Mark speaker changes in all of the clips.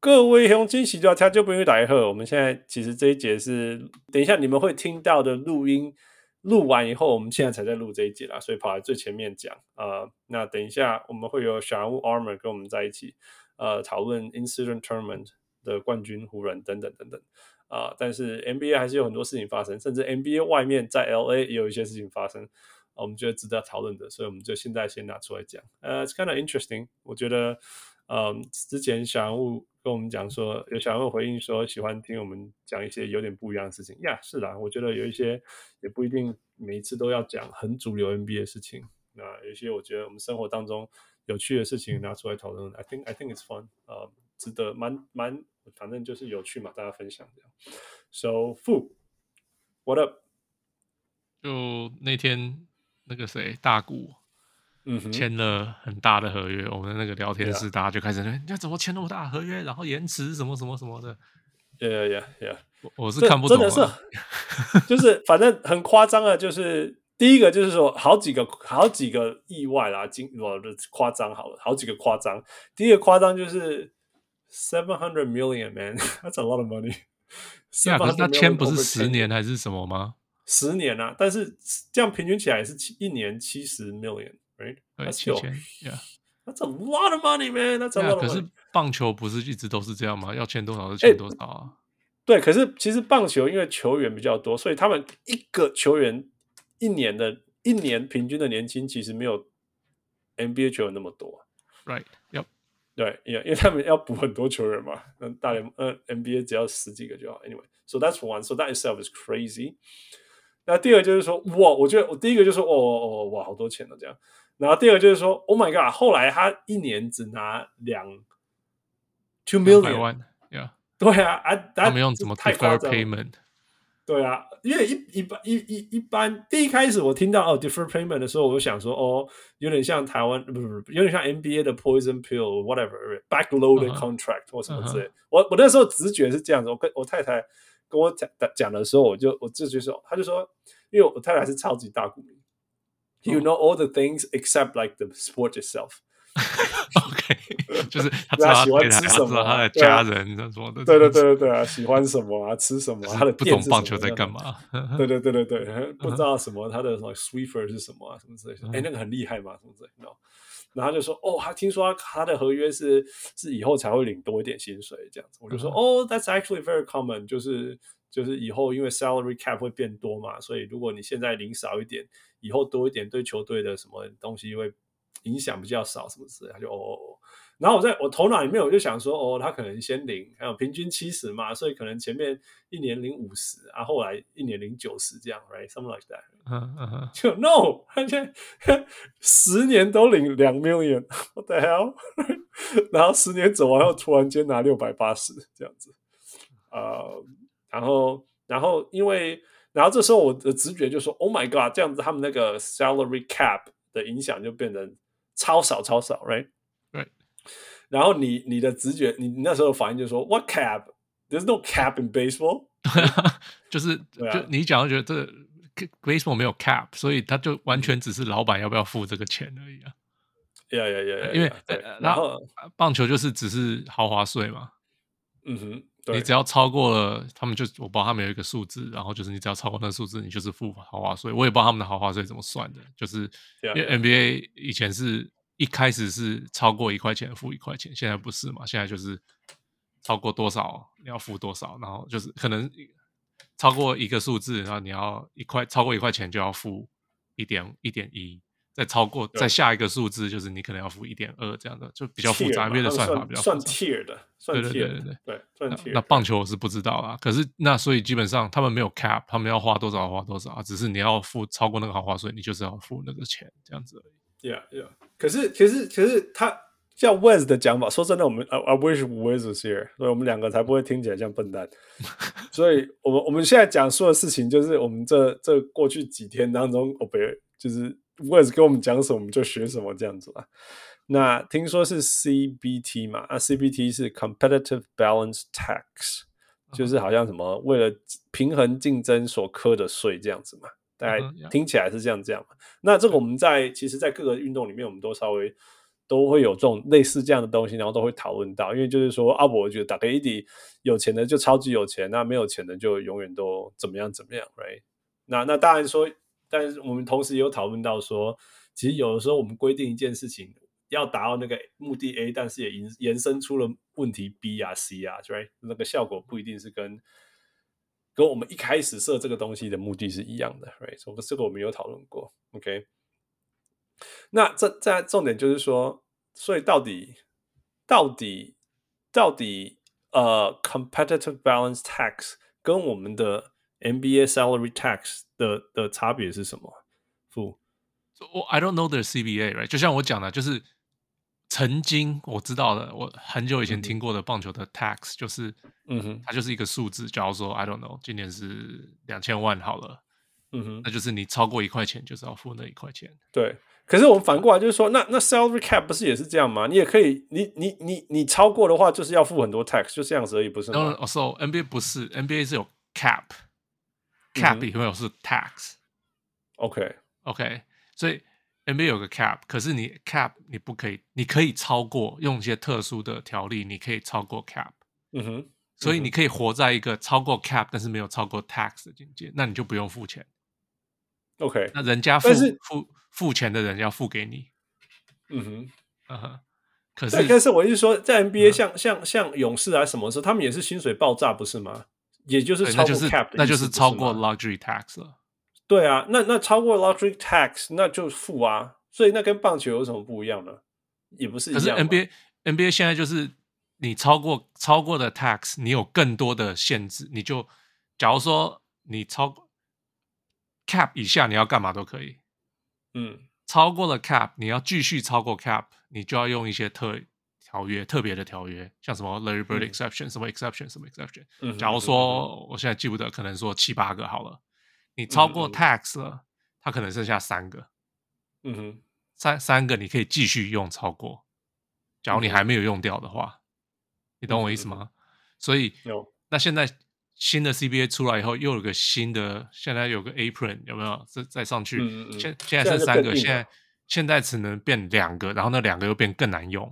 Speaker 1: 各位雄金喜剧家就不用来喝。我们现在其实这一节是等一下你们会听到的录音，录完以后我们现在才在录这一节啦，所以跑来最前面讲。呃，那等一下我们会有小人物 Armor 跟我们在一起，呃，讨论 Incident Tournament 的冠军湖人等等等等。啊、但是 NBA 还是有很多事情发生，甚至 NBA 外面在 LA 也有一些事情发生，啊我们觉得值得讨论的，所以我们就现在先拿出来讲。呃、i t s kind of interesting，我觉得，嗯，之前小人物跟我们讲说，有小人物回应说喜欢听我们讲一些有点不一样的事情。呀、是啦，我觉得有一些也不一定每一次都要讲很主流 NBA 的事情，那有一些我觉得我们生活当中有趣的事情拿出来讨论。I think I think it's fun，呃，值得蛮蛮，反正就是有趣嘛，大家分享这样。So Fu，what up？
Speaker 2: 就那天那个谁大谷
Speaker 1: 嗯啊哼，
Speaker 2: 签了很大的合约，我们的那个聊天
Speaker 1: Yeah
Speaker 2: 室大家就开始在那边，你看怎么签那么大的合约，然后延迟什么什么什么的，
Speaker 1: yeah yeah yeah，
Speaker 2: 我我是
Speaker 1: 这
Speaker 2: 看不懂、
Speaker 1: 真
Speaker 2: 啊，
Speaker 1: 的 是，就是反正很夸张啊，就是。第一个就是说，好几个好几个意外啦，今我的夸张好了，好几个夸张。第一个夸张就是 seven hundred million man，that's a lot of money。
Speaker 2: 呀，啊可是他签不是
Speaker 1: over
Speaker 2: 十
Speaker 1: ten
Speaker 2: 年还是什么吗？
Speaker 1: 十年啊，但是这样平均起来也是七一年七十 million，right？
Speaker 2: 对，
Speaker 1: That's
Speaker 2: 七
Speaker 1: your-
Speaker 2: 千呀
Speaker 1: That's a lot of money, man. That's a
Speaker 2: 呀，
Speaker 1: lot of
Speaker 2: 啊可
Speaker 1: money.
Speaker 2: 是棒球不是一直都是这样吗？要签多少就
Speaker 1: 哎
Speaker 2: 签多少啊，
Speaker 1: 对，可是其实棒球因为球员比较多，所以他们一个球员一年的一年平均的年薪其实没有 NBA 球员那么多啊。
Speaker 2: r i g h t 要
Speaker 1: 对，因为因为他们要补很多球员嘛，那大联呃 NBA 只要十几个就好。Anyway，so that's one，so that itself is crazy。那第二个就是说，哇，我觉得我第一个就是哦哦哦哇，好多钱了这样。然后第二个就是说，Oh my god，后来他一年只拿两 two
Speaker 2: 两百
Speaker 1: million，
Speaker 2: 万呀，
Speaker 1: 对啊，啊，
Speaker 2: 他
Speaker 1: 他
Speaker 2: 们用什么
Speaker 1: 太夸
Speaker 2: defer
Speaker 1: 张了。
Speaker 2: payment？
Speaker 1: 对啊，因为一一般一一一般，第一开始我听到哦 deferred payment 的时候，我就想说哦，有点像台湾，不不不，有点像 NBA 的 poison pill whatever backloaded
Speaker 2: 嗯
Speaker 1: contract 或什么之类
Speaker 2: 嗯。
Speaker 1: 我我那时候直觉是这样子，我跟我太太跟我讲讲的时候，我就我自觉说，她就说，因为我太太是超级大股民，you
Speaker 2: 哦
Speaker 1: know all the things except like the sport itself。
Speaker 2: OK，就是他知
Speaker 1: 对啊
Speaker 2: 道他
Speaker 1: 喜欢
Speaker 2: 太太，
Speaker 1: 吃
Speaker 2: 他
Speaker 1: 什么
Speaker 2: 知道他的
Speaker 1: 对啊
Speaker 2: 家人，他什么的，
Speaker 1: 对对对对对啊， 喜欢什么啊，吃什么
Speaker 2: 就
Speaker 1: 啊，
Speaker 2: 是
Speaker 1: 他的
Speaker 2: 不
Speaker 1: 店
Speaker 2: 懂
Speaker 1: 是
Speaker 2: 棒
Speaker 1: 什
Speaker 2: 球
Speaker 1: 么
Speaker 2: 在
Speaker 1: 样
Speaker 2: 干
Speaker 1: 的
Speaker 2: 嘛。
Speaker 1: 对对对对对，不知
Speaker 2: 嗯
Speaker 1: 道什么他的什么 sweeper 是什么啊，什么之类的。哎、
Speaker 2: 嗯
Speaker 1: 那个很厉害嘛，什么之类的。然后他就说，哦，他听说他他的合约是是以后才会领多一点薪水这样子。我就说，
Speaker 2: 嗯
Speaker 1: 哦，that's actually very common，就是就是以后因为 salary cap 会变多嘛，所以如果你现在领少一点，以后多一点，对球队的什么东西会影响比较少，什么之类的。他就哦哦哦。然后我在我头脑里面我就想说，哦，他可能先领，还有平均七十嘛，所以可能前面一年领五十啊，后来一年领九十这样，right，something like that。
Speaker 2: 嗯嗯嗯
Speaker 1: 就 no，他现在十年都领两 million，what the hell？然后十年走完后，突然间拿六百八十这样子，呃，然后然后因为然后这时候我的直觉就说，Oh my god，这样子他们那个 salary cap 的影响就变成超少超少，right？
Speaker 2: Right
Speaker 1: 然后你你的直觉，你你那时候的反应就说，What cap？There's no cap in baseball。
Speaker 2: 就是
Speaker 1: 对啊
Speaker 2: 就你讲，就觉得这个 baseball 没有 cap，所以他就完全只是老板要不要付这个钱而已啊。
Speaker 1: 呀呀呀呀！
Speaker 2: 因为
Speaker 1: 呀对
Speaker 2: 呃
Speaker 1: 然
Speaker 2: 然
Speaker 1: 后
Speaker 2: 后棒球就是只是豪华税嘛，
Speaker 1: 嗯哼，对
Speaker 2: 你只要超过了，他们就我不知道他们有一个数字，然后就是你只要超过那个数字，你就是付豪华税。我也不知道他们的豪华税怎么算的，就是因
Speaker 1: Yeah,
Speaker 2: 为 NBA 以前是一开始是超过一块钱付一块钱，现在不是嘛？现在就是超过多少你要付多少，然后就是可能超过一个数字，然后你要一块超过一块钱就要付一点一点一。再超过
Speaker 1: 对
Speaker 2: 再下一个数字，就是你可能要付一点二这样的，就比较复
Speaker 1: tier
Speaker 2: 杂，
Speaker 1: 嘛
Speaker 2: 因为的
Speaker 1: 他们
Speaker 2: 算法
Speaker 1: 算
Speaker 2: 比较复
Speaker 1: 算
Speaker 2: 杂。
Speaker 1: tier 的，算
Speaker 2: 对
Speaker 1: tier
Speaker 2: 对对
Speaker 1: 的
Speaker 2: 对
Speaker 1: 对，算
Speaker 2: 那
Speaker 1: tier
Speaker 2: 那
Speaker 1: 的
Speaker 2: 棒球我是不知道啦，可是那所以基本上他们没有 cap，他们要花多少花多少，啊只是你要付超过那个豪华税，你就是要付那个钱这样子而已。
Speaker 1: Yeah, yeah. 可是，可是，可是他像 Wes 的讲法，说真的，我们 I, I wish Wes was here，所以我们两个才不会听起来像笨 蛋。所以，我们我们现在讲述的事情，就是我们这这过去几天当中，我被就是 Wes 跟我们讲什么，我们就学什么这样子啦。那听说是 CBT 嘛？啊，CBT 是 Competitive Balance Tax，就是
Speaker 2: 嗯
Speaker 1: 好像什么为了平衡竞争所科的税这样子嘛，大概
Speaker 2: 嗯哼，yeah
Speaker 1: 听起来是这样这样嘛。那这个我们在其实，在各个运动里面，我们都稍微都会有这种类似这样的东西，然后都会讨论到，因为就是说啊，我觉得打给一底有钱的就超级有钱，那没有钱的就永远都怎么样怎么样，right？那那当然说，但是我们同时也有讨论到说，其实有的时候我们规定一件事情要达到那个目的 A，但是也延延伸出了问题 B 啊 C 啊，right？那个效果不一定是跟跟我们一开始设这个东西的目的是一样的，right？所以这个我们有讨论过，OK？那这这重点就是说，所以到底到底到底呃，competitive balance tax 跟我们的 MBA salary tax 的的差别是什么？不，
Speaker 2: So, 我 I don't know the CBA right？就像我讲的，就是曾经我知道的，我很久以前听过的棒球的 tax 就是，
Speaker 1: 嗯哼，
Speaker 2: 它就是一个数字。假如说 I don't know，今年是两千万好了，
Speaker 1: 嗯哼，
Speaker 2: 那就是你超过一块钱就是要付那一块钱。
Speaker 1: 对。可是我们反过来就是说，那那 salary cap 不是也是这样吗？你也可以，你你你你超过的话，就是要付很多 tax，就这样子而已，不是
Speaker 2: 当然
Speaker 1: 吗？
Speaker 2: 哦，so NBA 不是 NBA 是有
Speaker 1: 嗯
Speaker 2: cap，cap
Speaker 1: 哼
Speaker 2: 里面有是 tax。
Speaker 1: OK，
Speaker 2: OK，所以 NBA 有个 cap，可是你 cap 你不可以，你可以超过用一些特殊的条例，你可以超过 cap，
Speaker 1: 嗯哼，
Speaker 2: 所以你可以活在一个超过 cap 但是没有超过 tax 的境界，那你就不用付钱。
Speaker 1: ，OK，
Speaker 2: 那人家付
Speaker 1: 但是
Speaker 2: 付付钱的人要付给你，
Speaker 1: 嗯哼。
Speaker 2: 嗯哼。可
Speaker 1: 对，但
Speaker 2: 是
Speaker 1: 是我是说，在 NBA
Speaker 2: 嗯
Speaker 1: 像、像像勇士啊什么时候，他们也是薪水爆炸，不是吗？也就是
Speaker 2: 对
Speaker 1: 超
Speaker 2: 那
Speaker 1: 过
Speaker 2: 就是
Speaker 1: cap，的
Speaker 2: 那
Speaker 1: 意
Speaker 2: 就
Speaker 1: 思
Speaker 2: 是
Speaker 1: 不
Speaker 2: 超过
Speaker 1: 吗
Speaker 2: luxury tax 了。
Speaker 1: 对啊，那那超过 luxury tax，那就付啊。所以那跟棒球有什么不一样呢？也不是一
Speaker 2: 可是
Speaker 1: 样嘛。
Speaker 2: NBA NBA 现在就是你超过超过的 tax，你有更多的限制，你就假如说你超过 cap 以下，你要干嘛都可以。
Speaker 1: 嗯
Speaker 2: 超过了 cap，你要继续超过 cap，你就要用一些特条约、特别的条约，像什么 Larry
Speaker 1: 嗯
Speaker 2: Bird exception、什么 exception、什么 exception。
Speaker 1: 嗯哼，
Speaker 2: 假如
Speaker 1: 嗯哼
Speaker 2: 说我现在记不得，可能说七八个好了，你超过
Speaker 1: 嗯嗯
Speaker 2: tax 了，它可能剩下三个。
Speaker 1: 嗯哼，
Speaker 2: 三三个你可以继续用超过，假如你
Speaker 1: 嗯哼嗯
Speaker 2: 还没有用掉的话，你懂我意思吗？所以
Speaker 1: 有
Speaker 2: 那现在新的 CBA 出来以后，又有个新的，现在有个 apron 有没有？再再上去，
Speaker 1: 嗯嗯嗯
Speaker 2: 现
Speaker 1: 现
Speaker 2: 现在剩
Speaker 1: 在就
Speaker 2: 三
Speaker 1: 更
Speaker 2: 个，
Speaker 1: 硬
Speaker 2: 现在
Speaker 1: 了
Speaker 2: 现在只能变两个，然后那两个又变更难用，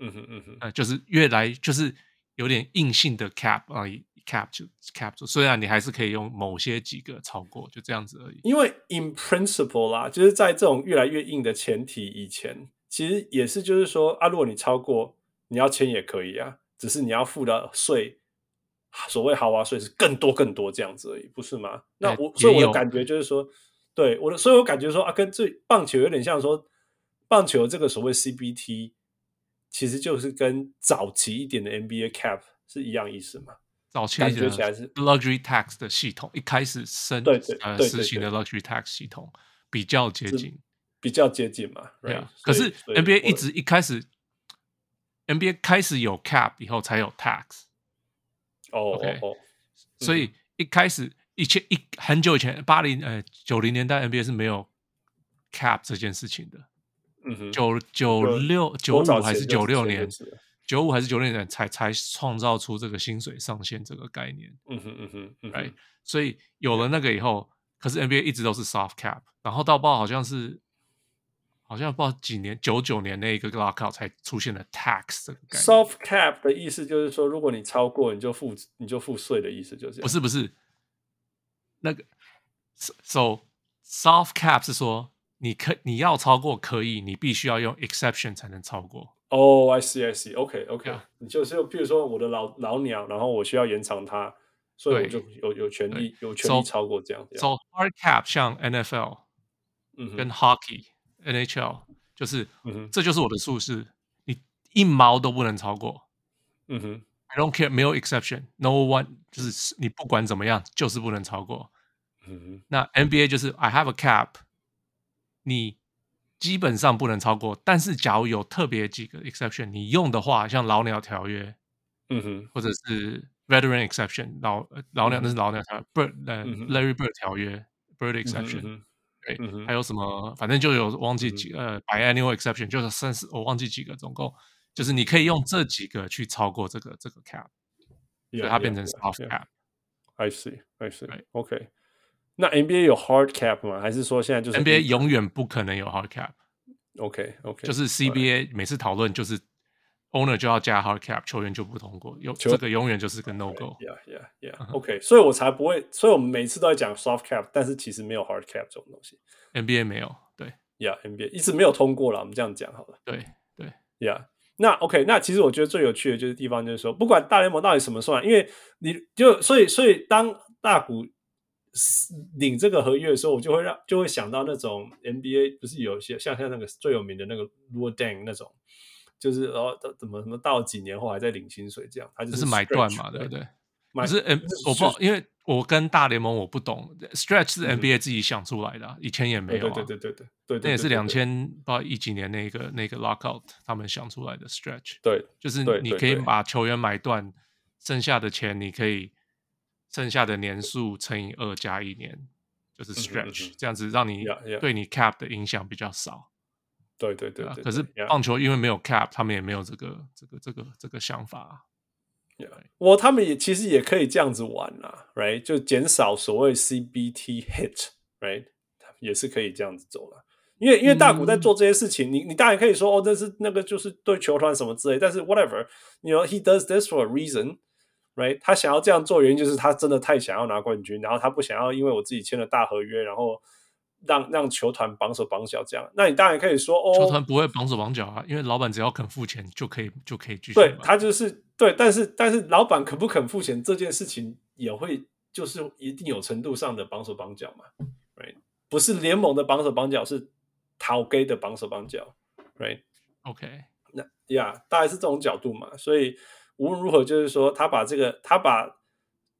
Speaker 1: 嗯哼嗯哼
Speaker 2: 呃，就是越来就是有点硬性的 cap 啊、cap 就 cap 住，虽然你还是可以用某些几个超过，就这样子而已。
Speaker 1: 因为 in principle 啦，就是在这种越来越硬的前提以前，其实也是就是说啊，如果你超过，你要签也可以啊，只是你要付的税，所谓豪华税是更多更多这样子而已，不是吗？那
Speaker 2: 哎
Speaker 1: 我
Speaker 2: 也
Speaker 1: 所以我的
Speaker 2: 有
Speaker 1: 感觉就是说，对我的，所以我感觉说啊，跟这棒球有点像说，棒球这个所谓 CBT，其实就是跟早期一点的 NBA cap 是一样意思嘛？
Speaker 2: 早期
Speaker 1: 感
Speaker 2: 的
Speaker 1: 觉起来是
Speaker 2: luxury tax 的系统，一开始生
Speaker 1: 对对
Speaker 2: 呃
Speaker 1: 对对
Speaker 2: 实行的 luxury tax 系统比较接近，
Speaker 1: 比较接近嘛
Speaker 2: 对
Speaker 1: ，right？
Speaker 2: 啊。可
Speaker 1: 所以
Speaker 2: 是
Speaker 1: 所以
Speaker 2: NBA
Speaker 1: 我
Speaker 2: 一直一开始，NBA 开始有 cap 以后才有 tax，
Speaker 1: 哦哦
Speaker 2: OK
Speaker 1: 哦，
Speaker 2: 所以一开始以前一很久以前八零呃九零年代 NBA 是没有 cap 这件事情的，
Speaker 1: 嗯哼。
Speaker 2: 九九六九
Speaker 1: 多少
Speaker 2: 五还
Speaker 1: 钱
Speaker 2: 是
Speaker 1: 就
Speaker 2: 九六
Speaker 1: 钱
Speaker 2: 年
Speaker 1: 就是了，
Speaker 2: 九五还是九六年才才创造出这个薪水上限这个概念。
Speaker 1: 嗯哼嗯哼嗯
Speaker 2: right？
Speaker 1: 哼，
Speaker 2: 所以有了那个以后，可是 NBA 一直都是 soft cap，然后到不知道好像是好像不知道几年九九年那一个 lockout 才出现了 tax 这个概念，
Speaker 1: soft cap 的意思就是说，如果你超过，你就付你就付税的意思，就是这样。
Speaker 2: 不是不是那个 so- so soft cap 是说你可你要超过可以，你必须要用 exception 才能超过，
Speaker 1: 哦、i see I see OK OK，、
Speaker 2: Yeah
Speaker 1: 你就是譬如说我的老老鸟，然后我需要延长它，所以我
Speaker 2: 对
Speaker 1: 就有有权利有权
Speaker 2: So-
Speaker 1: 利超过这样这样。
Speaker 2: so hard cap 像 NFL
Speaker 1: 嗯
Speaker 2: 跟
Speaker 1: 哼
Speaker 2: hockey、NHL 就是
Speaker 1: 嗯哼
Speaker 2: 这就是我的数字，你一毛都不能超过。
Speaker 1: 嗯哼
Speaker 2: I don't care，没有 exception。No one 就是你不管怎么样，就是不能超过。
Speaker 1: 嗯哼
Speaker 2: 那 NBA 就是 I have a cap，你基本上不能超过。但是假如有特别几个 exception，你用的话，像老鸟条约
Speaker 1: 嗯哼
Speaker 2: 或者是 veteran exception，老呃老鸟那是老鸟条约，Bird 呃
Speaker 1: 嗯嗯哼
Speaker 2: Larry Bird 条约
Speaker 1: 嗯
Speaker 2: Bird
Speaker 1: 哼
Speaker 2: exception，
Speaker 1: 嗯
Speaker 2: 对
Speaker 1: 嗯哼，
Speaker 2: 还有什么反正就有忘
Speaker 1: 嗯
Speaker 2: 记几呃 biannual exception，就是三四我忘记几个，总共就是你可以用这几个去超过这个这个 cap。
Speaker 1: 有
Speaker 2: 所以它变成 soft
Speaker 1: yeah.
Speaker 2: cap。
Speaker 1: I see I see
Speaker 2: Right.
Speaker 1: OK，那 NBA 有 hard cap 吗？还是说现在就是
Speaker 2: NBA 永远不可能有 hard cap，
Speaker 1: OK OK，
Speaker 2: 就是 CBA 每次讨论就是 owner 就要加 hard cap，球员就不通过，有
Speaker 1: 球
Speaker 2: 这个永远就是个 no go。
Speaker 1: Yeah, yeah,
Speaker 2: 嗯
Speaker 1: yeah. OK，、所以我才不会，所以我们每次都在讲 soft cap，但是其实没有 hard cap 这种东西。
Speaker 2: NBA 没有，对
Speaker 1: Yeah，NBA 一直没有通过了，我们这样讲好了。
Speaker 2: 对对，
Speaker 1: Yeah，那 OK，那其实我觉得最有趣的就是地方就是说，不管大联盟到底什么算，因为你就所以所以当大股领这个合约的时候，我就会让就会想到那种 NBA 不是有一些像像那个最有名的那个 l u Dang 那种，就是哦怎么什么到几年后还在领薪水这样，他就
Speaker 2: 这
Speaker 1: 是
Speaker 2: 是买断嘛，
Speaker 1: stretch，
Speaker 2: 对不对？
Speaker 1: 买
Speaker 2: 可是 N
Speaker 1: 就是
Speaker 2: 我不知道，因为我跟大联盟我不懂，stretch 是 NBA 自己想出来的啊，以前也没
Speaker 1: 哎对嗯
Speaker 2: 有
Speaker 1: 对
Speaker 2: 啊
Speaker 1: 对。对对对对，
Speaker 2: 那也是
Speaker 1: 对
Speaker 2: 两。千不知道一几年那个那个 lockout 他们想出来的 stretch，
Speaker 1: 对对
Speaker 2: 就是
Speaker 1: 对
Speaker 2: 你
Speaker 1: 对
Speaker 2: 可以
Speaker 1: 对
Speaker 2: 把球员买断，剩下的钱你可以剩下的年数乘以二加一年，就是
Speaker 1: 哼
Speaker 2: stretch，、
Speaker 1: 嗯哼
Speaker 2: 这样子让你
Speaker 1: Yeah, yeah
Speaker 2: 对你 cap 的影响比较少。
Speaker 1: 对对对
Speaker 2: 啊
Speaker 1: 对，
Speaker 2: 可是
Speaker 1: 对，yeah
Speaker 2: 棒球因为没有 cap，他们也没有这个这个这个这个想法啊。
Speaker 1: 我他们也其实也可以这样子玩啦，right？就减少所谓 CBT hit，right？也是可以这样子走了。因为因为大股
Speaker 2: 嗯
Speaker 1: 在做这些事情，你你当然可以说哦，这是那个就是对球团什么之类，但是 whatever，you know he does this for a reason，right？他想要这样做原因就是他真的太想要拿冠军，然后他不想要因为我自己签了大合约，然后让让球团绑手绑脚这样。那你当然可以说哦，
Speaker 2: 球团不会绑手绑脚啊，因为老板只要肯付钱就可以就可以继续
Speaker 1: 对
Speaker 2: 买
Speaker 1: 他就是对，但是但是老板肯不肯付钱这件事情也会就是一定有程度上的绑手绑脚嘛，right？不是联盟的绑手绑脚，是逃 gay 的绑手绑脚，right？
Speaker 2: OK，
Speaker 1: 那呀大概是这种角度嘛，所以无论如何就是说他把这个他把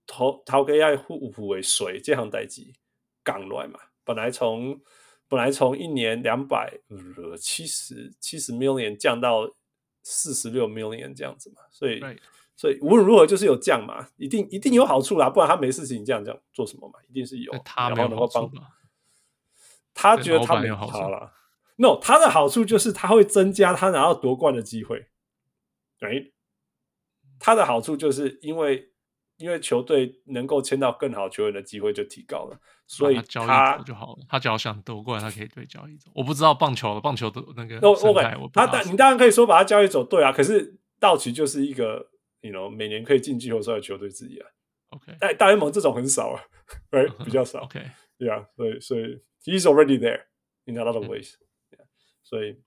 Speaker 1: 投逃 gay 爱互互为水这项代际港来嘛，本来从本来从一年两百呃七十七十 million 降到四十六 million 这样子嘛，所以。
Speaker 2: 对，
Speaker 1: 所以无论如何就是有降嘛，一定一定有好处啦，不然他没事情这样讲做什么嘛？一定是有
Speaker 2: 对，他
Speaker 1: 然后
Speaker 2: 没有
Speaker 1: 能
Speaker 2: 好
Speaker 1: 够
Speaker 2: 处
Speaker 1: 帮
Speaker 2: 吧？
Speaker 1: 他
Speaker 2: 对
Speaker 1: 觉得
Speaker 2: 老
Speaker 1: 他
Speaker 2: 板
Speaker 1: 没
Speaker 2: 有好处
Speaker 1: 差啦。No，他的好处就是他会增加他拿到夺冠的机会。
Speaker 2: 嗯
Speaker 1: 对，他的好处就是因为因为球队能够签到更好球员的机会就提高了，所以
Speaker 2: 把它交易
Speaker 1: 他
Speaker 2: 走就好了。他只要想夺冠，他可以对交易走。我不知道棒球的棒球的那个
Speaker 1: 那
Speaker 2: 生
Speaker 1: 哦 OK，
Speaker 2: 态，我不
Speaker 1: 他
Speaker 2: 知道
Speaker 1: 当
Speaker 2: 是
Speaker 1: 你当然可以说把他交易走，对啊。可是道奇就是一个，you know，每年可以进季后赛的球队之一啊。
Speaker 2: OK
Speaker 1: 但大联盟这种很少啊 ，right
Speaker 2: 嗯哼
Speaker 1: 比较少。
Speaker 2: OK，
Speaker 1: Yeah，所以所以 he's already there in a lot of
Speaker 2: 嗯
Speaker 1: ways、yeah. 所以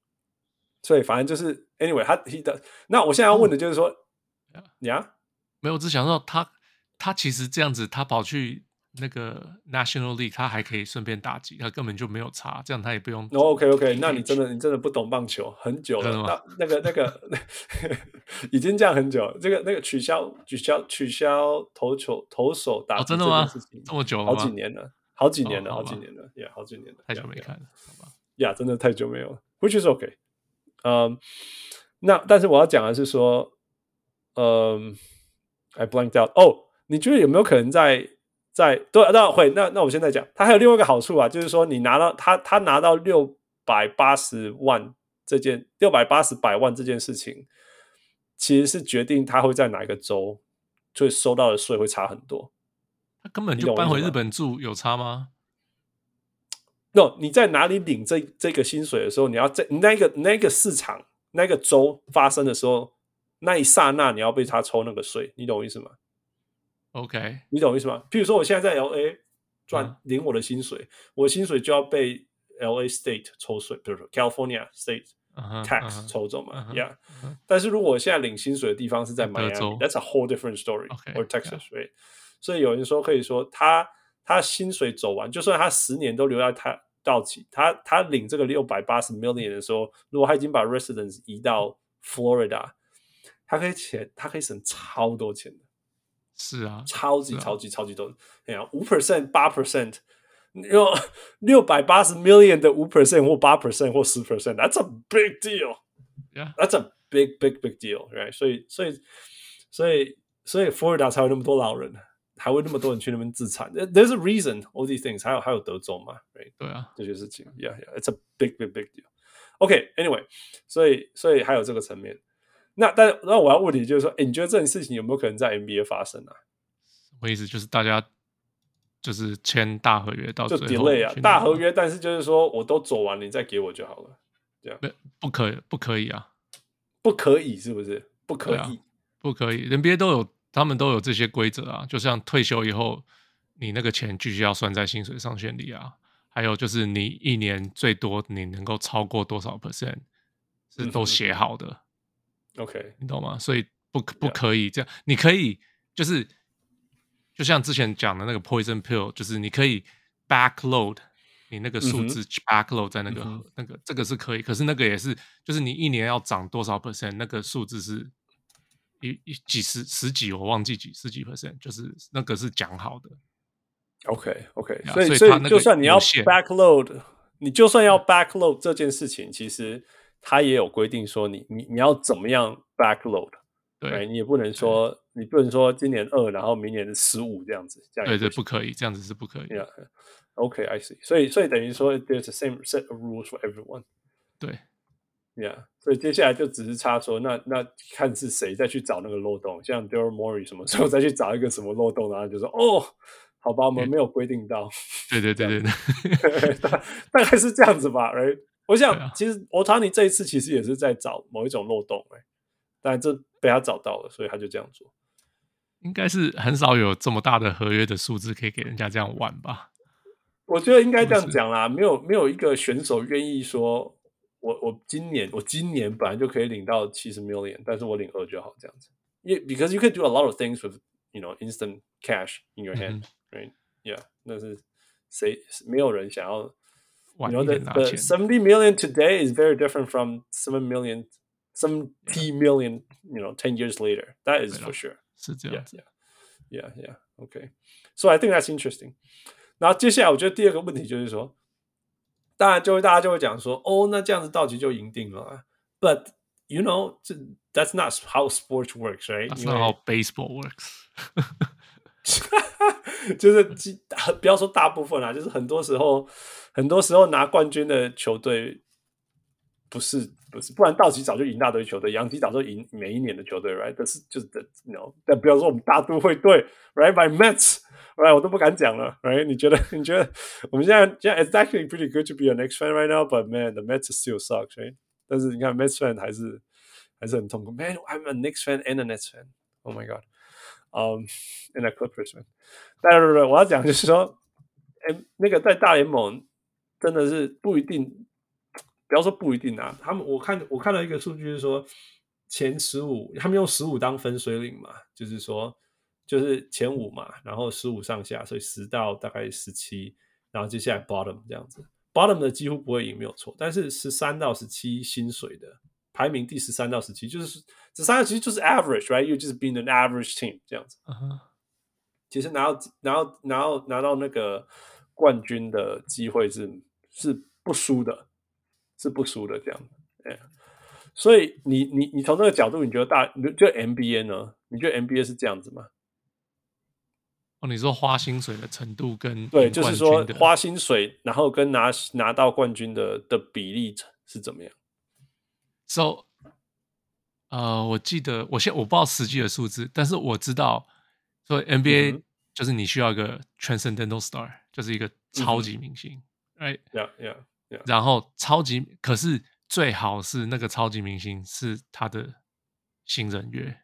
Speaker 1: 所以反正就是 anyway，他 he does。那我现在要问
Speaker 2: 嗯
Speaker 1: 的就是说，呀、
Speaker 2: 没有，我只想到他他其实这样子，他跑去那个 National League，他还可以顺便打击，他根本就没有差，这样他也不用。
Speaker 1: 然后 OK OK，那你哦真的你真的不懂棒球很久了
Speaker 2: 真的，吗
Speaker 1: 那那个那个已经这样很久了，这个那个取消取消取消投球投手打
Speaker 2: 哦，
Speaker 1: 击
Speaker 2: 真的
Speaker 1: 这件
Speaker 2: 吗
Speaker 1: 事情？
Speaker 2: 这么久
Speaker 1: 好
Speaker 2: 了
Speaker 1: 几
Speaker 2: 吗？
Speaker 1: 年了，好几年了，
Speaker 2: 哦好
Speaker 1: 好
Speaker 2: 吧
Speaker 1: 几年了，也、好几年了，
Speaker 2: 太久没
Speaker 1: yeah, yeah
Speaker 2: 看了，好吧？
Speaker 1: 呀真的太久没有了，which is okay。嗯，那但是我要讲的是说，嗯，I blanked out。哦，你觉得有没有可能在在对？那会那那我现在讲，它还有另外一个好处啊，就是说你拿到他他拿到六百八十万这件六百八十百万这件事情，其实是决定他会在哪一个州，所以收到的税会差很多。
Speaker 2: 他根本
Speaker 1: 你
Speaker 2: 就
Speaker 1: 懂我
Speaker 2: 搬
Speaker 1: 意思
Speaker 2: 回
Speaker 1: 吗
Speaker 2: 日本住，有差吗？
Speaker 1: no，你在哪里领这这个薪水的时候，你要在那个那个市场那个州发生的时候，那一刹那你要被他抽那个税，你懂我意思吗？
Speaker 2: OK，
Speaker 1: 你懂我意思吗？譬如说我现在在 L A
Speaker 2: 嗯
Speaker 1: 赚领我的薪水，我的薪水就要被 L A State 抽税，比如说 California State
Speaker 2: 嗯哼
Speaker 1: tax
Speaker 2: 嗯哼
Speaker 1: 抽走嘛、
Speaker 2: 嗯
Speaker 1: y e a h
Speaker 2: 嗯哼
Speaker 1: 但是如果我现在领薪水的地方是在
Speaker 2: 德州
Speaker 1: Miami，that's a whole different story
Speaker 2: Okay,
Speaker 1: or Texas，right？所以有人说可以说他他薪水走完，就算他十年都留在他到期，他他领这个六百八十 million 的时候，如果他已经把 residence 移到 Florida，他可以钱，他可以省超多钱的。
Speaker 2: 是啊，
Speaker 1: 超级
Speaker 2: 是啊
Speaker 1: 超级超级多，哎呀，五 percent 八 percent，用六百八十 million 的五 percent 或八 percent 或十 percent，that's a big deal。
Speaker 2: Yeah
Speaker 1: That's a big, big, big deal, right? 所以，所以，所以，所以佛罗里达才有那么多老人，还会那么多人去那边自产。There- There's a reason all these things. 还有还有德州嘛，right？
Speaker 2: 对啊，
Speaker 1: 这些事情，yeah, yeah. It's a big, big, big deal. OK，anyway，、所以，所以还有这个层面。那但那我要问你，就是说，诶你觉得这件事情有没有可能在 NBA 发生啊？
Speaker 2: 我意思就是大家就是签大合约到
Speaker 1: 就
Speaker 2: 最后
Speaker 1: delay 啊
Speaker 2: 去，拿
Speaker 1: 大合
Speaker 2: 嘛
Speaker 1: 约，但是就是说我都走完，你再给我就好了。这样
Speaker 2: 没不可不可以啊，
Speaker 1: 不可以是不是？不可
Speaker 2: 对啊
Speaker 1: 以，
Speaker 2: 不可以，NBA 都有他们都有这些规则啊，就像退休以后，你那个钱继续要算在薪水上限里啊，还有就是你一年最多你能够超过多少 percent 是
Speaker 1: 嗯
Speaker 2: 都
Speaker 1: 哼
Speaker 2: 写好的。
Speaker 1: OK，
Speaker 2: 你懂吗？所以不可不
Speaker 1: Yeah.
Speaker 2: 可以这样，你可以就是就像之前讲的那个 poison pill，就是你可以 backload 你那个数字 backload 在那个、
Speaker 1: 嗯
Speaker 2: 那个这个是可以，可是那个也是就是你一年要涨多少 percent，那个数字是一一几十十几，我忘记几十几 percent，就是那个是讲好的，
Speaker 1: OK OK，
Speaker 2: 对啊
Speaker 1: 所以
Speaker 2: 所以
Speaker 1: 所
Speaker 2: 它
Speaker 1: 以
Speaker 2: 那
Speaker 1: 就
Speaker 2: 个
Speaker 1: 算你
Speaker 2: 有
Speaker 1: 要
Speaker 2: 限
Speaker 1: backload，你就算要 backload 这件事情，其实它也有规定说你你你要怎么样 backload，
Speaker 2: 对
Speaker 1: 哎你也不能说你不能说今年二，然后明年十五这样子，这样
Speaker 2: 对
Speaker 1: 也
Speaker 2: 对，
Speaker 1: 行
Speaker 2: 不可以这样子是不可以的
Speaker 1: Yeah. Okay, I see. 所以所以等于说，there's the same set of rules for everyone.
Speaker 2: 对
Speaker 1: Yeah. 所以接下来就只是差说，那那看是谁再去找那个漏洞，像 d a r y l Morey 什么时候再去找一个什么漏洞，然后就说哦，好吧，我们
Speaker 2: 对
Speaker 1: 没有规定到，
Speaker 2: 对对对对对
Speaker 1: 大大概是这样子吧，right？我想、
Speaker 2: 对啊
Speaker 1: 其实 o t a n 这一次其实也是在找某一种漏洞、欸，但这被他找到了，所以他就这样做。
Speaker 2: 应该是很少有这么大的合约的数字可以给人家这样玩吧？
Speaker 1: 我觉得应该
Speaker 2: 是不
Speaker 1: 这
Speaker 2: 是
Speaker 1: 样讲啦，没有没有一个选手愿意说，我我今年我今年本来就可以领到七十 million，但是我领二就好这样子。因为 because you can do a lot of things with you know instant cash in your hand,
Speaker 2: Mm-hmm.
Speaker 1: right? Yeah，那是谁没有人想要。
Speaker 2: 晚
Speaker 1: you know
Speaker 2: 一
Speaker 1: the,
Speaker 2: 点拿
Speaker 1: the
Speaker 2: 钱
Speaker 1: 70 million today is very different from 7 million, 70 million, you know, 10 years later. That is
Speaker 2: 对
Speaker 1: for
Speaker 2: 啦
Speaker 1: sure.
Speaker 2: 是这
Speaker 1: Yeah,
Speaker 2: 样子。
Speaker 1: yeah, yeah, yeah. Okay, so I think that's interesting. 然后接下来我觉得第二个问题就是说，当然就会大家就会讲说，哦，那这样子道奇就赢定了啊。But you know, t- that's not how sports works, right?
Speaker 2: That's
Speaker 1: 因为
Speaker 2: not how baseball works
Speaker 1: 就是几大不要说大部分啦，就是很多时候，很多时候拿冠军的球队不是不是，不然道奇早就赢大堆球队，洋基早就赢每一年的球队，right？但是就是的，no，但不要说我们大都会队，right？By Mets，right？我都不敢讲了，right？你觉得你觉得我们现在现在 it's actually pretty good to be an X fan right now，but man，the Mets still sucks，right？但是你看 Mets fan 还是还是很痛苦，man，I'm a Knicks fan and a Nets fan，oh my god。嗯、um,，and a Clippers fan，但是我要讲就是说，哎，那个在大联盟真的是不一定，不要说不一定啊，他们我看我看到一个数据是说，前十五他们用十五当分水岭嘛，就是说就是前五嘛，然后十五上下，所以十到大概十七，然后接下来 bottom 这样子，bottom 的几乎不会赢没有错，但是十三到十七薪水的。排名第十三到十七，就是十三到十七就是 average，right？You just being an average team 这样子。
Speaker 2: 嗯哼。
Speaker 1: 其实拿到拿到拿到拿到那个冠军的机会是是不输的，是不输的这样。哎，所以你你你从这个角度，你觉得大你觉得 NBA 呢？你觉得 NBA 是这样子吗？
Speaker 2: 哦，你说花薪水的程度跟
Speaker 1: 对，
Speaker 2: 赢
Speaker 1: 就
Speaker 2: 冠
Speaker 1: 是说
Speaker 2: 军的
Speaker 1: 花薪水，然后跟拿拿到冠军的的比例是怎么样？
Speaker 2: So，呃，我记得我现我不知道实际的数字，但是我知道说
Speaker 1: 嗯
Speaker 2: NBA
Speaker 1: 哼
Speaker 2: 就是你需要一个 transcendental star，就是一个超级明星、r i g h t
Speaker 1: 呀呀呀
Speaker 2: 然后超级可是最好是那个超级明星是他的新人约，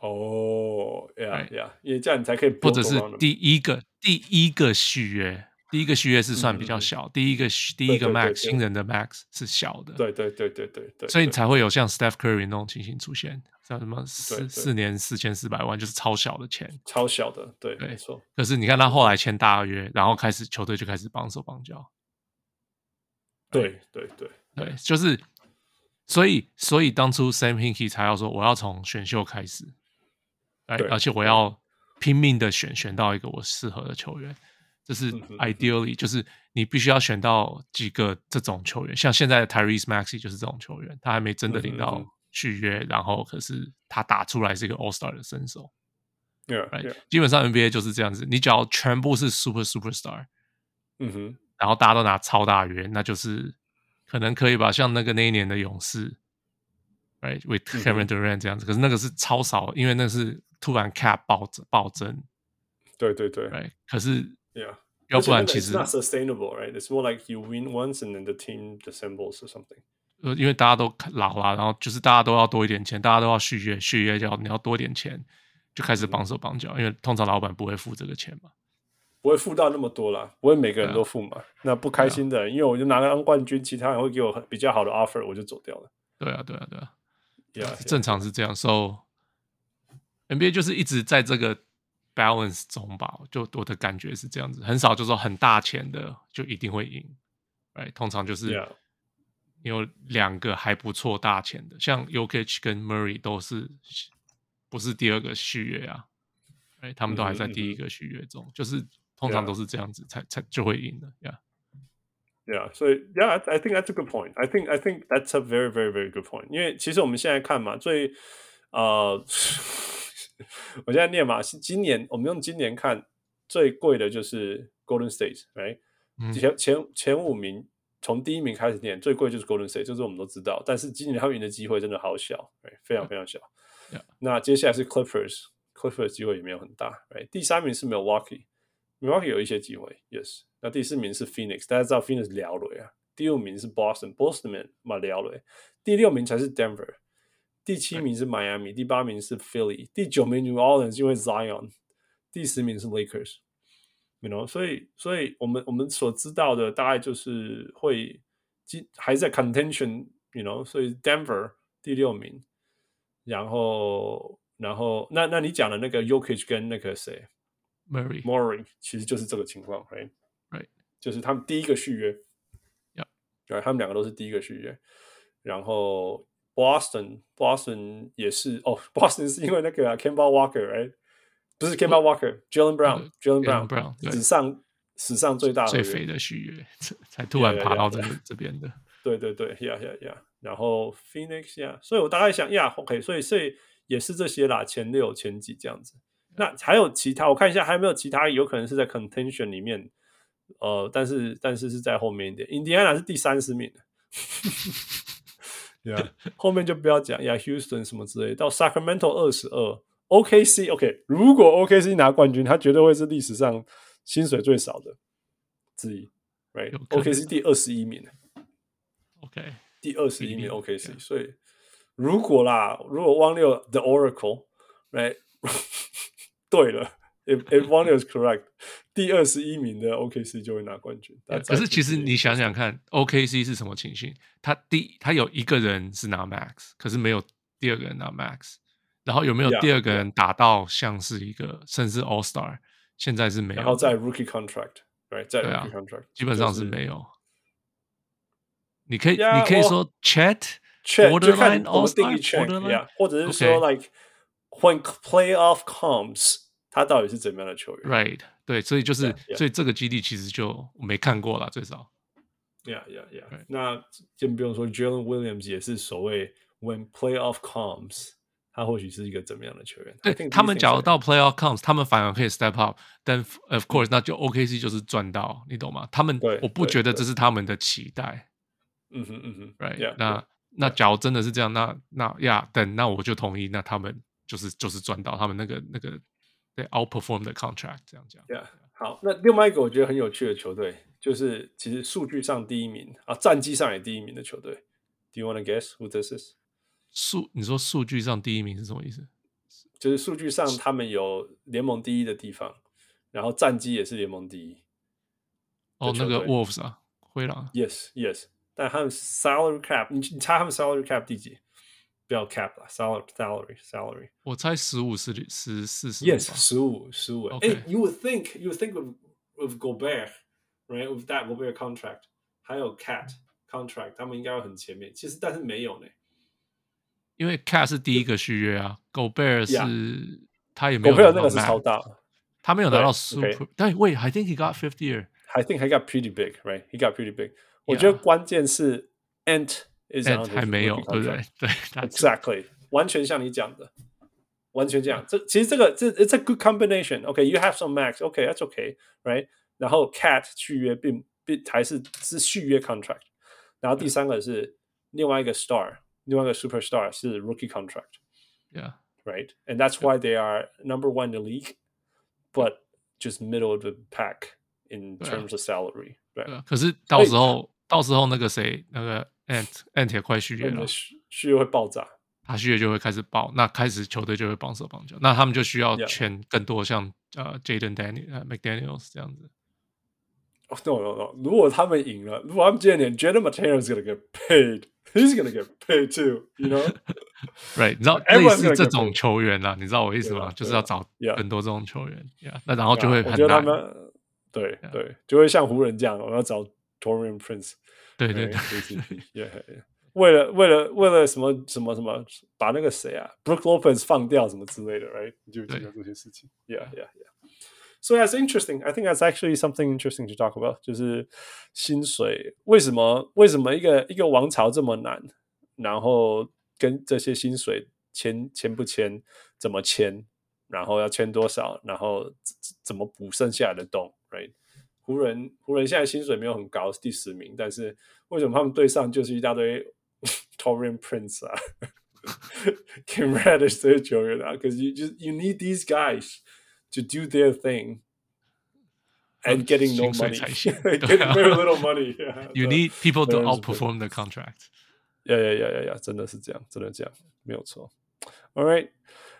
Speaker 1: 哦呀
Speaker 2: Right
Speaker 1: 呀，因为这样你才可以
Speaker 2: 哎或
Speaker 1: build
Speaker 2: 者是
Speaker 1: around them
Speaker 2: 第一个第一个续约，第一个续约是算比
Speaker 1: 嗯嗯
Speaker 2: 较
Speaker 1: 嗯
Speaker 2: 小，第一个第
Speaker 1: 对
Speaker 2: 一个
Speaker 1: 对对
Speaker 2: max
Speaker 1: 对
Speaker 2: 新人的 max 是小的，
Speaker 1: 对对对对对对，
Speaker 2: 所以
Speaker 1: 对
Speaker 2: 才会有像 Steph Curry 那种情形出现，像什么
Speaker 1: 对
Speaker 2: 四四年四千四百万就是超小的钱，
Speaker 1: 超小的，对，
Speaker 2: 对
Speaker 1: 没错。
Speaker 2: 可是你看他后来签大约，然后开始球队就开始帮手帮脚，
Speaker 1: 对对对，
Speaker 2: 对，就是所以所以当初 Sam Hinkie 才要说我要从选秀开始，哎，
Speaker 1: 对
Speaker 2: 而且我要拼命的选选到一个我适合的球员，这是
Speaker 1: 嗯哼嗯哼
Speaker 2: ideally 就是你必须要选到几个这种球员，像现在的 Tyrese Maxey 就是这种球员，他还没真的
Speaker 1: 嗯
Speaker 2: 领
Speaker 1: 哼
Speaker 2: 到
Speaker 1: 嗯
Speaker 2: 续约，然后可是他打出来是一个 All Star 的身手。
Speaker 1: Yeah,
Speaker 2: right？、
Speaker 1: yeah.
Speaker 2: 基本上 NBA 就是这样子，你只要全部是 super superstar，
Speaker 1: 嗯哼，
Speaker 2: 然后大家都拿超大约，那就是可能可以吧，像那个那一年的勇士，right，with
Speaker 1: 嗯哼
Speaker 2: Kevin Durant 这样子，可是那个是超少，因为那是突然 cap 暴增暴增
Speaker 1: 对对对
Speaker 2: ，right，可是
Speaker 1: ，Yeah，
Speaker 2: 要不然
Speaker 1: 而且那个
Speaker 2: 其实
Speaker 1: it's not sustainable, right? It's more like you win once and then the team dissembles or something.
Speaker 2: 呃，因为大家都看老啦，然后就是大家都要多一点钱，大家都要续约，续约就要你要多一点钱，就
Speaker 1: 嗯
Speaker 2: 开始绑手绑脚，因为通常老板不会付这个钱嘛。
Speaker 1: 不会付到那么多啦，不会每
Speaker 2: 啊
Speaker 1: 个人都付嘛。那不开心的人，因为我就拿了冠军，其他人会给我很比较好的 offer，我就走掉了。
Speaker 2: 对啊，对啊，对啊，
Speaker 1: Yeah,
Speaker 2: 正常是这样。So NBA 就是一直在这个 balance 中吧，就我的感觉是这样子，很少就说很大钱的就一定会赢，right？通常就是
Speaker 1: Yeah.
Speaker 2: 你有两个还不错大钱的，像 u k i c 跟 Murray 都是不是第二个续约啊？哎，他们都还在
Speaker 1: 嗯哼啊
Speaker 2: 第一个续约中，就是通常
Speaker 1: Yeah
Speaker 2: 都是这样子才才就会赢的呀。
Speaker 1: Yeah, so yeah, I I think that's a good point. I think I think that's a very very very good point. 因为其实我们现在看嘛，最呃， 我现在念嘛，是今年我们用今年看最贵的就是 Golden State，right？、
Speaker 2: 嗯
Speaker 1: 前前前五名从第一名开始念，最贵就是 Golden State，这是我们都知道。但是今年他们赢的机会真的好小，right？非常非常小。
Speaker 2: Yeah.
Speaker 1: 那接下来是 Clippers，Clippers 机会也没有很大，right？第三名是 Milwaukee。Milwaukee 有一些机会，yes。那第四名是 Phoenix，大家知道 Phoenix 聊了啊。第五名是 Boston，Boston 嘛聊了。第六名才是 Denver，第七名是 Miami，第八名是 Philly，第九名 New Orleans 因为 Zion，第十名是 Lakers。You know，所以所以我们我们所知道的大概就是会今还在 contention，you know，所以 Denver 第六名，然后然后那那你讲的那个 y o k i c 跟那个谁
Speaker 2: Murray，
Speaker 1: m o r i 其实就是这个情况，right？
Speaker 2: Right
Speaker 1: 就是他们第一个续约
Speaker 2: Yep
Speaker 1: 对，他们两个都是第一个续约，然后 Boston Boston 也是哦，Boston 是因为那个、啊、Kemba Walker，right？不是 Kemba Walker，Jalen Brown，Jalen
Speaker 2: Jalen
Speaker 1: Brown，,
Speaker 2: 呃 Brown，对
Speaker 1: 史上史上最大合
Speaker 2: 最
Speaker 1: 约
Speaker 2: 肥的续约，才突然
Speaker 1: Yeah, yeah,
Speaker 2: 爬到
Speaker 1: yeah,
Speaker 2: 这个这边的。
Speaker 1: 对对对呀呀呀，然后 Phoenix 呀，所以我大概想呀，OK，所以所以也是这些啦，前六前几这样子。那还有其他，我看一下还有没有其他，有可能是在 contention 里面，呃，但是但是是在后面一点。Indiana 是第三十名的，yeah，后 面就不要讲呀，Houston 什么之类，到 Sacramento 二十二，OKC OK，如果 OKC 拿冠军，他绝对会是历史上薪水最少的之一
Speaker 2: 有可能
Speaker 1: ，right？OKC 第二十一名。
Speaker 2: OK，
Speaker 1: 第二十一
Speaker 2: 比例
Speaker 1: 名 OKC，、
Speaker 2: 对啊
Speaker 1: 所以如果啦，如果汪六 The Oracle，right，对了，if if 汪六 is correct，第二十一名的 OKC 就会拿冠军。但
Speaker 2: 呃可是其实你想想看，OKC 是什么情形？他第他有一个人是拿 Max，可是没有第二个人拿 Max，然后有没有
Speaker 1: Yeah,
Speaker 2: 第二个人打到像是一个甚至 All Star？现在是没有的，
Speaker 1: 然后在 Rookie contract，right，在
Speaker 2: 对啊
Speaker 1: Rookie contract，
Speaker 2: 基本上是
Speaker 1: 就
Speaker 2: 没有。你可以
Speaker 1: Yeah，
Speaker 2: 你可以
Speaker 1: 我
Speaker 2: 说 Chat
Speaker 1: check 就看
Speaker 2: borderline
Speaker 1: 你怎么
Speaker 2: All
Speaker 1: 定
Speaker 2: Star
Speaker 1: 义 check，yeah，
Speaker 2: borderline，
Speaker 1: 或者是说 like when playoff comes，他到底是怎么样的球员
Speaker 2: right 对，所以就是
Speaker 1: Yeah, yeah
Speaker 2: 所以这个基地其实就我没看过了，最少
Speaker 1: Yeah, yeah, yeah.
Speaker 2: Right.
Speaker 1: 那先不用说，Jalen Williams 也是所谓 when playoff comes，他或许是一个怎么样的球员？I
Speaker 2: 对
Speaker 1: think
Speaker 2: 他们
Speaker 1: these things
Speaker 2: 假如
Speaker 1: are-
Speaker 2: 到 playoff comes，他们反而可以 step up，但 f- of course 那就 OKC 就是赚到，你懂吗？他们
Speaker 1: 对
Speaker 2: 我不
Speaker 1: 对
Speaker 2: 觉得
Speaker 1: 对
Speaker 2: 这是他们的期待
Speaker 1: 嗯哼嗯哼
Speaker 2: ，right？
Speaker 1: ，Yeah，
Speaker 2: 那那假如真的是这样，那那呀等那我就同意，那他们就是就是赚到他们那个那个对 outperform 的 contract 这样讲
Speaker 1: yeah, yeah. 好，那另外一个我觉得很有趣的球队，就是其实数据上第一名啊，战绩上也第一名的球队。Do you want to guess who this is？
Speaker 2: 数你说数据上第一名是什么意思？
Speaker 1: 就是数据上他们有联盟第一的地方，然后战绩也是联盟第一。
Speaker 2: 哦，
Speaker 1: 球
Speaker 2: 那个
Speaker 1: 队
Speaker 2: Wolves 啊，灰狼
Speaker 1: Yes, yes，但他们 salary cap，你你猜他们 salary cap 第几？不要 cap 了，salary salary salary。
Speaker 2: 我猜十五、十六、十四、十
Speaker 1: Yes，十五十五。
Speaker 2: Okay.
Speaker 1: 哎，you would think you would think of of Gobert right with that Gobert contract，还有 Cat contract，他们应该会很前面。其实但是没有呢。
Speaker 2: 因为 Cat 是第一个续约啊，Gobert 是
Speaker 1: Yeah
Speaker 2: 他也没有
Speaker 1: Gobert
Speaker 2: 拿
Speaker 1: 那
Speaker 2: 到
Speaker 1: 个是
Speaker 2: max
Speaker 1: 超大
Speaker 2: 他没有拿到
Speaker 1: 对
Speaker 2: Super，但 Wait I think he got fifth year。
Speaker 1: ，I think he got pretty big right，he got pretty big。我觉得
Speaker 2: Yeah
Speaker 1: 关键是 Ant is on
Speaker 2: 但
Speaker 1: his
Speaker 2: 哎还没有
Speaker 1: rookie，
Speaker 2: 对不
Speaker 1: contract
Speaker 2: 对？ 对，他
Speaker 1: Exactly，完全像你讲的，完全这样。这其实这个这 it's a good combination。OK，you、have some max。OK，that's OK，right？然后 cat 续约并并还是是续约 contract。然后第三个是另外一个 star，另外一个 superstar 是 rookie contract。
Speaker 2: yeah
Speaker 1: right? And that's why they are number one in the league, but just middle of the pack in
Speaker 2: 对啊
Speaker 1: terms of salary，对
Speaker 2: 对啊，可是到时候到时候那个谁那个 Ant Ant 也快续约
Speaker 1: 那你
Speaker 2: 了
Speaker 1: 的，需需求会爆炸。
Speaker 2: 他续约就会开始爆，那开始球队就会帮手帮脚，那他们就需要
Speaker 1: Yeah
Speaker 2: 签更多像呃 Jaden Daniel、呃 McDaniel's 这样子。
Speaker 1: Oh, no, no, no. 如果他们赢了，如果他们今年 Jaden Mateo is gonna get paid, he's gonna get paid too. You know?
Speaker 2: Right，你知道类
Speaker 1: Everyone's
Speaker 2: 似
Speaker 1: gonna
Speaker 2: 这
Speaker 1: get
Speaker 2: 种
Speaker 1: paid.
Speaker 2: 球员啦，你知道我意思
Speaker 1: 对啊
Speaker 2: 吗？就是
Speaker 1: 对啊
Speaker 2: 要找
Speaker 1: Yeah 啊
Speaker 2: 更多这种球员，yeah, 那然后哦就会
Speaker 1: 我
Speaker 2: 很
Speaker 1: 觉得他
Speaker 2: 难。
Speaker 1: 们对
Speaker 2: 啊
Speaker 1: 对，就会像湖人这样，我要找 Torian Prince，
Speaker 2: 对对
Speaker 1: 对
Speaker 2: 对，
Speaker 1: yeah, yeah. 为了为了为了什么什么什么，把那个谁啊，Brook Lopez 放掉什么之类的，right？你就记
Speaker 2: 对
Speaker 1: 得这些事情，yeah yeah yeah。So that's interesting. I think that's actually something interesting to talk about. 就是薪水为什么为什么一个一个王朝这么难，然后跟这些薪水签签不签，怎么签，然后要签多少，然后怎怎怎么补剩下来的洞，right？湖人湖人现在薪水没有很高，是第十名，但是为什么他们队上就是一大堆 Torian Prince 啊，Kim Radish 这些球员啊？Because you just you need these guys to do their thing and getting no
Speaker 2: 薪水才 行
Speaker 1: money，getting very little money 。
Speaker 2: You need people to
Speaker 1: 对啊是的
Speaker 2: outperform the contract。
Speaker 1: 呀呀呀呀呀，真的是这样，真的这样，没有错。All right，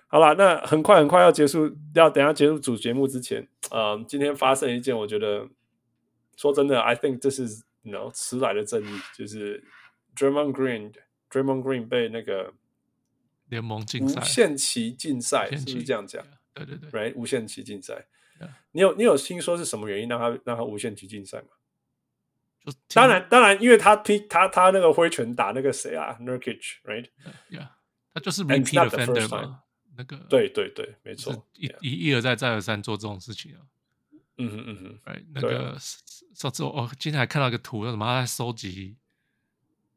Speaker 1: 好啦，那很快很快要结束，要等一下结束主节目之前，啊、今天发生一件，我觉得说真的，I think this is you know 迟来的正义，就是 Draymond Green，Draymond Green 被那个
Speaker 2: 联盟竞
Speaker 1: 无
Speaker 2: 赛，
Speaker 1: 限期禁赛，
Speaker 2: 限
Speaker 1: 是不是
Speaker 2: 期
Speaker 1: 这样讲？
Speaker 2: 对对对，
Speaker 1: ？Right，无限期禁赛
Speaker 2: Yeah.。
Speaker 1: 你有你有听说是什么原因让他让他无限期禁赛吗？
Speaker 2: 就
Speaker 1: 当然当然，因为他踢他他那个挥拳打那个谁啊，Nurkic，right？
Speaker 2: ，yeah，他就是
Speaker 1: And it's
Speaker 2: repeat
Speaker 1: not the
Speaker 2: offender
Speaker 1: first time
Speaker 2: 嘛，那个
Speaker 1: 对对对，没
Speaker 2: 是
Speaker 1: 错。
Speaker 2: 一
Speaker 1: Yeah
Speaker 2: 一一而再再而三做这种事情啊。
Speaker 1: 嗯哼嗯哼，
Speaker 2: right，那
Speaker 1: 对啊
Speaker 2: 个上次我、哦、今天还看到一个图，什么他在收集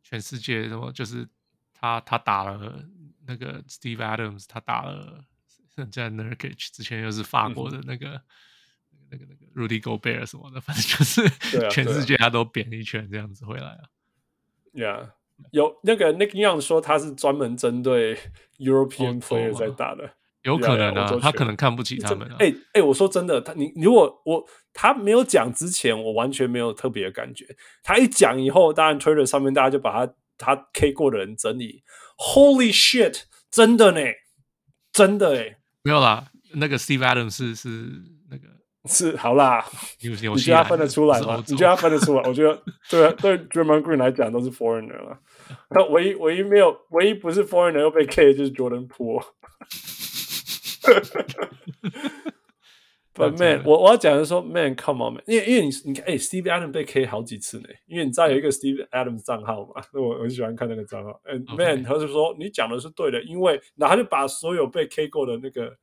Speaker 2: 全世界什么，就是他他打了那个 Steve Adams，他打了人家 Nurkic，之前又是
Speaker 1: 嗯
Speaker 2: 法国的那个、那个那个 Rudy Gobert 什么的，反正就是
Speaker 1: 对啊
Speaker 2: 全
Speaker 1: 对
Speaker 2: 世
Speaker 1: 啊
Speaker 2: 界他都扁一圈这样子回来啊。
Speaker 1: Yeah，有那个 Nick Young 说他是专门针对 European
Speaker 2: 欧洲
Speaker 1: player
Speaker 2: 哦吗
Speaker 1: 在打的。
Speaker 2: 有
Speaker 1: 呀
Speaker 2: 可
Speaker 1: 呀
Speaker 2: 能
Speaker 1: 欧
Speaker 2: 啊
Speaker 1: 洲，
Speaker 2: 他
Speaker 1: 球
Speaker 2: 可能看不起他
Speaker 1: 真
Speaker 2: 们啊。
Speaker 1: 哎哎，我说真的，他你你如果我他没有讲之前，我完全没有特别的感觉。他一讲以后，当然 Twitter 上面大家就把他他 K 过的人整理。Holy shit！真的呢，真的哎，
Speaker 2: 没有啦，那个 Steve Adams 是是那个
Speaker 1: 是好啦。
Speaker 2: 纽纽
Speaker 1: 你觉
Speaker 2: 西
Speaker 1: 得
Speaker 2: 兰
Speaker 1: 他
Speaker 2: 的，
Speaker 1: 分得出来
Speaker 2: 不是
Speaker 1: 吗
Speaker 2: 欧？
Speaker 1: 你
Speaker 2: 洲
Speaker 1: 觉得他分得出来？我觉得对对 Draymond Green 来讲都是 foreigner 了。那唯一唯一没有唯一不是 foreigner 又被 K 的就是 Jordan Poole。But
Speaker 2: 那真
Speaker 1: man，
Speaker 2: 的
Speaker 1: 我我要讲的是说，man，come on man，因为因为你你看，哎、s t e v e Adams 被 K 好几次呢，因为你知道有一个 Steve Adams 账号嘛， 那我我很喜欢看那个账号。And
Speaker 2: OK
Speaker 1: man，、他就说你讲的是对的，因为然后他就把所有被 K 过的那个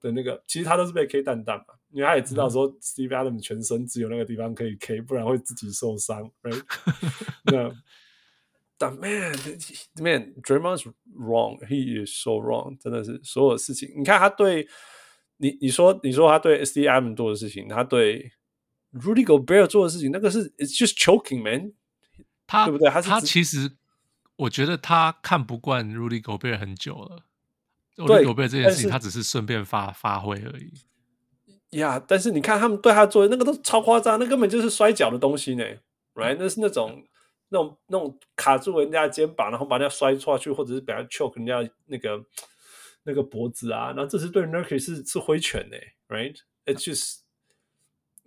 Speaker 1: 的那个，其实他都是被 K 蛋蛋嘛，因为他也知道说 Steve Adams 全身只有那个地方可以 K，不然会自己受伤，right？那但 man man Draymond's wrong, he is so wrong，真的是所有事情。你看他对你，你说你说他对 S D M 做的事情，他对 Rudy Gobert 做的事情，那个是 it's just choking man。
Speaker 2: 他
Speaker 1: 对不对他
Speaker 2: 啊他
Speaker 1: 是直
Speaker 2: 其实，我觉得他看不惯 Rudy Gobert 很久了。
Speaker 1: 对
Speaker 2: Rudy Gobert 这件
Speaker 1: 但
Speaker 2: 事情，
Speaker 1: 是
Speaker 2: 他只是顺便发发挥而已。
Speaker 1: 呀、但是你看他们对他做的那个都超夸张，那根本就是摔跤的东西呢，right？那是那种那种那种卡住人家肩膀，然后把人家摔下去，或者是把他 choke 人家那个那个脖子啊，然后这是对 Nurkic 是是挥拳呢，right？It's just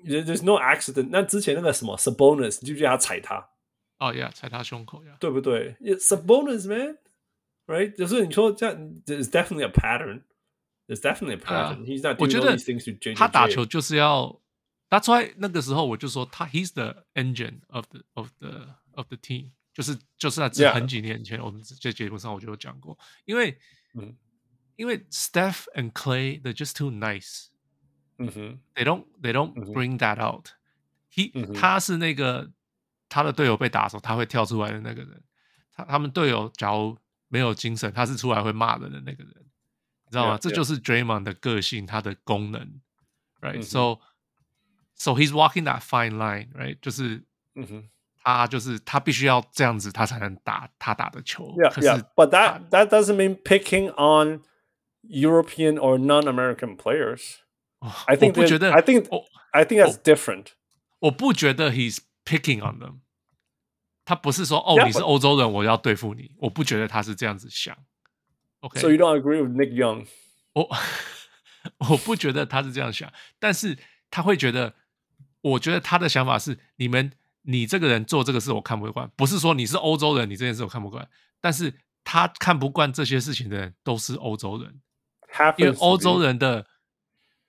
Speaker 1: there- there's no accident。那之前那个什么 Sabonis，你记不记得他踩他？
Speaker 2: 哦呀，踩他胸口呀。
Speaker 1: 对不对？It's a bonus, man. Right? 就是你说这样，There's definitely a pattern. There's definitely a
Speaker 2: 啊
Speaker 1: pattern. He's not
Speaker 2: Uh，我
Speaker 1: doing
Speaker 2: 觉
Speaker 1: all
Speaker 2: 得
Speaker 1: these things to JJJ.
Speaker 2: 他打球就是要，他出来那个时候我就说他 He's the engine of the of the of the team，就是就是在
Speaker 1: Yeah
Speaker 2: 很几年前我们在节目上我就有讲过，因为
Speaker 1: 嗯
Speaker 2: 因为 Steph and Clay they're just too nice。
Speaker 1: 嗯哼，
Speaker 2: they don't they don't
Speaker 1: 嗯哼
Speaker 2: bring that out。he、
Speaker 1: 嗯哼
Speaker 2: 他是那个他的队友被打的时候，他会跳出来的那个人。他他们队友假如没有精神，他是出来会骂人的那个人，你知道吗
Speaker 1: Yeah,
Speaker 2: 这就是 Draymond 的个性，他的功能，right？、
Speaker 1: 嗯哼
Speaker 2: So so he's walking that fine line，right？就是
Speaker 1: 嗯哼
Speaker 2: 他就是他必须要这样子，他才能打他打的球。
Speaker 1: ，Yeah,
Speaker 2: 可是
Speaker 1: yeah. But
Speaker 2: 他
Speaker 1: that that doesn't mean picking on European or non-American players.
Speaker 2: 哦
Speaker 1: I think
Speaker 2: 我不
Speaker 1: that-
Speaker 2: 觉得
Speaker 1: I think-
Speaker 2: 我
Speaker 1: I think that's different.
Speaker 2: 我不觉得 he's picking on them。他不是说哦
Speaker 1: Yeah,
Speaker 2: 你是欧洲人，我要对付你，我不觉得他是这样子想。OK，
Speaker 1: So you don't agree with Nick Young?
Speaker 2: 我我不觉得他是这样想，但是他会觉得，我觉得他的想法是，你们你这个人做这个事我看不惯，不是说你是欧洲人，你这件事我看不惯，但是他看不惯这些事情的人都是欧洲人，因
Speaker 1: Happens
Speaker 2: 为
Speaker 1: to
Speaker 2: 欧
Speaker 1: be.
Speaker 2: 洲人的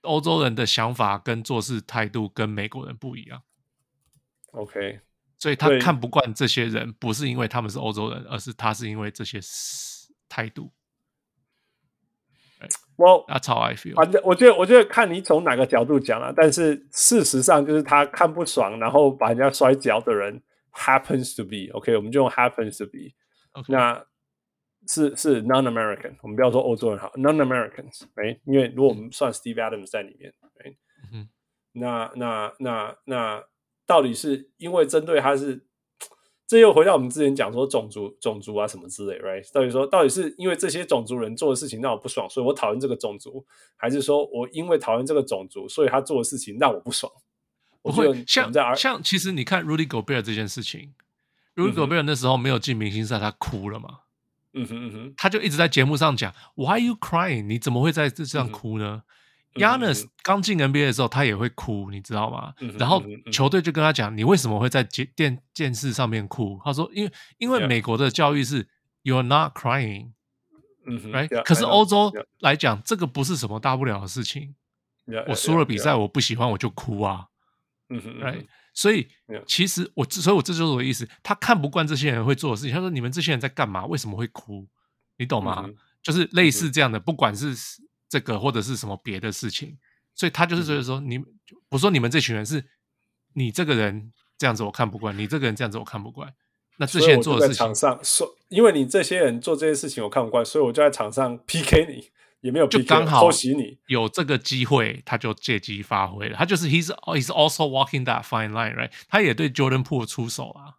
Speaker 2: 欧洲人的想法跟做事态度跟美国人不一样，
Speaker 1: Okay.
Speaker 2: 所以他
Speaker 1: 对
Speaker 2: 看不惯这些人，不是因为他们是欧洲人，而是他是因为这些态度。
Speaker 1: Well,
Speaker 2: That's how I feel。
Speaker 1: 反正我觉得，我觉得看你从哪个角度讲了、啊但是事实上，就是他看不爽，然后把人家摔跤的人 happens to be OK，我们就用 happens to be。
Speaker 2: OK
Speaker 1: 那是是 non-American，我们不要说欧洲人好，non-Americans，哎、因为如果我们算 Steve Adams 在里面，哎、
Speaker 2: 嗯哼
Speaker 1: 那那那那到底是因为针对他是，这又回到我们之前讲说种族种族啊什么之类，right？到底说到底是因为这些种族人做的事情让我不爽，所以我讨厌这个种族，还是说我因为讨厌这个种族，所以他做的事情让我不爽？我
Speaker 2: 不
Speaker 1: 觉得我
Speaker 2: 会
Speaker 1: 们
Speaker 2: 像
Speaker 1: 在 ar-
Speaker 2: 像其实你看 Rudy Gobert 这件事情
Speaker 1: 嗯
Speaker 2: ，Rudy
Speaker 1: 哼
Speaker 2: Gobert 那时候没有进明星赛，他哭了嘛，
Speaker 1: 嗯哼嗯哼
Speaker 2: 他就一直在节目上讲 Why are you crying？你怎么会在这上哭呢
Speaker 1: 嗯哼嗯哼
Speaker 2: ？Yanis 刚进 NBA 的时候，他也会哭，你知道吗
Speaker 1: 嗯哼？
Speaker 2: 然后
Speaker 1: 嗯哼嗯哼
Speaker 2: 球队就跟他讲，你为什么会在电电电视上面哭？他说，因为因为
Speaker 1: Yeah
Speaker 2: 美国的教育是 You're not crying，
Speaker 1: 嗯哼
Speaker 2: right？
Speaker 1: yeah，
Speaker 2: 哎可是
Speaker 1: I know，啊
Speaker 2: 欧洲
Speaker 1: yeah，
Speaker 2: 来讲，这个不是什么大不了的事情。
Speaker 1: yeah，
Speaker 2: 我
Speaker 1: yeah，
Speaker 2: 输了比
Speaker 1: yeah，
Speaker 2: 赛，我不喜欢我就哭啊。
Speaker 1: 嗯啊哼嗯哼啊
Speaker 2: right？所以
Speaker 1: Yeah.
Speaker 2: 其实我，所以我这就是我的意思。他看不惯这些人会做的事情，他说：“你们这些人在干嘛？为什么会哭？你懂吗？”
Speaker 1: 嗯哼
Speaker 2: 就是类似这样的，不管是这个或者是什么别的事情，所以他
Speaker 1: 嗯
Speaker 2: 就是觉得说，你不是说你们这群人是，你这个人这样子我看不惯，你这个人这样子我看不惯。那这
Speaker 1: 所以
Speaker 2: 些人
Speaker 1: 我就
Speaker 2: 做的
Speaker 1: 在
Speaker 2: 事情
Speaker 1: 场上说，因为你这些人做这些事情我看不惯，所以我就在场上 PK 你，也没有 PK，
Speaker 2: 就刚好
Speaker 1: 偷袭你。
Speaker 2: 有这个机会，他就借机发挥了。他就是 he's oh, he's also walking that fine line，right？他也对 Jordan Poole 出手啊。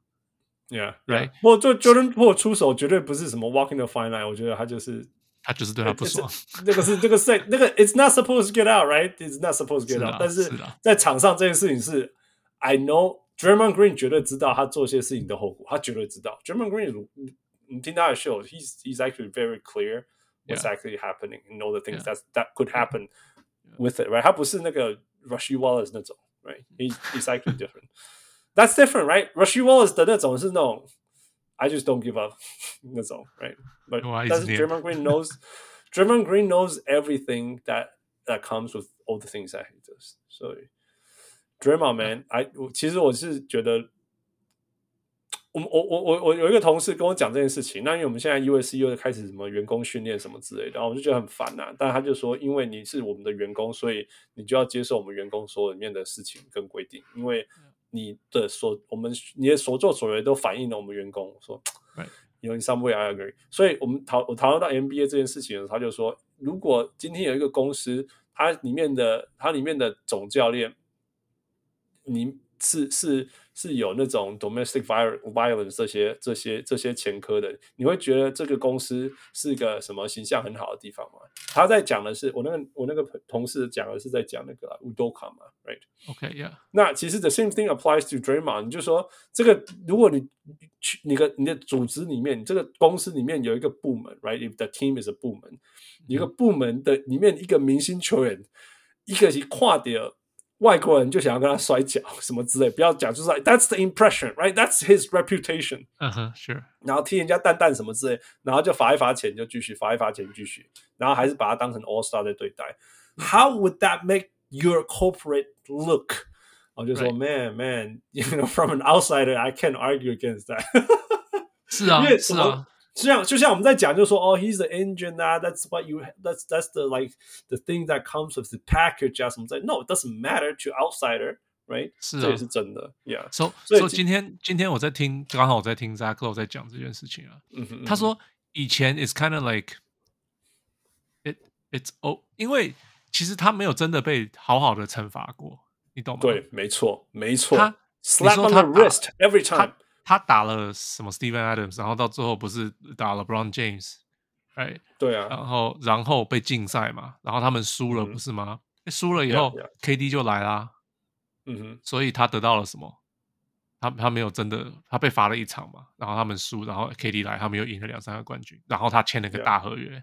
Speaker 1: Yeah,
Speaker 2: Right.
Speaker 1: yeah. 不过做 Jordan p o o 出手绝对不是什么 walking the fine line，我觉得他就是
Speaker 2: 他就是对他不 爽，
Speaker 1: 那个是那个是那个 it's not supposed to get out, right? It's not supposed to
Speaker 2: 是啊
Speaker 1: get
Speaker 2: 啦
Speaker 1: out。但是
Speaker 2: 是啦
Speaker 1: 在场上这件事情是，I know Draymond Green 绝对知道他做些事情的后果，他绝对知道。Draymond Green，你你听他的 show，he's he's actually very clear what's
Speaker 2: Yeah.
Speaker 1: actually happening and all the things
Speaker 2: Yeah.
Speaker 1: that that could happen with it, right? 他不是那个 Rushy Wallace 那种，right? He's he's actually different. That's different, right? Rushy Wallace 的那种是那种 I just don't give up 那种，right? But
Speaker 2: 哇一直
Speaker 1: 但是
Speaker 2: 念
Speaker 1: Draymond Green knows Draymond Green knows everything that that comes with all the things that he does. So Draymond man, I 我其实我是觉得，我我我我我有一个同事跟我讲这件事情，那因为我们现在 US 又开始什么员工训练什么之类的，然后我就觉得很烦呐、但他就说，因为你是我们的员工，所以你就要接受我们员工所里面的事情跟规定，因为你的所我们你的所作所为都反映了我们员工。我说
Speaker 2: Right.
Speaker 1: ，you know in some way I agree。所以我们讨我讨论到 MBA 这件事情的时候，他就说，如果今天有一个公司，它里面的它里面的总教练，你是是是有那种 domestic viol- violence 这些这些这些前科的，你会觉得这个公司是个什么形象很好的地方吗？他在讲的是我那个我那个同事讲的是在讲那个 Udoka 嘛，right？
Speaker 2: OK，yeah，、
Speaker 1: 那其实 the same thing applies to Draymond，你就说这个，如果你去你的你的组织里面，你这个公司里面有一个部门，right？If the team is a 部门，一个部门的里面一个明星球员，一个是跨点外国人就想要跟他摔跤什么之类，不要讲，就是 like, that's the impression，right？That's his reputation。
Speaker 2: 嗯哼，Sure，
Speaker 1: 然后踢人家蛋蛋什么之类，然后就罚一罚钱就继续，罚一罚钱继续，然后还是把他当成 All Star 在对待。How would that make your corporate look？我就说
Speaker 2: Right.
Speaker 1: Man, man, you know, from an outsider, I can't argue against that
Speaker 2: 是啊
Speaker 1: 因为，
Speaker 2: 是
Speaker 1: 什么
Speaker 2: 啊，
Speaker 1: 就像就像我们在讲，就说哦，he's the engine 啊，that's what you that's that's the like the thing that comes with the package 啊什么之类。No, it doesn't matter to outsider, right？
Speaker 2: 是啊
Speaker 1: 这也是真的，Yeah。
Speaker 2: So
Speaker 1: 所以
Speaker 2: so
Speaker 1: 今
Speaker 2: 今天今天我在听，刚好我在听 Zach Lowe 在讲这件事情啊。
Speaker 1: 嗯哼
Speaker 2: 他，说以前 is kind of like it it's oh，因为其实他没有真的被好好的惩罚过，你懂吗？
Speaker 1: 对，没错，没错
Speaker 2: 他。
Speaker 1: Slap
Speaker 2: 你说
Speaker 1: on
Speaker 2: 他
Speaker 1: the
Speaker 2: 打
Speaker 1: wrist every
Speaker 2: 他
Speaker 1: time。
Speaker 2: 他打了什么 Steven Adams，然后到最后不是打了 Brown James，right？
Speaker 1: 对啊，
Speaker 2: 然后然后被禁赛嘛，然后他们输了
Speaker 1: 嗯
Speaker 2: 不是吗？输了以
Speaker 1: Yeah,
Speaker 2: 后
Speaker 1: yeah
Speaker 2: KD 就来啦
Speaker 1: 嗯哼，
Speaker 2: 所以他得到了什么？他他没有真的，他被罚了一场嘛，然后他们输，然后 KD 来，他们又赢了两三个冠军，然后他签了个
Speaker 1: Yeah.
Speaker 2: 大合约，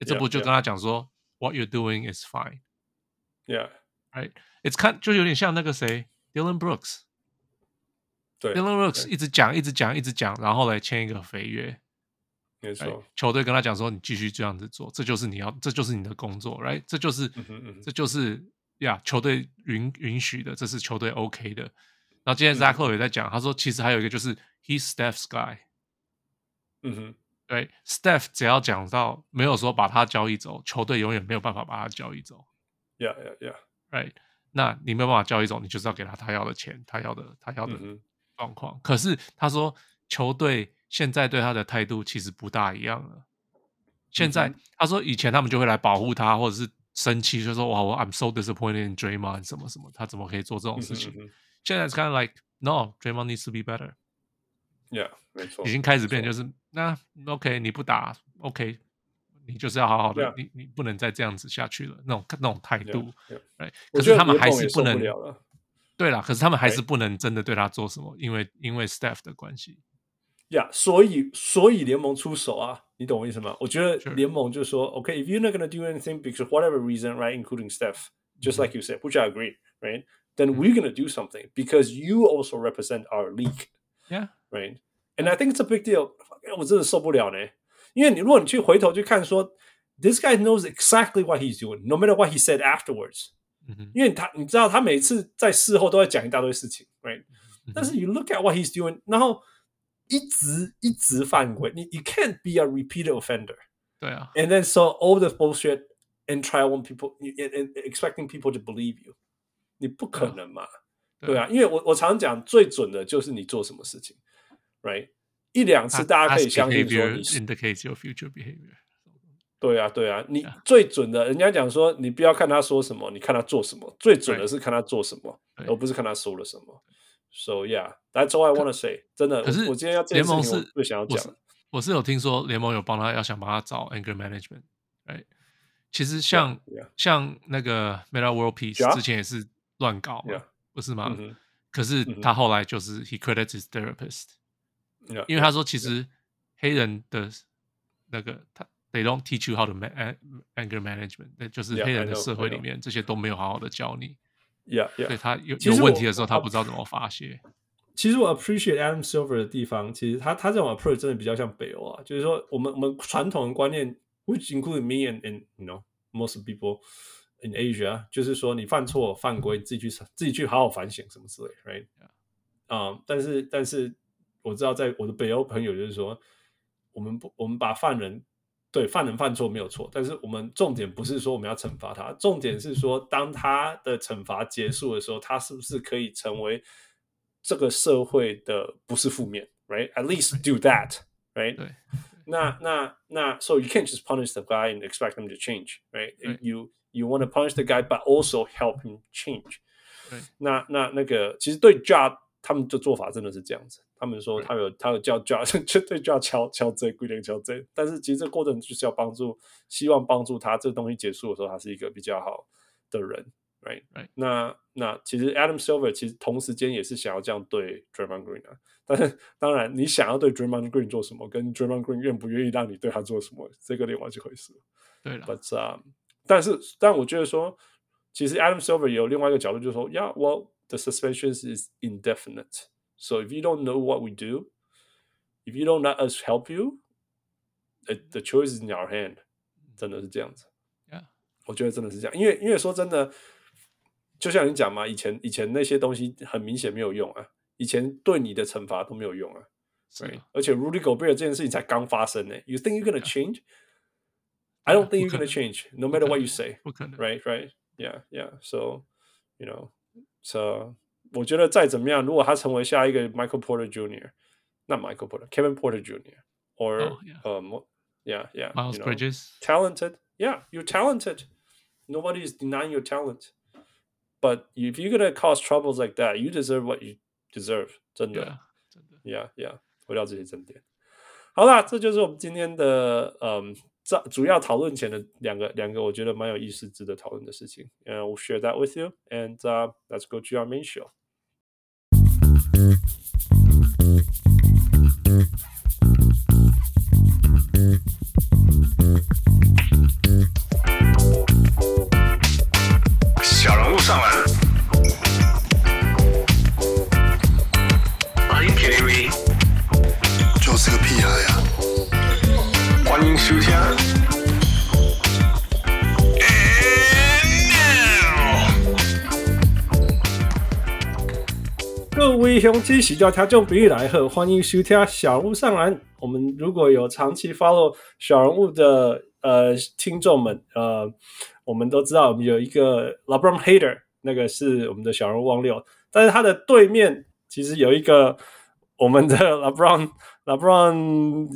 Speaker 2: 诶这
Speaker 1: Yeah,
Speaker 2: 不就
Speaker 1: yeah.
Speaker 2: 跟他讲说，What you're doing is fine。
Speaker 1: ，Yeah，
Speaker 2: It's 看就有点像那个谁，Dylan Brooks，Dylan
Speaker 1: 对，
Speaker 2: Brooks 一直讲一直讲一直讲，然后来签一个肥约，
Speaker 1: 没错
Speaker 2: right？球哎队跟他讲说你继续这样子做，这就是你要，这就是你的工作，right？这就是
Speaker 1: 嗯哼嗯哼
Speaker 2: 这就是呀球队允允许的，这是球队 OK 的。然后今天 Zach Lowe 也在讲，他说其实还有一个就是 He's Steph's guy，
Speaker 1: 嗯哼，
Speaker 2: 对，Steph 只要讲到没有说把他交易走，球队永远没有办法把他交易走。
Speaker 1: 呀呀呀，
Speaker 2: right？那你没有办法交易走，你就是要给他他要的钱，他要的他要的
Speaker 1: 嗯哼
Speaker 2: 状况。可是他说，球队现在对他的态度其实不大一样了。现在、
Speaker 1: 嗯
Speaker 2: 他说，以前他们就会来保护他，或者是生气，就说哇，我 I'm so disappointed in Draymond 什么什么，他怎么可以做这种
Speaker 1: 嗯
Speaker 2: 事情？
Speaker 1: 哼嗯哼
Speaker 2: 现在 it's kind of like no，Draymond needs to be better，
Speaker 1: ，Yeah，没哦错，
Speaker 2: 已经开始变就是那 OK 你不打 OK，你就是要好好的
Speaker 1: Yeah
Speaker 2: 你你不能再这样子下去了，那种那种态度。
Speaker 1: Yeah，yeah
Speaker 2: 对，
Speaker 1: 我觉
Speaker 2: 可是
Speaker 1: 得
Speaker 2: 他们
Speaker 1: 联
Speaker 2: 还
Speaker 1: 盟
Speaker 2: 是
Speaker 1: 也
Speaker 2: 不
Speaker 1: 受
Speaker 2: 能
Speaker 1: 不了了。
Speaker 2: 对啦，可是他们还是
Speaker 1: 对
Speaker 2: 不能真的对他做什么，因为因为 staff 的关系。
Speaker 1: 呀所以所以联盟出手啊，你懂我意思吗？我觉得
Speaker 2: Sure.
Speaker 1: 联盟就说，OK，if、you're not gonna do anything because whatever reason, right, including Steph,
Speaker 2: Mm-hmm.
Speaker 1: just like you said, which I agree, right? Then we're gonna do something because you also represent our league,
Speaker 2: Yeah，
Speaker 1: right? And I think it's a big deal. 我真的受不了呢，因为你如果你去回头去看说，this guy knows exactly what he's doing, no matter what he said afterwards.
Speaker 2: 嗯哼，
Speaker 1: 因为他你知道他每次在事后都在讲一大堆事情，right？
Speaker 2: 哼
Speaker 1: 但是 you look at what he's doing，然后一直一直犯规，你 you can't be a repeated offender，and
Speaker 2: 对啊，
Speaker 1: then so all the bullshit and try on people and, and expecting people to believe you，你不可
Speaker 2: 对啊
Speaker 1: 能嘛？
Speaker 2: 对
Speaker 1: 对啊，因为我我常讲最准的就是你做什么事情，right？一两
Speaker 2: 啊
Speaker 1: 次大家可以
Speaker 2: Past
Speaker 1: 相信说
Speaker 2: behavior
Speaker 1: 你是
Speaker 2: indicates your future behavior。
Speaker 1: 对啊，对啊，你最准的，人家讲说，你不要看他说什么，你看他做什么。最准的是看他做什么，
Speaker 2: 对
Speaker 1: 而不是看他说了什么。So yeah, that's all I want to say。真的，
Speaker 2: 可是
Speaker 1: 我我今天要这件
Speaker 2: 联
Speaker 1: 事
Speaker 2: 盟
Speaker 1: 情我
Speaker 2: 是
Speaker 1: 最想要
Speaker 2: 我
Speaker 1: 讲
Speaker 2: 是，我是有听说联盟有帮他要想帮他找 anger management。哎，其实像
Speaker 1: yeah.
Speaker 2: 像那个 Meta World Peace
Speaker 1: Yeah.
Speaker 2: 之前也是乱搞嘛
Speaker 1: Yeah.
Speaker 2: 不是吗
Speaker 1: 嗯？哼
Speaker 2: 可是
Speaker 1: 嗯哼
Speaker 2: 他后来就是 he credits his therapist，
Speaker 1: ，yeah，
Speaker 2: 因为他说其实黑人的那个他 they don't teach you how to ma- an- anger management，那就是
Speaker 1: Yeah,
Speaker 2: 黑人
Speaker 1: I
Speaker 2: 的
Speaker 1: know,
Speaker 2: 社会
Speaker 1: I know.
Speaker 2: 里面这些都没有好好的教你，
Speaker 1: yeah
Speaker 2: 所以
Speaker 1: yeah。
Speaker 2: 他有
Speaker 1: 其实我
Speaker 2: 有
Speaker 1: 哦
Speaker 2: 问题的时候
Speaker 1: 我
Speaker 2: 他不知道怎么发泄。
Speaker 1: 其实我 appreciate Adam Silver 的地方，其实他他这种 approach 真的比较像北欧啊，就是说我们我们传统的观念，which include me and and you know most people in Asia，就是说你犯错犯规，自己去自己去好好反省什么之类，right？啊、但是但是我知道，在我的北欧朋友就是说，我们不我们把犯人对犯人犯错没有错，但是我们重点不是说我们要惩罚他，重点是说当他的惩罚结束的时候，他是不是可以成为这个社会的不是负面，right？At least do that，right？
Speaker 2: 对，
Speaker 1: 那那那，so you can't just punish the guy and expect him to change, right?
Speaker 2: Right.
Speaker 1: You you want to punish the guy, but also help him change.
Speaker 2: Right.
Speaker 1: 那那那个，其实对 Ja 他们的做法真的是这样子，他们说
Speaker 2: Right.
Speaker 1: 他有他有叫 Ja 就对 Ja 敲敲这规定敲这，但是其实这个过程就是要帮助，希望帮助他这东西结束的时候，他是一个比较好的人，right？
Speaker 2: Right.
Speaker 1: 那那其实 Adam Silver 其实同时间也是想要这样对 Draymond Green 啊，但是当然，你想要对 Draymond Green 做什么，跟 Draymond Green 愿不愿意让你对他做什么，这个另外一回事。
Speaker 2: 对了，
Speaker 1: But 啊、但是但我觉得说，其实 Adam Silver 也有另外一个角度，就是说，Yeah, well, the suspension is indefinite. So if you don't know what we do, if you don't let us help you, it, the choice is in our hand. 真的是这样子。
Speaker 2: 嗯 Yeah.
Speaker 1: 我觉得真的是这样，因为因为说真的，就像你讲嘛，以前以前那些东西很明显没有用啊，以前对你的惩罚都没有用啊。
Speaker 2: 是
Speaker 1: 对
Speaker 2: 啊，
Speaker 1: 而且 Rudy Gobert 这件事情才刚发生呢、You think you're gonna change? I don't
Speaker 2: 不
Speaker 1: think you're
Speaker 2: 可
Speaker 1: gonna
Speaker 2: 能
Speaker 1: change, no
Speaker 2: 不
Speaker 1: matter
Speaker 2: 可
Speaker 1: what you
Speaker 2: 能
Speaker 1: say.
Speaker 2: 不可能。
Speaker 1: Right, right, yeah, yeah. So, you know, so 我觉得再怎么样，如果他成为下一个 Michael Porter Jr.，那 Michael Porter, Kevin Porter Jr. or
Speaker 2: Oh, yeah.
Speaker 1: um, yeah, yeah, you
Speaker 2: Miles
Speaker 1: know,
Speaker 2: Bridges，
Speaker 1: talented. Yeah, you're talented. Nobody is denying your talent. But if you're gonna cause troubles like that, you deserve what you deserve. 真
Speaker 2: 对
Speaker 1: 的。
Speaker 2: 啊，真的
Speaker 1: Yeah, yeah，回到这些正点。好啦，这就是我们今天的嗯这主要讨论前的两个两个，我觉得蛮有意思、值得讨论的事情。嗯、w e share that with you, and、uh, let's go to our main show.
Speaker 3: Are you kidding me？
Speaker 4: 就是个屁孩啊！
Speaker 3: 欢迎收听。And now，
Speaker 1: 各位雄起喜叫他众比喻来贺，欢迎收听小人物上篮。我们如果有长期 follow 小人物的呃听众们，呃，我们都知道我们有一个 LeBron Hater，那个是我们的小人物汪六，但是他的对面其实有一个我们的 LeBron LeBron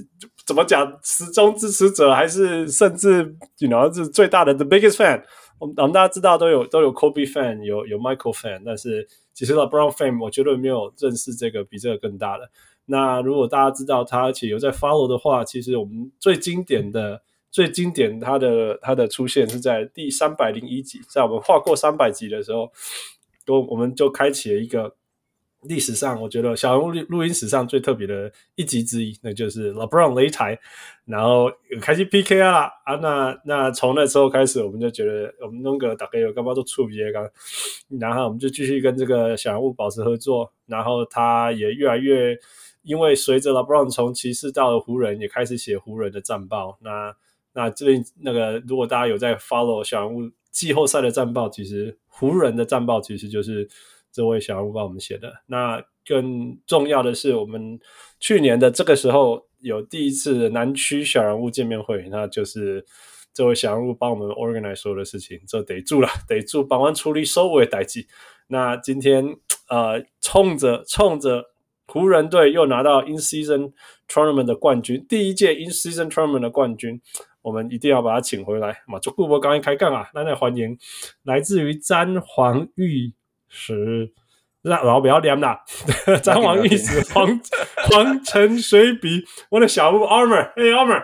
Speaker 1: 怎么讲始终支持者，还是甚至你 you know 是最大的 the biggest fan。我们我们大家知道都有都有 Kobe fan，有有 Michael fan，但是其实 LeBron fan 我觉得没有认识这个比这个更大的。那如果大家知道他，而且有在 follow 的话，其实我们最经典的、最经典他的他的出现是在第三百零一集，在我们跨过三百集的时候，都我们就开启了一个历史上我觉得小人物录录音史上最特别的一集之一，那就是 LeBron 擂台，然后有开始 PK 啊啦啊，那那从那时候开始，我们就觉得我们弄个大概有干嘛都触别刚，然后我们就继续跟这个小人物保持合作，然后他也越来越，因为随着 LeBron 从骑士到了湖人，也开始写湖人的战报，那那最近那个，如果大家有在 follow 小人物季后赛的战报，其实湖人的战报其实就是这位小人物帮我们写的。那更重要的是，我们去年的这个时候有第一次的南区小人物见面会，那就是这位小人物帮我们 organize 所有的事情，这得住了，得住，帮完处理收尾代记。那今天呃，冲着冲着湖人队又拿到 In Season Tournament 的冠军，第一届 In Season Tournament 的冠军，我们一定要把他请回来。嘛，就顾博刚一开杠啊，那那欢迎来自于詹皇玉石，让老不要念啦， 詹皇玉石黄黄城水笔，我的小屋 Armor，哎 Armor，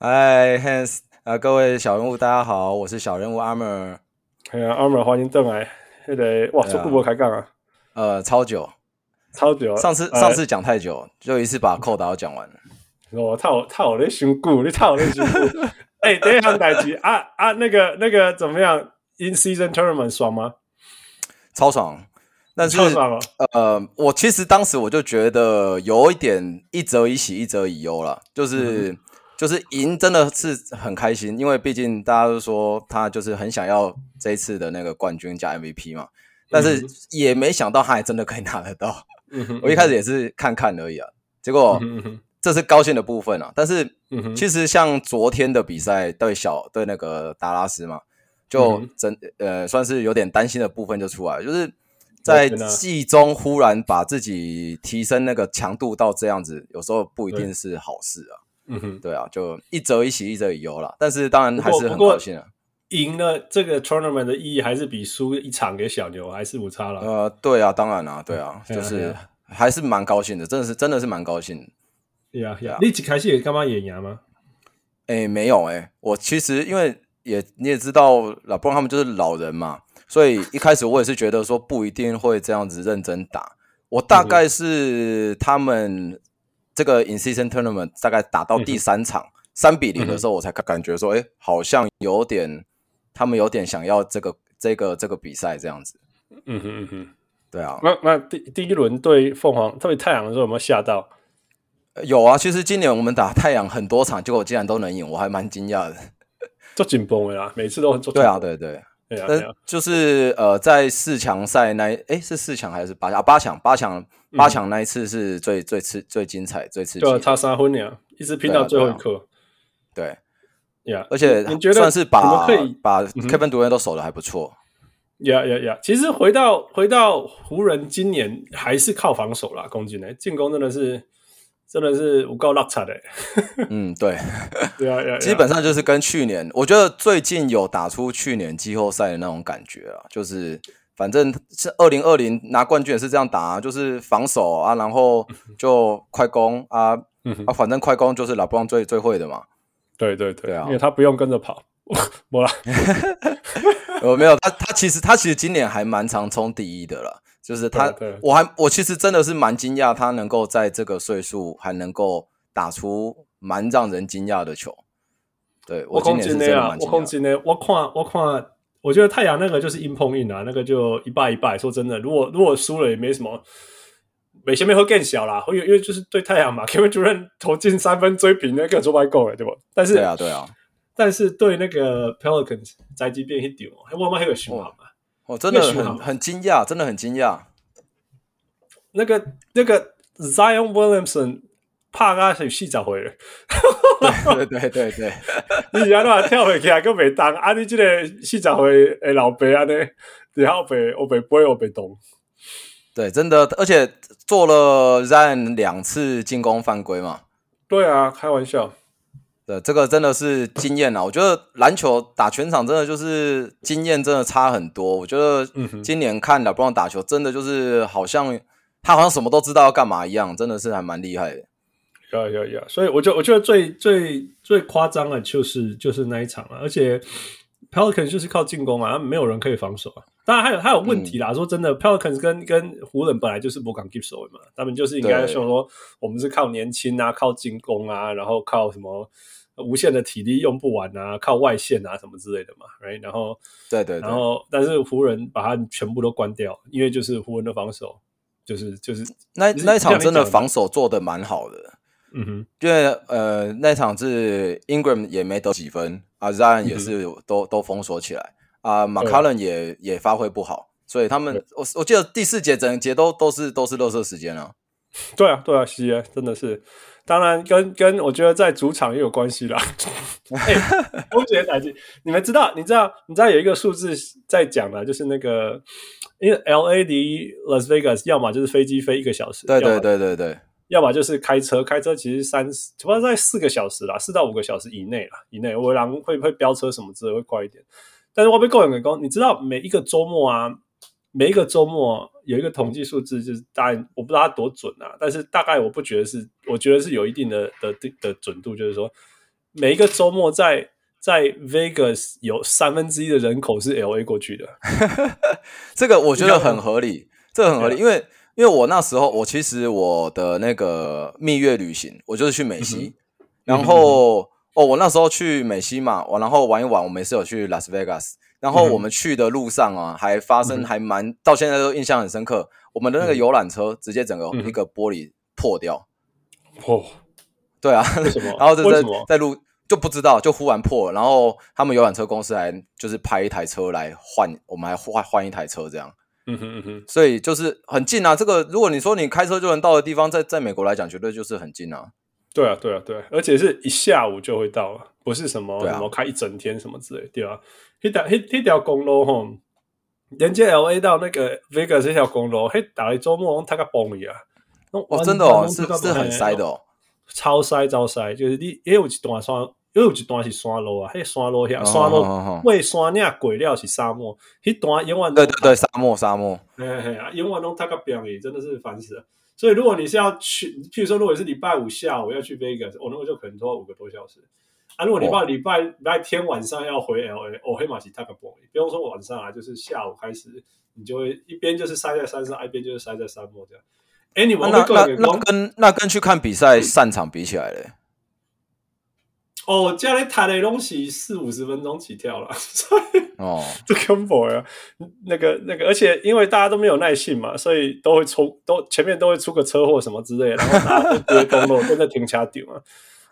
Speaker 5: 嗨 h a n s 啊、各位小人物，大家好，我是小人物 Armor，
Speaker 1: 哎呀 Armor 欢迎邓来，那个哇，
Speaker 5: 对啊
Speaker 1: 就顾博开杠啊，
Speaker 5: 呃，超久，
Speaker 1: 超久了，
Speaker 5: 上次
Speaker 1: 呃
Speaker 5: 上次讲太久，就一次把扣打讲完了。
Speaker 1: 哦，他有他有咧想久，你他有咧想久。哎、等一项代志啊啊，那个那个怎么样？In season tournament 爽吗？
Speaker 5: 超爽。但是
Speaker 1: 超爽哦了
Speaker 5: 呃，我其实当时我就觉得有一点一则以喜，一则以忧了，就是、
Speaker 1: 嗯
Speaker 5: 就是赢真的是很开心，因为毕竟大家都说他就是很想要这一次的那个冠军加 MVP 嘛，但是也没想到他还真的可以拿得到。
Speaker 1: 嗯哼
Speaker 5: 我一开始也是看看而已啊，结果
Speaker 1: 嗯哼
Speaker 5: 这是高兴的部分啊。但是
Speaker 1: 嗯哼
Speaker 5: 其实像昨天的比赛对小对那个达拉斯嘛，就
Speaker 1: 嗯
Speaker 5: 真呃算是有点担心的部分就出来了，就是
Speaker 1: 我
Speaker 5: 在
Speaker 1: 觉得啊
Speaker 5: 季中忽然把自己提升那个强度到这样子，有时候不一定是好事啊。
Speaker 1: 嗯哼，
Speaker 5: 对啊，就一则一喜，一则一忧啦。但是当然还是
Speaker 1: 不
Speaker 5: 很
Speaker 1: 过
Speaker 5: 高兴啊。
Speaker 1: 赢了这个 tournament 的意义还是比输一场给小牛还是无差了。
Speaker 5: 呃，对啊，当然啊，对啊，
Speaker 1: 对啊
Speaker 5: 就是、
Speaker 1: 对啊
Speaker 5: 还是蛮高兴的，真的是真的是蛮高兴的。
Speaker 1: 呀
Speaker 5: 对
Speaker 1: 呀
Speaker 5: 啊，
Speaker 1: 你一开始也干嘛演牙吗？
Speaker 5: 哎，没有哎、我其实因为也你也知道，老布朗他们就是老人嘛，所以一开始我也是觉得说不一定会这样子认真打。我大概是他们这个 in season tournament 大概打到第三场三比零的时候，我才感感觉说，哎、好像有点他们有点想要这个这个这个比赛这样子。
Speaker 1: 嗯哼嗯哼，
Speaker 5: 对啊，
Speaker 1: 那那第第一轮对凤凰，特别太阳的时候有没有吓到？
Speaker 5: 呃有啊。其实今年我们打太阳很多场，结果竟然都能赢，我还蛮惊讶的。
Speaker 1: 做紧绷了啦，每次都很做。
Speaker 5: 对啊，对对。
Speaker 1: 对啊，
Speaker 5: 但
Speaker 1: 对啊，
Speaker 5: 就是呃，在四强赛那一，诶，是四强还是八强？啊八强，八强，
Speaker 1: 嗯
Speaker 5: 八强那一次是最最刺、最精彩、最刺激
Speaker 1: 就
Speaker 5: 的。
Speaker 1: 差三分了，一直拼到最后一刻。
Speaker 5: 对，
Speaker 1: 呀，
Speaker 5: 啊而且
Speaker 1: 你你觉得
Speaker 5: 算是
Speaker 1: 我们
Speaker 5: 把
Speaker 1: 可以嗯
Speaker 5: 把 Kevin d u r a n 都守的还不错。
Speaker 1: 呀呀呀！其实回到回到湖人今年还是靠防守啦，攻击呢，进攻真的是真的是无够落差 的。欸
Speaker 5: 嗯，对，
Speaker 1: 对啊，呀呀
Speaker 5: 基本上就是跟去年，我觉得最近有打出去年季后赛的那种感觉啊，就是反正是二零二零拿冠军也是这样打、啊，就是防守啊，然后就快攻啊
Speaker 1: 嗯哼
Speaker 5: 啊，反正快攻就是老布朗最最会的嘛。
Speaker 1: 对对对，
Speaker 5: 对啊
Speaker 1: 因为他不用跟着跑， 我啦，
Speaker 5: 我呃没有他，他其实他其实今年还蛮常冲第一的啦。就是他，
Speaker 1: 对啊对
Speaker 5: 我还我其实真的是蛮惊讶，他能够在这个岁数还能够打出蛮让人惊讶的球。对
Speaker 1: 我
Speaker 5: 今
Speaker 1: 控
Speaker 5: 年
Speaker 1: 制
Speaker 5: 是
Speaker 1: 内
Speaker 5: 真的
Speaker 1: 啊
Speaker 5: 蛮，
Speaker 1: 我
Speaker 5: 惊
Speaker 1: 控
Speaker 5: 讶的。
Speaker 1: 制内，我看我看，我觉得太阳那个就是硬碰硬啊，那个就一败一败。说真的，如果如果输了也没什么，没前面会更小啦，会因为就是对太阳嘛，Kevin 主任投进三分追平那个就白够了，对吧？但是
Speaker 5: 对啊，对啊，
Speaker 1: 但是对那个 Pelicans 宅急便一丢，我们还有循环嘛。
Speaker 5: 我真的
Speaker 1: 越输好
Speaker 5: 很很惊讶，真的很惊讶。
Speaker 1: 那个那个 Zion Williamson 怕他是细找回了，
Speaker 5: 对对对对，
Speaker 1: 你是安怎跳回去啊？个袂动啊！你即个四十岁诶老爸安尼，然后被我被背我被动，
Speaker 5: 对，真的，而且做了 Zion 两次进攻犯规嘛，
Speaker 1: 对啊，开玩笑，
Speaker 5: 对，这个真的是经验啊！我觉得篮球打全场真的就是经验真的差很多。我觉得
Speaker 1: 嗯哼
Speaker 5: 今年看 LeBron 打球，真的就是好像他好像什么都知道要干嘛一样，真的是还蛮厉害的。
Speaker 1: 呀呀呀！所以我就我觉得最最最夸张的就是就是那一场了、而且 Pelicans 就是靠进攻啊，没有人可以防守啊。当然还有还有问题啦，
Speaker 5: 嗯
Speaker 1: 说真的，Pelicans 跟跟湖人本来就是不敢 keep 守的嘛，他们就是应该
Speaker 5: 对
Speaker 1: 想说我们是靠年轻啊，靠进攻啊，然后靠什么无限的体力用不完啊，靠外线啊什么之类的嘛，right？然后
Speaker 5: 对对对
Speaker 1: 然，后但是湖人把他全部都关掉，因为就是湖人的防守就是就是
Speaker 5: 那那一
Speaker 1: 像
Speaker 5: 场
Speaker 1: 你
Speaker 5: 真的
Speaker 1: 讲的
Speaker 5: 防守做的蛮好的，
Speaker 1: 嗯哼
Speaker 5: 因为呃那一场是 Ingram 也没得几分啊，Zion
Speaker 1: 嗯
Speaker 5: 也是都、都封锁起来啊，McCollum 也也发挥不好，所以他们
Speaker 1: 对
Speaker 5: 我我记得第四节整节都都是都是热射时间啊。
Speaker 1: 对啊，对啊，是啊，真的是。当然跟，跟我觉得在主场也有关系啦。 哎、终结打击，你们知道？你知道？你知道有一个数字在讲的，就是那个，因为 L A 离 Las Vegas 要么就是飞机飞一个小时，
Speaker 5: 对
Speaker 1: 要
Speaker 5: 对
Speaker 1: 么
Speaker 5: 对对对。
Speaker 1: 要么就是开车，开车其实三主要在四个小时啦，四到五个小时以内啦，以内我狼会会飙车什么之类会快一点。但是我被够远工，你知道每一个周末啊，每一个周末有一个统计数字，就是大概我不知道它多准啊，但是大概我不觉得是，我觉得是有一定的的的的准度，就是说每一个周末在在 Vegas 有三分之一的人口是 L A 过去的，
Speaker 5: 这个我觉得很合理，这个很合理，
Speaker 1: 对啊
Speaker 5: 因为因为我那时候我其实我的那个蜜月旅行，我就是去美
Speaker 1: 嗯
Speaker 5: 西，然后、哦，我那时候去美西嘛，我然后玩一玩，我们是有去 Las Vegas，然
Speaker 1: 嗯
Speaker 5: 后
Speaker 1: 哼嗯
Speaker 5: 我们去的路上啊，还发生还蛮、到现在都印象很深刻，我们的那个游览车直接整个
Speaker 1: 嗯哼
Speaker 5: 一个玻璃破掉，
Speaker 1: 哦，
Speaker 5: 对 啊，
Speaker 1: 为什么
Speaker 5: 然后就
Speaker 1: 为
Speaker 5: 在
Speaker 1: 什么
Speaker 5: 在路就不知道，就忽然破了，然后他们游览车公司还就是派一台车来换，我们还换换一台车这样。
Speaker 1: 嗯哼嗯哼，
Speaker 5: 所以就是很近啊。这个如果你说你开车就能到的地方，在在美国来讲，绝对就是很近啊。
Speaker 1: 对啊，对啊，对啊，而且是一下午就会到了，不是什么、
Speaker 5: 对啊
Speaker 1: 什么开一整天什么之类的，对啊。那条那那条公路吼，连接 L A 到那个 Vegas 这条公路，嘿，打了周末他个崩一啊！
Speaker 5: 哦，真的哦，是是很塞的
Speaker 1: 哦，
Speaker 5: 哦。
Speaker 1: 超塞超塞，就是你也有一段山，也有一段是山路啊，迄山路遐
Speaker 5: 哦
Speaker 1: 山
Speaker 5: 哦哦
Speaker 1: 路
Speaker 5: 哦
Speaker 1: 为山岭过了是沙漠，迄段永远都
Speaker 5: 对对对，沙漠沙漠，
Speaker 1: 嘿嘿嘿啊，英文弄他个表演真的是烦死了。所以如果你是要去，譬如说如果你是礼拜五下午要去 Vegas，我、哦、那个就可能都要五个多小时。啊，如果你到
Speaker 5: 哇
Speaker 1: 礼拜礼拜天晚上要回 LA，哦，黑马是他个不不用说晚上啊，就是下午开始，你就会一边就是塞在山上，一边就是塞在沙漠这样。Anyway，、我
Speaker 5: 啊那
Speaker 1: 会
Speaker 5: 那
Speaker 1: 个人
Speaker 5: 那
Speaker 1: 讲，
Speaker 5: 跟那跟去看比赛散场比起来嘞，
Speaker 1: 哦，家里谈的东西四五十分钟起跳了， 所以
Speaker 5: 哦，
Speaker 1: 这 combo 呀，嗯那个那个，而且因为大家都没有耐性嘛，所以都会出都前面都会出个车祸什么之类的，然后大家都跌公路，都在停卡点嘛。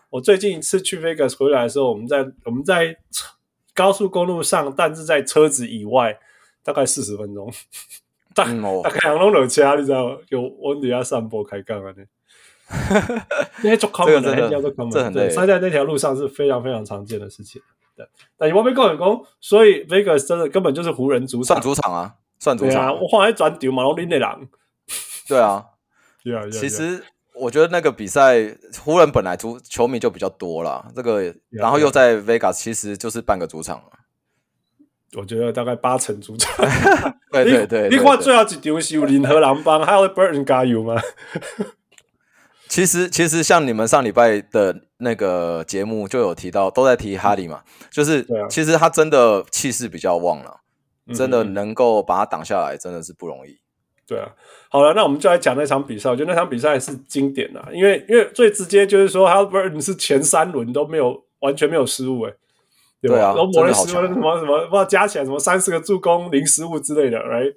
Speaker 1: 我最近一次去 Vegas 回来的时候，我们在我们在车高速公路上，但是在车子以外，大概四十分钟，大、
Speaker 5: 嗯哦
Speaker 1: 大概两公里车，你知道吗？有我底下散步开杠啊， 那那做 common 的，
Speaker 5: 这个真的
Speaker 1: 那叫做 common，
Speaker 5: 这很
Speaker 1: 对
Speaker 5: 累
Speaker 1: 塞在那条路上是非常非常常见的事情。但你外面够人工，所以 Vegas 真的根本就是湖人主场
Speaker 5: 算。主场啊，算主
Speaker 1: 对啊，
Speaker 5: 场
Speaker 1: 我，后来转丢马龙林的人。
Speaker 5: 对啊。
Speaker 1: 对啊，对啊
Speaker 5: 其实我觉得那个比赛，湖人本来主球迷就比较多啦，这
Speaker 1: 啊
Speaker 5: 个然后又在 Vegas，其实就是半个主场了。
Speaker 1: 我觉得大概八成主场。
Speaker 5: 对对对，
Speaker 1: 你你
Speaker 5: 对
Speaker 1: 看
Speaker 5: 对
Speaker 1: 最后一场是有林和狼帮，还有 Burton 加油吗？
Speaker 5: 其实其实像你们上礼拜的那个节目就有提到，都在提哈利嘛，就是、
Speaker 1: 对啊
Speaker 5: 其实他真的气势比较旺了，真的
Speaker 1: 嗯
Speaker 5: 能够把他挡下来，真的是不容易。
Speaker 1: 对啊，好了，那我们就来讲那场比赛。我觉得那场比赛是经典的、因为因为最直接就是说 h a l b e r t 是前三轮都没有完全没有失误、欸，对吧？
Speaker 5: 对啊
Speaker 1: 然后某人
Speaker 5: 真的好
Speaker 1: 失误
Speaker 5: 强啊
Speaker 1: 什么什么，不知道加起来什么三十个助攻零失误之类的，right？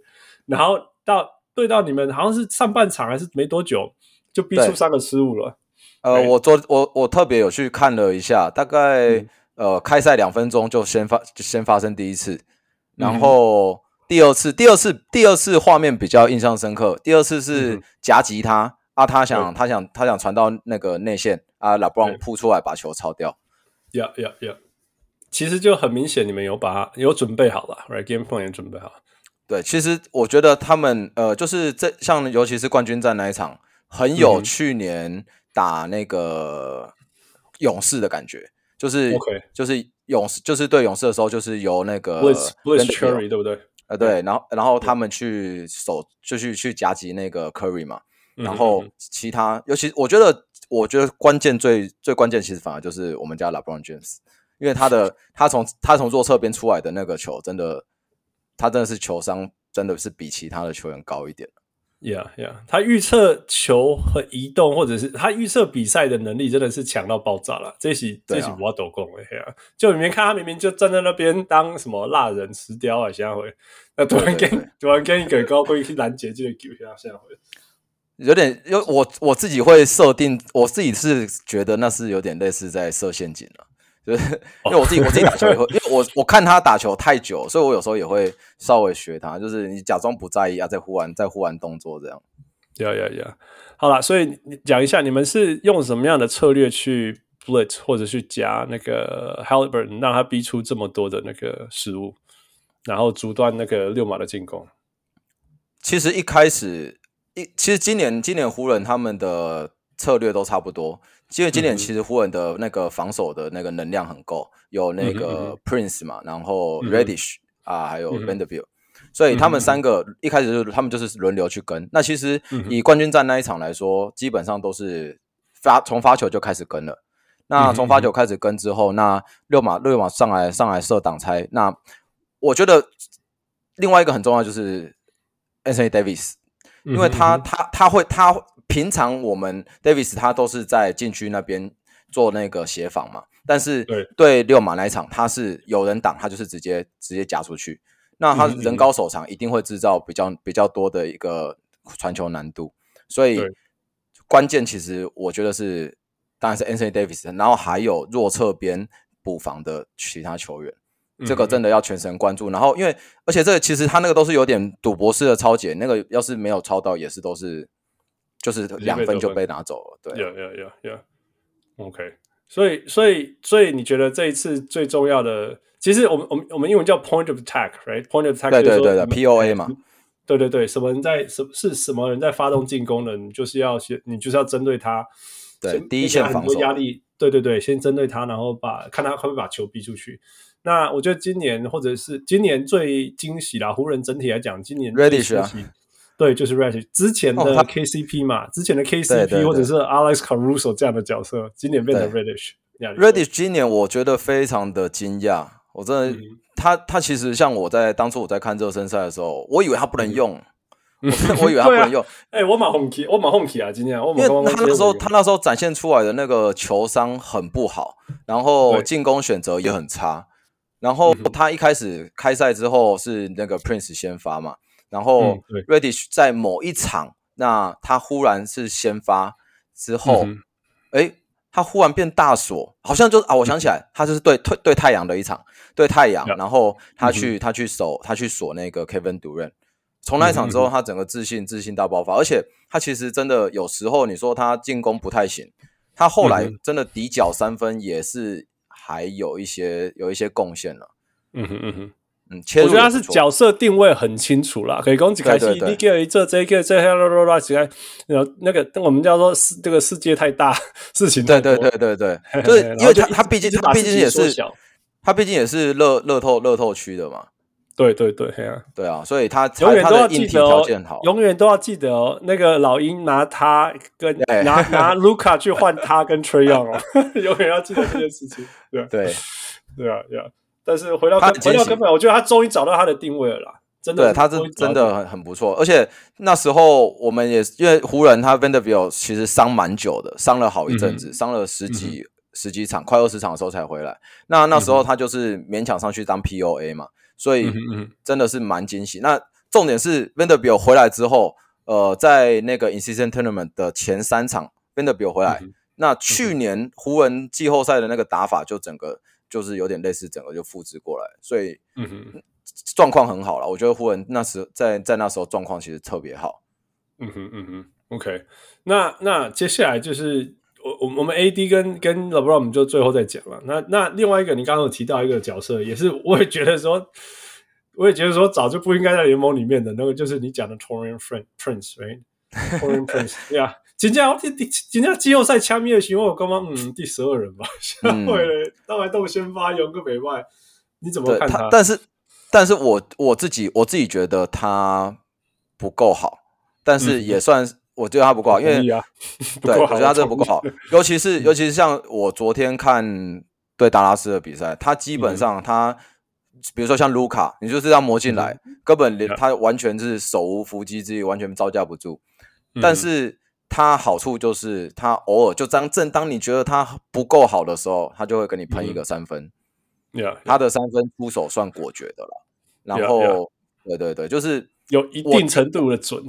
Speaker 1: 然后到对到你们好像是上半场还是没多久就逼出
Speaker 5: 对
Speaker 1: 三个失误了，
Speaker 5: 呃，
Speaker 1: 对
Speaker 5: 我昨我我特别有去看了一下，大概、
Speaker 1: 嗯
Speaker 5: 呃开赛两分钟就先发就先发生第一次，
Speaker 1: 嗯
Speaker 5: 然后第二次第二次第二次画面比较印象深刻，第二次
Speaker 1: 嗯
Speaker 5: 是夹击他、啊，他想他想他想传到那个内线啊，拉布
Speaker 1: 对
Speaker 5: 朗扑出来把球抄掉，
Speaker 1: 呀呀呀！其实就很明显，你们有把有准备好了，right？Game plan 也准备好了，
Speaker 5: 对，其实我觉得他们呃，就是这像尤其是冠军战那一场，很有
Speaker 1: 嗯
Speaker 5: 去年打那个勇士的感觉，就是
Speaker 1: OK
Speaker 5: 就是勇士就是对勇士的时候，就是由那个
Speaker 1: Blitz Blitz
Speaker 5: Vanderbilt
Speaker 1: Cherry 对不对？
Speaker 5: 呃对，然后然后他们去守就去去夹击那个 Curry 嘛，
Speaker 1: 嗯
Speaker 5: 然
Speaker 1: 嗯
Speaker 5: 后
Speaker 1: 嗯
Speaker 5: 其他尤其我觉得我觉得关键最最关键其实反而就是我们家 LeBron James，因为 他的他从他从右侧边出来的那个球，真的他真的是球商真的是比其他的球员高一点。
Speaker 1: Yeah, yeah，他预测球和移动，或者是他预测比赛的能力，真的是强到爆炸了。这起、
Speaker 5: 对
Speaker 1: 这
Speaker 5: 啊
Speaker 1: 起我要抖供哎呀！就你们看他明明就站在那边当什么蜡人石雕啊，下回那突然
Speaker 5: 对对
Speaker 1: 跟
Speaker 5: 对
Speaker 1: 突然跟一个高规去拦截这个球下下回，
Speaker 5: 有点，因为我我自己会设定，我自己是觉得那是有点类似在设陷阱了、就是
Speaker 1: 哦
Speaker 5: 因为我自己我自己打 球也会，因为我我看他打球太久，所以我有时候也会稍微学他，就是你假装不在意啊，再忽然再忽然动作这样。
Speaker 1: 呀呀呀！好了，所以你讲一下你们是用什么样的策略去 blitz 或者去夹那个 Halliburton，让他逼出这么多的那个失误，然后阻断那个六马的进攻。
Speaker 5: 其实一开始一其实今年今年湖人他们的策略都差不多，因为今
Speaker 1: 嗯
Speaker 5: 年
Speaker 1: 哼
Speaker 5: 其实湖人的那个防守的那个能量很够，有那
Speaker 1: 嗯
Speaker 5: 个 Prince 嘛，然后
Speaker 1: 嗯哼
Speaker 5: Radish、啊，还有
Speaker 1: 嗯哼
Speaker 5: Vanderbilt，、所以他
Speaker 1: 嗯
Speaker 5: 们
Speaker 1: 哼
Speaker 5: 三个一开始就是他们就是轮流去跟。那其实
Speaker 1: 嗯哼
Speaker 5: 以冠军战那一场来说，基本上都是发从发球就开始跟了。
Speaker 1: 嗯
Speaker 5: 那
Speaker 1: 哼
Speaker 5: 从发球开始跟之后，那六马六马上来上来设挡拆。那我觉得另外一个很重要就是 Anthony Davis，因
Speaker 1: 嗯
Speaker 5: 为他他他会他平常我们 Davis 他都是在禁区那边做那个协防嘛，但是
Speaker 1: 对
Speaker 5: 对六马那一场他是有人挡，他就是直接直接夹出去，那他
Speaker 1: 嗯嗯嗯
Speaker 5: 人高手长一定会制造比较比较多的一个传球难度，所以
Speaker 1: 对
Speaker 5: 关键其实我觉得是当然是 Anthony Davis，然后还有弱侧边补防的其他球员。这个真的要全神贯注。然后，因为而且这个其实他那个都是有点赌博式的超解，那个要是没有超到，也是都是就是两分就被拿走了。对，啊
Speaker 1: Yeah, yeah, yeah, yeah. OK，所以，所以，所以，你觉得这一次最重要的，其实我们我们我们英文叫 point of attack，right？point of attack，
Speaker 5: 对
Speaker 1: 就是
Speaker 5: 对
Speaker 1: 说
Speaker 5: 对的
Speaker 1: 你们
Speaker 5: POA 嘛。
Speaker 1: 对对对，什么人在什是什么人在发动进攻呢？你就是要先，你就是要针对他，
Speaker 5: 对
Speaker 1: 先
Speaker 5: 第一线
Speaker 1: 先给他很多
Speaker 5: 防守
Speaker 1: 压力，对对对，先针对他，然后把看他会不会把球逼出去。那我觉得今年或者是今年最惊喜啦，湖人整体来讲，今年最
Speaker 5: Radish 啊
Speaker 1: 惊喜对，就是 Radish。之前的
Speaker 5: 哦他
Speaker 1: KCP 嘛，之前的 KCP
Speaker 5: 对对
Speaker 1: 或者是 Alex Caruso 这样的角色，今年变成
Speaker 5: 对
Speaker 1: Radish。Yeah，
Speaker 5: Reddish 今年我觉得非常的惊讶，我真的、他他其实像我在当初我在看热身赛的时候，我以为他不能用，我我以为他不能用，
Speaker 1: 哎、我马红旗，我马红旗啊！今年我
Speaker 5: 因
Speaker 1: 马
Speaker 5: 为
Speaker 1: 刚刚
Speaker 5: 他那时候
Speaker 1: 接
Speaker 5: 他那时候展现出来的那个球商很不好，然后
Speaker 1: 对嗯
Speaker 5: 进攻选择也很差，然后他一开始开赛之后是那个 Prince 先发嘛，然后
Speaker 1: 嗯对
Speaker 5: Reddish 在某一场，那他忽然是先发之后
Speaker 1: 嗯，
Speaker 5: 诶，他忽然变大锁，好像就是啊，我想起来，他就是对对对太阳的一场，对太阳，
Speaker 1: Yeah
Speaker 5: 然后他
Speaker 1: 嗯
Speaker 5: 去他去守他去锁那个 Kevin Durant，从那一场之
Speaker 1: 嗯
Speaker 5: 后，他整个自信自信大爆发，而且他其实真的有时候你说他进攻不太行，他后来
Speaker 1: 嗯
Speaker 5: 真的底角三分也是还有一些有一些贡献了。
Speaker 1: 嗯哼嗯哼。
Speaker 5: 嗯，切入
Speaker 1: 我觉得他
Speaker 5: 也不
Speaker 1: 是
Speaker 5: 错
Speaker 1: 角色定位很清楚啦，可以讲几开始
Speaker 5: 对对对
Speaker 1: 你给一这这个这啦啦啦啦起来，然后那个我们叫做世这个世界太大， 事情
Speaker 5: 对
Speaker 1: 太多
Speaker 5: 对对对
Speaker 1: 嘿嘿，
Speaker 5: 对就是
Speaker 1: 然后
Speaker 5: 因为
Speaker 1: 就
Speaker 5: 他
Speaker 1: 一
Speaker 5: 他毕竟
Speaker 1: 一直把
Speaker 5: 他毕
Speaker 1: 自
Speaker 5: 竟
Speaker 1: 己
Speaker 5: 也
Speaker 1: 缩
Speaker 5: 是
Speaker 1: 小
Speaker 5: 他毕竟也是乐乐透乐透区的嘛，
Speaker 1: 对对对，嘿啊，
Speaker 5: 对啊，所以他
Speaker 1: 永
Speaker 5: 才
Speaker 1: 远
Speaker 5: 他
Speaker 1: 都要
Speaker 5: 的硬
Speaker 1: 记
Speaker 5: 体
Speaker 1: 得哦
Speaker 5: 条件好，，
Speaker 1: 永远都要记得哦。那个老鹰拿他跟
Speaker 5: 对
Speaker 1: 拿拿卢卡去换他跟 t r e y o n 哦， 永远要记得这件事情。对啊
Speaker 5: 对
Speaker 1: 对啊对啊，但是回到
Speaker 5: 他
Speaker 1: 根
Speaker 5: 很
Speaker 1: 回
Speaker 5: 惊
Speaker 1: 到
Speaker 5: 喜
Speaker 1: 根本，我觉得他终于找到他的定位了啦，真的
Speaker 5: 对，
Speaker 1: 是
Speaker 5: 他
Speaker 1: 终于
Speaker 5: 真
Speaker 1: 找到定位，
Speaker 5: 真的很很不错，而且那时候我们也因为湖人他 Vanderbilt 其实伤蛮久的，伤了好一
Speaker 1: 嗯
Speaker 5: 阵子，伤了十几、十几场，快二十场的时候才回来。那那时
Speaker 1: 嗯
Speaker 5: 候他就是勉强上去当 POA 嘛，所以
Speaker 2: 嗯哼嗯
Speaker 5: 真的是蛮惊喜。那重点是 Vanderbilt 回来之后，呃，在那个 In-Season Tournament 的前三场，Vanderbilt 回来，
Speaker 1: 嗯哼
Speaker 5: 那去年湖人季后赛的那个打法就整个就是有点类似，整个就复制过来，所以
Speaker 1: 嗯哼
Speaker 5: 状况很好了。我觉得湖人那时在在那时候状况其实特别好。
Speaker 1: 嗯哼嗯哼，OK，那那接下来就是。我我我们 AD 跟跟 LeBron 我们就最后再讲了。那那另外一个，你刚刚有提到一个角色，也是我也觉得说，我也觉得说早就不应该在联盟里面的那个，就是你讲的 Torian Prince，right？Torian Prince，对啊，今天第第今天季后赛枪灭询问我刚刚嗯第十二人吧，下
Speaker 5: 嗯
Speaker 1: 回了，当然都先发勇个美外，你怎么
Speaker 5: 对
Speaker 1: 看
Speaker 5: 他，但是但是我我自己我自己觉得他不够好，但
Speaker 1: 嗯
Speaker 5: 是也算、我觉得他不够好，因为
Speaker 1: 同意啊， 不
Speaker 5: 对，
Speaker 1: 够
Speaker 5: 我
Speaker 1: 好
Speaker 5: 觉得他这不够 好，尤其是尤其是像我昨天看对达拉斯的比赛，他基
Speaker 1: 嗯
Speaker 5: 本上他、比如说像卢卡，你就是让魔进来，根本连
Speaker 1: 嗯 Yeah
Speaker 5: 他完全是手无缚鸡之力，完全招架不住。
Speaker 1: 嗯
Speaker 5: 但是他好处就是他偶尔就当正当你觉得他不够好的时候，他就会给你喷一个三分，
Speaker 1: 嗯 Yeah，
Speaker 5: 他的三分出手算果决的了。然
Speaker 1: Yeah，
Speaker 5: 后
Speaker 1: yeah
Speaker 5: 对对对，就是
Speaker 1: 有一定程度的准，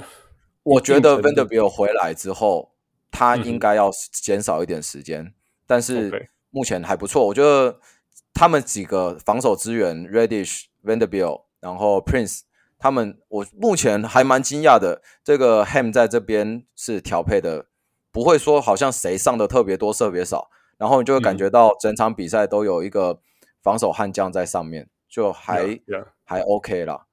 Speaker 5: 我觉
Speaker 1: 一
Speaker 5: 得
Speaker 1: 定程度
Speaker 5: Vanderbilt 回来之后，他
Speaker 1: 嗯哼
Speaker 5: 应该要减少一点时间，但
Speaker 1: OK
Speaker 5: 是目前还不错。我觉得他们几个防守资源 Reddish、Vanderbilt，然后 Prince，他们我目前还蛮惊讶的。这个 Ham 在这边是调配的，不会说好像谁上的特别多，特别少，然后你就会
Speaker 1: 嗯
Speaker 5: 感觉到整场比赛都有一个防守悍将在上面，就还
Speaker 1: Yeah, yeah
Speaker 5: 还 OK 啦。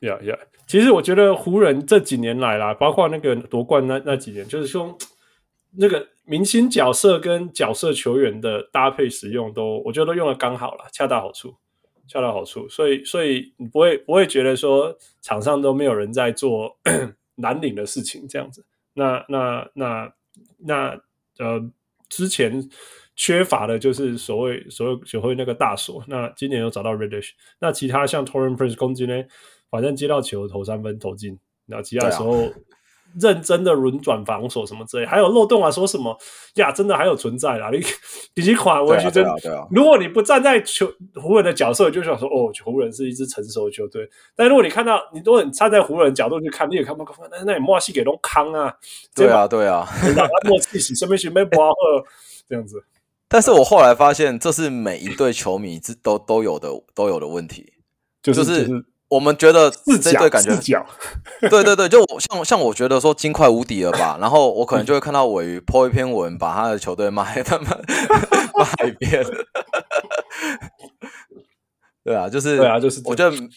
Speaker 1: 呀呀，其实我觉得湖人这几年来啦，包括那个夺冠那那几年，就是说那个明星角色跟角色球员的搭配使用都，我觉得都用的刚好了，恰到好处，恰到好处。所以，所以你不会不会觉得说场上都没有人在做 蓝领的事情这样子。那那那那呃，之前缺乏的就是所谓所谓所谓那个大锁，那今年又找到 Reddish，那其他像 Torren Prince 攻击呢，反正接到球投三分投进，那其他
Speaker 5: 对啊
Speaker 1: 时候、认真的轮转防守什么之类，还有漏洞啊，说什么呀，真的还有存在啦， 你你去垮我
Speaker 5: 对
Speaker 1: 去
Speaker 5: 啊，
Speaker 1: 真
Speaker 5: 对。啊，对啊，
Speaker 1: 如果你不站在球湖人的角色，你就想说哦，湖人是一支成熟的球队。但如果你看到，你如果你站在湖人的角度去看，你也看不看，那那你默契给弄康啊，
Speaker 5: 对
Speaker 1: 这把
Speaker 5: 啊，对啊。
Speaker 1: 让他默契洗身边学妹不好喝这样 子。
Speaker 5: 但是我后来发现，这是每一队球迷之都都有的都有的问题，
Speaker 1: 就
Speaker 5: 就是我们觉得
Speaker 1: 四
Speaker 5: 这队
Speaker 1: 角，
Speaker 5: 感觉
Speaker 1: 四，角，
Speaker 5: 对对对，就我像像我觉得说金块无敌了吧，然后我可能就会看到尾鱼 po 一篇文，把他的球队骂 他们骂一遍， 对啊，就是
Speaker 1: 对啊就是这样
Speaker 5: 我觉得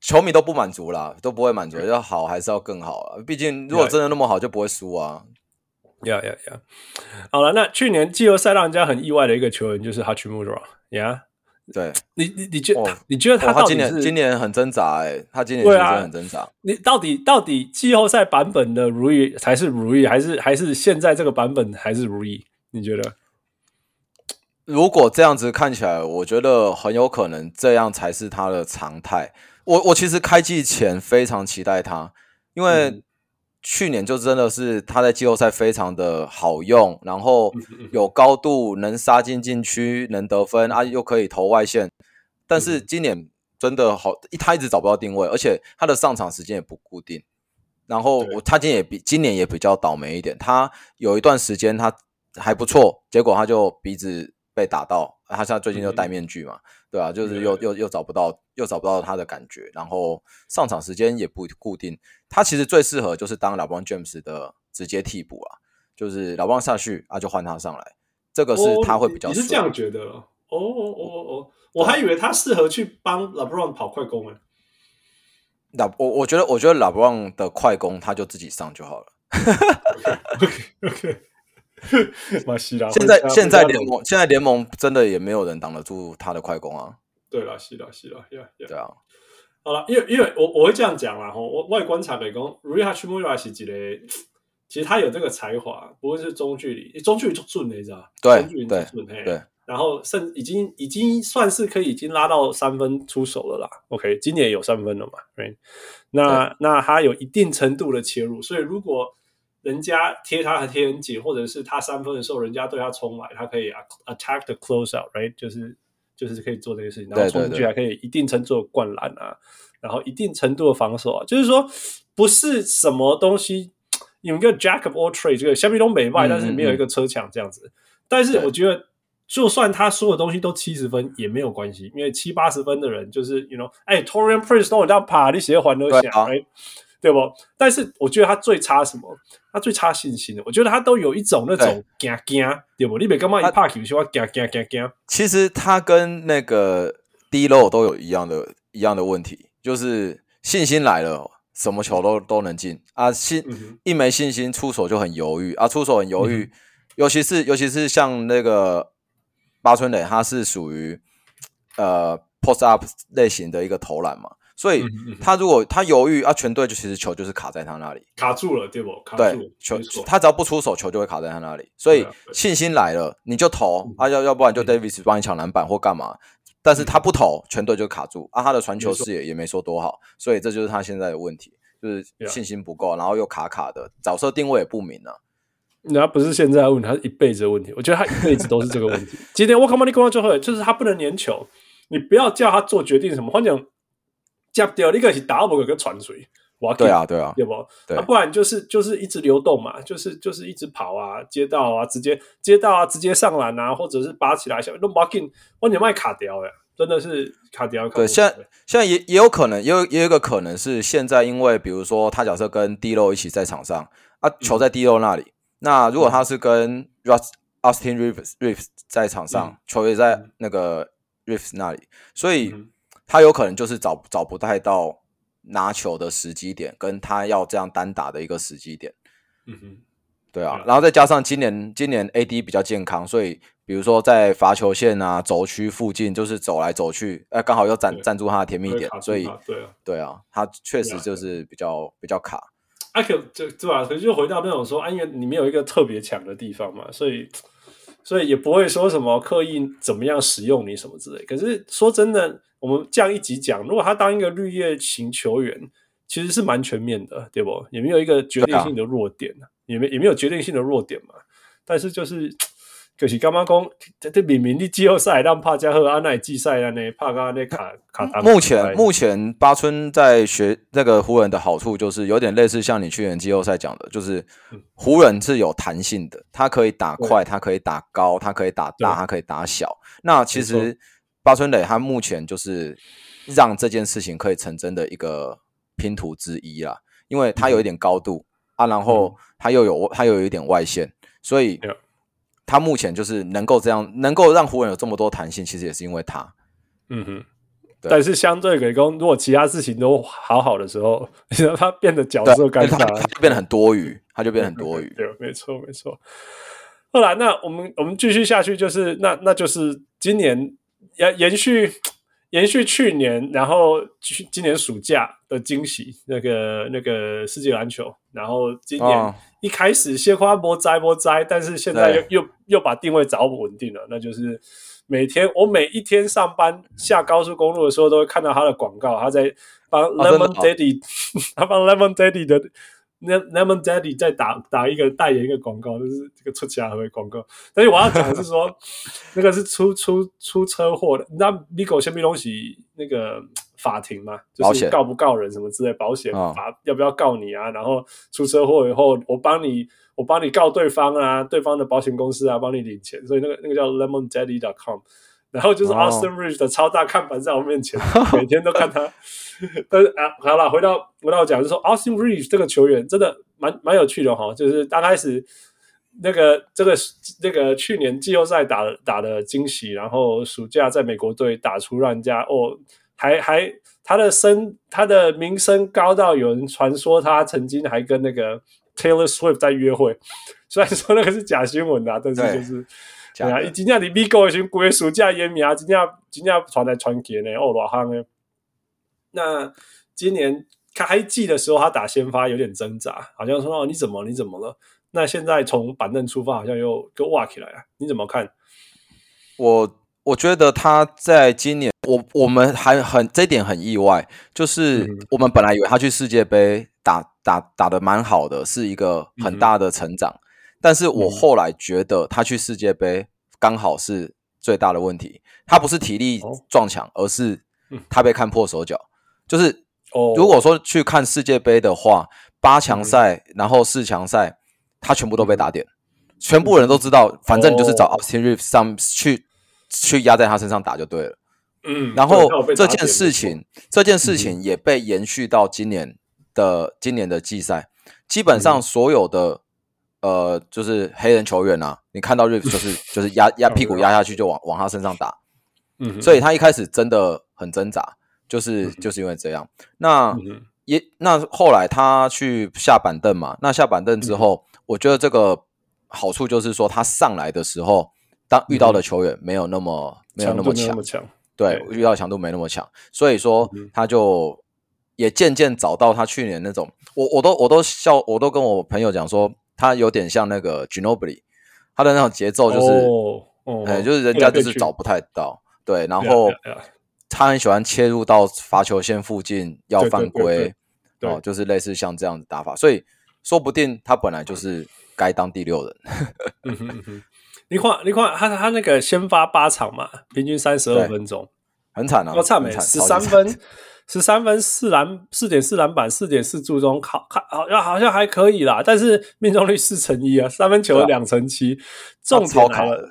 Speaker 5: 球迷都不满足啦，都不会满足，要好还是要更好啊，毕竟如果真的那么好，就不会输啊，
Speaker 1: 呀呀呀！好了，那去年季后赛让人家很意外的一个球员就是 Hachimura 呀、
Speaker 5: 对，
Speaker 1: 你你你觉得、
Speaker 5: 哦
Speaker 1: 你觉得他
Speaker 5: 哦他
Speaker 1: 到
Speaker 5: 今
Speaker 1: 底是、
Speaker 5: 年今年很挣扎哎，他今年其
Speaker 1: 对
Speaker 5: 实
Speaker 1: 啊
Speaker 5: 真的很挣扎。
Speaker 1: 你到底到底季后赛版本的如意才是如意，还是还是现在这个版本还是如意？你觉得？
Speaker 5: 如果这样子看起来，我觉得很有可能这样才是他的常态。我我其实开季前非常期待他，因为去年就真的是他在季后赛非常的好用，然后有高度，能杀进禁区，能得分啊，又可以投外线。但是
Speaker 1: 嗯
Speaker 5: 今年真的好，一他一直找不到定位，而且他的上场时间也不固定。然后
Speaker 1: 对
Speaker 5: 我他今年也比今年也比较倒霉一点，他有一段时间他还不错，结果他就鼻子被打到，他现在最近就戴面具嘛，对吧、就是
Speaker 1: 嗯
Speaker 5: 又又又找不到又找不到他的感觉，然后上场时间也不固定。他其实最适合就是当 LeBron James 的直接替补啊，就是 LeBron 下去啊就换他上来，这个是他会比较
Speaker 1: 哦你
Speaker 5: 顺。
Speaker 1: 是这样觉得哦？哦哦哦哦，我还以为他适合去帮 LeBron 跑快攻诶。
Speaker 5: 那我我觉得我觉得 LeBron 的快攻他就自己上就好了。
Speaker 1: OK，马西拉
Speaker 5: 现在现在联盟现在联盟真的也没有人挡得住他的快攻啊，
Speaker 1: 对了，西拉西拉呀呀
Speaker 5: 对。啊。
Speaker 1: 好了，因为因为我我会这样讲啦，吼，我外观察北宫 r i h a s h i m u r a 是一个，其实他有这个才华，不论是中距离，诶中距离就准的，你知道吗？
Speaker 5: 对
Speaker 1: 中距离就
Speaker 5: 对
Speaker 1: 准，嘿
Speaker 5: 对。
Speaker 1: 然后甚已经已经算是可以已经拉到三分出手了啦。OK，今年有三分了嘛？Right？那那他有一定程度的切入，所以如果人家贴他和贴很紧，或者是他三分的时候，人家对他冲来，他可以 attack the closeout，right？就是就是可以做这些事情，然后
Speaker 5: 对对
Speaker 1: 冲进去
Speaker 5: 对
Speaker 1: 还可以一定程度的灌篮啊，然后一定程度的防守啊，就是说不是什么东西有一个 jack of all trade 这个虾米都没卖，
Speaker 5: 嗯
Speaker 1: 但是没有一个车抢这样子。但是
Speaker 5: 对
Speaker 1: 我觉得，就算他所有东西都七十分也没有关系，因为七八十分的人就是，you know，哎，Torian Prince 都有这样爬，你谁还得
Speaker 5: 对
Speaker 1: 下
Speaker 5: 啊？
Speaker 1: 哎，对不？但是我觉得他最差什么？他最差信心的。我觉得他都有一种那种惊惊，对不？你别干嘛一
Speaker 5: 他
Speaker 1: 怕球喜欢惊惊惊惊，
Speaker 5: 其实他跟那个 D low 都有一样的一样的问题，就是信心来了，什么球都都能进啊，信
Speaker 1: 嗯哼嗯
Speaker 5: 一没信心出手就很犹豫啊，出手很犹豫，尤其是尤其是像那个八村垒，他是属于呃 post up 类型的一个投篮嘛，所以
Speaker 1: 嗯哼嗯哼
Speaker 5: 他如果他犹豫啊，全队就其实球就是卡在他那里，
Speaker 1: 卡住了，对不？卡住
Speaker 5: 对
Speaker 1: 了，
Speaker 5: 球
Speaker 1: 没错
Speaker 5: 他只要不出手，球就会卡在他那里。所以
Speaker 1: 对啊对嗯
Speaker 5: 信心来了，你就投啊，要要不然就 Davis 帮你抢篮板或干嘛。但是他
Speaker 1: 嗯
Speaker 5: 不投，全队就卡住啊，他的传球视野也没说多好，所以这就是他现在的问题，就是
Speaker 1: 对啊
Speaker 5: 信心不够，然后又卡卡的，角色定位也不明啊。
Speaker 1: 那不是现在的问题，他是一辈子的问题。我觉得他一辈子都是这个问题。今天我靠，你跟我就会，就是他不能粘球，你不要叫他做决定什么，反正接掉你个是打我个传锤，我要
Speaker 5: 对，啊，对啊，
Speaker 1: 对不？
Speaker 5: 对
Speaker 1: 啊、不然就是就是一直流动嘛，就是就是一直跑啊，接到啊，直接接到啊，直接上篮啊，或者是拔起来，小那 marking 完全卖卡掉呀，真的是卡掉。卡掉
Speaker 5: 对，现在现在也也有可能，也有也有一个可能是现在，因为比如说他假设跟 D 肉一起在场上
Speaker 1: 嗯
Speaker 5: 啊，球在 D 肉那里，那如果他是跟 Rust Austin Reeves Reeves 在场上，
Speaker 1: 嗯
Speaker 5: 球也在
Speaker 1: 嗯
Speaker 5: 那个 Reeves 那里，所以
Speaker 1: 嗯
Speaker 5: 他有可能就是找找不太到拿球的时机点，跟他要这样单打的一个时机点。
Speaker 1: 嗯哼，
Speaker 5: 对啊
Speaker 1: 对啊，
Speaker 5: 然后再加上今年今年 AD 比较健康，所以比如说在罚球线啊、轴区附近，就是走来走去，哎、刚好又站
Speaker 1: 对
Speaker 5: 站住他的甜蜜点
Speaker 1: 卡，住
Speaker 5: 所以
Speaker 1: 他对啊。
Speaker 5: 对啊，他确
Speaker 1: 对
Speaker 5: 实
Speaker 1: 啊
Speaker 5: 就是比较比较卡，
Speaker 1: 阿 Q 就对吧？啊可是就回到那种说，啊，因为你没有一个特别强的地方嘛，所以所以也不会说什么刻意怎么样使用你什么之类。可是说真的，我们这样一集讲，如果他当一个绿叶型球员，其实是蛮全面的，对不？也没有一个决
Speaker 5: 啊
Speaker 1: 定性的弱点，啊也没也没有决定性的弱点嘛。但是就是。就是刚刚讲，这这明明你季后赛让帕加赫安奈季赛安呢，帕加安内卡卡达。
Speaker 5: 嗯目前目前八村在学那个湖人的好处就是有点类似像你去年季后赛讲的，就是
Speaker 1: 嗯
Speaker 5: 湖人是有弹性的，他可以打快，他可以打高，他可以打大，
Speaker 1: 对
Speaker 5: 他可以打小。那其
Speaker 1: 没
Speaker 5: 实八村垒他目前就是让这件事情可以成真的一个拼图之一啦，因为
Speaker 1: 嗯
Speaker 5: 他有一点高度、啊，然后他又有他又有一点外线，所以
Speaker 1: Yeah
Speaker 5: 他目前就是能够这样，能够让湖人有这么多弹性，其实也是因为他。
Speaker 1: 嗯哼，
Speaker 5: 对
Speaker 1: 但是相对给工，如果其他事情都好好的时候， 他变得角色尴
Speaker 5: 他
Speaker 1: 尬，
Speaker 5: 他就变得很多余，他就变得很多余。
Speaker 1: 对，没错，没错。后来，那我们我们继续下去，就是那那就是今年延延续延续去年，然后去今年暑假的惊喜，那个那个世界篮球，然后今年
Speaker 5: 哦
Speaker 1: 一开始先花波摘波摘，但是现在
Speaker 5: 对
Speaker 1: 又又又把定位找稳定了，那就是。每天我每一天上班下高速公路的时候，都会看到他的广告，他在帮
Speaker 5: 真的
Speaker 1: Lemon
Speaker 5: 哦
Speaker 1: Daddy，、他 帮 Lemon Daddy 的 Lem- Lemon Daddy 在打打一个代言一个广告，就是这个出家的广告。但是我要讲的是说，那个是出出出车祸的，那 Migo 先被东西那个法庭嘛，就
Speaker 5: 保
Speaker 1: 是
Speaker 5: 险
Speaker 1: 告不告人什么之类，保险
Speaker 5: 哦
Speaker 1: 法、要不要告你啊？然后出车祸以后，我帮你我帮你告对方啊，对方的保险公司啊，帮你领钱。所以那个那个叫 Lemon Daddy.com。然后就是
Speaker 5: 哦
Speaker 1: Austin Rich 的超大看板在我面前，每天都看他。 但是啊，好了，回到回到我讲，就是说 Austin Rich 这个球员真的蛮蛮有趣的哈，就是刚开始那个这个那个去年季后赛打打的惊喜，然后暑假在美国队打出让人家哦，还还他的声他的名声高到有人传说他曾经还跟那个 Taylor Swift 在约会， 虽然说那个是假新闻啦、但是
Speaker 5: 对
Speaker 1: 就是。
Speaker 5: 假
Speaker 1: 对啊，
Speaker 5: 的
Speaker 1: 伊真正伫美国诶时阵，规个暑假烟名，真正真正传来传去呢，哦，偌夯诶。那今年开季的时候，他打先发有点挣扎，好像说哦你怎么你怎么了？那现在从板凳出发，好像又又哇起来了，你怎么看？
Speaker 5: 我我觉得他在今年，我我们还很这一点很意外，就是
Speaker 1: 嗯
Speaker 5: 我们本来以为他去世界杯打打打的蛮好的，是一个很大的成长，
Speaker 1: 嗯
Speaker 5: 但是我后来觉得他去世界杯刚好是最大的问题，他不是体力
Speaker 1: 哦
Speaker 5: 撞墙，而是
Speaker 1: 嗯
Speaker 5: 他被看破手脚，就是
Speaker 1: 哦，
Speaker 5: 如果说去看世界杯的话，八强赛、
Speaker 1: 嗯
Speaker 5: 然后四强赛，他全部都被打点，全部人都知道，反正你就是找
Speaker 1: 哦
Speaker 5: Austin Reeves 上去去压在他身上打就对了。
Speaker 1: 嗯，
Speaker 5: 然
Speaker 1: 对
Speaker 5: 后
Speaker 1: 他有被
Speaker 5: 这
Speaker 1: 打
Speaker 5: 件
Speaker 1: 点
Speaker 5: 事
Speaker 1: 没错嗯
Speaker 5: 情，这件事情也被延续到今年的今年的季赛，基本
Speaker 1: 嗯
Speaker 5: 上所有的。呃，就是黑人球员啊，你看到 Reeves 就是就是压压屁股压下去就往往他身上打，
Speaker 1: 嗯哼，
Speaker 5: 所以他一开始真的很挣扎，就是就是因为这样。那
Speaker 1: 嗯哼
Speaker 5: 也那后来他去下板凳嘛，那下板凳之
Speaker 1: 嗯
Speaker 5: 后，我觉得这个好处就是说，他上来的时候，当遇到的球员没有那么、没有那么
Speaker 1: 嗯强度
Speaker 5: 强
Speaker 1: 那，么嗯强，
Speaker 5: 对，遇到强度没那么强，所以说他就也渐渐找到他去年那种，我我都我都笑，我都跟我朋友讲说，他有点像那个 Ginobili，他的那种节奏就是，
Speaker 1: 哦哦，
Speaker 5: 哎、就是人
Speaker 1: 变来
Speaker 5: 家就
Speaker 1: 变
Speaker 5: 是
Speaker 1: 去
Speaker 5: 找不太到，对，然
Speaker 1: 对啊
Speaker 5: 后
Speaker 1: 对。啊对啊
Speaker 5: 他很喜欢切入到罚球线附近要
Speaker 1: 对对
Speaker 5: 犯
Speaker 1: 对
Speaker 5: 规，
Speaker 1: 对
Speaker 5: 哦，就是类似像这样的打法，所以说不定他本来就是该当第六人。
Speaker 1: 嗯哼嗯哼，你看你看他他那个先发八场嘛，平均三十二
Speaker 5: 对
Speaker 1: 分钟，
Speaker 5: 很惨啊，
Speaker 1: 我哦惨没
Speaker 5: 很惨，
Speaker 1: 十
Speaker 5: 超级
Speaker 1: 三
Speaker 5: 惨
Speaker 1: 分，十三分四篮四点四篮板四点四助攻，好看好像好像还可以啦，但是命中率四成一啊，三分球
Speaker 5: 对啊
Speaker 1: 两成七、重点来
Speaker 5: 他超
Speaker 1: 了，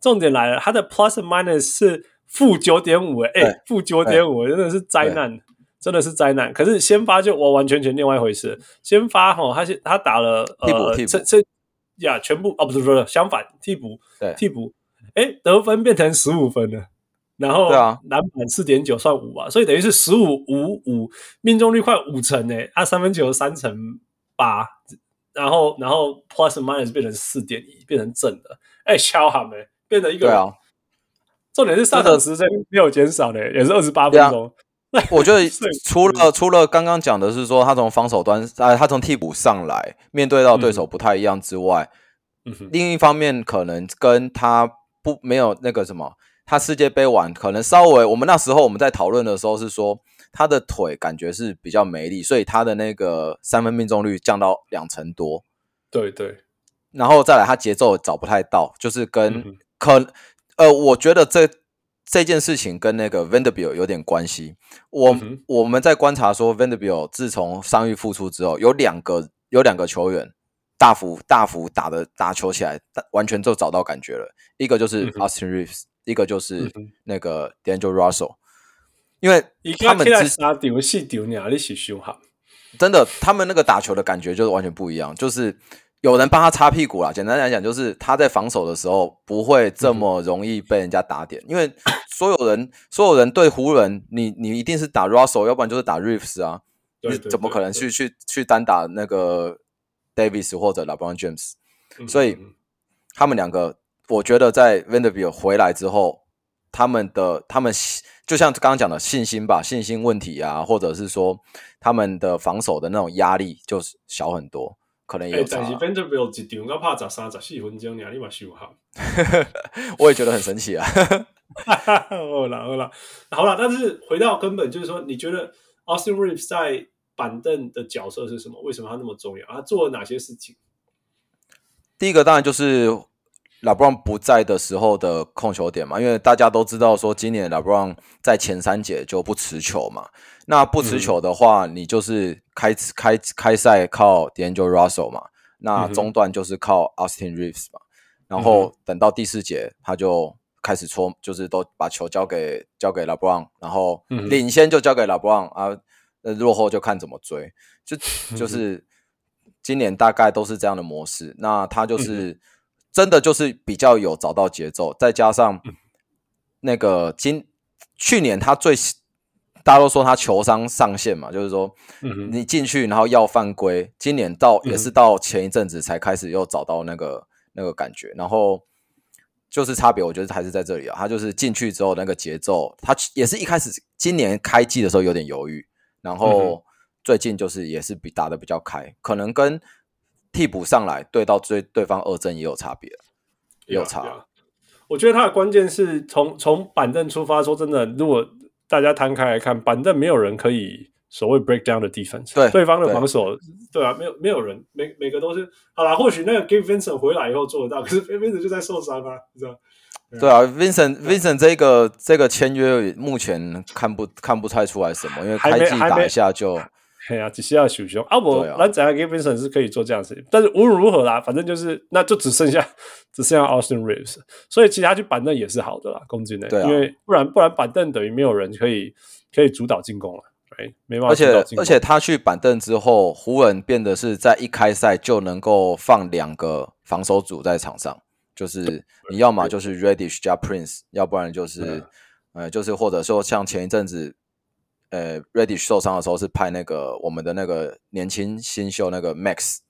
Speaker 1: 重点来了，他的 plus and minus 是负九点五，哎、
Speaker 5: 对
Speaker 1: 负九点五真的是灾难。真的是灾难，可是先发就完完全全另外一回事。先发哈，他是他打了
Speaker 5: 替补
Speaker 1: 呃，
Speaker 5: 替补
Speaker 1: 这这呀，全部哦，不是不是，相反，替补
Speaker 5: 对
Speaker 1: 替补，哎，得分变成十五分了，然后
Speaker 5: 对啊
Speaker 1: 篮板四点九算五啊，所以等于是十五五五，命中率快五成诶、他三分球三成八，然后然后 plus and minus 变成四点一，变成正的，哎，敲喊诶，变成一个
Speaker 5: 对啊，
Speaker 1: 重点是上场时间没有减少的、也是二十八
Speaker 5: 对啊
Speaker 1: 分钟，
Speaker 5: 我 觉得
Speaker 1: 所以
Speaker 5: 除了除了刚刚讲的是说他从防守端，啊，他从替补上来面对到对手不太一样之外，
Speaker 1: 嗯哼，
Speaker 5: 另一方面可能跟他不没有那个什么，他世界杯完可能稍微我们那时候我们在讨论的时候是说他的腿感觉是比较没力，所以他的那个三分命中率降到两成多，
Speaker 1: 对对，
Speaker 5: 然后再来他节奏找不太到，就是跟、
Speaker 1: 嗯哼
Speaker 5: 可呃，我觉得这这件事情跟那个 Vanderbilt 有点关系。我、
Speaker 1: 嗯哼
Speaker 5: 我们在观察说，Vanderbilt 自从伤愈复出之后，有两个有两个球员大幅大幅打的打球起来，大完全就找到感觉了。一个就是
Speaker 1: 嗯哼
Speaker 5: Austin Reeves，、一个就是
Speaker 1: 嗯哼
Speaker 5: 那个 D'Angelo Russell，因为
Speaker 1: 伊
Speaker 5: 他
Speaker 1: 家
Speaker 5: 们
Speaker 1: 起来
Speaker 5: 之
Speaker 1: 三丢四丢尔，你是修好，
Speaker 5: 真的，他们那个打球的感觉就是完全不一样，就是有人帮他擦屁股啦。简单来讲，就是他在防守的时候不会这么容易被人家打点，因为所有人所有人对湖人，你你一定是打 Russell，要不然就是打 Reeves 啊，
Speaker 1: 对
Speaker 5: 你
Speaker 1: 对
Speaker 5: 怎么
Speaker 1: 对
Speaker 5: 可能
Speaker 1: 对
Speaker 5: 去去去单打那个 Davis 或者 LeBron James？
Speaker 1: 嗯
Speaker 5: 所以
Speaker 1: 嗯嗯
Speaker 5: 他们两个，我觉得在 Vanderbilt 回来之后，他们的他们信就像刚刚讲的信心吧，信心问题啊，或者是说他们的防守的那种压力就是小很多，可能也
Speaker 1: 哎
Speaker 5: 有，差
Speaker 1: 但是
Speaker 5: 啊。
Speaker 1: Vanderbilt 一场我拍十三十四分钟尔，你嘛修好。
Speaker 5: 我也觉得很神奇啊。
Speaker 1: 好啦好啦 好啦，但是回到根本，就是说，你觉得 Austin Reeves 在板凳的角色是什么？为什么他那么重要？他做了哪些事情？
Speaker 5: 第一个当然就是拉布朗不在的时候的控球点嘛，因为大家都知道说今年拉布朗在前三节就不持球嘛，那不持球的话，
Speaker 1: 嗯
Speaker 5: 你就是开开开赛靠 d a n g e l Russell 嘛，那
Speaker 1: 嗯哼
Speaker 5: 中段就是靠 Austin Reeves 嘛，然后等到第四节他就开始搓，就是都把球交给交给拉布朗，然后
Speaker 1: 嗯哼
Speaker 5: 领先就交给拉布朗啊，呃落后就看怎么追。就就
Speaker 1: 嗯哼
Speaker 5: 是今年大概都是这样的模式。那他
Speaker 1: 嗯
Speaker 5: 就是真的就是比较有找到节奏，再加上
Speaker 1: 嗯
Speaker 5: 那个今去年他最大家都说他球商上限嘛，就是说
Speaker 1: 嗯哼
Speaker 5: 你进去然后要犯规，今年到
Speaker 1: 嗯
Speaker 5: 也是到前一阵子才开始又找到那个那个感觉，然后。就是差别，我觉得还是在这里啊。他就是进去之后那个节奏，他也是一开始今年开季的时候有点犹豫，然
Speaker 1: 嗯
Speaker 5: 后最近就是也是比打的比较开，可能跟替补上来对到对对方二阵也有差别。有差
Speaker 1: Yeah, yeah. 啊我觉得他的关键是从从板凳出发。说真的，如果大家摊开来看，板凳没有人可以所谓 break down 的 defense，
Speaker 5: 对
Speaker 1: 对方的
Speaker 5: 对
Speaker 1: 防守，对啊，没有没有人，每每个都是好啦，或许那个 Gabe Vincent 回来以后做得到，可是 Vincent 就在受伤啊，你知道？
Speaker 5: 对啊，Vincent Vincent 这个这个签约目前看不看不太出来什么，因为
Speaker 1: 还
Speaker 5: 开
Speaker 1: 没
Speaker 5: 季
Speaker 1: 还
Speaker 5: 打
Speaker 1: 没
Speaker 5: 一下就
Speaker 1: 哎呀、只需要球胸啊！我
Speaker 5: 对啊
Speaker 1: 蓝仔跟 Vincent 是可以做这样的事情，但是无论如何啦，反正就是那就只剩下 只剩下 Austin Reeves，所以其实他去板凳也是好的啦，攻击内，
Speaker 5: 对啊
Speaker 1: 因为不然不然板凳等于没有人可以可以主导进攻了，哎，没办法
Speaker 5: 而
Speaker 1: 主
Speaker 5: 且
Speaker 1: 导进攻，
Speaker 5: 而且他去板凳之后，湖人变得是在一开赛就能够放两个防守组在场上，就是你要么就是 Reddish 加 Prince，要不然就是呃就是或者说像前一阵子呃 Reddish 受伤的时候是派那个我们的那个年轻新秀那个 Max。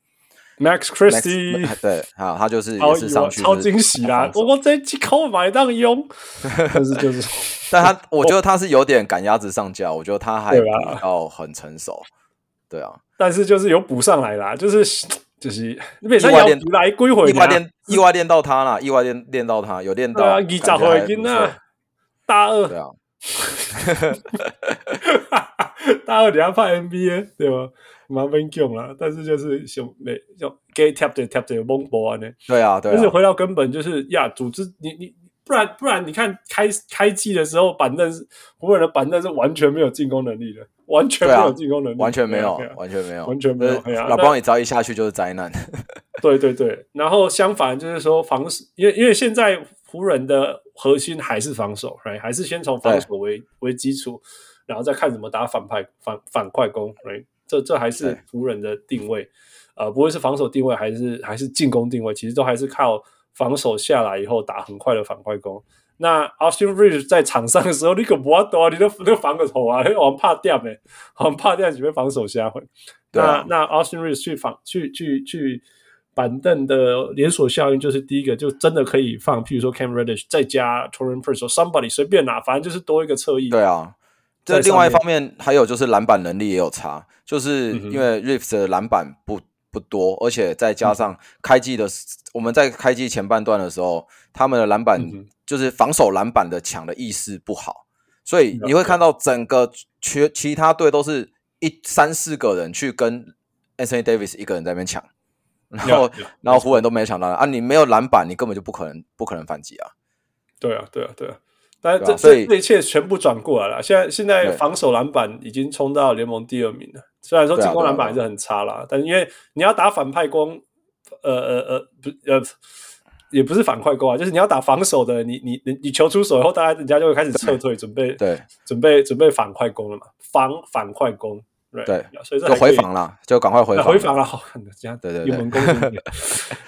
Speaker 1: Max
Speaker 5: Max
Speaker 1: Christie
Speaker 5: 对，好，他就是
Speaker 1: 超
Speaker 5: 也是
Speaker 1: 意
Speaker 5: 上
Speaker 1: 外
Speaker 5: 去
Speaker 1: 超
Speaker 5: 就是
Speaker 1: 惊喜啊 啦
Speaker 5: 防！守
Speaker 1: 我我这几口买当 用，但是就是
Speaker 5: 但他，我觉得他是有点赶鸭子上架，我觉得他还
Speaker 1: 对啊
Speaker 5: 比较很成熟。对啊，
Speaker 1: 但是就是有补上来啦，就是就是你每
Speaker 5: 意
Speaker 1: 上
Speaker 5: 外
Speaker 1: 要
Speaker 5: 练
Speaker 1: 补来归回
Speaker 5: 意
Speaker 1: 呢
Speaker 5: 外练意外练到他啦，意外练练到他，有练到
Speaker 1: 对啊，二
Speaker 5: 感觉
Speaker 1: 十岁啊
Speaker 5: 还
Speaker 1: 的
Speaker 5: 不
Speaker 1: 囡
Speaker 5: 错
Speaker 1: 仔，大二
Speaker 5: 对啊，
Speaker 1: 大二等下拍 NBA 对吧？蛮勉强啦，但是就是想没想给 tap 的 tap 的蒙博啊呢。
Speaker 5: 对啊，对
Speaker 1: 但是
Speaker 5: 啊，
Speaker 1: 回到根本就是呀，组织你你不然不然你看开开季的时候，板凳是湖人的板凳是完全没有进攻能力的，完全没
Speaker 5: 对
Speaker 1: 有
Speaker 5: 啊
Speaker 1: 进攻能力，
Speaker 5: 完全没有
Speaker 1: 对啊，对啊
Speaker 5: 完全没有，呃
Speaker 1: 完全没有哎呀
Speaker 5: 老
Speaker 1: 那
Speaker 5: 邦你只要一下去就是灾难。
Speaker 1: 对对对，然后相反就是说防守，因为因为现在湖人的核心还是防守，right？还是先从防守为为基础，然后再看怎么打反派反反快攻，right？这这还是
Speaker 5: 对
Speaker 1: 湖人的定位，呃，不会是防守定位，还是还是进攻定位，其实都还是靠防守下来以后打很快的反快攻。那 Austin Reeves 在场上的时候，你可不要多啊，你都你都防个头啊，你往怕掉没，往怕掉，只会防守下回。
Speaker 5: 对啊
Speaker 1: 那那 Austin Reeves 去防去去去板凳的连锁效应，就是第一个就真的可以放，譬如说 Cam Reddish 再加 Torin Prince 或 somebody 随便拿，反正就是多一个侧翼。
Speaker 5: 对啊，这
Speaker 1: 在
Speaker 5: 另
Speaker 1: 上
Speaker 5: 外一
Speaker 1: 面
Speaker 5: 方面还有就是篮板能力也有差，就是
Speaker 1: 嗯哼
Speaker 5: 因为 Reeves 的篮板不不多，而且再
Speaker 1: 嗯
Speaker 5: 加上开季的时，我们在开季前半段的时候，他们的篮板
Speaker 1: 嗯哼
Speaker 5: 就是防守篮板的抢的意识不好，所以你会看到整个其其他队都是一三四个人去跟 Anthony Davis 一个人在那边抢。然后
Speaker 1: Yeah, yeah，
Speaker 5: 然后湖人都没抢到啊！你没有篮板，你根本就不可能不可能反击啊！
Speaker 1: 对啊，对啊，对啊。但
Speaker 5: 对啊
Speaker 1: 这、
Speaker 5: 所以
Speaker 1: 这这一切全部转过来了。现在现在
Speaker 5: 对
Speaker 1: 防守篮板已经冲到联盟第二名了，虽然说
Speaker 5: 对啊
Speaker 1: 进攻篮板
Speaker 5: 对
Speaker 1: 还是
Speaker 5: 啊
Speaker 1: 很差啦，但因为你要打反派攻，呃呃呃，不呃。也不是反快攻啊，就是你要打防守的，你你你你球出手以后，大家人家就会开始撤退，准备
Speaker 5: 对
Speaker 1: 准备准备反快攻了嘛，防反快攻，right？
Speaker 5: 对，
Speaker 1: 所以这还
Speaker 5: 就
Speaker 1: 可以
Speaker 5: 回防啦，就赶快回
Speaker 1: 啊
Speaker 5: 防，
Speaker 1: 回防了，好看的，这样
Speaker 5: 对对对
Speaker 1: 有猛攻进 去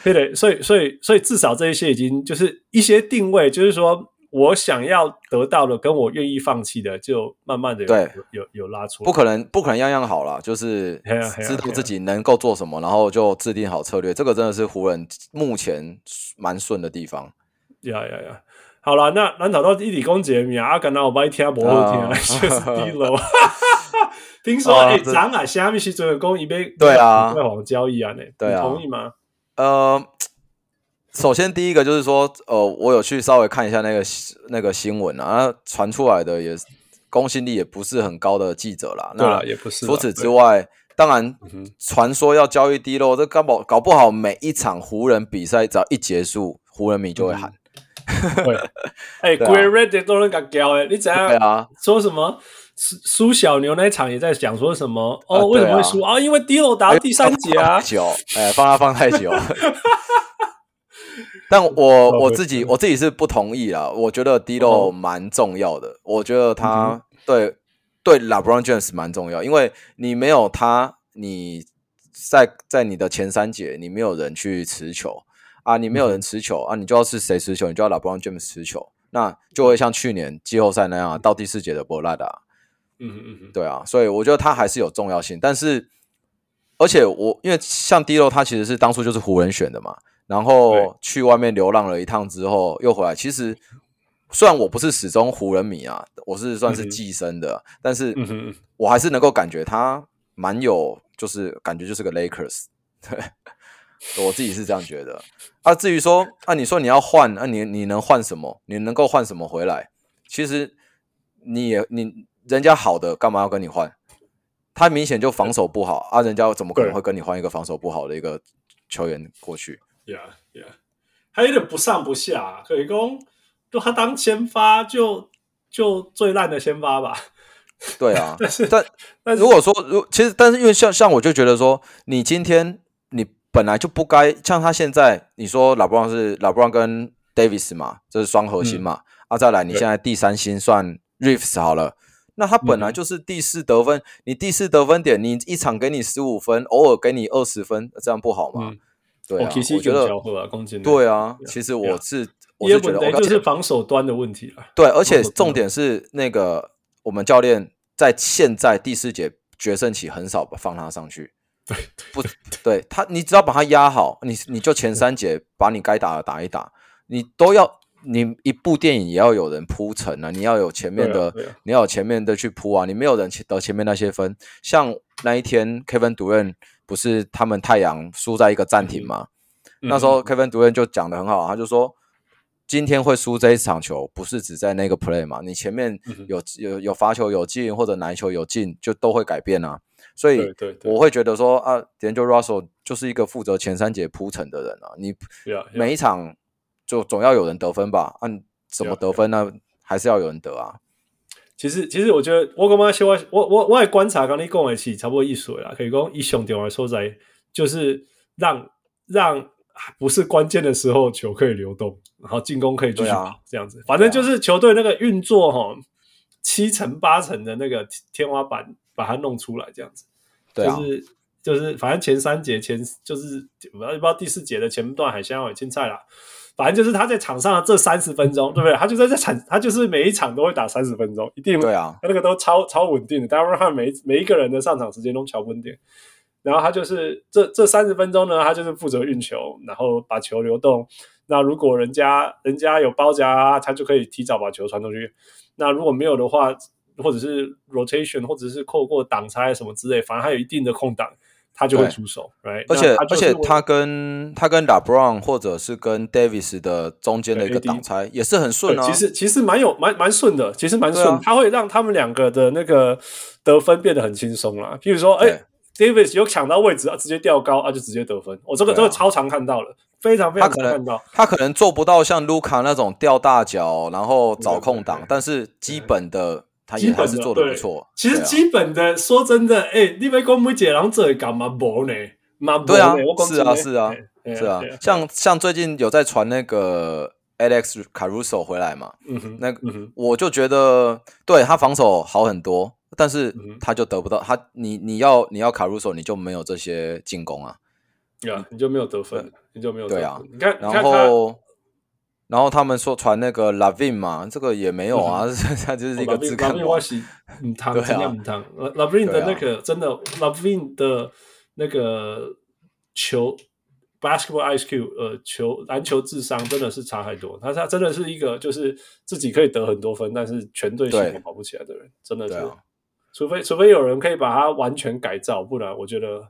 Speaker 1: 对对，所以所以所以至少这一些已经就是一些定位，就是说我想要得到的跟我愿意放弃的，就慢慢的
Speaker 5: 对
Speaker 1: 有有有拉出来
Speaker 5: 不可能，不可能样样好啦，就是
Speaker 1: 嘿啊嘿啊
Speaker 5: 知道
Speaker 1: 嘿啊
Speaker 5: 自己能够做什么，然后就制定好策略。这个真的是湖人目前蛮顺的地方。
Speaker 1: 呀呀呀！好了，那咱找到一理攻杰米啊，阿甘那我白听不好听，
Speaker 5: 啊
Speaker 1: 就是低 楼。听说
Speaker 5: 啊
Speaker 1: 哎，
Speaker 5: 这
Speaker 1: 咱啊，虾米时阵攻一杯
Speaker 5: 对啊
Speaker 1: 外网交易啊，呢，
Speaker 5: 对啊
Speaker 1: 你同意吗？
Speaker 5: 呃，首先第一个就是说，呃，我有去稍微看一下那个新那个新闻啊，那传出来的也是公信力也不是很高的记者啦。
Speaker 1: 对
Speaker 5: 那
Speaker 1: 了，也不是啦。
Speaker 5: 除此之
Speaker 1: 对，
Speaker 5: 外，当然
Speaker 1: 嗯哼
Speaker 5: 传说要交易低漏，这搞不好搞不好每一场湖人比赛只要一结束，湖人迷
Speaker 1: 嗯
Speaker 5: 就会喊。
Speaker 1: 对，哎，
Speaker 5: 对啊
Speaker 1: g r e e Red 都能敢教哎，你怎样
Speaker 5: 对？啊，
Speaker 1: 说什么苏苏小牛那一场也在讲说什么哦，
Speaker 5: 啊对啊
Speaker 1: 为什么会输啊、因为 d 罗打到第三节啊
Speaker 5: 太，久，哎，放他放 太久。但我我自己我自己是不同意啦，我觉得 D
Speaker 1: 哦
Speaker 5: 肉蛮重要的，我觉得他对对 LeBron James 蛮重要，因为你没有他，你在在你的前三节你没有人去持球啊，你没有人持球啊，你就要是谁持球，你就要 LeBron James 持球，那就会像去年季后赛那样啊到第四节的博拉达。
Speaker 1: 嗯嗯嗯，
Speaker 5: 对啊，所以我觉得他还是有重要性，但是而且我因为像 D 肉他其实是当初就是湖人选的嘛，然
Speaker 1: 对
Speaker 5: 后去外面流浪了一趟之后又回来。其实虽然我不是始终湖人迷啊，我是算是
Speaker 1: 嗯哼
Speaker 5: 寄生的，但是
Speaker 1: 嗯哼
Speaker 5: 我还是能够感觉他蛮有，就是感觉就是个 Lakers，对，我自己是这样觉得。啊，至于说啊，你说你要换，啊你你能换什么？你能够换什么回来？其实你也你人家好的干嘛要跟你换？他明显就防守不好啊，人家怎么可能
Speaker 1: 对
Speaker 5: 会跟你换一个防守不好的一个球员过去？
Speaker 1: ，Yeah Yeah，还有点不上不下，可以讲，就他当先发就就最烂的先发吧。
Speaker 5: 对啊，
Speaker 1: 但是
Speaker 5: 但
Speaker 1: 但是
Speaker 5: 如果说如其实，但是因为像像我就觉得说，你今天你本来就不该像他现在，你说老布朗是老布朗跟 Davis 嘛，这是双核心嘛，啊，再来你
Speaker 1: 嗯对
Speaker 5: 现在第三星算 Reeves 好了。那他
Speaker 1: 嗯
Speaker 5: 本来就是第四得分，你第四得分点，你一场给你十五分，偶尔给你二十分，这样不好吗？
Speaker 1: 嗯
Speaker 5: 对啊，
Speaker 1: 其实
Speaker 5: 我觉得
Speaker 1: 交互啊，攻击能力
Speaker 5: 对啊
Speaker 1: 对，啊
Speaker 5: 其实
Speaker 1: 对
Speaker 5: 我
Speaker 1: 啊
Speaker 5: 是我
Speaker 1: 也
Speaker 5: 是觉得
Speaker 1: 本来
Speaker 5: OK，
Speaker 1: 就是防守端的问题了。
Speaker 5: 对，而且
Speaker 1: 手
Speaker 5: 重
Speaker 1: 动
Speaker 5: 点是那个我们教练在现在第四节决胜期很少放他上去。对，不，对他，你只要把他压好，你你就前三节把你该打的打一打，你都要，你一部电影也要有人铺陈啊，你要有前面
Speaker 1: 对啊
Speaker 5: 的，
Speaker 1: 对啊
Speaker 5: 你要有前面的去铺啊，你没有人去得前面那些分。像那一天 Kevin 主任不是他们太阳输在一个暂停吗？
Speaker 1: 嗯
Speaker 5: 那时候 Kevin 主任就讲的很好啊，他就说今天会输这一场球，不是只在那个 play 嘛，你前面
Speaker 1: 嗯哼
Speaker 5: 有有有罚球有进或者哪一球有进，就都会改变啊。所以
Speaker 1: 对对对
Speaker 5: 我会觉得说啊，D'Angelo Russell 就是一个负责前三节铺陈的人啊，你
Speaker 1: Yeah, yeah
Speaker 5: 每一场就总要有人得分吧？啊按、你怎么
Speaker 1: Yeah,
Speaker 5: 得分呢？还是要有人得啊。
Speaker 1: 其实，其实我觉得我感觉小我我我我也观察刚你讲的是差不多意思的啦，可以讲以上重要的所在就是让让不是关键的时候球可以流动，然后进攻可以继续
Speaker 5: 对啊
Speaker 1: 跑这样子，反正就是球队那个运作哈，七成八成的那个天花板把它弄出来这样子。
Speaker 5: 对啊，
Speaker 1: 就是就是反正前三节前就是我不知道第四节的前段海鲜有青菜啦，反正就是他在场上的这三十分钟，对不对？他就在这场，他就是每一场都会打三十分钟，一定
Speaker 5: 对啊，
Speaker 1: 他那个都超超稳定的，大家看每一每一个人的上场时间都超稳定。然后他就是这这三十分钟呢，他就是负责运球，然后把球流动。那如果人家人家有包夹啊，他就可以提早把球传出去。那如果没有的话，或者是 rotation，或者是扣过挡拆什么之类，反正他有一定的空档，他就会
Speaker 5: 对
Speaker 1: 出手，right？
Speaker 5: 而且
Speaker 1: 那
Speaker 5: 而
Speaker 1: 就是
Speaker 5: 且
Speaker 1: 我
Speaker 5: 他跟他跟 LeBron 或者是跟 Davis 的中间的一
Speaker 1: 对
Speaker 5: 个
Speaker 1: AD
Speaker 5: 挡拆也是很顺
Speaker 1: 对，
Speaker 5: 啊。
Speaker 1: 其实其实蛮有蛮蛮顺的，其实蛮顺，
Speaker 5: 对啊
Speaker 1: 他会让他们两个的那个得分变得很轻松啦。譬如说，哎、
Speaker 5: 对
Speaker 1: Davis 有抢到位置啊，直接吊高啊，就直接得分。我、这个、
Speaker 5: 对
Speaker 1: 这个
Speaker 5: 啊
Speaker 1: 超常看到了，非常非
Speaker 5: 他
Speaker 1: 常
Speaker 5: 可
Speaker 1: 常
Speaker 5: 能
Speaker 1: 看到。
Speaker 5: 他可能做不到像卢卡那种吊大脚，然后找空
Speaker 1: 对
Speaker 5: 档
Speaker 1: 对，
Speaker 5: 但是基本的他
Speaker 1: 基
Speaker 5: 也
Speaker 1: 本的
Speaker 5: 还是做的不
Speaker 1: 对
Speaker 5: 错。
Speaker 1: 其实
Speaker 5: 对啊
Speaker 1: 基本的，说真的，哎、你被公母姐然后这里干嘛搏呢？嘛搏
Speaker 5: 对啊
Speaker 1: 呢？我讲
Speaker 5: 是啊
Speaker 1: 真的
Speaker 5: 是啊
Speaker 1: 哎哎
Speaker 5: 是啊
Speaker 1: 对，
Speaker 5: 像像最近有在传那个 Alex Caruso 回来嘛，
Speaker 1: 嗯哼，
Speaker 5: 那个
Speaker 1: 嗯哼，
Speaker 5: 我就觉得对他防守好很多，但是
Speaker 1: 嗯哼
Speaker 5: 他就得不到他你你要你要 Caruso 你就没有这些进攻啊，
Speaker 1: 呀、你就没有得分，你就没有得分
Speaker 5: 对啊
Speaker 1: 你看，你
Speaker 5: 然
Speaker 1: 看他
Speaker 5: 后。然后他们说传那个 Lavin 嘛，这个也没有啊，
Speaker 1: 嗯
Speaker 5: 他就是一个自
Speaker 1: 拉
Speaker 5: 看
Speaker 1: 宾
Speaker 5: 王
Speaker 1: 哦我。是唔烫，
Speaker 5: 对啊
Speaker 1: 真的唔烫。拉宾的
Speaker 5: 对啊
Speaker 1: 那个真的，拉宾的那个球 basketball IQ，呃，球篮球智商真的是差太多。他他真的是一个就是自己可以得很多分，但是全队系
Speaker 5: 对
Speaker 1: 统跑不起来的人，真的是
Speaker 5: 对啊。
Speaker 1: 除非除非有人可以把它完全改造，不然我觉得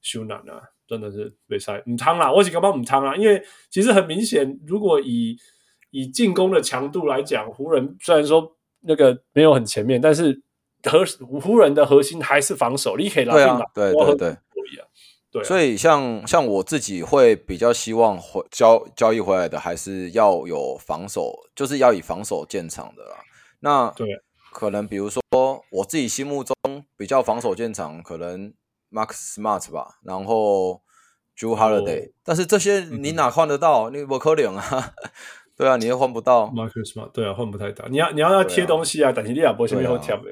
Speaker 1: 修难啊，真的是被塞唔汤啦。我只感觉唔汤啦，因为其实很明显，如果以以进攻的强度来讲，湖人虽然说那个没有很前面，但是核湖人的核心还是防守，你可以拉
Speaker 5: 对
Speaker 1: 进
Speaker 5: 啊
Speaker 1: 来，
Speaker 5: 对
Speaker 1: 我
Speaker 5: 对
Speaker 1: 很
Speaker 5: 对
Speaker 1: 不一样，对啊，
Speaker 5: 所以像像我自己会比较希望回交交易回来的，还是要有防守，就是要以防守见长的啦。那
Speaker 1: 对
Speaker 5: 可能比如说我自己心目中比较防守见长，可能 Max Smart 吧，然后 Drew Holiday，、但
Speaker 1: 哦
Speaker 5: 是这些
Speaker 1: 嗯
Speaker 5: 你哪换得到？你不可能啊， 对啊，你又换不到。
Speaker 1: Marcus Smart 对啊，换不太到。你要你要要贴东西啊，但是你亚波先面
Speaker 5: 对啊
Speaker 1: 后跳的，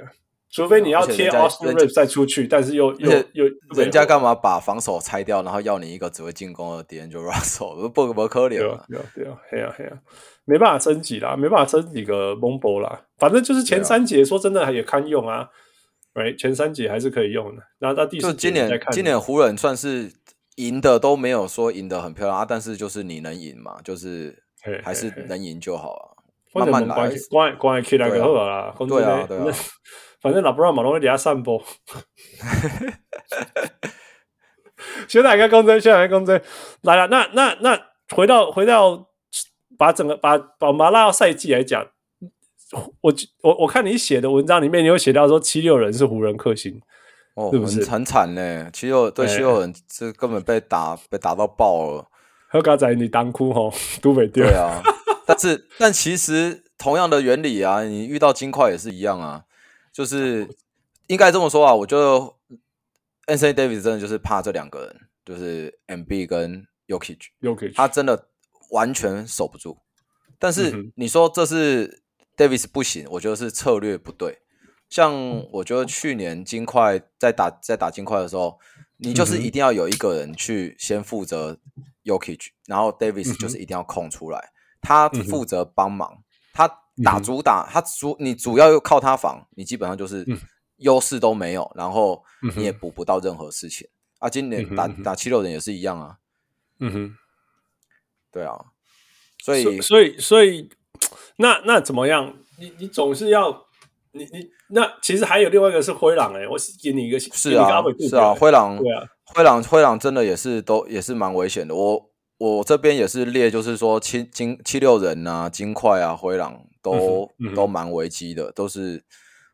Speaker 1: 除非你要
Speaker 5: 而且
Speaker 1: 贴
Speaker 5: 人家
Speaker 1: Austin
Speaker 5: 人家
Speaker 1: Reeves 再出去，但是又又
Speaker 5: 而且
Speaker 1: 又
Speaker 5: 人家干
Speaker 1: 嘛？
Speaker 5: 嘛把防守拆掉，然后要你一个只会进攻的 d a n g e l Russell？不不可
Speaker 1: 对
Speaker 5: 能
Speaker 1: 啊
Speaker 5: 啊！
Speaker 1: 对啊对啊，嘿啊嘿啊，没办法升级啦，没办法升几个 m o b 啦，反正就是
Speaker 5: 啊
Speaker 1: 前三节说真的也堪用啊，right 前三节还是可以用的，那到第四
Speaker 5: 就
Speaker 1: 节
Speaker 5: 今
Speaker 1: 你再
Speaker 5: 年
Speaker 1: 看
Speaker 5: 今年湖人算是赢的都没有说赢得很漂亮啊，但是就是你能赢嘛，就是
Speaker 1: 嘿嘿
Speaker 5: 还是
Speaker 1: 嘿
Speaker 5: 能赢就好啊。
Speaker 1: 或者
Speaker 5: 慢
Speaker 1: 我
Speaker 5: 慢
Speaker 1: 们
Speaker 5: 来
Speaker 1: 关关关起来就好了啦。
Speaker 5: 对
Speaker 1: 讲真的
Speaker 5: 啊对啊对啊，
Speaker 1: 反正老布朗嘛，拢会底下散 步。现在该公真，现在该公真。来了，那那那回到回到把整个把把我们拉到赛季来讲，我我我看你写的文章里面，你有写到说七六人是湖人克星，
Speaker 5: 哦，
Speaker 1: 是不是
Speaker 5: 很很惨嘞，七六对
Speaker 1: 哎
Speaker 5: 七六人这根本被打被打到爆了。
Speaker 1: 何刚才你当哭吼，都北丢
Speaker 5: 对。啊，但是 但其实同样的原理啊，你遇到金块也是一样啊，就是应该这么说啊，我觉得 N C Davis 真的就是怕这两个人，就是 M B 跟 y o k i c
Speaker 1: 又可以去
Speaker 5: 他真的完全守不住。但
Speaker 1: 嗯
Speaker 5: 是
Speaker 1: 哼
Speaker 5: 你说这是 Davis 不行，我觉得是策略不对。像
Speaker 1: 嗯
Speaker 5: 我觉得去年金块在打在打金块的时候，你就是
Speaker 1: 嗯哼
Speaker 5: 一定要有一个人去先负责 Yokich，然后
Speaker 1: 嗯
Speaker 5: Davis
Speaker 1: 哼
Speaker 5: 就是一定要空出来，他
Speaker 1: 嗯哼
Speaker 5: 负责帮忙，他
Speaker 1: 嗯
Speaker 5: 打
Speaker 1: 哼
Speaker 5: 主打，他主你主要又靠他防，你基本上就是
Speaker 1: 嗯
Speaker 5: 优势都没有，然后
Speaker 1: 嗯哼
Speaker 5: 你也补不到任何事情。啊，今
Speaker 1: 嗯
Speaker 5: 年
Speaker 1: 哼
Speaker 5: 打
Speaker 1: 嗯哼
Speaker 5: 打七六人也是一样啊，
Speaker 1: 嗯哼。
Speaker 5: 对啊，所以
Speaker 1: 所所以所以，那那怎么样？你你总是要你你那其实还有另外一个是灰狼哎、我是给你一个
Speaker 5: 是
Speaker 1: 给你一个阿
Speaker 5: 啊
Speaker 1: 伟杜，
Speaker 5: 是啊，
Speaker 1: 比欸
Speaker 5: 灰狼，
Speaker 1: 对啊，
Speaker 5: 灰狼，灰狼真的也是都也是蛮危险的。我我这边也是列，就是说七金七六人啊、金块啊、灰狼都、
Speaker 1: 嗯哼嗯哼
Speaker 5: 都蛮危机的，都是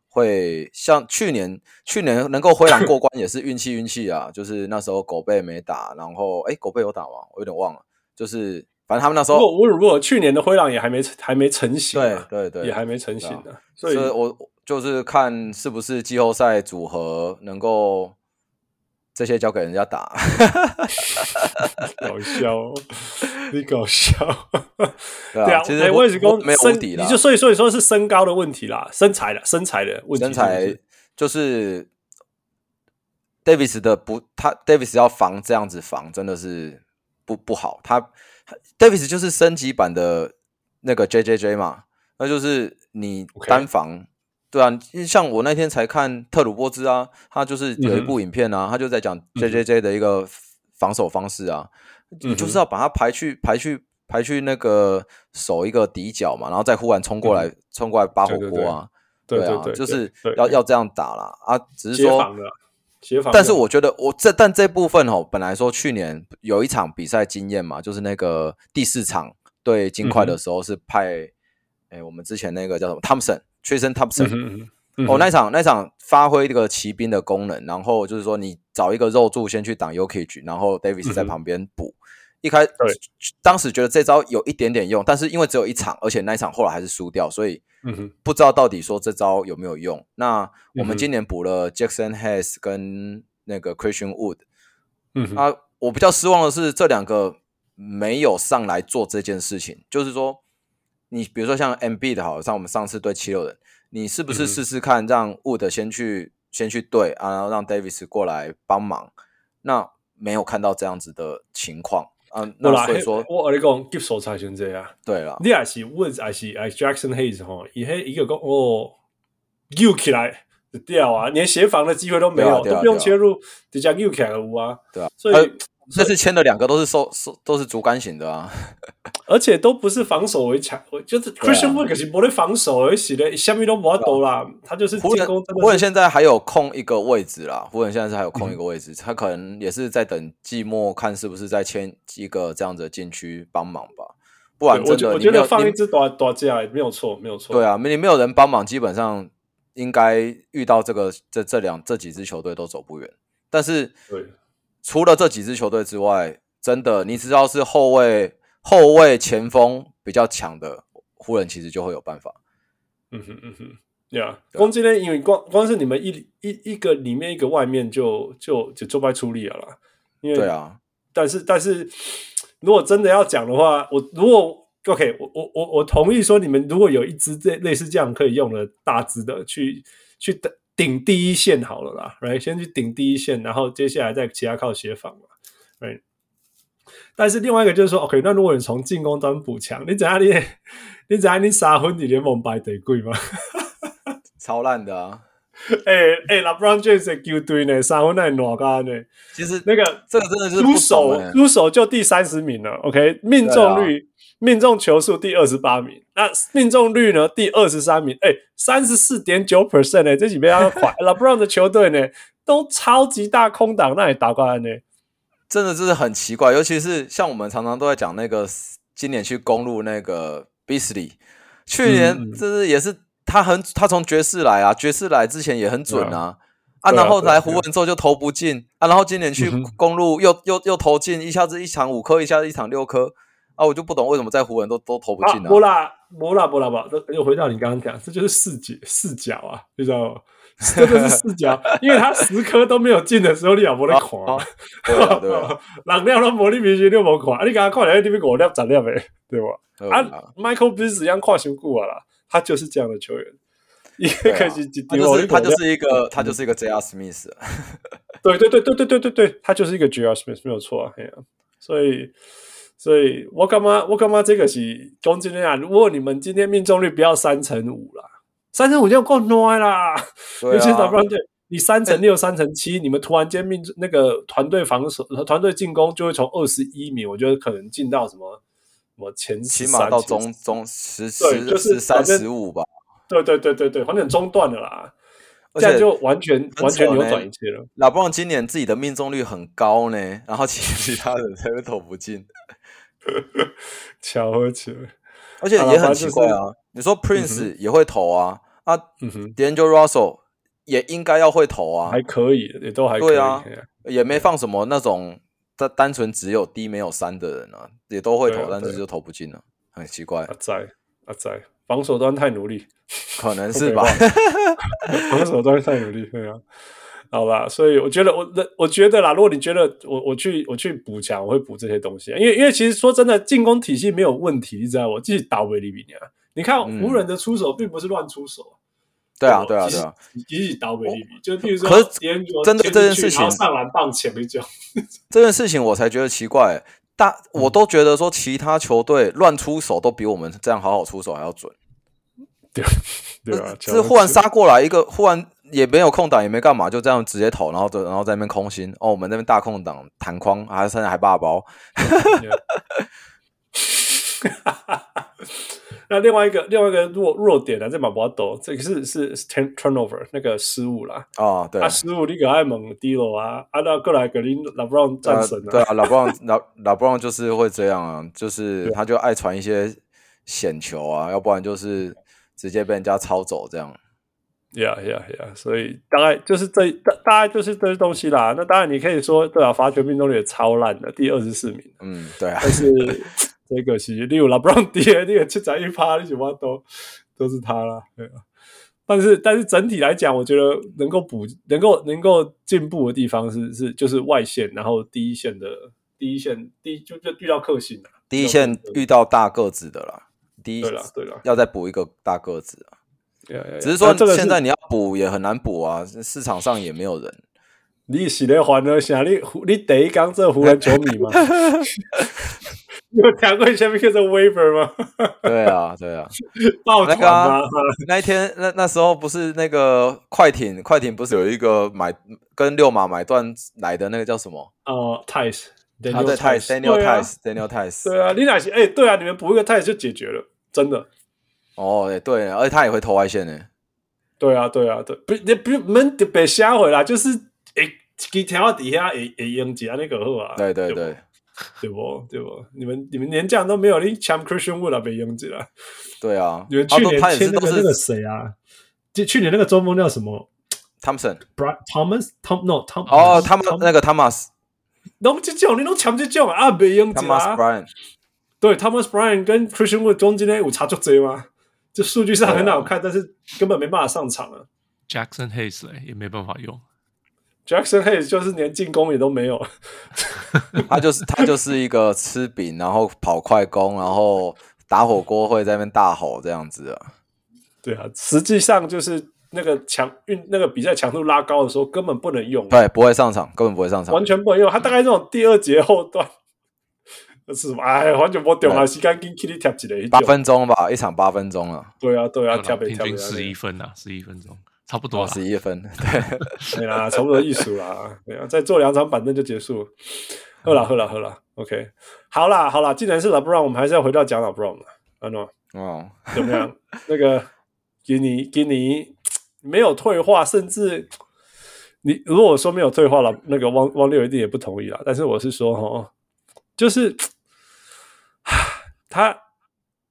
Speaker 5: 会像去年去年能够灰狼过关也是运气运气啊，就是那时候狗贝没打，然后哎狗贝有打吗？我有点忘了，就是反正他们那时
Speaker 1: 不过
Speaker 5: 候
Speaker 1: 无论如何，去年的灰狼也还没还没成型、
Speaker 5: 对
Speaker 1: 啊，
Speaker 5: 对对，
Speaker 1: 也还没成型呢、所
Speaker 5: 所
Speaker 1: 以
Speaker 5: 以我我就是看是不是季后赛组合能够这些交给人家打。
Speaker 1: 搞笑、哦，你搞笑，
Speaker 5: 对啊，
Speaker 1: 对啊，
Speaker 5: 其实
Speaker 1: 哎
Speaker 5: 我
Speaker 1: 我也是
Speaker 5: 我
Speaker 1: 说
Speaker 5: 没有
Speaker 1: 身
Speaker 5: 无敌啦，
Speaker 1: 你就所以所以说是身高的问题啦，身材的身材的问题
Speaker 5: 身
Speaker 1: 是不是，
Speaker 5: 材就是 Davis 的不，他 Davis 要防这样子防真的是不不好，他 Davis 就是升级版的那个 JJJ 嘛，那就是你
Speaker 1: OK
Speaker 5: 单防。对啊，因为像我那天才看特鲁波兹啊，他就是有一
Speaker 1: 嗯哼嗯
Speaker 5: 部影片啊，他就在讲
Speaker 1: 哼
Speaker 5: JJJ 的一个防守方式啊，你
Speaker 1: 嗯
Speaker 5: 就是
Speaker 1: 哼
Speaker 5: 要把它排去排去排去那个守一个底角嘛，然后再忽然冲过来、冲过来扒火
Speaker 1: 嗯对对
Speaker 5: 锅啊，
Speaker 1: 对
Speaker 5: 啊，
Speaker 1: 对，
Speaker 5: 就是
Speaker 1: 对
Speaker 5: 要
Speaker 1: 对
Speaker 5: 要这样打啦啊，只是
Speaker 1: 协防
Speaker 5: 说，
Speaker 1: 的啊，协防的啊，
Speaker 5: 但是我觉得我这但这部分哦，本来说去年有一场比赛经验嘛，就是那个第四场对金
Speaker 1: 嗯
Speaker 5: 块的时候是派，哎、我们之前那个叫什么汤 o m p s o n t r a s o n Thompson，、
Speaker 1: 嗯哼嗯哼嗯
Speaker 5: 哦，
Speaker 1: 哼
Speaker 5: 那一场那一场发挥这个骑兵的功能，然后就是说你找一个肉柱先去挡 y o k i 然后 Davis 在
Speaker 1: 嗯哼
Speaker 5: 旁边补。一开当时觉得这招有一点点用，但是因为只有一场，而且那一场后来还是输掉，所以
Speaker 1: 嗯哼
Speaker 5: 不知道到底说这招有没有用。那我
Speaker 1: 嗯哼
Speaker 5: 们今年补了 Jackson Hayes 跟那个 Christian Wood，
Speaker 1: 嗯哼
Speaker 5: 啊，我比较失望的是这两个没有上来做这件事情，就是说，你比如说像 MB 的好了，像我们上次对七六人，你是不
Speaker 1: 嗯
Speaker 5: 是
Speaker 1: 哼
Speaker 5: 试试看让 Wood 先去先去对啊，然后让 Davis 过来帮忙？那没有看到这样子的情况啊，
Speaker 1: 我
Speaker 5: 那
Speaker 1: 啦，
Speaker 5: 所以
Speaker 1: 嘿
Speaker 5: 说，
Speaker 1: 我跟你讲，接手才先这样。
Speaker 5: 对了，
Speaker 1: 你也啊是 Woods 还是还是 Jackson Hayes 吼，伊迄伊个讲哦，扭起来就掉啊，连协防的机会都没有，
Speaker 5: 对啊对啊
Speaker 1: 都不用
Speaker 5: 对啊
Speaker 1: 切入，直接扭起来有啊。
Speaker 5: 对啊，
Speaker 1: 所以、
Speaker 5: 呃这次签的两个都是受受都是竹竿型的啊，
Speaker 1: 而且都不是防守为强，就是 Christian Wood 可是不会防守而已嘞，下面都没多啦，他 就是
Speaker 5: 啊湖
Speaker 1: 进
Speaker 5: 人
Speaker 1: 攻真
Speaker 5: 湖人
Speaker 1: 的是。嗯
Speaker 5: 现在还有空一个位置啦，湖人现在是还有空一个位置，他可能也是在等季末看是不是再签一个这样子的禁区帮忙吧，不然
Speaker 1: 对我
Speaker 5: 真
Speaker 1: 觉
Speaker 5: 的
Speaker 1: 我
Speaker 5: 你
Speaker 1: 觉
Speaker 5: 没
Speaker 1: 得
Speaker 5: 有
Speaker 1: 放
Speaker 5: 你
Speaker 1: 一只短短架没有错，没有错。
Speaker 5: 对啊，你没有人帮忙，基本上应该遇到这个这这两这几支球队都走不远。但是
Speaker 1: 对
Speaker 5: 除了这几支球队之外，真的你只要是后卫、后卫、前锋比较强的，湖人其实就会有办法。
Speaker 1: 嗯哼嗯哼，yeah.
Speaker 5: 对啊
Speaker 1: 光今天因为光光是你们一一一个里面一个外面就就就做不出力了啦，因为
Speaker 5: 对啊，
Speaker 1: 但是但是如果真的要讲的话，我如果 OK，我我我我同意说，你们如果有一支这类似这样可以用的大支的去去顶顶第一线好了啦，来、right? 先去顶第一线，然后接下来再其他靠协防嘛，right？但是另外一个就是说，OK，那如果你从进攻端补强，你怎样你你怎样你杀昏你联盟白得贵吗？
Speaker 5: 超烂的啊！
Speaker 1: 哎哎，LeBron James 的球队呢，三分那暖干呢，
Speaker 5: 其实
Speaker 1: 那个
Speaker 5: 这个真的就
Speaker 1: 出
Speaker 5: 是不懂
Speaker 1: 手
Speaker 5: 欸啊
Speaker 1: 出手就第三十名了，OK，命中率、命中球数第二十八名，那命中率呢第二十三名，哎、三十四点九 percent 呢，这几边要 垮 LeBron 的球队呢都超级大空档，那里打过来呢，
Speaker 5: 真的就是很奇怪，尤其是像我们常常都在讲那个今年去公路那个 Beasley，去
Speaker 1: 嗯
Speaker 5: 年
Speaker 1: 嗯
Speaker 5: 就是也是他很他从爵士来啊，爵士来之前也很准
Speaker 1: 对
Speaker 5: 啊。啊，
Speaker 1: 对啊
Speaker 5: 然后
Speaker 1: 对啊
Speaker 5: 来
Speaker 1: 对
Speaker 5: 湖
Speaker 1: 啊
Speaker 5: 人之后就投不进啊，然后今年去
Speaker 1: 嗯
Speaker 5: 公路又、又又投进，一下子一场五颗，一下子一场六颗啊，我就不懂为什么在湖人都都投不
Speaker 1: 啊
Speaker 5: 进，
Speaker 1: 波
Speaker 5: 啊。
Speaker 1: 拉波拉波拉吧，又回到你刚刚讲，这就是视角视角啊，你知道吗？ 真的是视角，因为他十颗都没有进的时候，你老婆在狂。
Speaker 5: 啊对啊 对啊
Speaker 1: 人了拢无你明星你无看，啊你刚刚看了你要五粒十粒诶，对吧？
Speaker 5: 对
Speaker 1: 啊
Speaker 5: 啊，
Speaker 1: ，Michael b i s 一样看伤久啊啦，他就是这样的球员，一
Speaker 5: 对
Speaker 1: 个
Speaker 5: 啊
Speaker 1: 开始一
Speaker 5: 他
Speaker 1: 丢
Speaker 5: 就
Speaker 1: 哦，
Speaker 5: 是他
Speaker 1: 你五
Speaker 5: 就
Speaker 1: 粒
Speaker 5: 是一个他就是一个 J.R. Smith，
Speaker 1: 哦对对对对对对对对，他就是一个 J.R. Smith 没有错啊，嘿啊，所以所以我干嘛我干嘛这个是讲真的啊，如果你们今天命中率不要三成五啦，三成五就够暖啦，
Speaker 5: 对
Speaker 1: 尤其是
Speaker 5: 啊，
Speaker 1: LeBron 队，你三乘六、三乘七，你们突然间命中那个团队防守、团队进攻就会从二十一名，我觉得可能进到什么什么前
Speaker 5: 起
Speaker 1: 13
Speaker 5: 码到
Speaker 1: 前
Speaker 5: 中中十
Speaker 1: 对
Speaker 5: 十
Speaker 1: 就是
Speaker 5: 十三
Speaker 1: 反正
Speaker 5: 十五吧。
Speaker 1: 对对对对对，反正中断了啦，
Speaker 5: 而
Speaker 1: 这
Speaker 5: 且
Speaker 1: 样就完全
Speaker 5: 扯欸
Speaker 1: 完全扭
Speaker 5: 呢
Speaker 1: 转一切了。
Speaker 5: 老布朗今年自己的命中率很高呢， 然后其其他人才会投 不进，
Speaker 1: 巧合起来，
Speaker 5: 而且
Speaker 1: 好了
Speaker 5: 也
Speaker 1: 反正
Speaker 5: 很奇
Speaker 1: 就是
Speaker 5: 怪啊。你说 Prince 也会投啊，啊
Speaker 1: 嗯哼，
Speaker 5: ，D'Angelo Russell 也应该要会投啊
Speaker 1: 还，可以，也都还可以。
Speaker 5: 对啊
Speaker 1: 嘿
Speaker 5: 也没放什么那种单单纯只有低没有三的人啊，也都会
Speaker 1: 对
Speaker 5: 投
Speaker 1: 啊，
Speaker 5: 但是
Speaker 1: 对啊
Speaker 5: 就投不进了，很奇怪
Speaker 1: 阿，仔阿仔，防守端太努力。
Speaker 5: 可 能是吧？
Speaker 1: 防守端太有力，对啊。好啦，所以我觉得我我觉得啦，如果你觉得我我去我去补强，我会补这些东西，啊因为因为其实说真的，进攻体系没有问题，你知道吗我自己打维利比尼亚，你看
Speaker 5: 嗯
Speaker 1: 湖人的出手并不是乱出手，
Speaker 5: 对啊，对啊，
Speaker 1: 其
Speaker 5: 对
Speaker 1: 实
Speaker 5: 啊，，
Speaker 1: 一起打维利比，就比如说，
Speaker 5: 可是真的这件事情
Speaker 1: 上篮棒前 一脚，
Speaker 5: 这件事情我才觉得奇怪、大
Speaker 1: 嗯
Speaker 5: 我都觉得说其他球队乱出手都比我们这样好好出手还要准。
Speaker 1: 对啊，
Speaker 5: 是忽然杀过来一个，忽然也没有空档，也没干嘛，就这样直接投，然后就然后在那边空心。哦，我们那边大空档弹框，还甚至还霸包。
Speaker 1: 啊 那另外一个另外一个弱弱点呢、啊，这马博斗，这个是是是 turn turnover 那个失误啦，
Speaker 5: 哦，对，
Speaker 1: 啊，十五你可爱猛低了啊，啊那过来格林拉布朗战神
Speaker 5: 呃对
Speaker 1: 啊，
Speaker 5: 啊，老布朗老老布朗就是会这样啊，就是他就爱传一些险球啊，要不然就是直接被人家抄走这样。
Speaker 1: 呀呀呀，所以大概就是这大大概就是这些东西啦。那当然你可以说，对啊，罚球命中率也超烂的，第二十四名，
Speaker 5: 嗯，对啊，
Speaker 1: 但是这个是 例如拉布朗低，那个七仔一趴，你什么都都是他啦，对啊。但是但是整体来讲，我觉得能够补能够能够进步的地方是是就是外线，然后第一线的第一线第一就就遇到克星了、
Speaker 5: 第一线遇到大个子的啦，第一
Speaker 1: 啊对了对了，
Speaker 5: 要再补一个大个子啊，
Speaker 1: 呀呀呀
Speaker 5: 只是说
Speaker 1: 那这个
Speaker 5: 现
Speaker 1: 是
Speaker 5: 在你要补也很难补啊，市场上也没有人。
Speaker 1: 你是咧烦恼啥？你湖你第一讲做湖人球迷吗？你 有听过下面叫做 waiver 吗？
Speaker 5: 对啊，对啊。
Speaker 1: 抱团啊！
Speaker 5: 那一天，那那时候不是那个快艇，快艇不是有一个买跟六马买断来的那个叫什么？
Speaker 1: 哦，Tice，
Speaker 5: 啊，对泰斯 Daniel
Speaker 1: 对啊
Speaker 5: Tice，Daniel Tice。
Speaker 1: 对啊，你哪些？哎，对啊，你们补一个 Tice 就解决了，真的。
Speaker 5: 哦，对对，而且他也会投外线呢。
Speaker 1: 对啊，对啊，对，不，你不不们别瞎回啦，就是诶，一条底下会会用起那个好啊。
Speaker 5: 对对
Speaker 1: 不
Speaker 5: 对，
Speaker 1: 对不对不，你们你们连这样都没有，你抢 Christian Wood 啊，被用起啦。
Speaker 5: 对啊
Speaker 1: 你们。
Speaker 5: 他
Speaker 1: 去
Speaker 5: 都
Speaker 1: 年
Speaker 5: 他也
Speaker 1: 签
Speaker 5: 是
Speaker 1: 那
Speaker 5: 都
Speaker 1: 个那个
Speaker 5: 是
Speaker 1: 谁啊？就去年那个中锋叫什么？
Speaker 5: Thompson。
Speaker 1: Brian Thomas Tom no Tom
Speaker 5: 哦，他们那个 Thomas
Speaker 1: 拢这种，你拢抢这种啊，袂用
Speaker 5: Thomas
Speaker 1: 啊。
Speaker 5: Bryan。
Speaker 1: 对，Thomas Bryan 跟 Christian Wood 中间有差就贼吗？这数据上很
Speaker 5: 对啊
Speaker 1: 好看，但是根本没办法上场啊。
Speaker 2: Jackson Hayes 嘞也没办法用，
Speaker 1: Jackson Hayes 就是连进攻也都没有，
Speaker 5: 他就是他就是一个吃饼，然后跑快攻，然后打火锅会在那边大吼这样子啊。
Speaker 1: 对啊，实际上就是那个强运那个比赛强度拉高的时候根本不能用，啊
Speaker 5: 对，不会上场，根本不会上场
Speaker 1: 完。全不能用。他大概这种第二节后段 是什么？哎，完全不懂啊，
Speaker 5: 对
Speaker 1: 时间紧去你贴一个那种
Speaker 5: 八分钟吧，一场八分钟啊。
Speaker 1: 对啊，对啊，
Speaker 2: 对
Speaker 1: 跳
Speaker 2: 啦
Speaker 1: 呗
Speaker 2: 平
Speaker 1: 跳呗
Speaker 2: 均。十一分啊，十一分钟。差不
Speaker 1: 哦
Speaker 2: 多
Speaker 5: 多
Speaker 2: 了。
Speaker 5: 十一分， 对，
Speaker 1: 对啦，差不多艺术啦，对啊，再坐两场板凳就结束了。喝啦，喝啦，喝啦，OK，好啦，好啦，既然是 LeBron，我们还是要回到讲 LeBron 了。安诺
Speaker 5: 哦，
Speaker 1: 怎么样？那个给你给你没有退化，甚至你如果说没有退化了，那个汪汪六一定也不同意啦。但是我是说哦，就是他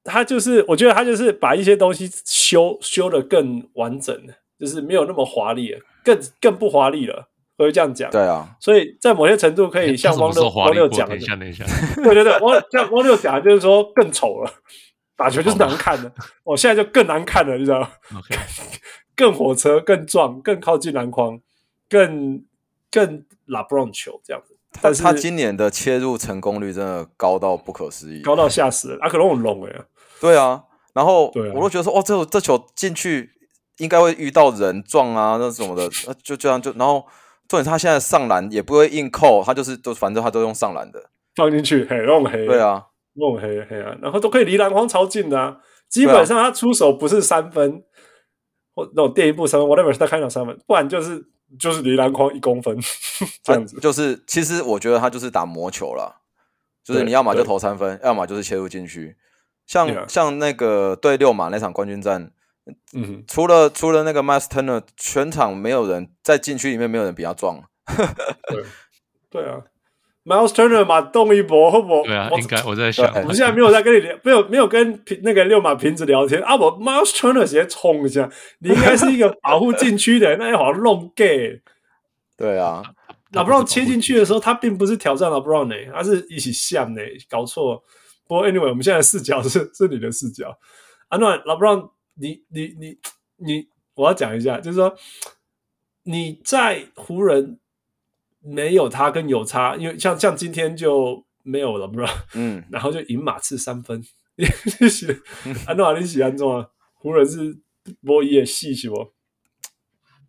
Speaker 1: 他就是，我觉得他就是把一些东西修修的更完整了，就是没有那么华丽了，更更不华丽了，我会这样讲。
Speaker 5: 对啊，
Speaker 1: 所以在某些程度可以像
Speaker 2: 他什
Speaker 1: 汪
Speaker 2: 么时
Speaker 1: 六
Speaker 2: 候华
Speaker 1: 汪
Speaker 2: 丽
Speaker 1: 六
Speaker 2: 过？
Speaker 1: 讲的
Speaker 2: 等一，下，等 一下，
Speaker 1: 对对对，汪像汪六讲的就是说更丑了，打球就是难看的，我、现在就更难看了，你知道吗？
Speaker 2: OK，
Speaker 1: 更火车、更壮、更靠近篮筐、更更拉布朗球这样子，
Speaker 5: 他
Speaker 1: 但是
Speaker 5: 他今年的切入成功率真的高到不可思议，
Speaker 1: 高到吓死人，啊，可能我聋了。
Speaker 5: 对啊，然后
Speaker 1: 对啊
Speaker 5: 我都觉得说，哦，这这球进去应该会遇到人撞啊，那什么的，呃就这样就，然后重点是他现在上篮也不会硬扣，他就是都反正他都用上篮的，
Speaker 1: 放进去，嘿，弄黑，
Speaker 5: 对，啊，
Speaker 1: 弄黑，嘿啊，然后都可以离篮筐超近的、啊，基本上他出手不是三分，或那种垫一步三分，whatever，他看到三分，不然就是就是离篮筐一公分 这
Speaker 5: 他
Speaker 1: 样子，
Speaker 5: 啊就是其实我觉得他就是打魔球啦，就是
Speaker 1: 对
Speaker 5: 你要么就
Speaker 1: 对啊
Speaker 5: 投三分，要么就是切入禁区，像
Speaker 1: Yeah
Speaker 5: 像那个对六马那场冠军战，
Speaker 1: 嗯，
Speaker 5: 除了除了那个 Miles Turner，全场没有人在禁区里面没有人比他壮，
Speaker 1: 对啊，Miles Turner 嘛，动一波，会不？
Speaker 2: 对啊，
Speaker 1: 我
Speaker 2: 应该我在想，
Speaker 5: 对
Speaker 1: 我们现在没有在啊跟你聊，没有没有跟平那个六马瓶子聊天啊！我 Miles Turner 直接冲一下，你应该是一个保护禁区的， 那你好像弄 gay。
Speaker 5: 对 啊，
Speaker 1: 老布朗切进去的时候，他并不是挑战老布朗呢，他是一起下呢，搞错。不过 anyway，我们现在的视角是是你的视角。啊，那老布朗，你你你你，我要讲一下，就是说你在湖人没有他跟有差，因为像像今天就没有老布朗。
Speaker 5: 嗯，
Speaker 1: 然后就赢马刺三分。 你是安诺瓦利喜安中啊？湖人是波伊的戏哦是不？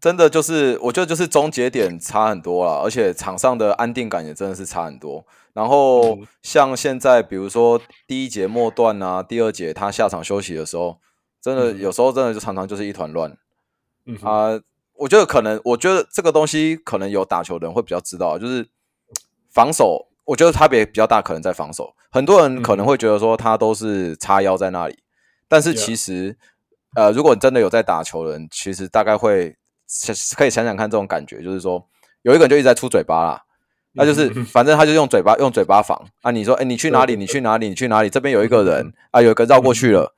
Speaker 5: 真的就是，我觉得就是终结点差很多了，而且场上的安定感也真的是差很多。然后像现在，比如说第一节末段啊，第二节他下场休息的时候，真的
Speaker 1: 嗯
Speaker 5: 有时候真的就常常就是一团乱
Speaker 1: 嗯哼，
Speaker 5: 啊、我觉得可能，我觉得这个东西可能有打球的人会比较知道，啊就是防守，我觉得差别比较大，可能在防守。很多人可能会觉得说他都是叉腰在那里，但是
Speaker 1: Yeah
Speaker 5: 其实，呃，如果你真的有在打球的人，其实大概会想可以想想看这种感觉，就是说有一个人就一直在出嘴巴啦，那就是
Speaker 1: 嗯
Speaker 5: 反正他就用嘴巴用嘴巴防啊。你说，哎，你去哪里？你去哪里？你去哪里？这边有一个人啊，有一个绕过去了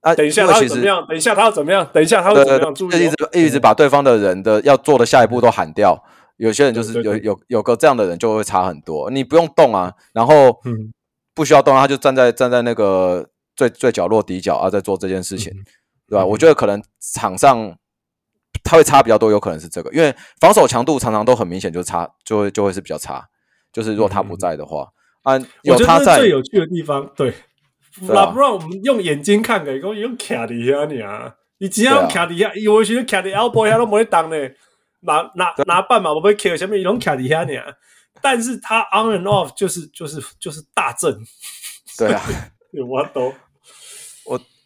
Speaker 5: 啊。
Speaker 1: 嗯等一下
Speaker 5: 因为
Speaker 1: 他
Speaker 5: 其
Speaker 1: 会怎
Speaker 5: 实
Speaker 1: 么样？等一下他要怎么样？等一下他会
Speaker 5: 对
Speaker 1: 怎
Speaker 5: 对
Speaker 1: 么样？
Speaker 5: 对，
Speaker 1: 注
Speaker 5: 就
Speaker 1: 意
Speaker 5: 一
Speaker 1: 哦
Speaker 5: 直一直把对方的人的要做的下一步都喊掉。有些人就是
Speaker 1: 对对
Speaker 5: 有
Speaker 1: 对
Speaker 5: 有有个这样的人就会差很多，你不用动啊，然后
Speaker 1: 嗯
Speaker 5: 不需要动啊，他就站在站在那个最最角落底角啊，在做这件
Speaker 1: 嗯
Speaker 5: 事情，对吧？我觉得可能场上他会差比较多，有可能是这个，因为防守强度常常都很明显就差，就会就会是比较差，就是如果他不在的话，啊，有
Speaker 1: 嗯我觉
Speaker 5: 他
Speaker 1: 得这
Speaker 5: 在
Speaker 1: 是最有趣的地方。对，
Speaker 5: 对
Speaker 1: 拉
Speaker 5: 啊
Speaker 1: 布朗，我们用眼睛看的，跟用卡的呀你啊，你只要
Speaker 5: 对啊
Speaker 1: 用卡的呀，有些卡的 elbow 下都没挡呢，拿拿拿半马我被 K 下面用卡的呀你啊，但是他 on and off 就是就是就是大阵，
Speaker 5: 对啊。
Speaker 1: 有我都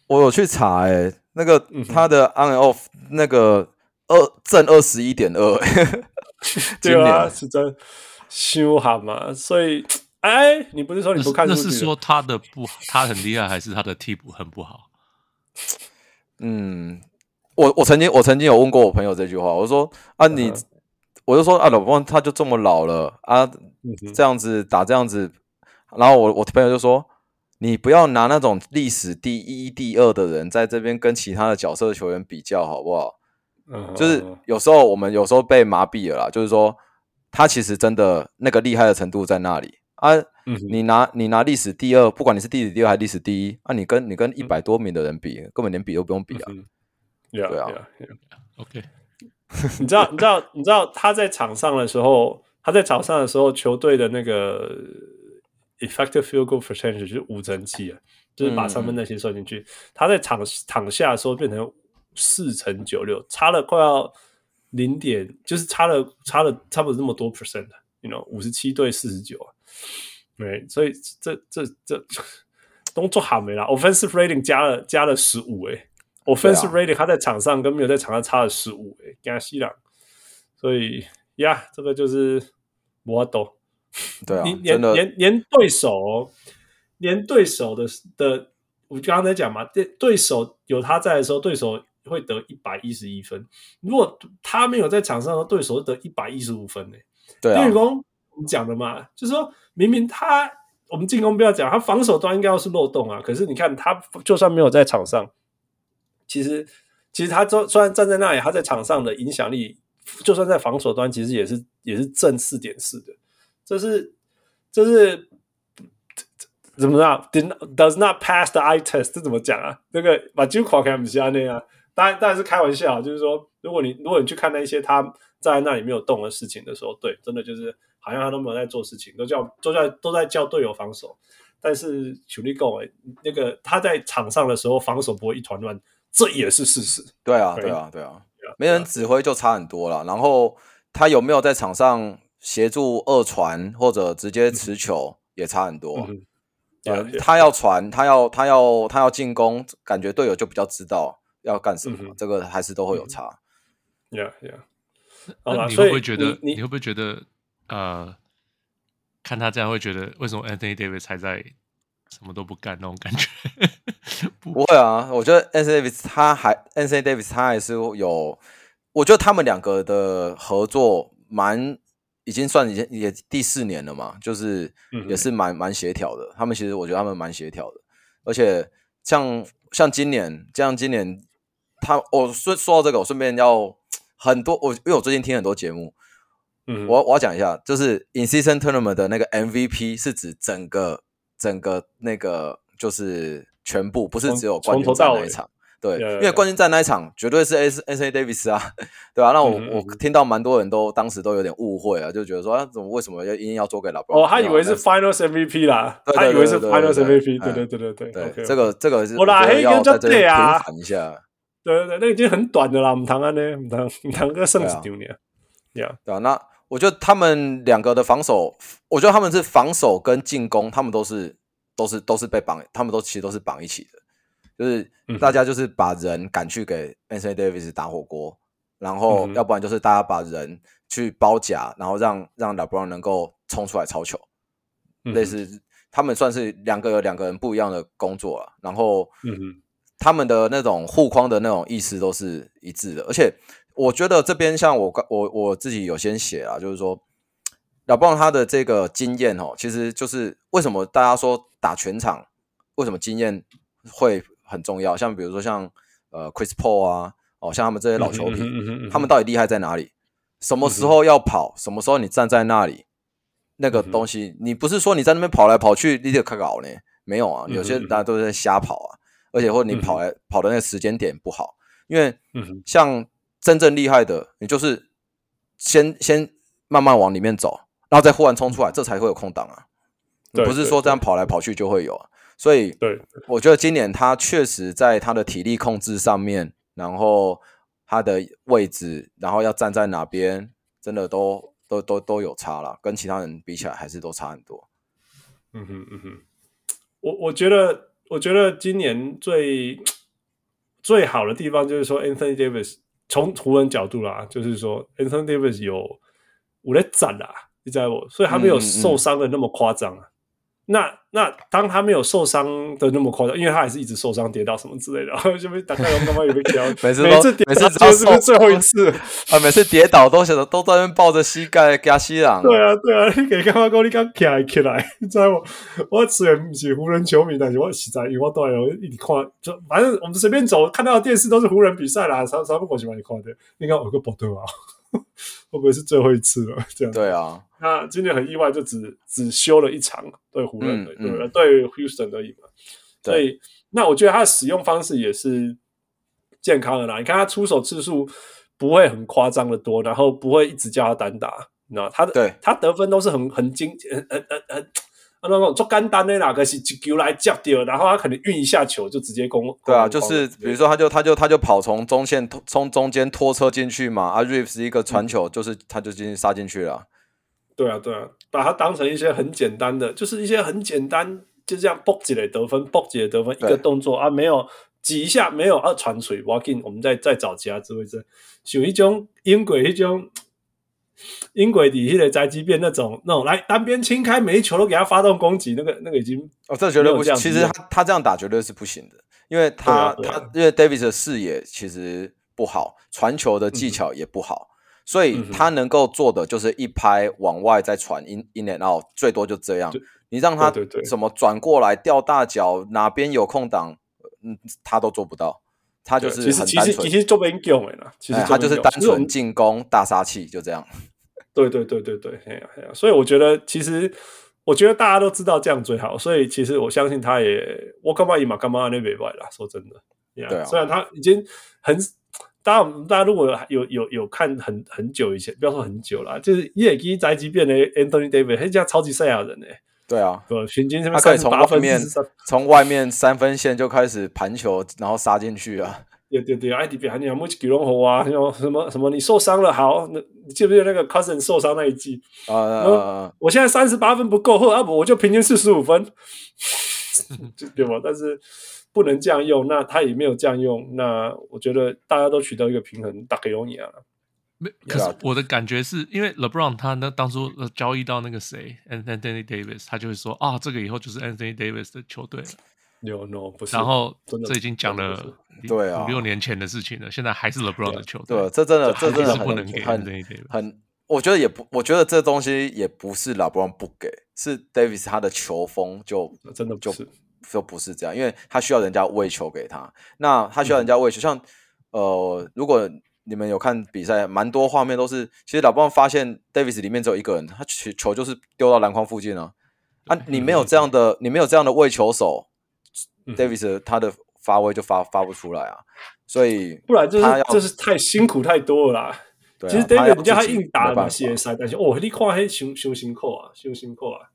Speaker 5: 我有去查、欸，那个
Speaker 1: 嗯哼
Speaker 5: 他的 on and off 那个二正二十一点二， 今
Speaker 1: 对啊，
Speaker 5: 年
Speaker 1: 是真修好嘛，所以哎，你不是说你
Speaker 2: 那
Speaker 1: 不
Speaker 2: 是
Speaker 1: 看
Speaker 2: 那
Speaker 1: 数据
Speaker 2: 是
Speaker 1: 的
Speaker 2: 说他的不好，他很厉害，还是他的替补很不好？
Speaker 5: 嗯，我我曾经我曾经有问过我朋友这句话，我说啊你，
Speaker 1: 嗯哼
Speaker 5: 我就说啊老公他就这么老了啊，
Speaker 1: 嗯哼
Speaker 5: 这样子打这样子，然后我我朋友就说。你不要拿那种历史第一、第二的人在这边跟其他的角色球员比较，好不好？
Speaker 1: 嗯
Speaker 5: 就是
Speaker 1: 嗯
Speaker 5: 有时候我们有时候被麻痹了啦，就是说他其实真的那个厉害的程度在那里啊。
Speaker 1: 嗯哼
Speaker 5: 你拿你拿历史第二，不管你是历史第二还是历史第一，啊，你跟你跟
Speaker 1: 嗯
Speaker 5: 一百多名的人比，根本连比都不用比啊。
Speaker 1: yeah,
Speaker 5: 对啊
Speaker 1: yeah, yeah.
Speaker 2: OK，
Speaker 1: 你知道，你知道，你知道他在场上的时候，他在场上的时候，球队的那个 effective field goal percentage 就是五成七啊，就是把三分那些算进去。他在场场下的时候变成四成九六，差了快要零点，就是差了差了差不多那么多 percent 的，you know，五十七对四十九啊，对，所以
Speaker 5: 啊
Speaker 1: 这这这动作喊没啦，offensive rating 加了加了十五哎。 offensive rating 他在场上跟没有在场上差了十五，哎，跟他西朗，所以呀，这个就是我懂。
Speaker 5: 对啊
Speaker 1: 你，连
Speaker 5: 真的
Speaker 1: 连连对手，连对手的的，我刚刚在讲嘛，对对手有他在的时候，对手会得一百一十一分；如果他没有在场上的时候，对手会得一百一十五分呢、欸
Speaker 5: 对
Speaker 1: 因
Speaker 5: 啊
Speaker 1: 为，刚我们讲的嘛，就是说明明他我们进攻不要讲，他防守端应该要是漏洞啊。可是你看他就算没有在场上，其实其实他就虽然站在那里，他在场上的影响力，就算在防守端，其实也是也是正四点四的，这是这是。怎么样？Did not- does not pass the eye test，这怎么讲啊？那个把就垮开不下那样，啊当然当然是开玩笑，啊就是说，如果你如果你去看那些他站在那里没有动的事情的时候，对，真的就是好像他都没有在做事情，都叫都在都在叫队友防守。但是球力够哎，那个他在场上的时候防守不会一团乱，这也是事实。
Speaker 5: 对啊，
Speaker 1: 对
Speaker 5: 对啊，对啊，
Speaker 1: 对啊
Speaker 5: 没人指挥就差很多了。然后他有没有在场上协助二传或者直接持球也差很多。
Speaker 1: 嗯对啊
Speaker 5: 呃
Speaker 1: 对，啊
Speaker 5: 他要传，他要他要他要进攻，感觉队友就比较知道要干什么，
Speaker 1: 嗯哼
Speaker 5: 这个还是都会有差。
Speaker 1: ，Yeah Yeah，好
Speaker 2: 那
Speaker 1: 了，
Speaker 2: 你
Speaker 1: 所
Speaker 2: 会
Speaker 1: 以
Speaker 2: 不会觉得？
Speaker 1: 你
Speaker 2: 你会不会觉得？呃，看他这样会觉得，为什么 Anthony Davis 还在什么都不干那种感觉？
Speaker 1: 嗯
Speaker 5: 不会啊，我觉得 N C Davis 他还 N C Davis 他还是有，我觉得他们两个的合作蛮已经算已经也第四年了嘛，就是
Speaker 1: 嗯哼
Speaker 5: 也是蛮蛮协调的。他们其实我觉得他们蛮协调的，而且像像今年，像今年他我顺说到这个，我顺便要很多我因为我最近听很多节目，
Speaker 1: 嗯，
Speaker 5: 我我要讲一下，就是 in season tournament 的那个 MVP 是指整个整个那个就是全部，不是只有
Speaker 1: 从
Speaker 5: 冠
Speaker 1: 从
Speaker 5: 军
Speaker 1: 头到
Speaker 5: 战
Speaker 1: 尾
Speaker 5: 那一场。对，
Speaker 1: Yeah, yeah,
Speaker 5: 因为冠军战那一场绝对是 S S A Davis 啊，对啊，那我、
Speaker 1: 嗯哼嗯
Speaker 5: 我听到蛮多人都当时都有点误会啊，就觉得说啊，怎么为什么要硬要做给老布？
Speaker 1: 哦，他以为是 Finals MVP 啦，
Speaker 5: 啊对对
Speaker 1: 他以为是
Speaker 5: 对对对
Speaker 1: Finals
Speaker 5: 对
Speaker 1: MVP，对
Speaker 5: 嗯
Speaker 1: 对对对
Speaker 5: 对
Speaker 1: OK，
Speaker 5: 这个这个是
Speaker 1: 我啦
Speaker 5: 觉得
Speaker 1: 黑
Speaker 5: 要
Speaker 1: 跟
Speaker 5: 在
Speaker 1: 就
Speaker 5: 这里
Speaker 1: 对
Speaker 5: 平
Speaker 1: 啊
Speaker 5: 反一下，
Speaker 1: 对对对，那已经很短的啦，我们啊谈安呢，我们谈我们谈个圣
Speaker 5: 对
Speaker 1: 子
Speaker 5: 啊
Speaker 1: 丢你啊，Yeah，
Speaker 5: 对啊，那我觉得他们两个的防守，我觉得他们是防守跟进攻，他们都是都是都是被绑，他们都其实都是绑一起的，就是
Speaker 1: 嗯哼
Speaker 5: 大家就是把人赶去给 Anthony Davis 打火锅，然后
Speaker 1: 嗯哼
Speaker 5: 要不然就是大家把人去包夹，然后让让 LeBron 能够冲出来抄球，
Speaker 1: 嗯
Speaker 5: 类似他们算是两个有两个人不一样的工作了，然后
Speaker 1: 嗯哼
Speaker 5: 他们的那种护框的那种意识都是一致的，而且我觉得这边像我刚我我自己有先写啊，就是说老布朗他的这个经验哦，其实就是为什么大家说打全场，为什么经验会很重要？像比如说像呃 Chris Paul 啊，哦像他们这些老球
Speaker 1: 嗯哼嗯哼嗯
Speaker 5: 评
Speaker 1: 哼，嗯
Speaker 5: 他们到底厉害在哪里？什么时候要跑，什么时候你站在那里，那个东西，你不是说你在那边跑来跑去，你得看搞呢？没有啊，有些
Speaker 1: 嗯哼
Speaker 5: 大家都在瞎跑啊，而且或者你
Speaker 1: 嗯哼
Speaker 5: 跑来、跑的那个时间点不好，因为
Speaker 1: 嗯哼
Speaker 5: 像真正厉害的，你就是先先慢慢往里面走，然后再忽然冲出来，这才会有空档啊。你
Speaker 1: 嗯对
Speaker 5: 不是
Speaker 1: 对
Speaker 5: 说这样
Speaker 1: 对
Speaker 5: 跑来跑去就会有啊。所以
Speaker 1: 对，
Speaker 5: 我觉得今年他确实在他的体力控制上面，然后他的位置，然后要站在哪边，真的都都都都有差了，跟其他人比起来还是都差很多。
Speaker 1: 嗯哼，嗯哼，我我觉得，我觉得今年最最好的地方就是说，Anthony Davis 从湖人角度啦，就是说 Anthony Davis 有我在攒啦，你知道不？所以他没
Speaker 5: 嗯
Speaker 1: 有
Speaker 5: 嗯嗯
Speaker 1: 受伤的那么夸张啊。那那当他没有受伤的那么夸张，因为他还是一直受伤跌倒什么之类的， 然后就被打开龙干嘛也被敲，
Speaker 5: 每次都
Speaker 1: 每次跌
Speaker 5: 每次
Speaker 1: 倒
Speaker 5: 只
Speaker 1: 今
Speaker 5: 要
Speaker 1: 天是不是
Speaker 5: 受
Speaker 1: 最后一次？
Speaker 5: 啊，每次跌倒都想都在那边抱着膝盖给他吸氧。
Speaker 1: 对啊，对啊，你给干嘛讲你刚起来起来，你知道吗？我虽然不是湖人球迷，但是我实在因为我对我一直看，就反正我们随便走看到的电视都是湖人比赛啦，啥啥不管喜欢你看的，应该有个保对啊，会不会是最后一次了？这样，
Speaker 5: 对啊，
Speaker 1: 那今年很意外，就只只休了一场对湖人的，
Speaker 5: 嗯嗯
Speaker 1: 对对 Houston 而已嘛。
Speaker 5: 对
Speaker 1: 所以，那我觉得他的使用方式也是健康的啦。你看他出手次数不会很夸张的多，然后不会一直叫他单打，你知道他的
Speaker 5: 对
Speaker 1: 他得分都是很很精呃很很很很。啊，那种做干单的啦，可是一球来接掉，然后他可能运一下球就直接攻。
Speaker 5: 对
Speaker 1: 攻
Speaker 5: 啊，就是
Speaker 1: 攻
Speaker 5: 比如说，他就他就他就跑从中线拖从中间拖车进去嘛，啊，Reeves 一个传球就是他就进去杀进去了啊。
Speaker 1: 对啊，对啊，把它当成一些很简单的，就是一些很简单，就这样 b o 起来得分 b o 起来得分，一
Speaker 5: 对
Speaker 1: 个动作啊，没有挤一下没有啊，传锤 walking，我们再再找其他智慧针，像一种音轨一种。音轨底下的宅急便那种那种来单边清开，每一球都给他发动攻击，那个那个已经
Speaker 5: 哦，这绝对
Speaker 1: 没
Speaker 5: 不
Speaker 1: 有这
Speaker 5: 行。
Speaker 1: 样子
Speaker 5: 其实他他这样打绝对是不行的，因为他、
Speaker 1: 对啊对啊
Speaker 5: 他因为 Davis 的视野其实不好，传球的技巧也不好，所以
Speaker 1: 嗯哼
Speaker 5: 他能够做的就是一拍往外再传 in in and out，最多就这样
Speaker 1: 对。
Speaker 5: 你让他
Speaker 1: 对对对
Speaker 5: 什么转过来吊大脚，哪边有空档，嗯，他都做不到。他就
Speaker 1: 对啊其
Speaker 5: 是
Speaker 1: 实
Speaker 5: 很
Speaker 1: 其
Speaker 5: 单
Speaker 1: 实
Speaker 5: 纯
Speaker 1: 其，实做边用的啦，其实
Speaker 5: 哎
Speaker 1: 做
Speaker 5: 他
Speaker 1: 不
Speaker 5: 就是
Speaker 1: 用
Speaker 5: 单
Speaker 1: 其实我们
Speaker 5: 纯进攻大杀器，就这样。
Speaker 1: 对对对对对，哎呀哎呀，所以我觉得其实我觉得大家都知道这样最好，所以其实我相信他也我干嘛以马干嘛那北外啦，说真的呀
Speaker 5: 对啊
Speaker 1: 虽然他已经很。大家，大家如果有有有看很很久以前，不要说很久啦，就是夜基宅急便的 Anthony Davis，他家超级赛亚人哎、
Speaker 5: 对啊，
Speaker 1: 不，平均这边
Speaker 5: 他可
Speaker 1: 三
Speaker 5: 以
Speaker 1: 十
Speaker 5: 从
Speaker 1: 八
Speaker 5: 外
Speaker 1: 分
Speaker 5: 面
Speaker 1: 43
Speaker 5: 从外面三分线就开始盘球，然后杀进去啊。
Speaker 1: 对对对，艾迪比还讲莫吉吉隆猴啊，那种什么什么，你受伤了，好，那你记不记得那个 Cousin 受伤那一季？
Speaker 5: 啊啊啊啊！
Speaker 1: 我现在三十八分不够，后阿伯我就平均四十五 分，就对吧？但是不能这样用，那他也没有这样用，那我觉得大家都取得一个平衡，打给永尼啊，
Speaker 2: 没，可是我的感觉是因为 LeBron 他那当初呃交易到那个谁 Anthony Davis，他就会说啊，这个以后就是 Anthony Davis 的球队了。
Speaker 1: no no 不是，
Speaker 2: 然后
Speaker 1: 真的
Speaker 2: 这已经讲
Speaker 1: 真的
Speaker 2: 了
Speaker 5: 对啊
Speaker 2: 五六年前的事情了，现在还是 LeBron 的球队
Speaker 5: 对，，这真的，
Speaker 2: 这
Speaker 5: 这真
Speaker 2: 还
Speaker 5: 的
Speaker 2: 是
Speaker 5: 很
Speaker 2: 不能给
Speaker 5: 很
Speaker 2: Anthony Davis
Speaker 5: 很，我觉得也不，我觉得这东西也不是老布朗不给，是 Davis 他的球风就
Speaker 1: 真的不
Speaker 5: 就是就不是这样，因为他需要人家喂球给他，那他需
Speaker 1: 嗯
Speaker 5: 要人家喂球，像呃，如果你们有看比赛，蛮多画面都是，其实老布朗发现 Davis 里面只有一个人，他球球就是丢到篮筐附近啊，啊，你没有这样的，你没有这样的喂球手
Speaker 1: 嗯
Speaker 5: ，Davis 的他的发挥就发发不出来啊，所以
Speaker 1: 不然就是
Speaker 5: 他要
Speaker 1: 就是太辛苦太多了啦。
Speaker 5: 对啊
Speaker 1: 其实 David
Speaker 5: 要
Speaker 1: 人家他
Speaker 5: 自己
Speaker 1: 硬打
Speaker 5: 没办
Speaker 1: 那
Speaker 5: 法
Speaker 1: 些赛，但是哦，你看黑熊熊辛苦啊，熊辛苦啊，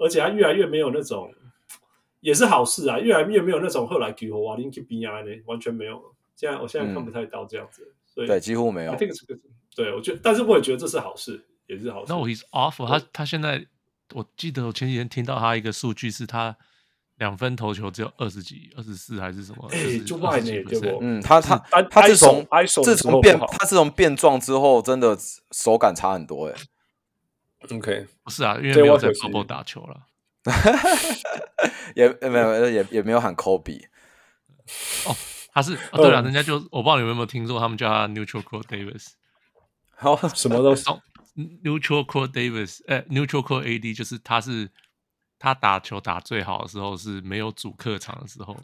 Speaker 1: 而且他越来越没有那种，也是好事啊，越来越没有那种后来举火瓦林 K B I 呢，完全没有了。现在我现在看不太到这样子，所以
Speaker 5: 对，几乎没有
Speaker 1: I。think it's good. 对我觉得，但是我也觉得这是好事，也是好事。
Speaker 2: 那我 he's awful，他他现在我记得我前几天听到他一个数据是他两分投球只有二十几、二十四还是什么，
Speaker 1: 哎
Speaker 2: 就是
Speaker 1: 就外呢
Speaker 2: 20几
Speaker 1: 对不
Speaker 2: percent
Speaker 5: 嗯，他他
Speaker 1: 他
Speaker 5: 他自从
Speaker 1: ISO
Speaker 5: 自
Speaker 1: 的时候
Speaker 5: 从
Speaker 1: 不
Speaker 5: 变
Speaker 1: 好
Speaker 5: 他自从变壮之后，真的手感差很多哎、
Speaker 1: 嗯 OK，
Speaker 2: 不是啊，因为
Speaker 1: 对
Speaker 2: 没有
Speaker 1: 我
Speaker 2: 在
Speaker 1: 可惜
Speaker 2: bubble 打球了。
Speaker 5: 也呃没有也也没有喊 Kobe，
Speaker 2: 他是、哦、对了，
Speaker 1: 嗯
Speaker 2: 人家就我不知道你们有没有听说，他们叫他 Neutral Core Davis。
Speaker 5: 好
Speaker 1: 什么都 西？
Speaker 2: 哦 Neutral Core Davis，呃，Neutral Core AD 就是他是他打球打最好的时候是没有主客场的时候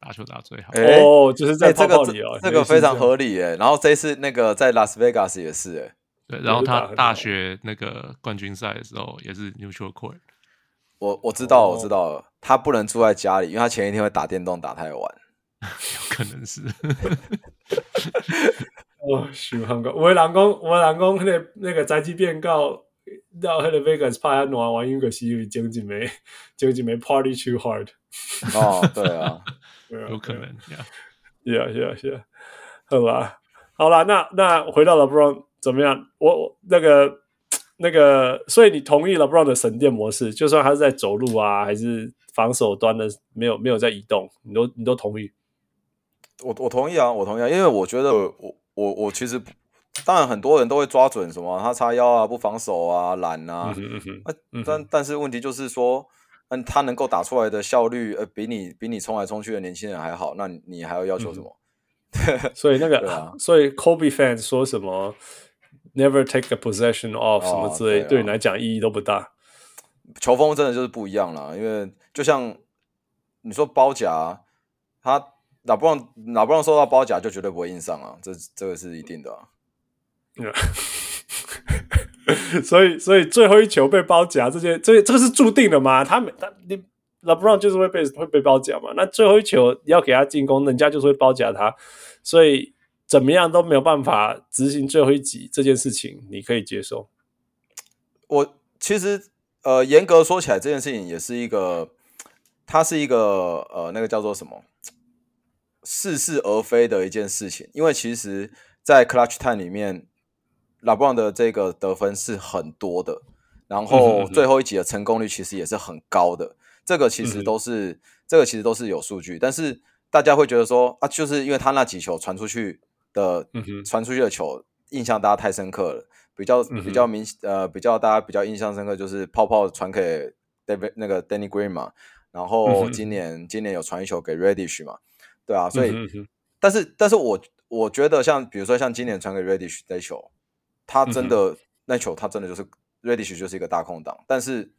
Speaker 2: 打球打最好。
Speaker 5: 哎、
Speaker 1: 哦，就是在
Speaker 5: 哎
Speaker 1: 泡
Speaker 5: 这个
Speaker 1: 泡
Speaker 5: 这
Speaker 1: 里哦，
Speaker 5: 这个非常
Speaker 1: 合。
Speaker 5: 合理哎、然后这一次那个在拉斯维加斯也是哎、
Speaker 2: 对，然后
Speaker 1: 打
Speaker 2: 他
Speaker 1: 得很
Speaker 2: 大
Speaker 1: 好
Speaker 2: 学那个冠军赛的时候也是 Neutral Core。
Speaker 5: 我我知道
Speaker 1: 哦
Speaker 5: 我知道了，他不能住在家里，因为他前一天会打电动打太晚。
Speaker 2: 可能是
Speaker 1: 啊哦，想香港，我的人讲，我的人讲，迄、个那个宅急便到到迄个 Vegas 拍遐暖玩，因个是因为整一枚整一枚 Party Too Hard，
Speaker 5: 哦，对啊，
Speaker 1: 对啊
Speaker 2: 有可能，yeah。
Speaker 1: ，Yeah Yeah Yeah，好吧，好啦，那那回到 LeBron 怎么样？我我那个那个，所以你同意 LeBron 的省电模式，就算他是在走路啊，还是防守端的没有没有在移动，你都你都同意？
Speaker 5: 我我同意啊，我同意啊，因为我觉得我我我其实不当然很多人都会抓准什么他叉腰啊、不防守啊、懒啊，
Speaker 1: 嗯哼嗯哼，
Speaker 5: 啊
Speaker 1: 嗯，
Speaker 5: 但但是问题就是说，嗯，他能够打出来的效率，呃，比你比你冲来冲去的年轻人还好，那你你
Speaker 1: 嗯
Speaker 5: 还要要求什么？
Speaker 1: 所以那个，
Speaker 5: 对啊
Speaker 1: 所以 Kobe fans 说什么 “never take a possession off”
Speaker 5: 哦
Speaker 1: 什么之类，
Speaker 5: 对啊
Speaker 1: 对你来讲意义都不大。
Speaker 5: 球风真的就是不一样啦，因为就像你说包夹，他老布朗老布朗受到包夹就绝对不会硬上啊，这这个是一定的、啊。
Speaker 1: 所以，所以最后一球被包夹，这些这这个是注定的嘛？他每他你 LeBron 就是会被会被包夹嘛？那最后一球你要给他进攻，人家就是会包夹他，所以怎么样都没有办法执行最后一集这件事情，你可以接受。
Speaker 5: 我其实呃，严格说起来，这件事情也是一个，它是一个呃，那个叫做什么，似是而非的一件事情。因为其实，在 clutch time 里面，拉布朗的这个得分是很多的，然
Speaker 1: 嗯
Speaker 5: 后
Speaker 1: 哼
Speaker 5: 最后一集的成功率其实也是很高的。这个其
Speaker 1: 嗯
Speaker 5: 实
Speaker 1: 哼
Speaker 5: 都是、这个其实都是有数据，但是大家会觉得说啊，就是因为他那几球传出去的
Speaker 1: 嗯哼
Speaker 5: 传出去的球，印象大家太深刻了，比较
Speaker 1: 嗯哼
Speaker 5: 比较明呃比较大家比较印象深刻就是泡泡传给 David 那个 Danny Green 嘛，然
Speaker 1: 嗯
Speaker 5: 后
Speaker 1: 哼
Speaker 5: 今年今年有传一球给 Radish 嘛，对啊，所以、
Speaker 1: 嗯哼嗯哼
Speaker 5: 但是但是我我觉得像比如说像今年传给 Radish 那球，
Speaker 1: 嗯
Speaker 5: 他真的、那球他真的就是 Radish 就是一个大空档，但是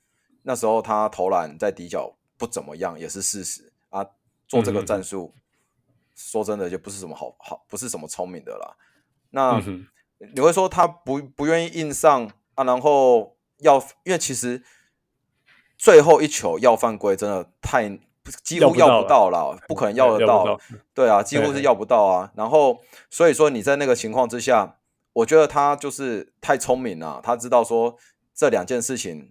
Speaker 5: 那时候他投篮在底角不怎么样也是事实啊，做这
Speaker 1: 嗯
Speaker 5: 个
Speaker 1: 哼
Speaker 5: 战术、说真的就不是什么好好不是什么聪明的啦。那、
Speaker 1: 嗯哼
Speaker 5: 你会说他不不愿意硬上啊，然后要因为其实最后一球要犯规真的太几乎
Speaker 1: 要
Speaker 5: 要
Speaker 1: 不
Speaker 5: 不
Speaker 1: 到
Speaker 5: 到了，不可能
Speaker 1: 要
Speaker 5: 要得到
Speaker 1: 不到，
Speaker 5: 对啊，几
Speaker 1: 对
Speaker 5: 乎是
Speaker 1: 对
Speaker 5: 要不到啊。然后所以说你在那个情况之下，我觉得他就是太聪明了，他知道说这两件事情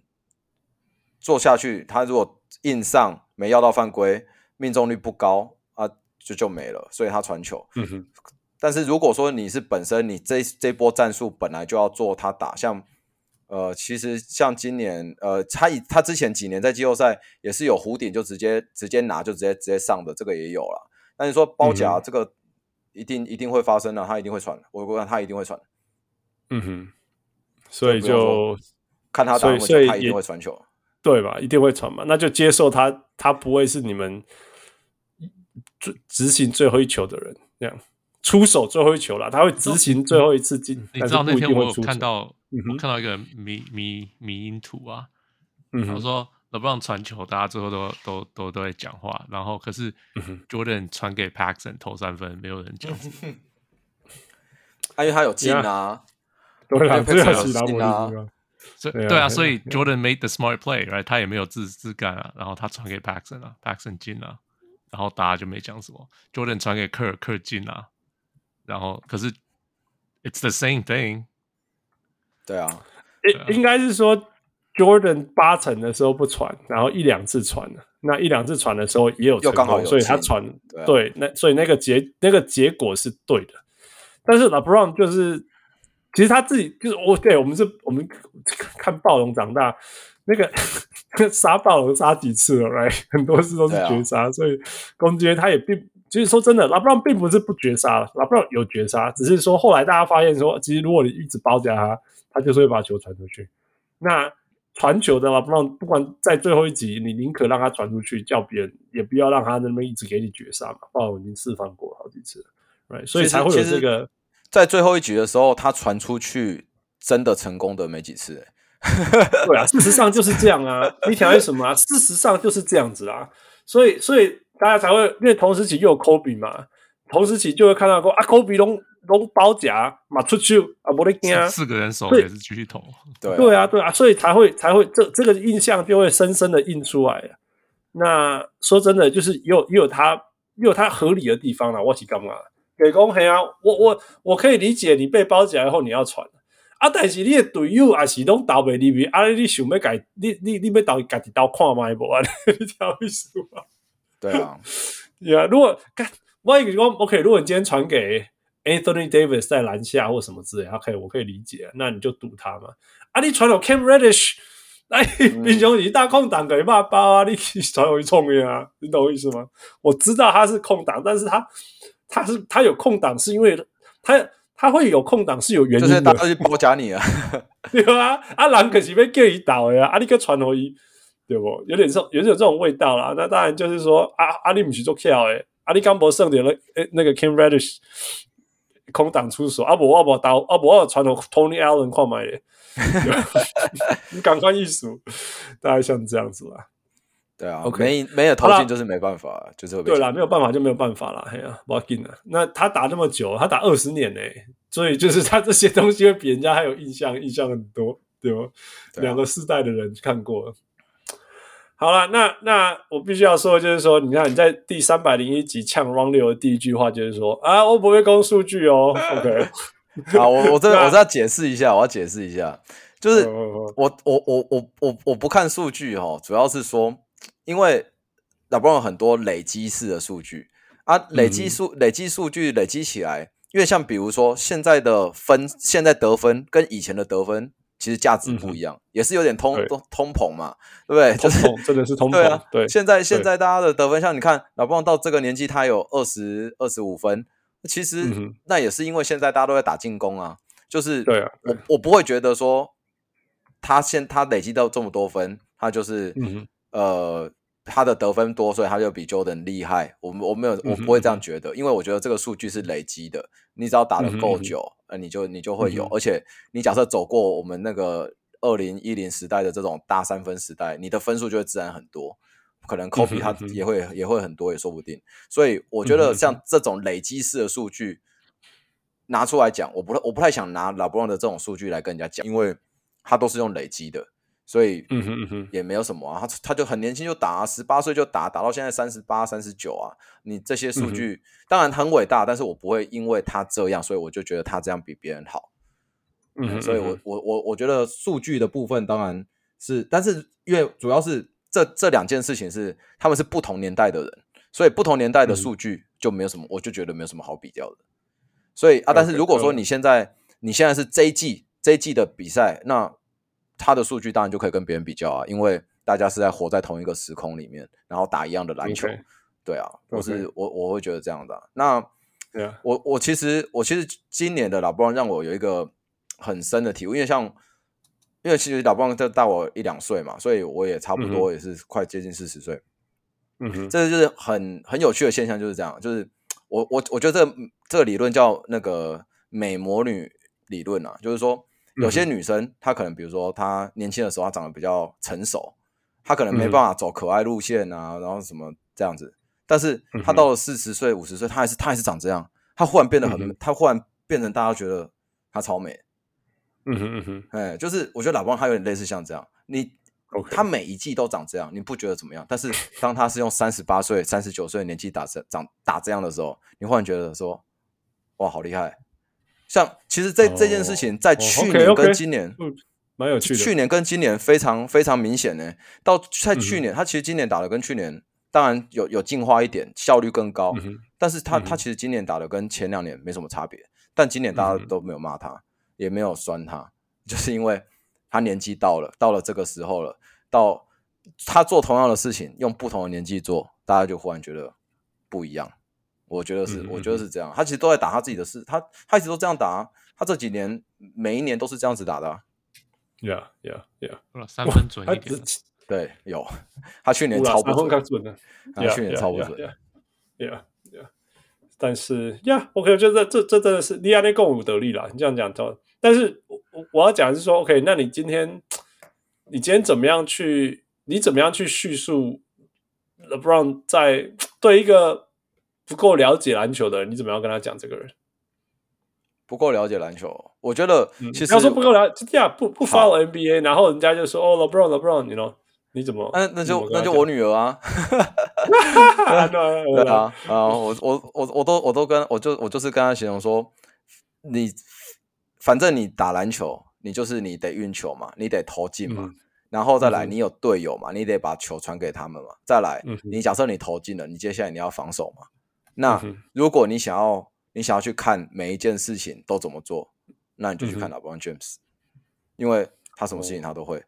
Speaker 5: 做下去，他如果硬上没要到犯规，命中率不高啊，就就没了，所以他传球。
Speaker 1: 嗯哼
Speaker 5: 但是如果说你是本身你这这波战术本来就要做他打，像呃，其实像今年呃，他以他之前几年在季后赛也是有弧顶就直接直接拿就直接直接上的，这个也有了。那你说包夹
Speaker 1: 嗯
Speaker 5: 这个一定、一定会发生的、他一定会传，我我看他一定会传，
Speaker 1: 嗯哼，所以
Speaker 5: 这不用说
Speaker 1: 就
Speaker 5: 看他打
Speaker 1: 所以
Speaker 5: 那么
Speaker 1: 所以
Speaker 5: 久，他一
Speaker 1: 也
Speaker 5: 定会传球。
Speaker 1: 对吧？一定会传嘛，那就接受他，他不会是你们最执行最后一球的人，这样出手最后一球啦，他会执行最后一次进，
Speaker 2: 嗯你
Speaker 1: 但
Speaker 2: 知
Speaker 1: 是
Speaker 2: 道那
Speaker 1: 不一
Speaker 2: 天
Speaker 1: 定
Speaker 2: 我
Speaker 1: 会
Speaker 2: 有
Speaker 1: 出手
Speaker 2: 看，到，
Speaker 1: 嗯哼
Speaker 2: 我看到一个迷迷迷因图啊，
Speaker 1: 嗯
Speaker 2: 我
Speaker 1: 哼，
Speaker 2: 说 LeBron 传球，大家最后都都都都在讲话，然后可是
Speaker 1: 嗯
Speaker 2: Jordan 传给 Paxson 投三分，没有人讲。
Speaker 5: 啊，因为他有进啊
Speaker 1: 对啦，
Speaker 5: 因
Speaker 1: 这
Speaker 5: 为
Speaker 1: 个
Speaker 5: Paxson
Speaker 1: 是拿
Speaker 5: 有
Speaker 1: 我
Speaker 5: 进啊
Speaker 1: 的
Speaker 2: 所以
Speaker 1: 对啊
Speaker 2: 对
Speaker 1: 还
Speaker 2: 啊，所以 Jordan made the smart play，right？他也没有自自干啊，然后他传给 Paxson 啊，Paxson 进啊，然后大家就没讲什么。Jordan 传给科尔，科尔进啊，然后可是 it's the same thing，
Speaker 5: 对啊，
Speaker 1: 应应该是说 Jordan 八成的时候不传，然后一两次传了，那一两次传的时候也有成
Speaker 5: 又刚好
Speaker 1: 功，
Speaker 5: 有
Speaker 1: 所以他
Speaker 5: 进
Speaker 1: 传
Speaker 5: 对啊
Speaker 1: 对，那所以那个结那个结果是对的，但是 LeBron 就是，其实他自己就是我对我们是我们看暴龙长大，那个 杀暴龙杀几次了来 很多次都是
Speaker 5: 对啊
Speaker 1: 绝杀，所以攻击他也并其实说真的，LeBron 并不是不绝杀，LeBron 有绝杀，只是说后来大家发现说，其实如果你一直包夹他，他就是会把球传出去。那传球的 LeBron 不管在最后一集，你宁可让他传出去，叫别人也不要让他那边一直给你绝杀嘛。暴龙已经示范过好几次了，right？所以
Speaker 5: 其实
Speaker 1: 才会有这
Speaker 5: 其实
Speaker 1: 个。
Speaker 5: 在最后一局的时候，他传出去真的成功的没几次、欸
Speaker 1: 对啊，事实上就是这样啊。你想要什么啊？事实上就是这样子啊。所以，所以大家才会，因为同时期又有科比嘛，同时期就会看到说啊，科比拢拢包夹嘛出去啊，没得惊啊。
Speaker 2: 四个人手
Speaker 1: 对
Speaker 2: 也是继续投。
Speaker 5: 对
Speaker 1: 对啊，对啊，所以才会才会这这个印象就会深深的印出来啊。那说真的，就是也有也有它也有它合理的地方啦。我是干嘛？给公黑啊，我我我可以理解你被包起来后你要传啊，但是你的队友也是拢倒袂入去，啊，你想要改，你你你要倒家己倒看卖无啊？ 你知道意思吗？
Speaker 5: 对啊，
Speaker 1: 对啊，如果干，万一说 OK，如果你今天传给 Anthony Davis 在篮下或什么之类，OK，我可以理解，那你就赌他嘛。啊，你传给 Cam Reddish，哎，
Speaker 5: 嗯
Speaker 1: 平常你大空档给骂包啊，你传回冲的啊，你懂我意思吗？我知道他是空档，但是他他是他有空档是因为他他会有空档是有原
Speaker 5: 就
Speaker 1: 因的
Speaker 5: 是，大家去包夹你啊。
Speaker 1: 对啊，啊，人可是被叫伊倒的啊，啊，你个传互伊，对不？有点这种，有点这种味道啦。那当然就是说，啊，啊，你毋是做巧诶，啊，你刚无胜点了，诶，那个 Kim Reddish 空档出手，啊，无我无倒，啊，无我传互 Tony Allen 看卖咧， 对吧你赶快艺术，大概像这样子啦。
Speaker 5: 对啊
Speaker 1: OK
Speaker 5: 没没有投
Speaker 1: 好啦
Speaker 5: 进就是没办法，就是会被
Speaker 1: 对啦，
Speaker 5: 抢
Speaker 1: 没有办法就没有办法啦，哎呀、不要紧啦。那他打那么久，他打二十年呢、所以就是他这些东西会比人家还有印象，印象很多，对吗？
Speaker 5: 对啊
Speaker 1: 两个世代的人看过了。好了，那那我必须要说，就是说，你看你在第三百零一集呛 Run 六的第一句话就是说啊，我不会攻数据哦。OK，
Speaker 5: 啊！我我 这
Speaker 1: 对啊
Speaker 5: 我是要解释一下，我要解释一下，就是
Speaker 1: 嗯嗯嗯
Speaker 5: 我我我我我我不看数据哦，主要是说，因为 LeBron 有很多累积式的数据
Speaker 1: 嗯
Speaker 5: 啊，累积数、累积数据累积起来，因为像比如说现在的分，现在得分跟以前的得分其实价值不一样，也是有点
Speaker 1: 嗯
Speaker 5: 通
Speaker 1: 对
Speaker 5: 通通膨嘛，对不对？就
Speaker 1: 通
Speaker 5: 是
Speaker 1: 膨真的是通
Speaker 5: 对
Speaker 1: 膨
Speaker 5: 啊，，
Speaker 1: 对，
Speaker 5: 现在现在大家的得分，像你看老布朗到这个年纪，他有二十二十五分，其
Speaker 1: 嗯
Speaker 5: 实
Speaker 1: 哼
Speaker 5: 那也是因为现在大家都在打进攻啊，就是
Speaker 1: 对啊
Speaker 5: 我我不会觉得说他现他累积到这么多分，他就是
Speaker 1: 嗯哼
Speaker 5: 呃他的得分多，所以他就比 Jordan 厉害。我我没有我
Speaker 1: 嗯哼
Speaker 5: 不会这
Speaker 1: 嗯
Speaker 5: 样觉得，因为我觉得这个数据是累积的，你只要打得
Speaker 1: 嗯哼嗯
Speaker 5: 够
Speaker 1: 哼
Speaker 5: 久，呃，你就你就会有，
Speaker 1: 嗯哼
Speaker 5: 而且你假设走过我们那个二零一零时代的这种大三分时代，你的分数就会自然很多。可能 Kobe 他
Speaker 1: 嗯哼
Speaker 5: 也会、也会很多也说不定，所以我觉得
Speaker 1: 嗯哼
Speaker 5: 像这种累积式的数据拿出来讲，我不太我不太想拿老布朗的这种数据来跟人家讲，因为他都是用累积的，所以
Speaker 1: 嗯哼嗯哼，
Speaker 5: 也没有什么啊，他他就很年轻就打、啊，十八岁就打，打到现在三十八、三十九啊。你这些数据、当然很伟大，但是我不会因为他这样，所以我就觉得他这样比别人好。
Speaker 1: 嗯哼，
Speaker 5: 所以我
Speaker 1: 嗯
Speaker 5: 我我我觉得数据的部分当然是，但是因为主要是这这两件事情是他们是不同年代的人，所以不同年代的
Speaker 1: 嗯
Speaker 5: 数据就没有什么，我就觉得没有什么好比较的。所以啊，但是
Speaker 1: OK，
Speaker 5: 如果说
Speaker 1: 嗯
Speaker 5: 你现在你现在是这一季这一季的比赛，那他的数据当然就可以跟别人比较啊，因为大家是在活在同一个时空里面，然后打一样的篮球
Speaker 1: OK
Speaker 5: 对啊，我
Speaker 1: OK
Speaker 5: 是我我会觉得这样的啊、那
Speaker 1: 对啊，
Speaker 5: 我我其实我其实今年的老布朗让我有一个很深的体悟，因为像因为其实老布朗就大我一两岁嘛，所以我也差不多也是快接近四十岁。
Speaker 1: 嗯哼，
Speaker 5: 这就是很很有趣的现象，就是这样。就是我我我觉得这个这个理论叫那个美魔女理论啊，就是说
Speaker 1: 嗯
Speaker 5: 有些女生、她可能比如说她年轻的时候她长得比较成熟，她可能
Speaker 1: 嗯
Speaker 5: 没
Speaker 1: 哼
Speaker 5: 办法走可爱路线啊，然后什么这样子。但是
Speaker 1: 嗯
Speaker 5: 她到了四十岁五十岁，她还是她还是长这样，她忽然变得很，
Speaker 1: 嗯哼
Speaker 5: 她忽然变成大家觉得她超美。
Speaker 1: 嗯哼嗯哼
Speaker 5: 哎，就是我觉得老邦他有点类似像这样，你
Speaker 1: OK
Speaker 5: 他每一季都长这样，你不觉得怎么样？但是当他是用三十八岁、三十九岁的年纪打这长打这样的时候，你忽然觉得说，哇，好厉害！像其实这、这件事情在
Speaker 1: 哦
Speaker 5: 去
Speaker 1: ，OK，
Speaker 5: 年跟
Speaker 1: OK
Speaker 5: 今年，
Speaker 1: 嗯，蛮有趣的，
Speaker 5: 去年跟今年非常非常明显呢。到在去
Speaker 1: 嗯
Speaker 5: 年，他其实今年打的跟去年当然有有进化一点，效率更高，
Speaker 1: 嗯哼
Speaker 5: 但是他、
Speaker 1: 嗯
Speaker 5: 他其实今年打的跟前两年没什么差别，但今年大
Speaker 1: 嗯
Speaker 5: 家
Speaker 1: 哼
Speaker 5: 都没有骂他，也没有酸他， 就是因为他年纪到了，到了这个时候了，到他做同样的事情，用不同的年纪做，大家就忽然觉得不一样。我觉得是，
Speaker 1: 嗯哼
Speaker 5: 我觉得是这样。他其实都在打他自己的事，他他一直都这样打、啊，他这几年每一年都是这样子打的啊、
Speaker 1: ，Yeah Yeah Yeah，
Speaker 2: 好了三分准
Speaker 1: 他
Speaker 2: 一点啊
Speaker 1: 只
Speaker 2: 了，
Speaker 5: 对，有， 他去年
Speaker 1: 乌拉
Speaker 5: 超
Speaker 1: 三
Speaker 5: 不
Speaker 1: 分
Speaker 5: 准
Speaker 1: 刚，准的
Speaker 5: 他去年超不准。
Speaker 1: ，Yeah，Yeah，Yeah，但是，Yeah，OK，我觉得这这真的是利亚内共舞得利啦。你这样讲到，但是我我我要讲的是说，OK，那你今天你今天怎么样去，你怎么样去叙述 LeBron 在对一个不够了解篮球的人，你怎么样跟他讲这个人？
Speaker 5: 不够了解篮球。我觉得
Speaker 1: 嗯
Speaker 5: 其实
Speaker 1: 不要说不够了解，这样不不
Speaker 5: 好
Speaker 1: follow NBA，然后人家就说哦，LeBron，LeBron，你 know，你怎么？
Speaker 5: 嗯那那就
Speaker 1: 你怎么跟他
Speaker 5: 那就
Speaker 1: 讲
Speaker 5: 我女儿啊，
Speaker 1: 啊，对
Speaker 5: 对啊，啊，我我我我都我都跟我就我就是跟她形容说，你反正你打篮球，你就是你得运球嘛，你得投进嘛，
Speaker 1: 嗯
Speaker 5: 然后再来
Speaker 1: 嗯哼
Speaker 5: 你有队友嘛，你得把球传给他们嘛，再来
Speaker 1: 嗯哼
Speaker 5: 你假设你投进了，你接下来你要防守嘛。那
Speaker 1: 嗯哼
Speaker 5: 如果你想要你想要去看每一件事情都怎么做，那你就去看
Speaker 1: 嗯哦
Speaker 5: LeBron James，因为他什么事情他都会。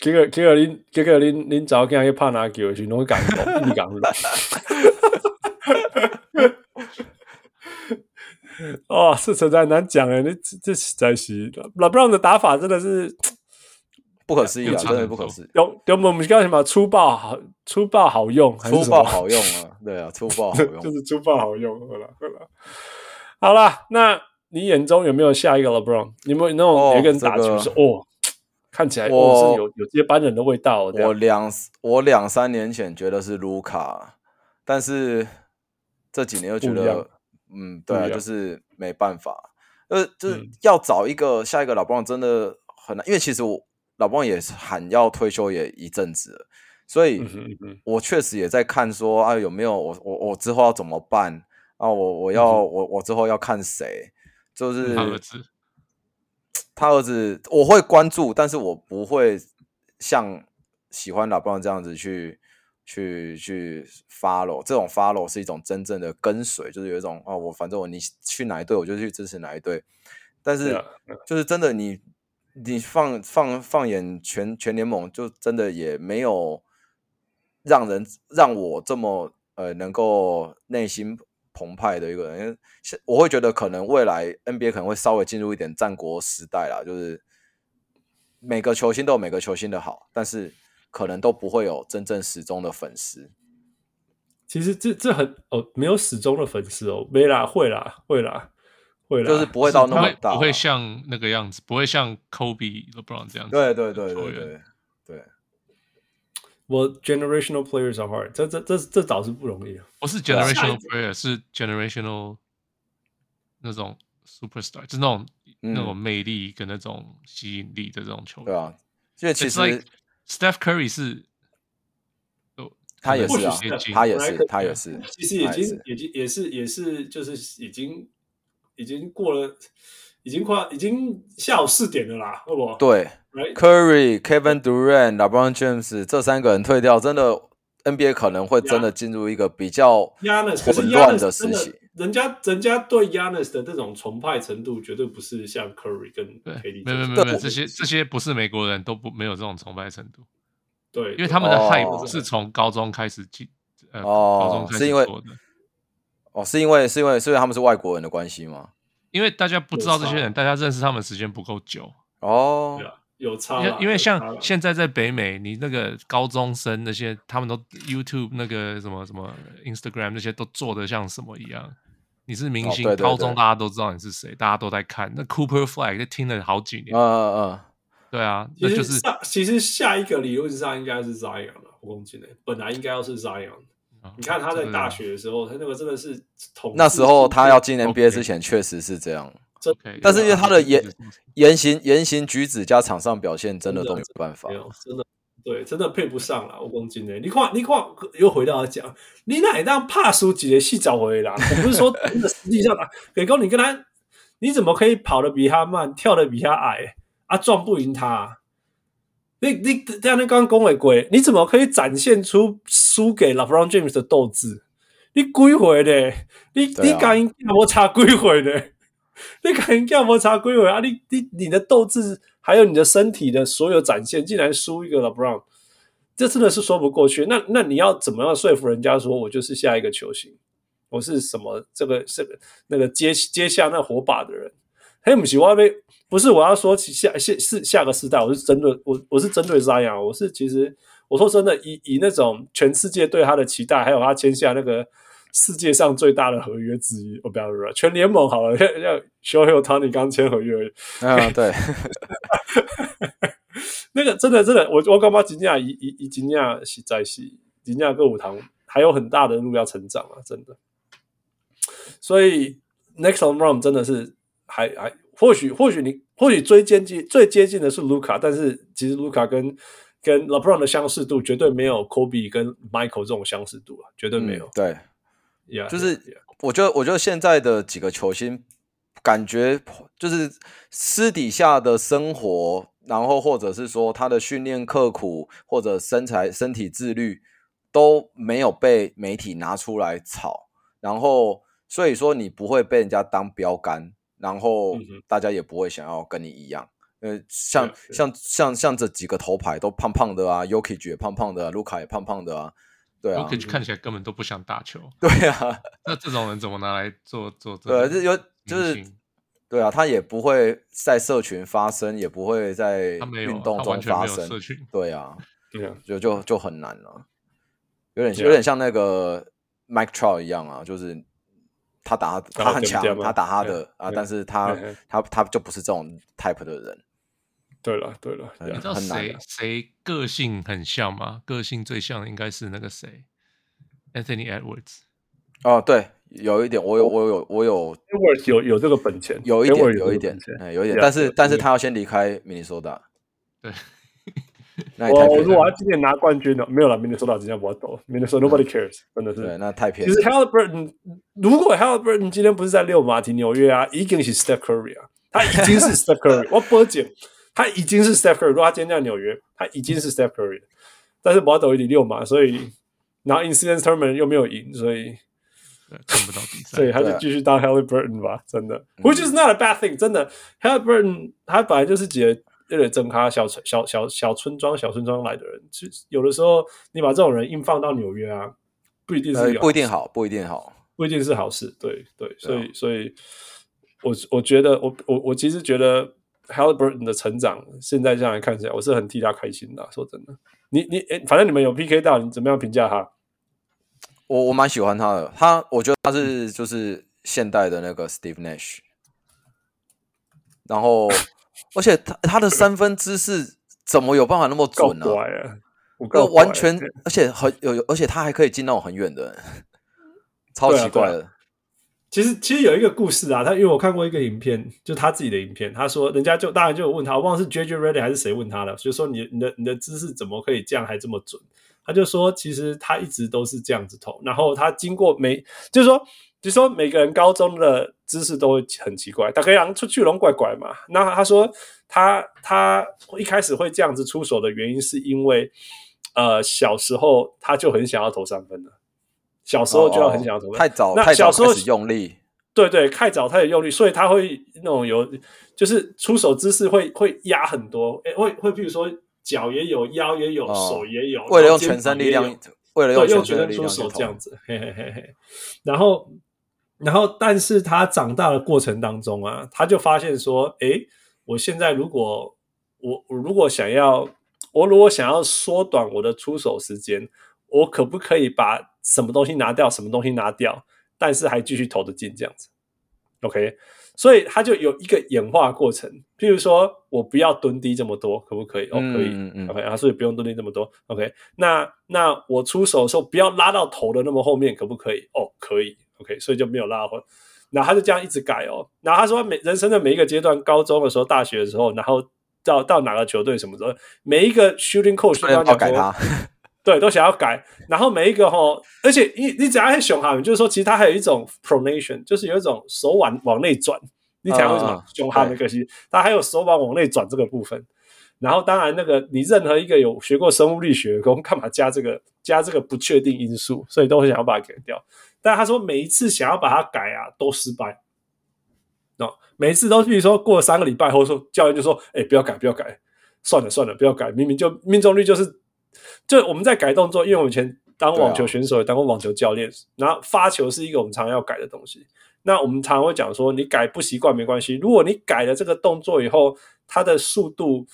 Speaker 1: 结果结果恁结果恁恁查某囝去拍篮球的时候，拢讲讲，一直 讲讲。 哦，是实在难讲哎，那这这实在是老布朗的打法真的是
Speaker 5: 不可思议
Speaker 2: 有
Speaker 5: 啊，
Speaker 2: 差
Speaker 5: 真的
Speaker 2: 很
Speaker 5: 不可
Speaker 2: 多
Speaker 5: 思议，
Speaker 1: 有有我们叫什么粗暴好粗暴好用，还是
Speaker 5: 粗
Speaker 1: 什
Speaker 5: 暴
Speaker 1: 么
Speaker 5: 好用啊，对啊，粗暴好用
Speaker 1: 就。是粗暴好用，好了好了，好啦，那你眼中有没有下一个 LeBron？你有没有那种
Speaker 5: 哦
Speaker 1: 有一个人打
Speaker 5: 这
Speaker 1: 球
Speaker 5: 个
Speaker 1: 是哦，看起来
Speaker 5: 我
Speaker 1: 哦是有有接班人的味道哦，这样
Speaker 5: 我两我两三年前觉得是卢卡，但是这几年又觉
Speaker 1: 不一样
Speaker 5: 得，嗯，对
Speaker 1: 不
Speaker 5: 啊，
Speaker 1: 一样
Speaker 5: 就是没办法，呃，就是
Speaker 1: 嗯
Speaker 5: 要找一个下一个老布朗真的很难，因为其实我老布朗也是喊要退休也一阵子了，所以
Speaker 1: 嗯哼嗯哼
Speaker 5: 我确实也在看说啊有没有我我我之后要怎么办啊，我我要、
Speaker 1: 嗯
Speaker 5: 我我之后要看谁，就是
Speaker 2: 他儿子
Speaker 5: 他儿子，我会关注，但是我不会像喜欢老布朗这样子去去去 follow。这种 follow 是一种真正的跟随，就是有一种哦，我反正我你去哪一队我就去支持哪一队。但是
Speaker 1: Yeah.
Speaker 5: 就是真的你，你放放放眼全全联盟，就真的也没有让人让我这么呃能够内心澎湃的一个人。因为现我会觉得，可能未来 NBA 可能会稍微进入一点战国时代啦，就是每个球星都有每个球星的好，但是可能都不会有真正始终的粉丝。
Speaker 1: 其实这这很哦，没有始终的粉丝哦，没啦，会啦，会啦，会啦，
Speaker 5: 就是不会到那
Speaker 2: 不
Speaker 5: 么
Speaker 2: 会
Speaker 5: 大啊
Speaker 2: 不会像那个样子，不会像 Kobe、LeBron 这样子。
Speaker 5: 对对对
Speaker 2: 球
Speaker 5: 对
Speaker 2: 员
Speaker 5: 对对，
Speaker 1: 我 generational players are hard，这这这这倒是不容易啊。
Speaker 2: 不是
Speaker 5: 啊
Speaker 2: generational player，是 generational 那种 superstar，就是那种、
Speaker 5: 嗯
Speaker 2: 那种魅力跟那种吸引力的这种球员。
Speaker 5: 对啊，因为
Speaker 2: It's
Speaker 5: 其实
Speaker 2: like Steph Curry 是，哦
Speaker 5: 他也
Speaker 1: 或
Speaker 5: 是
Speaker 1: 许
Speaker 5: 啊
Speaker 1: 是
Speaker 2: 接近，
Speaker 5: 他也
Speaker 1: 本来
Speaker 5: 是
Speaker 1: 可以
Speaker 5: 他也是，
Speaker 1: 其实已
Speaker 5: 他也是
Speaker 1: 经已经也是也是就是已经已经过了，已经快已经下午四点了啦，好不好？
Speaker 5: 对
Speaker 1: Right？
Speaker 5: Curry、Kevin Durant、LeBron James 这三个人退掉，真的 NBA 可能会真的进入一个比较
Speaker 1: ，Yanis 可是
Speaker 5: 混乱
Speaker 1: Yanis
Speaker 5: 的
Speaker 1: 真
Speaker 5: 时期
Speaker 1: 的。，人家人家对 Yanis 的这种崇拜程度，绝对不是像 Curry 跟
Speaker 2: 对
Speaker 1: KD，，
Speaker 2: 呃没有没有没有没有，这些这些不是美国人都不没有这种崇拜程度，
Speaker 1: 对，
Speaker 2: 因为他们的
Speaker 5: 哦
Speaker 2: hype 是从高中开始进，呃，
Speaker 5: 哦
Speaker 2: 高中开
Speaker 5: 是
Speaker 2: 始
Speaker 5: 因为
Speaker 2: 做的。
Speaker 5: 哦，是因为是因为是因为他们是外国人的关系吗？
Speaker 2: 因为大家不知道这些
Speaker 1: 有
Speaker 2: 人，
Speaker 1: 差
Speaker 2: 大家认识他们时间不够久，
Speaker 5: 哦
Speaker 1: 对，啊有差
Speaker 2: 因
Speaker 1: 啦
Speaker 2: 为，因
Speaker 1: 有
Speaker 2: 为
Speaker 5: 啊
Speaker 1: 差啦
Speaker 2: 像现在在北美，你那个高中生那些，他们都 YouTube 那个什么什么 Instagram 那些都做的像什么一样。你是明
Speaker 5: 哦
Speaker 2: 星，
Speaker 5: 对对
Speaker 2: 高中
Speaker 5: 对
Speaker 2: 大家都知道你是谁，大家都在看。那 Cooper Flag 就听了好几年，
Speaker 5: 嗯嗯嗯，
Speaker 2: 对啊，
Speaker 1: 其
Speaker 2: 那
Speaker 1: 实
Speaker 2: 就是
Speaker 1: 下其实下一个理论上应该是 Zion 啊了，胡公进的，本来应该要是 Zion。
Speaker 2: 啊
Speaker 1: 你看他在
Speaker 2: 这个
Speaker 1: 大学的时候，他那个真的是统
Speaker 5: 那时候他要进
Speaker 2: OK
Speaker 5: NBA 之前确实是这样，
Speaker 2: ，OK，啊
Speaker 5: 但是因为他的
Speaker 2: 也
Speaker 5: 言言行言行举止加场上表现真的
Speaker 1: 真的
Speaker 5: 都没办法
Speaker 1: 没。有，真的对，真的配不上了。我讲真的，你看，你看，又回到他讲，你哪会当怕输几个戏找回啦？我不是说真的，实际上 啊，给哥，你跟他，你怎么可以跑得比他慢，跳得比他矮啊，撞不赢他、你你这样，你刚刚恭维鬼，你怎么可以展现出输给 LeBron James 的斗志？你几回的？你、
Speaker 5: 对
Speaker 1: 你
Speaker 5: 啊
Speaker 1: 敢赢我差几回的？你敢赢我差几回啊？你你你的斗志，还有你的身体的所有展现，竟然输一个 LeBron，这真的是说不过去。那那你要怎么样说服人家说我就是下一个球星，我是什么这个这个那个接接下那火把的人？黑姆奇我被不是我要说起下下是下个世代，我是针对我我是针对 Zion，我是其实我说真的，以以那种全世界对他的期待，还有他签下那个世界上最大的合约之一，哦不要不要，全联盟好了，要要 s h o h e i Tony 刚签合约而已，
Speaker 5: 嗯，对，
Speaker 1: 那个真的真的，我我干嘛惊讶？以以以惊讶是在是惊讶歌舞堂还有很大的路要成长啊，真的。所以 Next on Rom 真的是还还或许或许你或许最接近最接近的是卢卡，但是其实卢卡跟跟 LeBron 的相似度绝对没有 Kobe 跟 Michael 这种相似度啊，绝对没有。
Speaker 5: 嗯对。
Speaker 1: Yeah，
Speaker 5: 就是
Speaker 1: yeah, yeah
Speaker 5: 我觉得，我觉得现在的几个球星，感觉就是私底下的生活，然后或者是说他的训练刻苦，或者身材、身体自律，都没有被媒体拿出来炒。然后，所以说你不会被人家当标杆，然后
Speaker 1: 嗯哼
Speaker 5: 大家也不会想要跟你一样。呃，像
Speaker 1: 对对
Speaker 5: 像像像这几个头牌都胖胖的啊 y o k i 也胖胖的、啊，卢卡也胖胖的啊，对啊
Speaker 2: o，k 看起来根本都不想打球，
Speaker 5: 对啊。
Speaker 2: 那这种人怎么拿来做做这
Speaker 5: 对，啊
Speaker 2: 个
Speaker 5: 这有就
Speaker 2: 明
Speaker 5: 是
Speaker 2: 星
Speaker 5: 对啊，他也不会在社群发声，也不会在
Speaker 2: 他没有
Speaker 5: 运
Speaker 2: 啊，
Speaker 5: 动
Speaker 2: 他
Speaker 5: 中
Speaker 2: 完全
Speaker 5: 发
Speaker 2: 没有社
Speaker 5: 声，
Speaker 2: 群，
Speaker 5: 对啊，
Speaker 1: yeah
Speaker 5: 就就就很难了、有点
Speaker 1: Yeah
Speaker 2: 啊
Speaker 5: 有点像那个 Mike Trout 一样啊，就是他打
Speaker 1: 打
Speaker 5: 他很
Speaker 1: 得不
Speaker 5: 强
Speaker 1: 掉，吗嗯
Speaker 5: 他打 他的啊，
Speaker 1: 对
Speaker 5: 但是他
Speaker 1: 对
Speaker 5: 他他就不是这种 type 的人，
Speaker 1: 对了对了
Speaker 5: 嗯
Speaker 1: ，yeah
Speaker 2: 你知道
Speaker 5: 很难
Speaker 2: 谁
Speaker 5: 的
Speaker 2: 谁个性很像吗？个性最像的应该是那个谁，Anthony Edwards。
Speaker 5: 哦，对，有一点，我有我有我有
Speaker 1: Edwards 有有这个本钱，
Speaker 5: 有一点
Speaker 1: Edwards
Speaker 5: 有一
Speaker 1: 这个
Speaker 5: 点
Speaker 1: 本钱，
Speaker 5: 哎有一点，
Speaker 1: Yeah，
Speaker 5: 但是
Speaker 1: 有
Speaker 5: 但是
Speaker 1: 啊有
Speaker 5: 他要先离开明尼苏达，
Speaker 2: 对，
Speaker 5: 那也太
Speaker 1: 我
Speaker 5: 偏
Speaker 1: 哦如果
Speaker 5: 了，
Speaker 1: 要今年拿冠军了，没有了，明年收到今天不要抖，明年说 nobody cares，真的
Speaker 5: 对，
Speaker 1: 是。
Speaker 5: 那太偏
Speaker 1: 其实 Halliburton 如果 Halliburton 今天不是在六马提纽约啊，已经是 Steph Curry 啊，他已经是 Steph Curry，我波姐，他已经是 Steph Curry，如果他今天在纽约，他已经是 Steph Curry 了但是不要抖一点六马，所以然后 Incident Tournament 又没有赢，所以
Speaker 2: 对，看不到比赛
Speaker 1: 所。以他就
Speaker 5: 对啊嗯
Speaker 1: 继续当 Halliburton 吧，真的，which is not a bad thing，真的，Halliburton 他本来就是几个有点正咖小村小小小村庄小村庄来的人，其实有的时候你把这种人硬放到纽约啊，不一定是
Speaker 5: 呃
Speaker 1: 一个，
Speaker 5: 不一定好，啊不一定好。
Speaker 1: 不一定是好事，对对，所以所以，我我觉得我我我其实觉得 Halliburton 的成长，现在这样来看起来，我是很替他开心的啊、说真的，你你诶反正你们有 PK 到，你怎么样评价他？
Speaker 5: 我我蛮喜欢他的，他我觉得他是就是现代的那个 Steve Nash，然后而且他他的三分姿势怎么有办法那么
Speaker 1: 够
Speaker 5: 准呢、
Speaker 1: 乖啊！我
Speaker 5: 那
Speaker 1: 够乖
Speaker 5: 完全，而且很有有，而且他还可以进那种很远的，超
Speaker 1: 对啊
Speaker 5: 奇怪
Speaker 1: 对
Speaker 5: 的。
Speaker 1: 其实其实有一个故事啊，他因为我看过一个影片，就他自己的影片，他说人家就当然就有问他，我忘了是 JJ Reddy 还是谁问他了，就说你你的你的姿势怎么可以这样还这么准？他就说其实他一直都是这样子投，然后他经过每就是说就是说每个人高中的姿势都会很奇怪，大概狼出去龙拐拐嘛。那他说他他一开始会这样子出手的原因是因为呃小时候他就很想要投三分了。小时候就要很想要投
Speaker 5: 哦
Speaker 1: 三分，
Speaker 5: 太早
Speaker 1: 那
Speaker 5: 太
Speaker 1: 小
Speaker 5: 早
Speaker 1: 时候
Speaker 5: 开始用力，
Speaker 1: 对对，太早他也用力，所以他会那种有，就是出手姿势会会压很多，诶会会，譬如说脚也有，腰也有，
Speaker 5: 哦
Speaker 1: 手也有，
Speaker 5: 为了
Speaker 1: 然后
Speaker 5: 用
Speaker 1: 肩
Speaker 5: 全身
Speaker 1: 膀
Speaker 5: 力
Speaker 1: 也有
Speaker 5: 量，为了
Speaker 1: 对，用
Speaker 5: 全
Speaker 1: 全
Speaker 5: 身的
Speaker 1: 身出
Speaker 5: 力量去
Speaker 1: 手这样
Speaker 5: 投。
Speaker 1: 子，嘿嘿嘿嘿。然后，然后，但是他长大的过程当中啊，他就发现说，诶，我现在如果我我如果想要，我如果想要缩短我的出手时间，我可不可以把什么东西拿掉，什么东西拿掉，但是还继续投得进这样子？OK，所以他就有一个演化过程。譬如说，我不要蹲低这么多，可不可以？哦，可以。
Speaker 5: 嗯嗯嗯
Speaker 1: OK，啊，所以不用蹲低这么多。OK，那那我出手的时候不要拉到头的那么后面，可不可以？哦，可以。OK，所以就没有拉到后。然后他就这样一直改哦。然后他说每人生的每一个阶段，高中的时候、大学的时候，然后到到哪个球队什么时候，每一个 shooting coach 都
Speaker 5: 要
Speaker 1: 跟他
Speaker 5: 改
Speaker 1: 讲说
Speaker 5: 他，，
Speaker 1: 对，都想要改。然后每一个哈，而且你你只要很熊哈，就是说其实他还有一种 pronation，就是有一种手腕往内转。你讲为什么
Speaker 5: 啊
Speaker 1: 熊哈的可惜，他还有手腕往内转这个部分。然后当然那个你任何一个有学过生物力学的工，干嘛加这个加这个不确定因素，所以都会想要把它改掉。但他说每一次想要把它改啊，都失败。哦，每一次都，比如说过了三个礼拜后，说教练就说：“哎、不要改，不要改，算了算了，不要改。”明明就命中率就是，就我们在改动作，因为我们以前当网球选手，也当过网球教练，然后发球是一个我们常常要改的东西。那我们常常会讲说，你改不习惯没关系，如果你改了这个动作以后，它的速度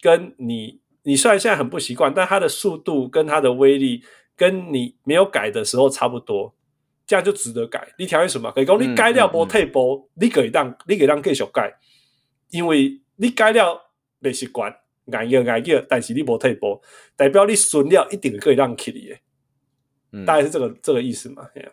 Speaker 1: 跟你，你虽然现在很不习惯，但它的速度跟它的威力跟你没有改的时候差不多，这样就值得改。你调为什么？可以讲你改了
Speaker 5: 嗯嗯
Speaker 1: 无退步，你可以当你可以当继续改，因为你改了没习惯，硬要硬要，但是你无退步，代表你顺了一定可以让起你的。
Speaker 5: 嗯
Speaker 1: 大概是这个这个意思嘛。Yeah.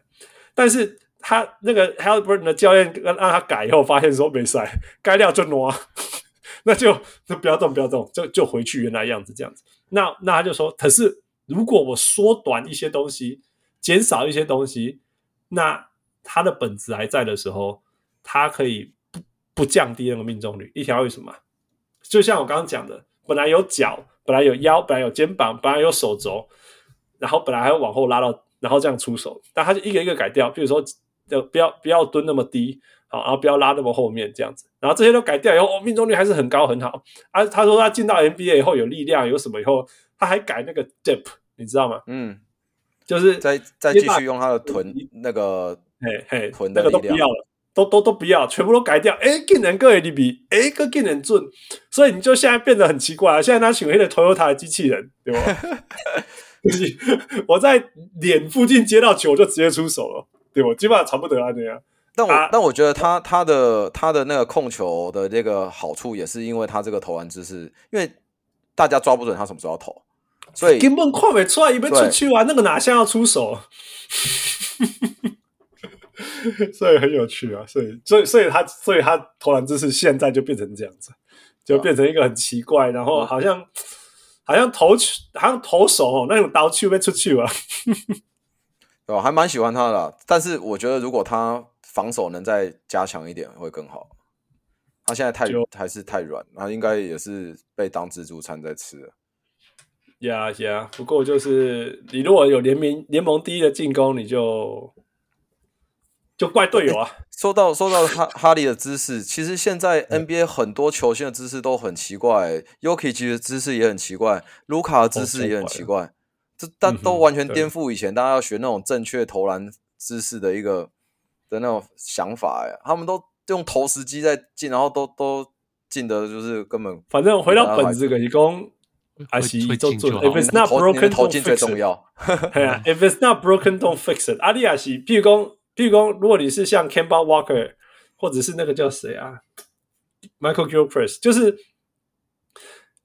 Speaker 1: 但是他那个 Halburn 的教练跟让他改以后，发现说没塞，该料就挪，啊 那就那不要动，不要动，就就回去原来样子这样子。那那他就说，可是如果我缩短一些东西，减少一些东西，那他的本质还在的时候，他可以不不降低那个命中率。一条为什么？就像我刚刚讲的，本来有脚，本来有腰，本来有肩膀，本来有手肘，然后本来还要往后拉到，然后这样出手，但他就一个一个改掉。比如说，呃，不要不要蹲那么低，好，然后不要拉那么后面这样子，然后这些都改掉以后，哦，命中率还是很高，很好。啊，他说他进到 NBA 以后有力量，有什么以后，他还改那个 dip，你知道吗？
Speaker 5: 嗯，
Speaker 1: 就是
Speaker 5: 再再
Speaker 1: 因为
Speaker 5: 继
Speaker 1: 大
Speaker 5: 续用他的臀那个
Speaker 1: 嘿嘿，
Speaker 5: 臀
Speaker 1: 那
Speaker 5: 的
Speaker 1: 个
Speaker 5: 力
Speaker 1: 都不
Speaker 5: 量
Speaker 1: 要。了，都都都不要，全部都改掉。哎，技能个 A D B，哎，个技能准，所以你就现在变得很奇怪了。啊现在他请了一个 Toyota 的机器人， 对吧？就是我在脸附近接到球就直接出手了，对吧？基本上差不多啊那样。
Speaker 5: 但我、
Speaker 1: 啊
Speaker 5: 但我觉得他他的他的那个控球的这个好处，也是因为他这个投篮姿势，因为大家抓不准他什么时候要投，所以
Speaker 1: 根本看不出来，以为出去玩那个哪像要出手， 所以很有趣啊。所以，所以，所以他，所以他投篮姿势现在就变成这样子，就变成一个很奇怪，然后好像、好像投球，好像投手哦，那种刀去被出去啊。
Speaker 5: 对吧？还蛮喜欢他的啦。但是我觉得如果他防守能再加强一点，会更好。他现在太
Speaker 1: 就
Speaker 5: 还是太软，他应该也是被当自助餐在吃了。
Speaker 1: 呀呀，不过就是你如果有联名联盟第一的进攻，你就就怪队友啊。
Speaker 5: 说到说 到哈哈利的姿势，其实现在
Speaker 1: 嗯
Speaker 5: NBA 很多球星的姿势都很奇怪、欸、，Yuki 的姿势也很奇怪，卢卡的
Speaker 1: 哦
Speaker 5: 姿势也很奇怪，这但都完全
Speaker 1: 嗯哼对
Speaker 5: 颠覆以前大家要学那种正确投篮姿势的一个的那种想法、欸。他们都用投石机在进，然后都都进的就是根本
Speaker 1: 反正回到本子，个，你讲还是
Speaker 2: 会
Speaker 1: 都
Speaker 2: 进
Speaker 1: 做
Speaker 2: 就好
Speaker 1: If it's not
Speaker 5: 投
Speaker 1: broken,
Speaker 5: 投
Speaker 1: don't
Speaker 5: 进最
Speaker 1: fix
Speaker 5: 重
Speaker 1: it。
Speaker 5: 要。
Speaker 1: 系啊，If it's not broken, don't fix it。阿利亚西，譬如讲，譬如讲，如果你是像 Kemba Walker，或者是那个叫谁啊，Michael Gilchrist，就是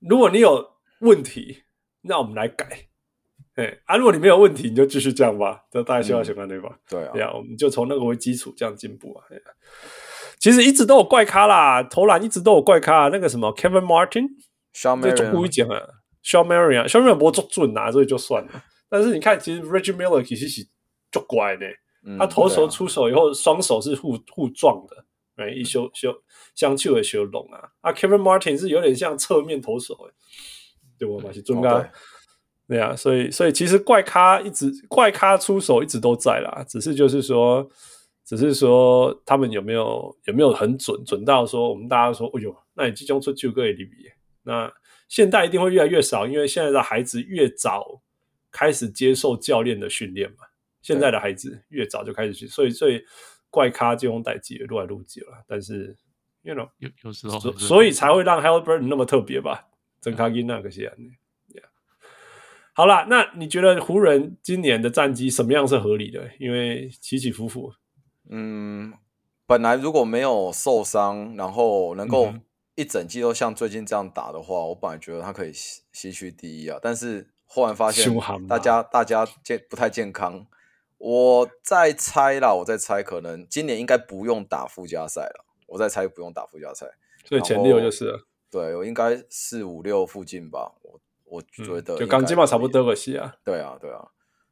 Speaker 1: 如果你有问题，那我们来改。哎，啊，如果你没有问题，你就继续这样吧。这大家希望想看对吧？
Speaker 5: 对啊
Speaker 1: 对，啊，我们就从那个为基础这样进步啊。对啊其实一直都有怪咖啦，投篮一直都有怪咖、那个什么 Kevin Martin，
Speaker 5: 小美
Speaker 1: 这就故意讲啊，Sean Marion，Sean Marion 不过做准啊，所以就算了。但是你看，其实 Reggie Miller 其实是就乖呢，
Speaker 5: 嗯
Speaker 1: 他投
Speaker 5: 啊
Speaker 1: 球出手以后，双手是互互撞的，哎，一修修相去而修拢啊。啊，Kevin Martin 是有点像侧面投手，哎，对我嘛是准
Speaker 5: 哦
Speaker 1: 咖
Speaker 5: 对，
Speaker 1: 对啊，所以所以其实怪咖一直怪咖出手一直都在啦，只是就是说，只是说他们有没有有没有很准准到说我们大家说，哎呦，那你即将出九个 A 里比，那现代一定会越来越少，因为现在的孩子越早开始接受教练的训练嘛。现在的孩子越早就开始去，所以所以怪咖这种代际也越来越久了。但是，you know，
Speaker 2: 有有时
Speaker 5: 哦
Speaker 2: 候
Speaker 1: 所
Speaker 2: 很热
Speaker 1: 所以才会让 Halliburton 那么特别吧？整卡金那个些人，yeah，好啦，那你觉得湖人今年的战绩什么样是合理的？因为起起伏伏，
Speaker 5: 嗯，本来如果没有受伤，然后能够
Speaker 1: 嗯
Speaker 5: 一整季都像最近这样打的话，我本来觉得他可以西西区第一啊。但是忽然发现
Speaker 1: 凶悍
Speaker 5: 大
Speaker 1: 吧
Speaker 5: 家大家健不太健康，我在猜啦，我在猜可能今年应该不用打附加赛了，我在猜不用打附加赛。
Speaker 1: 所以前六就是
Speaker 5: 哦
Speaker 1: 了，
Speaker 5: 对，我应该四五六附近吧，我我觉得
Speaker 1: 嗯就
Speaker 5: 应该
Speaker 1: 刚基本
Speaker 5: 可
Speaker 1: 差不
Speaker 5: 以。
Speaker 1: 多个系啊，
Speaker 5: 对啊，对啊，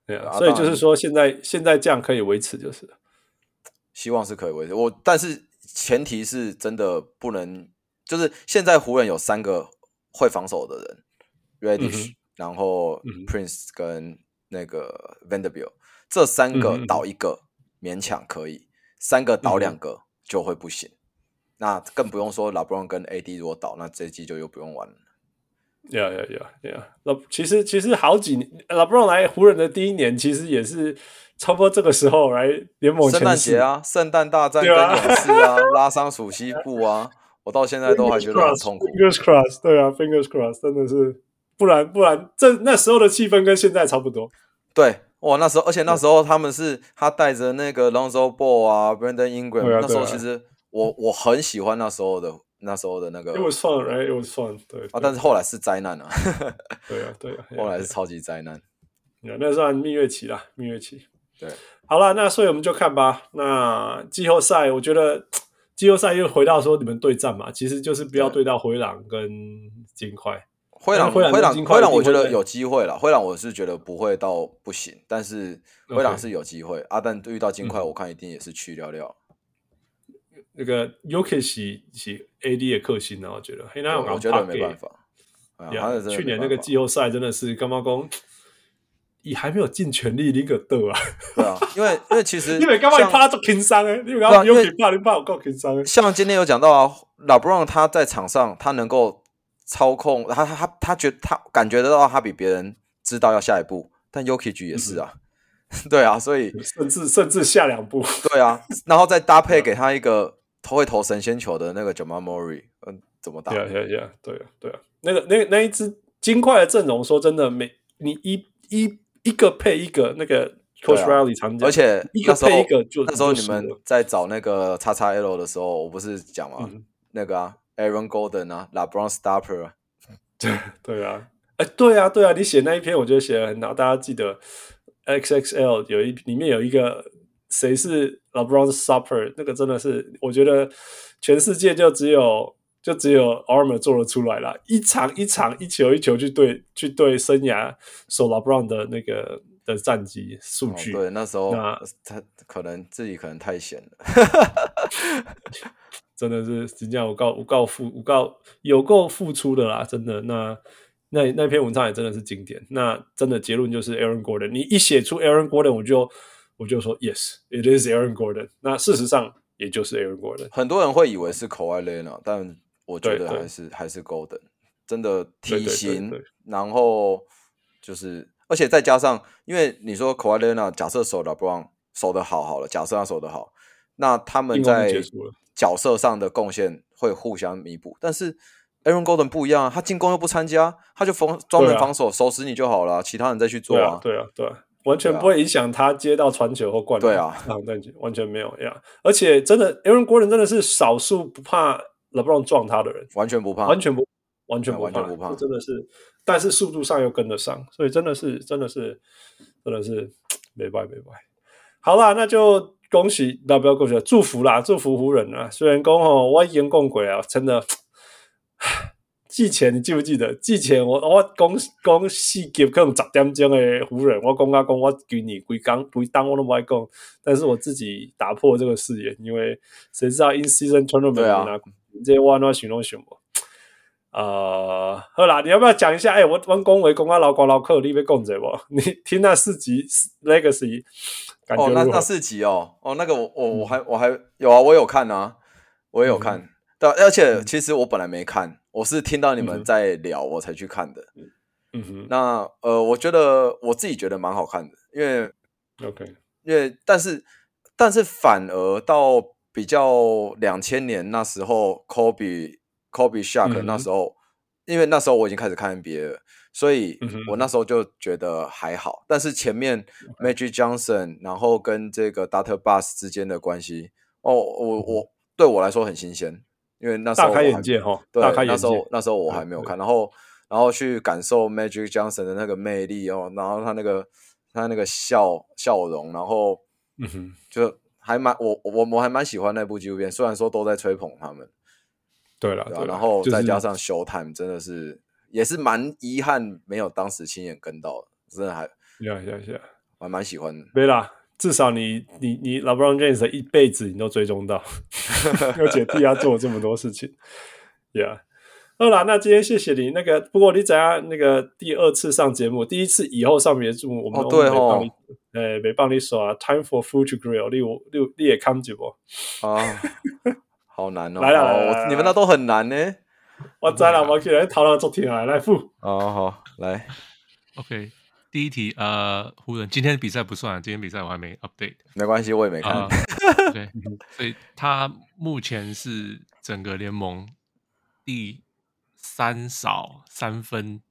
Speaker 1: 对啊，
Speaker 5: 啊
Speaker 1: 所以就
Speaker 5: 当
Speaker 1: 是
Speaker 5: 然
Speaker 1: 说现在现在这样可以维持就是了，
Speaker 5: 希望是可以维持。我但是前提是真的不能，就是现在湖人有三个会防守的人，Reddish，、然后
Speaker 1: 嗯嗯哼
Speaker 5: Prince 跟那个 Vanderbilt，这三
Speaker 1: 嗯
Speaker 5: 个
Speaker 1: 哼嗯
Speaker 5: 倒一个、勉强可以，三个倒两个就会不行。那更不用说 LeBron 跟 AD 如果倒，那这一季就又不用玩了。
Speaker 1: 呀呀呀呀！那其实其实好几年，拉布朗来湖人的第一年，其实也是差不多这个时候来联盟哦
Speaker 5: 圣
Speaker 1: 前
Speaker 5: 诞
Speaker 1: 四
Speaker 5: 节，啊，圣诞大战跟
Speaker 1: 对啊
Speaker 5: 勇士啊，拉伤属西部啊，我到现在都还觉得很痛苦。
Speaker 1: Fingers crossed，对啊，Fingers crossed，真的是，不然不然，这那时候的气氛跟现在差不多。
Speaker 5: 对，哇，那时候，而且那时候他们是他带着那个 Lonzo Ball 啊，Brandon Ingram，、
Speaker 1: 对啊
Speaker 5: 那时候
Speaker 1: 对啊
Speaker 5: 其实我我很喜欢那时候的那时候的那个
Speaker 1: It was fun, right? It was fun 对。对
Speaker 5: 啊，但是后来是灾难啊，
Speaker 1: 对啊，对啊，对啊
Speaker 5: 后来是超级灾难。
Speaker 1: Yeah, 那算蜜月期啦，蜜月期。
Speaker 5: 对，
Speaker 1: 好了，那所以我们就看吧。那季后赛，我觉得季后赛又回到说你们对战嘛，其实就是不要
Speaker 5: 对
Speaker 1: 对到灰狼跟金块。
Speaker 5: 灰狼，
Speaker 1: 灰狼
Speaker 5: 灰
Speaker 1: 跟
Speaker 5: 狼，
Speaker 1: 金块
Speaker 5: 灰狼，
Speaker 1: 一定
Speaker 5: 我觉
Speaker 1: 会
Speaker 5: 得
Speaker 1: 在
Speaker 5: 有机会了。灰狼，我是觉得不会到不行，但是灰狼
Speaker 1: OK
Speaker 5: 是有机会啊。但遇到金块，
Speaker 1: 嗯
Speaker 5: 我看一定也是去聊聊。
Speaker 1: 那个 u k i 是是 AD 的克星啊，我觉得。嘿，那
Speaker 5: 对我觉得没办。法。哎呀他是真的
Speaker 1: 去
Speaker 5: 没
Speaker 1: 年那
Speaker 5: 办
Speaker 1: 个
Speaker 5: 法
Speaker 1: 季后赛真的是干妈公，你还没有尽全力，你可得啊！
Speaker 5: 对啊，因为因为 其实
Speaker 1: 因为干嘛
Speaker 5: 像
Speaker 1: 你怕他轻伤哎，因为干
Speaker 5: 对
Speaker 1: 嘛
Speaker 5: 啊
Speaker 1: 你又
Speaker 5: 因为
Speaker 1: 给怕你怕我够轻伤哎。
Speaker 5: 像今天有讲到啊，拉布朗他在场上他能够操控，他他他他觉他感觉得到他比别人知道要下一步，但 Yuki 局也是啊，
Speaker 1: 嗯
Speaker 5: 对啊，所以
Speaker 1: 甚至甚至下两步，
Speaker 5: 对啊，然后再搭配
Speaker 1: 啊
Speaker 5: 给他一个投会投神仙球的那个 Jamal Murray，嗯，怎么打？
Speaker 1: 呀呀呀，对啊对啊，那个那那一支金块的阵容，说真的，每你一一一个配一个，那个 Coach
Speaker 5: 对啊
Speaker 1: Riley 常讲，
Speaker 5: 而且
Speaker 1: 一个
Speaker 5: 那时候
Speaker 1: 配一个就
Speaker 5: 那时候
Speaker 1: 就
Speaker 5: 你
Speaker 1: 输
Speaker 5: 们
Speaker 1: 了
Speaker 5: 在找那个叉叉 L 的时候，我不是讲嘛、
Speaker 1: 嗯
Speaker 5: 那个啊，Aaron Golden 啊，LeBron Stopper 啊，
Speaker 1: 对啊，哎，对啊，对啊，你写那一篇，我觉得写的很好，大家记得 XXL 有一里面有一个谁是 LeBron Supper，那个真的是我觉得全世界就只有就只有 Armor 做得出来啦，一场一场一球一球去对去对生涯守 LeBron 的那个的战绩数
Speaker 5: 哦
Speaker 1: 据，
Speaker 5: 对，那时候
Speaker 1: 那
Speaker 5: 他可能自己可能太闲了。
Speaker 1: 真的是真正有够有够付有够有够付出的啦，真的。那那那篇文章也真的是经典。那真的结论就是 Aaron Gordon，你一写出 Aaron Gordon，我就我就说 Yes, it is Aaron Gordon。那事实上也就是 Aaron Gordon。
Speaker 5: 很多人会以为是 k a w h i l e n a 但我觉
Speaker 1: 对
Speaker 5: 得
Speaker 1: 对
Speaker 5: 还是还是 Golden，真的
Speaker 1: 对
Speaker 5: 体
Speaker 1: 对对
Speaker 5: 型，
Speaker 1: 对
Speaker 5: 然后就是，而且再加上，因为你说 k a w h i l e n a 假设守 LeBron 守得好好了，假设他守得好，那他们
Speaker 1: 进攻就
Speaker 5: 在
Speaker 1: 结束了
Speaker 5: 角色上的贡献会互相弥补，但是。Aaron Golden 不一样啊，他进攻又不参加，他就防专门
Speaker 1: 对啊
Speaker 5: 防守、收拾你就好了啊，其他人再去做
Speaker 1: 对啊，对啊，对啊，完全
Speaker 5: 对啊
Speaker 1: 不会影响他接到传球或灌篮。
Speaker 5: 对啊，
Speaker 1: 但完全没有呀。而且真的，Aaron Gordon 真的是少数不怕 LeBron 撞他的人，
Speaker 5: 完全不怕，
Speaker 1: 完全不，完全
Speaker 5: 对
Speaker 1: 不
Speaker 5: 完全不怕
Speaker 1: 这真的是。但是速度上又跟得上，所以真的是，真的是，真的是，没白没白。好啦，那就恭喜，那不要恭喜了，祝福啦，祝福湖人啊！虽然讲吼，我言共鬼啊，真的。季前你记不记得？季前我我讲讲四级可能十点钟的湖人，我讲啊讲，我给你规工规当我都不爱讲，但是我自己打破这个誓言，因为谁知道 in season tournament
Speaker 5: 对啊
Speaker 1: 拿这些我都想拢想无。呃，好啦，你要不要讲一下？哎、我我恭维公啊，老广老客，你被供着不？ 你听那四集 Legacy 感觉
Speaker 5: 哦，
Speaker 1: 如
Speaker 5: 那
Speaker 1: 何？
Speaker 5: 那四集哦，哦，那个我我我还我还有啊，我有看啊，我
Speaker 1: 嗯
Speaker 5: 也有看，但而且其实我本来没看，我是听到你
Speaker 1: 嗯
Speaker 5: 们
Speaker 1: 哼
Speaker 5: 在聊我才去看的。
Speaker 1: 嗯哼
Speaker 5: 那呃，我觉得我自己觉得蛮好看的，因为
Speaker 1: ，OK，
Speaker 5: 因为但是但是反而到比较两千年那时候，Kobe Kobe Shark
Speaker 1: 嗯
Speaker 5: 那时候，因为那时候我已经开始看 NBA 了，所以
Speaker 1: 嗯哼嗯
Speaker 5: 我那时候就觉得还好。但是前面 Magic Johnson，然后跟这个 d a t a b u s 之间的关系，哦，我我对我来说很新鲜，因为那时候
Speaker 1: 嗯大
Speaker 5: 我
Speaker 1: 开眼
Speaker 5: 还
Speaker 1: 界哦哈，
Speaker 5: 对，
Speaker 1: 大开眼
Speaker 5: 那时
Speaker 1: 界。
Speaker 5: 候那时候我还
Speaker 1: 嗯
Speaker 5: 没有
Speaker 1: 对
Speaker 5: 看，然后然后去感受 Magic Johnson 的那个魅力哦，然后他那个他那个笑笑容，然后
Speaker 1: 嗯哼，
Speaker 5: 就还蛮我我我还蛮喜欢那部纪录片，虽然说都在吹捧他们，
Speaker 1: 对了，啊对
Speaker 5: 对吧、
Speaker 1: 啦
Speaker 5: 然后
Speaker 1: 就
Speaker 5: 再
Speaker 1: 是
Speaker 5: 加上 Showtime 真的是也是蛮遗憾没有当时亲眼跟到的，真的还
Speaker 1: 呀呀呀，
Speaker 5: 还蛮喜欢的。
Speaker 1: 没啦，至少你你你 LeBron James 的一辈子你都追踪到， 而且替他做了这么多事情，Yeah。好啦，那今天谢谢你。那个，不过你怎样？那个第二次上节目，第一次以后上别的节目，我们
Speaker 5: 哦对
Speaker 1: 没
Speaker 5: 吼
Speaker 1: 帮你，呃，没帮你耍 Time for Food to Grill，你有你有你也看直播。
Speaker 5: 啊，好难哦！
Speaker 1: 来啦
Speaker 5: 好
Speaker 1: 来啦
Speaker 5: 我
Speaker 1: 来啦
Speaker 5: 你们那都很难呢。
Speaker 1: 我知啦，我起来头脑做天来来付。
Speaker 5: 哦，好，来，
Speaker 2: OK，第一题，呃，湖人今天比赛不算，啊今天比赛我还没 update
Speaker 5: 没关系，我也没看。
Speaker 2: 啊、OK，所
Speaker 1: 嗯
Speaker 2: 以他目前是整个联盟第三少三分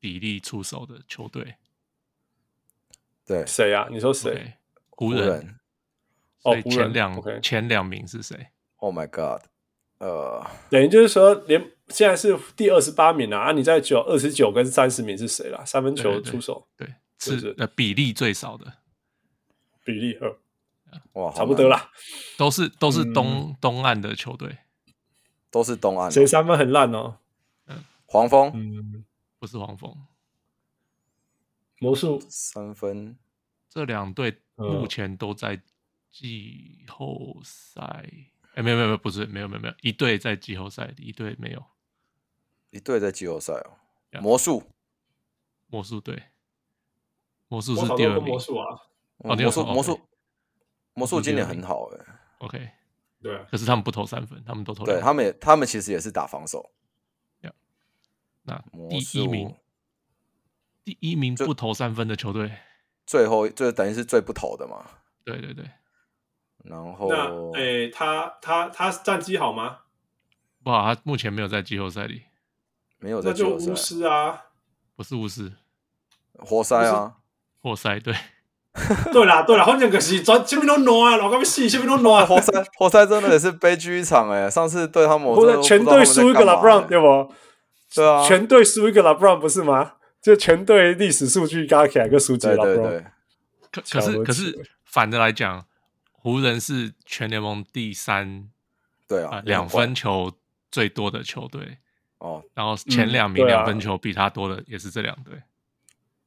Speaker 2: 比例出手的球队。
Speaker 5: 对，
Speaker 1: 谁呀、啊？你说谁
Speaker 2: OK，湖
Speaker 5: 湖
Speaker 2: 人。
Speaker 5: 人
Speaker 1: 哦
Speaker 2: 所以
Speaker 1: 湖
Speaker 2: 前
Speaker 1: 人
Speaker 2: 两、
Speaker 1: ，OK
Speaker 2: 前两名是谁？
Speaker 5: ，Oh my God，呃，
Speaker 1: 等于就是说，连现在是第二十八名啦、啊，你在九二十九跟三十名是谁啦？三分球
Speaker 2: 对对对
Speaker 1: 出手
Speaker 2: 对，
Speaker 1: 就是是
Speaker 2: 呃比例最少的，
Speaker 1: 比例，呃
Speaker 5: 哇，好
Speaker 1: 差不多
Speaker 5: 难
Speaker 1: 啦。
Speaker 2: 都是都是东、
Speaker 1: 嗯
Speaker 2: 东岸的球队，
Speaker 5: 都是东岸的
Speaker 1: 谁三分很烂哦？
Speaker 5: 黄蜂
Speaker 1: 嗯，
Speaker 2: 不是黄蜂。
Speaker 1: 魔术
Speaker 5: 三分，
Speaker 2: 这两队
Speaker 1: 嗯
Speaker 2: 目前都在季后赛，哎、没有没有没有，不是没有没有没有，一队在季后赛，一队没有。
Speaker 5: 一队在季后赛哦
Speaker 2: Yeah
Speaker 5: 魔术
Speaker 2: 魔术队，魔术
Speaker 1: 我
Speaker 2: 是
Speaker 1: 好
Speaker 2: 第
Speaker 1: 多
Speaker 2: 二
Speaker 1: 个
Speaker 2: 名
Speaker 1: 魔。术啊，
Speaker 2: 哦你有
Speaker 5: 嗯魔术
Speaker 2: 说
Speaker 5: 魔
Speaker 2: OK
Speaker 5: 术魔术今年很好哎、
Speaker 2: OK，
Speaker 1: 对啊，
Speaker 2: 可是他们不投三分，他们都投
Speaker 5: 对
Speaker 2: 两
Speaker 5: 他们也他们其实也是打防守，
Speaker 2: 那
Speaker 5: 魔
Speaker 2: 第一
Speaker 5: 术
Speaker 2: 名，第一名
Speaker 5: 就
Speaker 2: 不投三分的球队，
Speaker 5: 最后就等于是最不投的嘛。
Speaker 2: 对对对，
Speaker 5: 然后
Speaker 1: 那诶、他他他战绩好吗？
Speaker 2: 不好，他目前没有在季后赛里，
Speaker 5: 没有
Speaker 1: 那
Speaker 5: 在季
Speaker 1: 就
Speaker 5: 后赛
Speaker 1: 巫，师啊，
Speaker 2: 不是巫师，
Speaker 5: 活塞啊，
Speaker 2: 活塞队。
Speaker 1: 对啦对啦，反正可是全前面都烂啊，老干部死，前面都啊烂，
Speaker 5: 活塞活塞真的也是悲剧一场哎、上次对他们我
Speaker 1: 或
Speaker 5: 真
Speaker 1: 者
Speaker 5: 的
Speaker 1: 全
Speaker 5: 不知道
Speaker 1: 队
Speaker 5: 他们在
Speaker 1: 输一个
Speaker 5: 干嘛
Speaker 1: LeBron
Speaker 5: 欸
Speaker 1: 对不？
Speaker 5: 对啊，
Speaker 1: 全队输一个 LeBron 不是吗？就全队历史数据加起来个数据
Speaker 5: 对对
Speaker 1: LeBron，
Speaker 5: 对，
Speaker 2: 可
Speaker 1: 巧
Speaker 2: 可是
Speaker 1: 合
Speaker 2: 可
Speaker 1: 起
Speaker 2: 是反的来讲，湖人是全联盟第三
Speaker 5: 对
Speaker 2: 啊
Speaker 5: 啊，
Speaker 2: 两
Speaker 5: 很怪
Speaker 2: 分球最多的球队，
Speaker 5: 哦
Speaker 2: 然后前
Speaker 1: 嗯
Speaker 2: 两名
Speaker 1: 对啊
Speaker 2: 两分球比他多的也是这两队。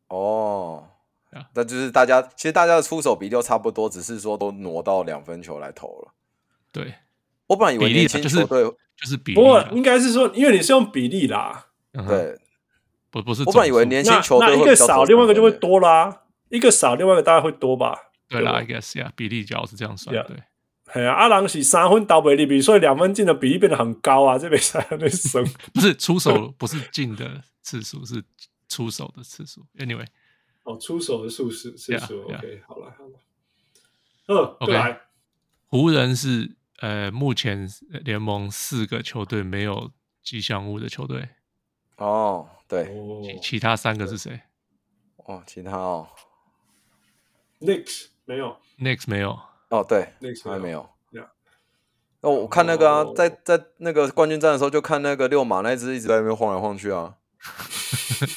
Speaker 5: 哦
Speaker 2: 对啊，
Speaker 5: 那就是大家其实大家的出手比例都差不多，只是说都挪到两分球来投了。
Speaker 2: 对，
Speaker 5: 我本来以为
Speaker 2: 比例
Speaker 5: 年
Speaker 2: 啦
Speaker 5: 轻
Speaker 2: 就是
Speaker 5: 球队
Speaker 2: 就是比例
Speaker 1: 不过
Speaker 2: 啦，
Speaker 1: 应该是说，因为你是用比例啦，
Speaker 2: 嗯哼，
Speaker 5: 对，
Speaker 2: 不不是总
Speaker 5: 我
Speaker 2: 数，
Speaker 5: 本来以为年轻
Speaker 1: 那
Speaker 5: 球队
Speaker 1: 那一
Speaker 5: 会
Speaker 1: 个
Speaker 5: 比较
Speaker 1: 少，
Speaker 5: 走
Speaker 1: 另外一个就会
Speaker 5: 三分的。
Speaker 1: 多啦。一个少，另外一个大概会多吧。
Speaker 2: 对啦
Speaker 1: 吧
Speaker 2: ，I guess yeah，比例角是这样算
Speaker 1: Yeah
Speaker 2: 对。
Speaker 1: 嘿啊，阿郎是三分倒北利比，所以两分进的比例变得很高啊，这比赛那神。
Speaker 2: 不是出手不是进的次数，是出手的次数。Anyway，
Speaker 1: 哦，出手的数是是
Speaker 2: Yeah,
Speaker 1: 数
Speaker 2: yeah.
Speaker 1: OK，好了好了。二
Speaker 2: OK
Speaker 1: 对来
Speaker 2: 湖人是呃目前联盟四个球队没有吉祥物的球队，
Speaker 5: 哦，对，
Speaker 1: 哦
Speaker 2: 其其他三个是谁
Speaker 5: 哦，其他哦，
Speaker 1: ，Knicks 没有，
Speaker 2: ？Next 没有，
Speaker 5: 哦对，
Speaker 1: Knicks
Speaker 5: 还没
Speaker 1: 没
Speaker 5: 有
Speaker 1: Yeah。
Speaker 5: 哦，我看那个啊
Speaker 1: 啊哦，
Speaker 5: 在在那个冠军战的时候，就看那个六马那一只一直在那边晃来晃去啊。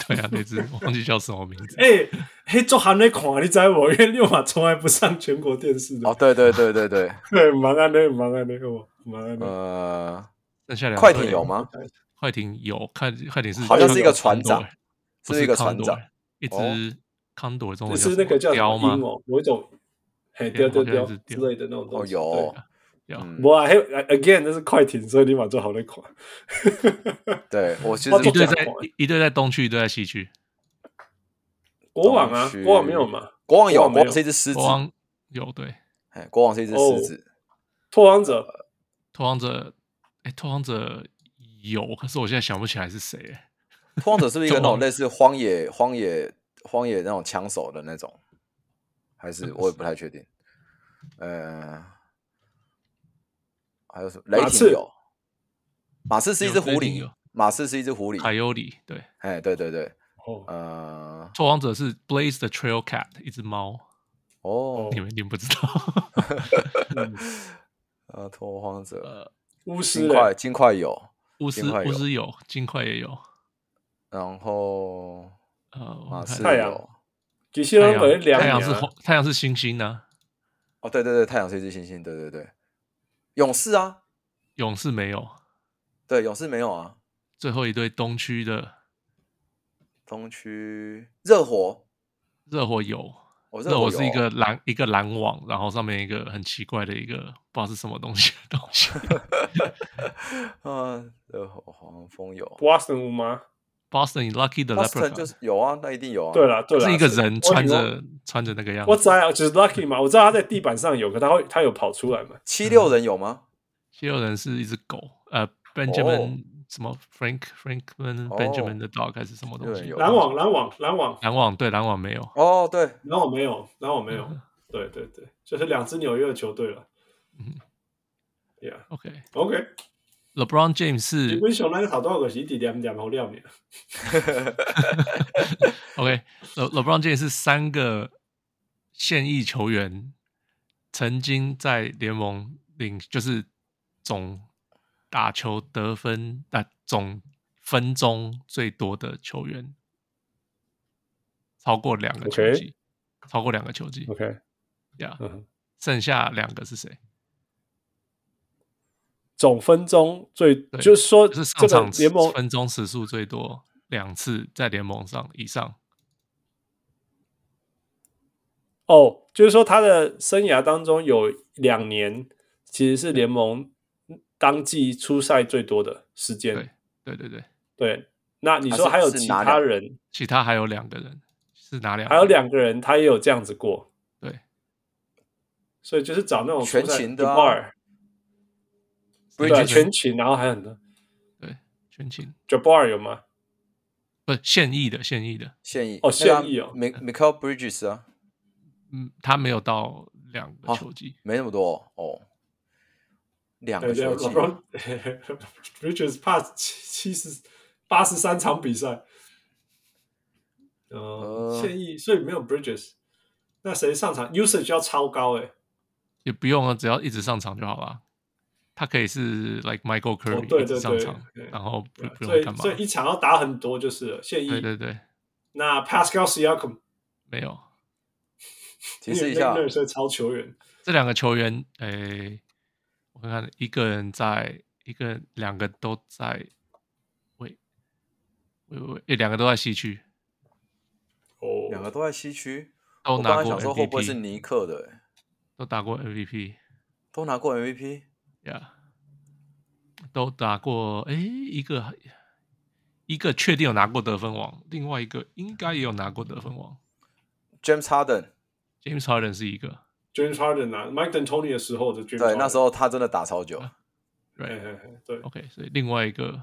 Speaker 2: 对啊，那只我忘记叫什么名字。
Speaker 1: 哎，嘿，做还没看，你知我，因为六马从来不上全国电视
Speaker 5: 哦
Speaker 1: 的，，
Speaker 5: 对对对 对对，
Speaker 1: 对，忙啊那忙啊那个我忙啊那，
Speaker 5: 呃，
Speaker 2: 剩下两
Speaker 5: 快
Speaker 2: 队
Speaker 5: 艇有？吗？
Speaker 2: 啊快艇有，看快艇是
Speaker 5: 好像是一个船
Speaker 2: Condor，
Speaker 5: 长
Speaker 2: 不
Speaker 5: 是一个船
Speaker 2: Condor，
Speaker 5: 长
Speaker 2: 一
Speaker 5: 哦
Speaker 2: 只康朵中
Speaker 1: 那
Speaker 2: 文
Speaker 1: 是那个叫什
Speaker 2: 雕
Speaker 1: 么哎鹰
Speaker 2: 吗？
Speaker 1: 哦哦，有一种嘿雕雕
Speaker 2: 好像
Speaker 1: 雕
Speaker 2: 是
Speaker 1: 之
Speaker 2: 雕
Speaker 1: 类的那种
Speaker 5: 哦
Speaker 1: 东西。
Speaker 5: 有，
Speaker 2: 啊雕
Speaker 5: 嗯
Speaker 1: 我还有呃 again 那是快艇，所以你马做好那款。
Speaker 5: 对我其实
Speaker 1: 哦
Speaker 2: 一
Speaker 1: 对
Speaker 2: 队在
Speaker 1: 中国
Speaker 2: 一队在东区，一队在西区。
Speaker 1: 国王啊
Speaker 5: 东，区
Speaker 1: 国王没有嘛？
Speaker 5: 国王有，
Speaker 1: 国王没
Speaker 5: 国
Speaker 1: 有
Speaker 5: 王是一只狮子
Speaker 2: 国，王有对，
Speaker 5: 哎，国王是一只
Speaker 1: 哦
Speaker 5: 狮子，
Speaker 1: 拓荒者
Speaker 2: 拓荒者，哎，拓荒者有，可是我现在想不起来是谁欸。
Speaker 5: 拓荒者是不是一个那
Speaker 2: 中
Speaker 5: 种
Speaker 2: 文
Speaker 5: 类似荒野、荒野、荒野那种枪手的那种？还
Speaker 2: 嗯
Speaker 5: 是我也不太确定。呃，还有什么？雷
Speaker 1: 马
Speaker 5: 霆
Speaker 1: 刺
Speaker 5: 有，马刺是一
Speaker 2: 有
Speaker 5: 只狐
Speaker 2: 雷霆
Speaker 5: 狸
Speaker 2: 有，
Speaker 5: 马刺是一只狐
Speaker 2: 卡
Speaker 5: 狸。
Speaker 2: 尤里，对，
Speaker 5: 哎，对对对，
Speaker 1: 哦，
Speaker 5: 呃，
Speaker 2: 拓荒者是 Blaze the Trail Cat，一只猫，
Speaker 5: 哦，
Speaker 2: 你们一定不知道。
Speaker 5: 呃，拓荒者，
Speaker 1: 巫师
Speaker 5: 金
Speaker 1: 嘞
Speaker 5: 块金块有，
Speaker 2: 巫师
Speaker 5: 金块有
Speaker 2: 巫师有，金块也有，
Speaker 5: 然后
Speaker 2: 呃，我
Speaker 5: 马
Speaker 2: 们看
Speaker 5: 刺
Speaker 1: 太阳
Speaker 5: 有，
Speaker 1: 其实
Speaker 2: 太
Speaker 1: 人本
Speaker 2: 阳
Speaker 1: 两啊
Speaker 2: 太
Speaker 1: 年
Speaker 2: 阳是红太阳是星星啊呢，
Speaker 5: 哦，对对对，太阳是一只星星，对对对，勇士啊，
Speaker 2: 勇士没有，
Speaker 5: 对，勇士没有啊，
Speaker 2: 最后一队东区的
Speaker 5: 东区热火，
Speaker 2: 热火有。
Speaker 5: 哦，
Speaker 2: 热火
Speaker 5: 火
Speaker 2: 是一
Speaker 5: 有哦
Speaker 2: 个篮一个篮网，然后上面一个很奇怪的一个不知道是什么东西的东 西。
Speaker 5: 嗯，热火黄蜂有
Speaker 1: Boston 五吗？
Speaker 2: Boston Lucky the
Speaker 5: ，Boston
Speaker 2: Leprechaun
Speaker 5: 就是有啊，那一定有啊。
Speaker 1: 对，了对了，
Speaker 2: 是一个人
Speaker 1: 我
Speaker 2: 穿
Speaker 1: 以为
Speaker 2: 着穿着那个样
Speaker 1: 我
Speaker 2: 子。
Speaker 1: 知道，就是 Lucky 嘛，我知道他在地板上有，可他会他有跑出来嘛？
Speaker 5: 七六人有吗？
Speaker 2: 七六人是一只狗，呃，Benjamin、什么 Frank Frankman、
Speaker 5: 哦
Speaker 2: Benjamin 的 dog 还是什么东
Speaker 5: 七
Speaker 2: 西
Speaker 5: 六人？有
Speaker 1: 篮网篮网篮网
Speaker 2: 篮网对篮网没有，
Speaker 5: 哦，对，
Speaker 1: 篮网没有篮网没有，对对对，就是两支纽约的球队了。
Speaker 2: 嗯
Speaker 1: ，Yeah
Speaker 2: ，OK，LeBron、
Speaker 1: OK，
Speaker 2: James
Speaker 1: 你
Speaker 2: 是
Speaker 1: 们想那个好多个是一点点好料呢？
Speaker 2: OK，Le LeBron James 是三个现役球员曾经在联盟领就是总打球得分啊、总分钟最多的球员，超过两个球
Speaker 1: OK
Speaker 2: 季超过两个球季
Speaker 1: OK，
Speaker 2: 呀。
Speaker 1: 嗯哼，
Speaker 2: 剩下两个是谁？
Speaker 1: 总分钟最
Speaker 2: 对
Speaker 1: 就是说
Speaker 2: 就是
Speaker 1: 这
Speaker 2: 上
Speaker 1: 个
Speaker 2: 场
Speaker 1: 联盟
Speaker 2: 分钟时数最多两次在联盟上以上。
Speaker 1: 哦，就是说他的生涯当中有两年其实是联盟当季出赛最多的时
Speaker 2: 对
Speaker 1: 间。
Speaker 2: 对对对，
Speaker 1: 对，那你说
Speaker 5: 啊是
Speaker 1: 还有
Speaker 5: 是
Speaker 1: 其
Speaker 5: 哪
Speaker 1: 他
Speaker 5: 两
Speaker 1: 人，
Speaker 2: 其他还有两个人是哪两个？
Speaker 1: 还有两个人他也有这样子过。
Speaker 2: 对，
Speaker 1: 所以就是找那种
Speaker 5: 全
Speaker 1: 出在
Speaker 5: 勤的
Speaker 1: The
Speaker 5: 啊
Speaker 1: Bar，对啊，
Speaker 5: Bridges
Speaker 1: 全勤，然后还有很多
Speaker 2: 对全勤
Speaker 1: Jabbar 有吗？
Speaker 2: 不是现役的现役的，
Speaker 5: 现役
Speaker 1: 哦
Speaker 5: 那个啊
Speaker 1: 现役哦
Speaker 5: ，Mi- Michael Bridges 啊，
Speaker 2: 嗯，他没有到两个
Speaker 5: 哦
Speaker 2: 球季，
Speaker 5: 没那么多哦哦，两
Speaker 1: 对
Speaker 5: 个
Speaker 1: 对
Speaker 5: 球季啊，
Speaker 1: ，LeBron Richards 怕七七十八十三场比赛，呃，
Speaker 5: 呃
Speaker 1: 现役所以没有 Bridges，那谁上场 usage 要超高哎、
Speaker 2: 也不用啊，只要一直上场就好了。他可以是 like Michael
Speaker 1: 哦
Speaker 2: Curry、
Speaker 1: 对
Speaker 2: 一直
Speaker 1: 对
Speaker 2: 上
Speaker 1: 对
Speaker 2: 场
Speaker 1: 对，
Speaker 2: 然后不
Speaker 1: 对啊
Speaker 2: 不
Speaker 1: 所
Speaker 2: 用
Speaker 1: 以
Speaker 2: 干嘛
Speaker 1: 所。以一场要打很多就是了现役。
Speaker 2: 对对对，
Speaker 1: 那 Pascal Siakam
Speaker 2: 没有
Speaker 5: 提示一下
Speaker 1: 那，是超球员，
Speaker 2: 这两个球员，诶、我看看，一个人在，一个人两个都在，喂，喂喂喂，诶两个都在西区，
Speaker 1: 哦，
Speaker 5: 两个都在西区，
Speaker 2: 都
Speaker 5: 我
Speaker 2: 拿
Speaker 5: 刚才
Speaker 2: 过
Speaker 5: 想
Speaker 2: MVP，
Speaker 5: 说会不会是尼克的，欸
Speaker 2: 都打过 MVP
Speaker 5: 都拿过 MVP，
Speaker 2: 呀、都打过，诶、一个一个确定有拿过得分王，另外一个应该也有拿过得分王，
Speaker 5: ，James Harden
Speaker 2: James Harden 是一个，
Speaker 1: James Harden 啊，Mike D'Antoni 的时候的 James，啊
Speaker 5: 对，那时
Speaker 1: 候，
Speaker 5: 候他真的打超久。
Speaker 1: 嘿
Speaker 2: 对
Speaker 1: 嘿嘿对，
Speaker 2: ，OK，所以另外一个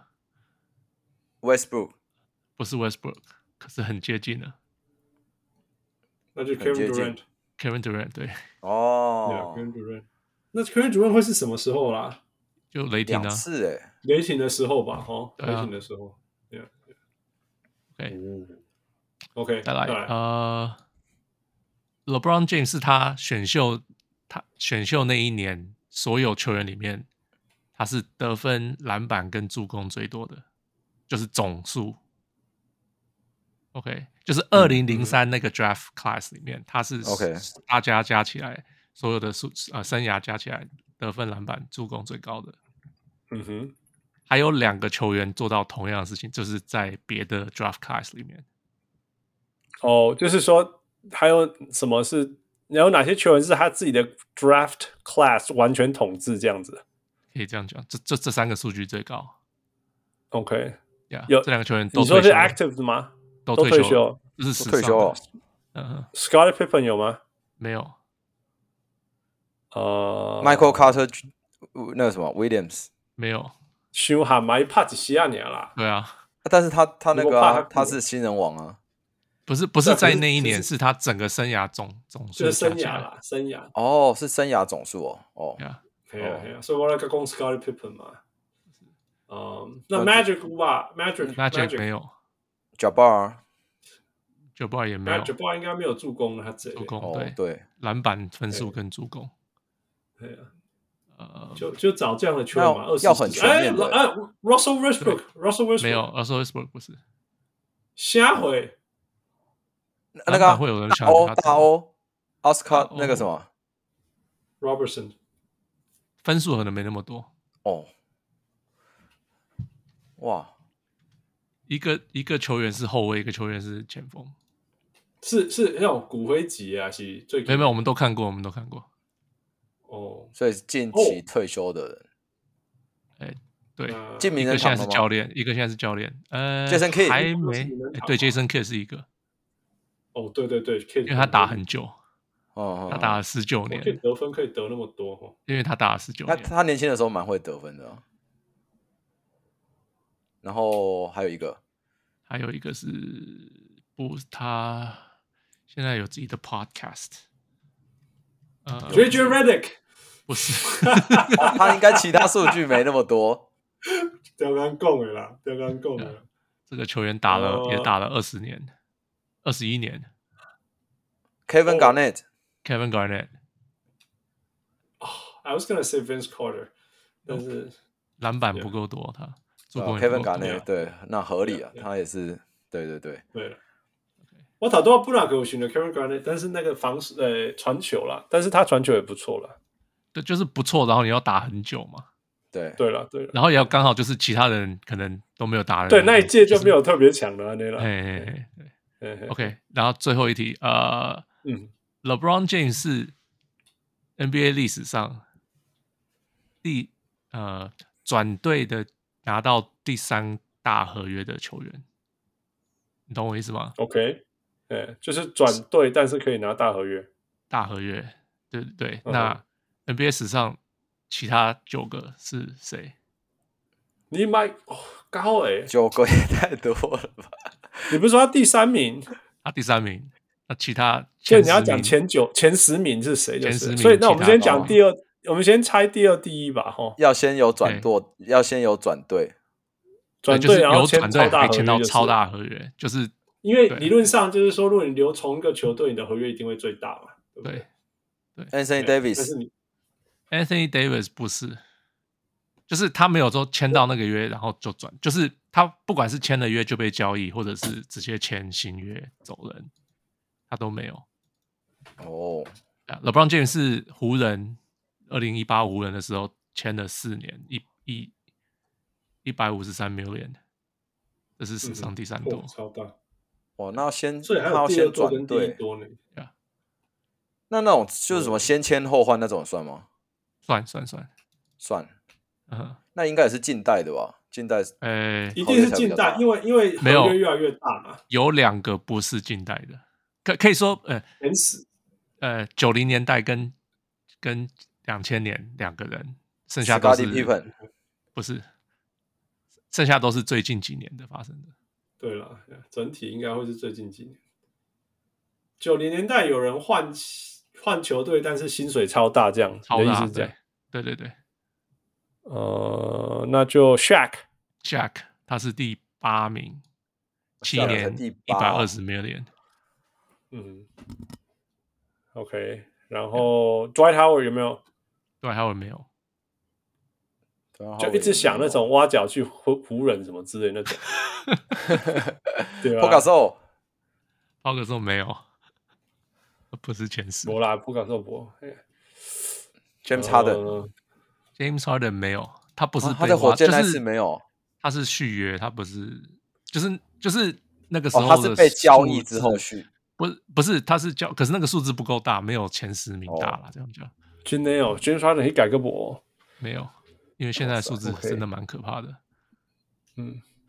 Speaker 5: Westbrook
Speaker 2: 不是 Westbrook，可是很接近了
Speaker 1: 那就
Speaker 5: 很
Speaker 1: Kevin
Speaker 5: 接近
Speaker 1: Durant，
Speaker 2: ，Kevin Durant，对，
Speaker 1: 对
Speaker 5: 哦
Speaker 1: 啊，，Kevin Durant，那 Kevin Durant 会是什么时候啦？
Speaker 2: 就雷霆
Speaker 5: 两
Speaker 2: 啊
Speaker 5: 次哎，
Speaker 1: 雷霆的时候吧，哈，
Speaker 2: 对
Speaker 1: 雷
Speaker 2: 啊
Speaker 1: 霆的时候，Yeah，
Speaker 2: ，OK，
Speaker 1: ，OK，再
Speaker 2: 再来
Speaker 1: 来，
Speaker 2: 呃，LeBron James 是他选秀，他选秀那一年所有球员里面，他是得分、篮板跟助攻最多的，就是总数。OK，就是二零零三那个 draft class 里面，他是
Speaker 5: OK
Speaker 2: 大家加起来所有的数呃生涯加起来得分、篮板、助攻最高的。
Speaker 1: 嗯哼，
Speaker 2: 还有两个球员做到同样的事情，就是在别的 draft class 里面。
Speaker 1: 哦，就是说还有什么是，有哪些球员是他自己的 draft class 完全统治这样子
Speaker 2: 可以这样讲，这这这三个数据最高。
Speaker 1: ？OK，
Speaker 2: 呀、
Speaker 1: 有
Speaker 2: 这两个球员都
Speaker 1: 你说是
Speaker 2: 退休了
Speaker 1: active 的吗
Speaker 2: 都
Speaker 1: 都
Speaker 2: 退
Speaker 1: 退
Speaker 2: 休了
Speaker 1: 休，
Speaker 2: 这是史
Speaker 5: 都
Speaker 2: 上
Speaker 5: 退休了
Speaker 2: 的。嗯、哼，
Speaker 1: ？Scottie Pippen 有吗？
Speaker 2: 没有，
Speaker 1: 呃
Speaker 5: Michael Carter 呃那个什么 Williams，
Speaker 2: 没有，
Speaker 1: 想下买帕几西亚年啦，
Speaker 2: 对啊，
Speaker 5: 但是他他那个
Speaker 1: 如
Speaker 5: 啊
Speaker 1: 果怕他
Speaker 5: 他是新人王啊。
Speaker 2: 不是不
Speaker 1: 对
Speaker 2: 是
Speaker 1: 啊可
Speaker 2: 在
Speaker 1: 是
Speaker 2: 那一
Speaker 1: 可
Speaker 2: 年，
Speaker 1: 是
Speaker 2: 是他整个生涯总总
Speaker 1: 就是
Speaker 2: 数
Speaker 1: 生
Speaker 2: 加起
Speaker 1: 涯
Speaker 2: 来。
Speaker 1: 啦，生涯。
Speaker 5: 哦，是生涯总数哦。哦，
Speaker 2: 呀，
Speaker 1: 嘿啊
Speaker 5: 哦
Speaker 1: 嘿啊，所以我那个讲 Scottie Pippen 嘛。嗯，那
Speaker 5: 那
Speaker 1: Magic 有吧，Magic
Speaker 2: 那这没有，
Speaker 5: 贾巴尔，
Speaker 2: 九八也没有
Speaker 1: Magic 不应该没有助攻了，他这
Speaker 2: 助攻，
Speaker 5: 哦
Speaker 2: 对，
Speaker 5: 对，
Speaker 2: 篮板分数跟助攻，
Speaker 1: 对啊，
Speaker 2: 呃，
Speaker 1: 就就找这样的球员嘛，
Speaker 5: 要
Speaker 1: 二十
Speaker 5: 要很全面的
Speaker 1: 哎哎，Russell Westbrook，Russell Westbrook
Speaker 2: 没有 r u s s e l Westbrook 不是，
Speaker 1: 下回
Speaker 5: 那那
Speaker 2: 篮
Speaker 5: 个
Speaker 2: 板
Speaker 5: 啊
Speaker 2: 会有人
Speaker 5: 大
Speaker 2: 抢
Speaker 5: 欧
Speaker 2: 他
Speaker 5: 大欧奥斯卡
Speaker 2: 大欧
Speaker 5: 那个什么
Speaker 1: Robertson
Speaker 2: 分数可能没那么多，
Speaker 5: 哦，哇，
Speaker 2: 一个一个球员是后卫，一个球员是前锋，
Speaker 1: 是是那种骨灰级啊，是最
Speaker 2: 没有没有，我们都看过，我们都看过，
Speaker 1: 哦，
Speaker 5: 所以近期退休的人
Speaker 2: 对，
Speaker 1: 那
Speaker 5: 进
Speaker 2: 一
Speaker 5: 名
Speaker 2: 个
Speaker 5: 人
Speaker 2: 现在
Speaker 5: 堂
Speaker 2: 是
Speaker 5: 了
Speaker 2: 教
Speaker 5: 吗？
Speaker 2: 练，一个现在是教练，呃
Speaker 5: Jason Kidd
Speaker 2: 还
Speaker 1: 不
Speaker 2: 没
Speaker 1: 是名人
Speaker 2: 哎
Speaker 1: 堂
Speaker 2: 对
Speaker 1: 吗
Speaker 2: ，Jason Kidd 是一个，
Speaker 1: 哦，对对对，因
Speaker 2: 因为他打很久，
Speaker 5: 嗯，嗯
Speaker 2: 他
Speaker 5: 嗯
Speaker 2: 打
Speaker 1: 哦
Speaker 2: 了十九年
Speaker 1: 可，以得分，可以得那么多哦。
Speaker 2: 因为他打了十九
Speaker 5: 他
Speaker 2: 年，
Speaker 5: 他年轻的时候蛮会得分的啊、然后还有一个
Speaker 2: 还有一个是不，他现在有自己的 podcast，呃，
Speaker 1: JJ Redick，
Speaker 2: 不是
Speaker 5: 哦，他应该其他数据没那么 多。
Speaker 1: 刁刚讲的啦，刁刚讲的啦。
Speaker 2: 这个球员打了、
Speaker 1: 哦
Speaker 2: 也打了二十年，二十一年
Speaker 5: Kevin Garnett，、
Speaker 2: ，Kevin Garnett
Speaker 1: I was gonna say Vince Carter，但
Speaker 2: 嗯
Speaker 1: 是
Speaker 2: 篮板不够多，他助
Speaker 5: 呃
Speaker 1: 哦
Speaker 2: 攻也不够
Speaker 5: Kevin
Speaker 2: 多，
Speaker 5: Garnett，对，那合理啊
Speaker 1: Yeah，yeah
Speaker 5: 他也是，对对对，
Speaker 1: 对了。我打到布朗克我选的 Kevin Garnett，但是那个防守呃传球啦，但是他传球也不错啦。
Speaker 2: 对，就是不错，然后你要打很久嘛，
Speaker 5: 对，
Speaker 1: 对了对了，
Speaker 2: 然后也要刚好就是其他人可能都没有打的，
Speaker 1: 对那一届就没
Speaker 2: 有，
Speaker 1: 有特别强的那
Speaker 2: 哎、
Speaker 1: 了。
Speaker 2: 哎哎哎
Speaker 1: 嘿嘿
Speaker 2: OK，然后最后一题，呃
Speaker 1: 嗯，
Speaker 2: ，LeBron James 是 NBA 历史上第呃转队的拿到第三大合约的球员，你懂我意思吗？
Speaker 1: OK，哎，就是转队，但是可以拿大合约。
Speaker 2: 大合约，对对对。
Speaker 1: 嗯
Speaker 2: 那 NBA 史上其他九个是谁？
Speaker 1: 你买哦高哎、
Speaker 5: 九个也太多了吧？
Speaker 1: 你不是说他第三名？
Speaker 2: 他第三名，那其他
Speaker 1: 所以
Speaker 2: 前
Speaker 1: 你要
Speaker 2: 10
Speaker 1: 讲
Speaker 2: 名
Speaker 1: 前九、前十名是谁？就
Speaker 2: 前
Speaker 1: 是
Speaker 2: 10名
Speaker 1: 所以那我们
Speaker 2: 其他
Speaker 1: 先
Speaker 2: 都
Speaker 1: 讲第二，我们先猜第二、第一吧，哈。
Speaker 5: 要先有转舵，要先有转队，
Speaker 1: 转
Speaker 2: 对就是
Speaker 1: 队然后
Speaker 2: 有
Speaker 1: 签
Speaker 2: 转
Speaker 1: 超
Speaker 2: 队
Speaker 1: 大
Speaker 2: 可以
Speaker 1: 合约
Speaker 2: 签到
Speaker 1: 就是
Speaker 2: 超大合约，就是
Speaker 1: 因为
Speaker 2: 对
Speaker 1: 理论上就是说，如果你留同一个球队，你的合约一定会最大嘛，对不
Speaker 2: 对
Speaker 5: Anthony
Speaker 1: 但啊是
Speaker 5: Davis
Speaker 1: 你
Speaker 2: Anthony Davis 不是，就是他没有说签到那个约，然后就转，就是他不管是签了约就被交易，或者是直接签新约走人，他都没有。
Speaker 5: 哦，
Speaker 2: 啊 LeBron James 是湖人二零一八湖人的时候签了四年一一一百五十三 million，这是史上第三多
Speaker 1: 哦。超大，
Speaker 5: 哇，那要先
Speaker 1: 所以还
Speaker 5: 他要
Speaker 1: 有第二
Speaker 5: 先
Speaker 1: 多跟
Speaker 5: 转
Speaker 1: 第一
Speaker 5: 队，
Speaker 1: 多呢。
Speaker 5: 那那种就是什么先签后换那种算吗？
Speaker 2: 算算算，
Speaker 5: 算，
Speaker 2: 嗯，
Speaker 5: 那应该也是近代的吧？近代
Speaker 2: 呃，
Speaker 1: 一定是近代，因为因为合
Speaker 2: 没有
Speaker 1: 约越来越大嘛，
Speaker 2: 有两个不是近代的，可可以说呃，
Speaker 1: 前十
Speaker 2: 呃九零年代跟跟两千年两个人，剩下都
Speaker 5: Scotty
Speaker 2: 是
Speaker 5: Pippen
Speaker 2: 不是，剩下都是最近几年的发生的。
Speaker 1: 对了，整体应该会是最近几年。九零年代有人换换球队，但是薪水超大，这样
Speaker 2: 超
Speaker 1: 你的意
Speaker 2: 大
Speaker 1: 思是这样
Speaker 2: 对。对对对
Speaker 1: 呃，那就 Shaq
Speaker 2: ，Jack 他是第八名，七
Speaker 5: Shaq 才
Speaker 2: 年
Speaker 5: 第
Speaker 2: 一百
Speaker 5: 八
Speaker 2: 二十 million，
Speaker 1: 嗯，OK，然后 Dwight Howard 有没有？
Speaker 2: 对，还有没有？
Speaker 5: 啊
Speaker 1: 就一直想那种挖角去湖湖人什么之类那 种，对啊吧？
Speaker 5: p o c a s o
Speaker 2: 包哥说没有， 不是前十。
Speaker 1: 博啦，不敢说博。
Speaker 5: James Harden，
Speaker 1: 呃
Speaker 2: James Harden 没有，他不是
Speaker 5: 啊
Speaker 2: 被挖、
Speaker 5: 他在火箭
Speaker 2: 就
Speaker 5: 那
Speaker 2: 是
Speaker 5: 次没有，
Speaker 2: 他是续约，他不是，就是就是那个时
Speaker 5: 哦，
Speaker 2: 候、
Speaker 5: 他是被交易之后，续，
Speaker 2: 不是不是，他是交，可是那个数字不够大，没有前十名
Speaker 1: 哦
Speaker 2: 大了，这样讲
Speaker 1: 真的哦，James Harden 可以改个博。
Speaker 2: 没有，因为现在的数字
Speaker 1: 哇塞，OK
Speaker 2: 真的蛮可怕的。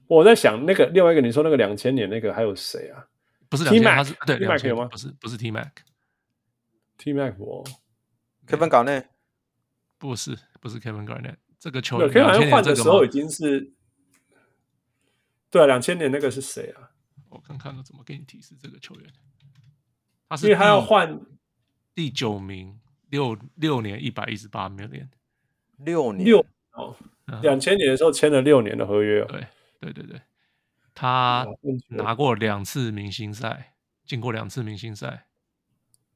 Speaker 1: 我在想那个另外一个，你说那个两千年那个还有谁啊
Speaker 2: 不是两
Speaker 1: T-Mac，
Speaker 2: 千，他是对
Speaker 1: T-Mac
Speaker 2: 两千
Speaker 1: 有吗
Speaker 2: 不是不是 T Mac，
Speaker 1: ？T Mac 博，
Speaker 5: Kevin g a r n e t
Speaker 2: 不是不是 Kevin Garnett，这个球
Speaker 1: 对，
Speaker 2: 员
Speaker 1: 可以好
Speaker 2: 哦两
Speaker 1: 像
Speaker 2: 千
Speaker 1: 换
Speaker 2: 年
Speaker 1: 的
Speaker 2: 这
Speaker 1: 时
Speaker 2: 个
Speaker 1: 候已
Speaker 2: 吗？
Speaker 1: 经是，对啊，两千年那个是谁啊？
Speaker 2: 我看看我怎么给你提示这个球员，他是
Speaker 1: 因为他要
Speaker 2: 第
Speaker 1: 换
Speaker 2: 第九名，六六年一百一十八 million，
Speaker 5: 六年
Speaker 1: 六哦
Speaker 2: 嗯，
Speaker 1: 两千年的时候签了六年的合约哦。
Speaker 2: 对对对对，他
Speaker 1: 哇问题
Speaker 2: 啊拿过两次明星赛，进过两次明星赛。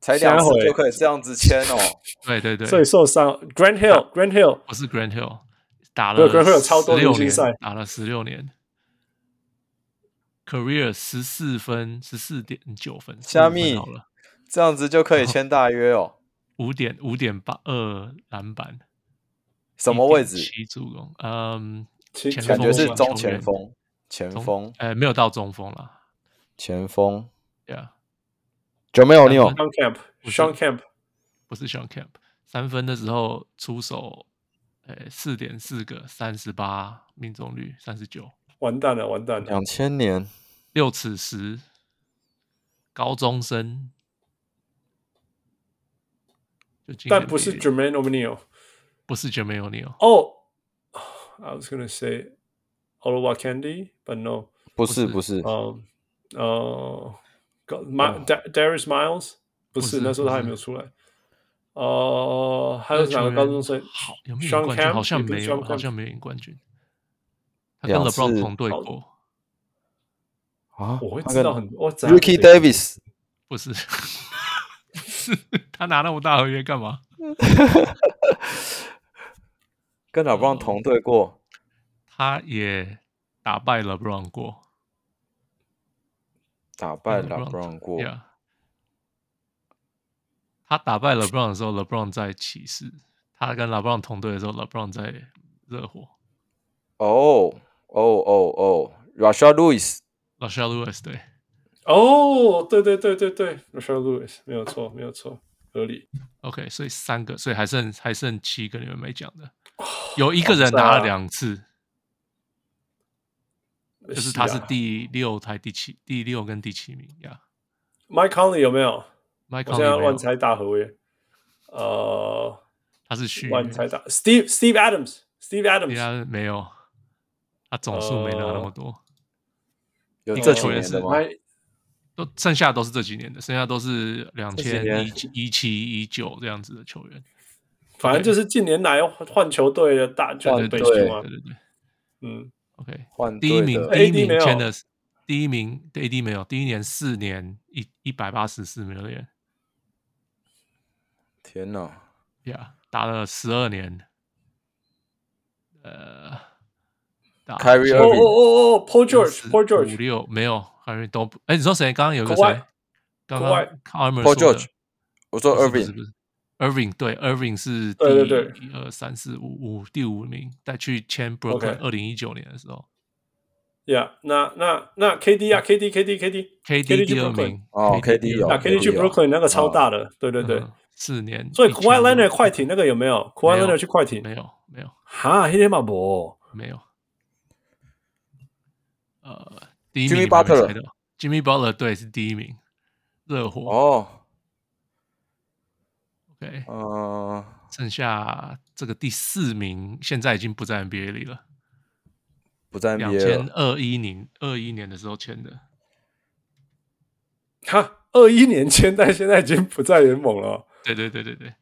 Speaker 5: 才两次
Speaker 1: 三回
Speaker 5: 就可以这样子签哦，
Speaker 2: 对对对，啊
Speaker 1: 所以受伤，Grand Hill，Grand Hill
Speaker 2: 我是 Grant Hill 打
Speaker 1: 对
Speaker 2: 了
Speaker 1: ，Grant Hill 超多
Speaker 2: 六
Speaker 1: 明星
Speaker 2: 年
Speaker 1: 赛，
Speaker 2: 打了十六年，career 十四分，十四点九分，15
Speaker 5: 虾
Speaker 2: 分
Speaker 5: 米
Speaker 2: 好了，
Speaker 5: 这样子就可以签大约哦。
Speaker 2: 五点五点八二篮板，
Speaker 5: 什么位置？
Speaker 2: 七助攻，嗯，
Speaker 1: 其
Speaker 2: 前
Speaker 5: 感觉是
Speaker 2: 锋
Speaker 5: 中
Speaker 2: 球员
Speaker 5: 前锋，前
Speaker 2: 中
Speaker 5: 锋，
Speaker 2: 呃，没有到中锋啦，
Speaker 5: 前锋。
Speaker 2: 对啊，
Speaker 5: 九妹有哦你有
Speaker 1: Sean Camp，Sean Camp
Speaker 2: 不是 Sean Camp，三分的时候出手，呃，四点四个，三十八命中率，三十九，
Speaker 1: 完蛋了，完蛋了。
Speaker 5: 两千年
Speaker 2: 六尺十，高中生，就进
Speaker 1: 但不是
Speaker 2: NBA
Speaker 1: Jermaine O'Neal。
Speaker 2: 不是 Jermaine O'Neal，
Speaker 1: 哦、i was gonna say Olawa Candy, but no.
Speaker 5: 不
Speaker 2: 是
Speaker 5: 是不是，
Speaker 1: 嗯呃，God- My Da- Darius Miles 不
Speaker 2: 哦不
Speaker 1: 是，
Speaker 2: 是
Speaker 1: 那时候他
Speaker 2: 不
Speaker 1: 还
Speaker 2: 是
Speaker 1: 没有出来。哦、还有
Speaker 2: 那
Speaker 1: 哪个
Speaker 2: 球员
Speaker 1: 高中生？
Speaker 2: 好有没有
Speaker 1: Sean
Speaker 2: 赢冠军？
Speaker 1: Kemp？
Speaker 2: 好像
Speaker 1: 也不是
Speaker 2: 没有，
Speaker 1: Sean
Speaker 2: 好
Speaker 1: Kemp
Speaker 2: 像没有赢冠军。他跟
Speaker 5: 两
Speaker 2: LeBron
Speaker 5: 次
Speaker 2: 同队
Speaker 1: 好
Speaker 2: 过，
Speaker 5: 啊
Speaker 1: 我会
Speaker 5: 那
Speaker 1: 知
Speaker 5: 个
Speaker 1: 道很多。我怎样
Speaker 5: Ricky Davis
Speaker 2: 不是？ 是他拿那么大合约干嘛？哦
Speaker 5: 跟老布朗同队过，
Speaker 2: 他也打败 LeBron 过，
Speaker 5: 打败
Speaker 2: 跟
Speaker 5: 老布朗过。
Speaker 2: Yeah 他打败 LeBron 的时候，LeBron 在骑士；他跟 LeBron 同队的时候，LeBron 在热火。
Speaker 5: 哦哦哦哦，Rashad Lewis
Speaker 2: l a s h a Lewis 对，
Speaker 1: 哦，对对对对对，Rachel Lewis 没有错，没有错，合理。
Speaker 2: OK，所以三个，所以还剩还剩七个你们没讲的，
Speaker 1: 哦
Speaker 2: 有一个人拿
Speaker 1: 啊
Speaker 2: 了两次，就是他是
Speaker 1: 啊
Speaker 2: 第六台第七第六跟第七名呀。
Speaker 1: Mike Conley 有没有？
Speaker 2: Mike
Speaker 1: 我现在
Speaker 2: Conley 没
Speaker 1: 乱
Speaker 2: 有，
Speaker 1: 猜大合约。呃，
Speaker 2: 他是续
Speaker 1: 乱
Speaker 2: 约，
Speaker 1: 猜大，Steve Steve Adams，Steve
Speaker 2: 对
Speaker 1: Adams。
Speaker 2: 啊，没有，他总数没拿
Speaker 1: 呃
Speaker 2: 那么多，
Speaker 5: 有
Speaker 2: 一
Speaker 5: 这
Speaker 2: 个
Speaker 5: 几
Speaker 2: 球员
Speaker 5: 年
Speaker 2: 是
Speaker 5: 的吗？
Speaker 1: Mike
Speaker 2: 都剩下都是这几年的，剩下都是两
Speaker 5: 这几
Speaker 2: 千
Speaker 5: 年
Speaker 2: 一一七一九这样子的球员。
Speaker 1: 反正就是近年来换球队的大就是
Speaker 5: 换
Speaker 1: 北
Speaker 5: 队
Speaker 1: 区嘛
Speaker 2: 对，对对
Speaker 1: 嗯，
Speaker 2: ，OK，
Speaker 5: 换
Speaker 2: 第一
Speaker 5: 队
Speaker 2: 名
Speaker 5: 的
Speaker 2: 第一
Speaker 1: AD
Speaker 2: 名
Speaker 1: 没有
Speaker 2: 签的是第一名 AD 没有，第一年四年一一百八十四 million。
Speaker 5: 天哪，
Speaker 2: Yeah，打了十二年，呃，打
Speaker 5: Kyrie
Speaker 1: 哦
Speaker 5: Irving
Speaker 1: 哦哦哦，Paul George，Paul
Speaker 2: 五
Speaker 1: George，
Speaker 2: 六没有 k y r i 都不，哎，你说谁？刚刚有个
Speaker 1: Kawhi
Speaker 2: 谁？刚刚
Speaker 1: Kawhi
Speaker 2: Armor
Speaker 5: Paul George，我说
Speaker 2: 不是
Speaker 5: Irving
Speaker 2: 不是 Irving 对 Irving 是第
Speaker 1: 对对对
Speaker 2: 一二三四五五第五名，再去签 Brooklyn 二零一九年的时候
Speaker 1: yeah，那那那 KD 啊，KD，KD，KD，
Speaker 2: ，KD
Speaker 1: 去
Speaker 2: 第二
Speaker 1: Brooklyn
Speaker 2: 名
Speaker 5: 哦，KD 哦有
Speaker 1: 啊，KD 去 Brooklyn 那个超大的，对对对。
Speaker 2: 嗯四年，
Speaker 1: 所以
Speaker 2: 1000
Speaker 1: Kawhi Leonard 快艇那个有没有？Kawhi
Speaker 2: 没有
Speaker 1: Leonard 去快艇，
Speaker 2: 没有没有
Speaker 1: 哈，黑天马博，
Speaker 2: 没有，呃，第一
Speaker 5: Jimmy
Speaker 2: 名你们还没
Speaker 5: Butler
Speaker 2: 猜到 Jimmy Butler 对是第一名，热火
Speaker 5: 哦，
Speaker 2: 对，
Speaker 5: 呃，
Speaker 2: 剩下这个第四名现在已经不在 NBA 里了，
Speaker 5: 不在
Speaker 2: 两
Speaker 5: NBA
Speaker 2: 千
Speaker 5: 了。
Speaker 2: 二一年二一年的时候签的，
Speaker 1: 哈，二一年签，但现在已经不在联盟了哦。
Speaker 2: 对对对对对，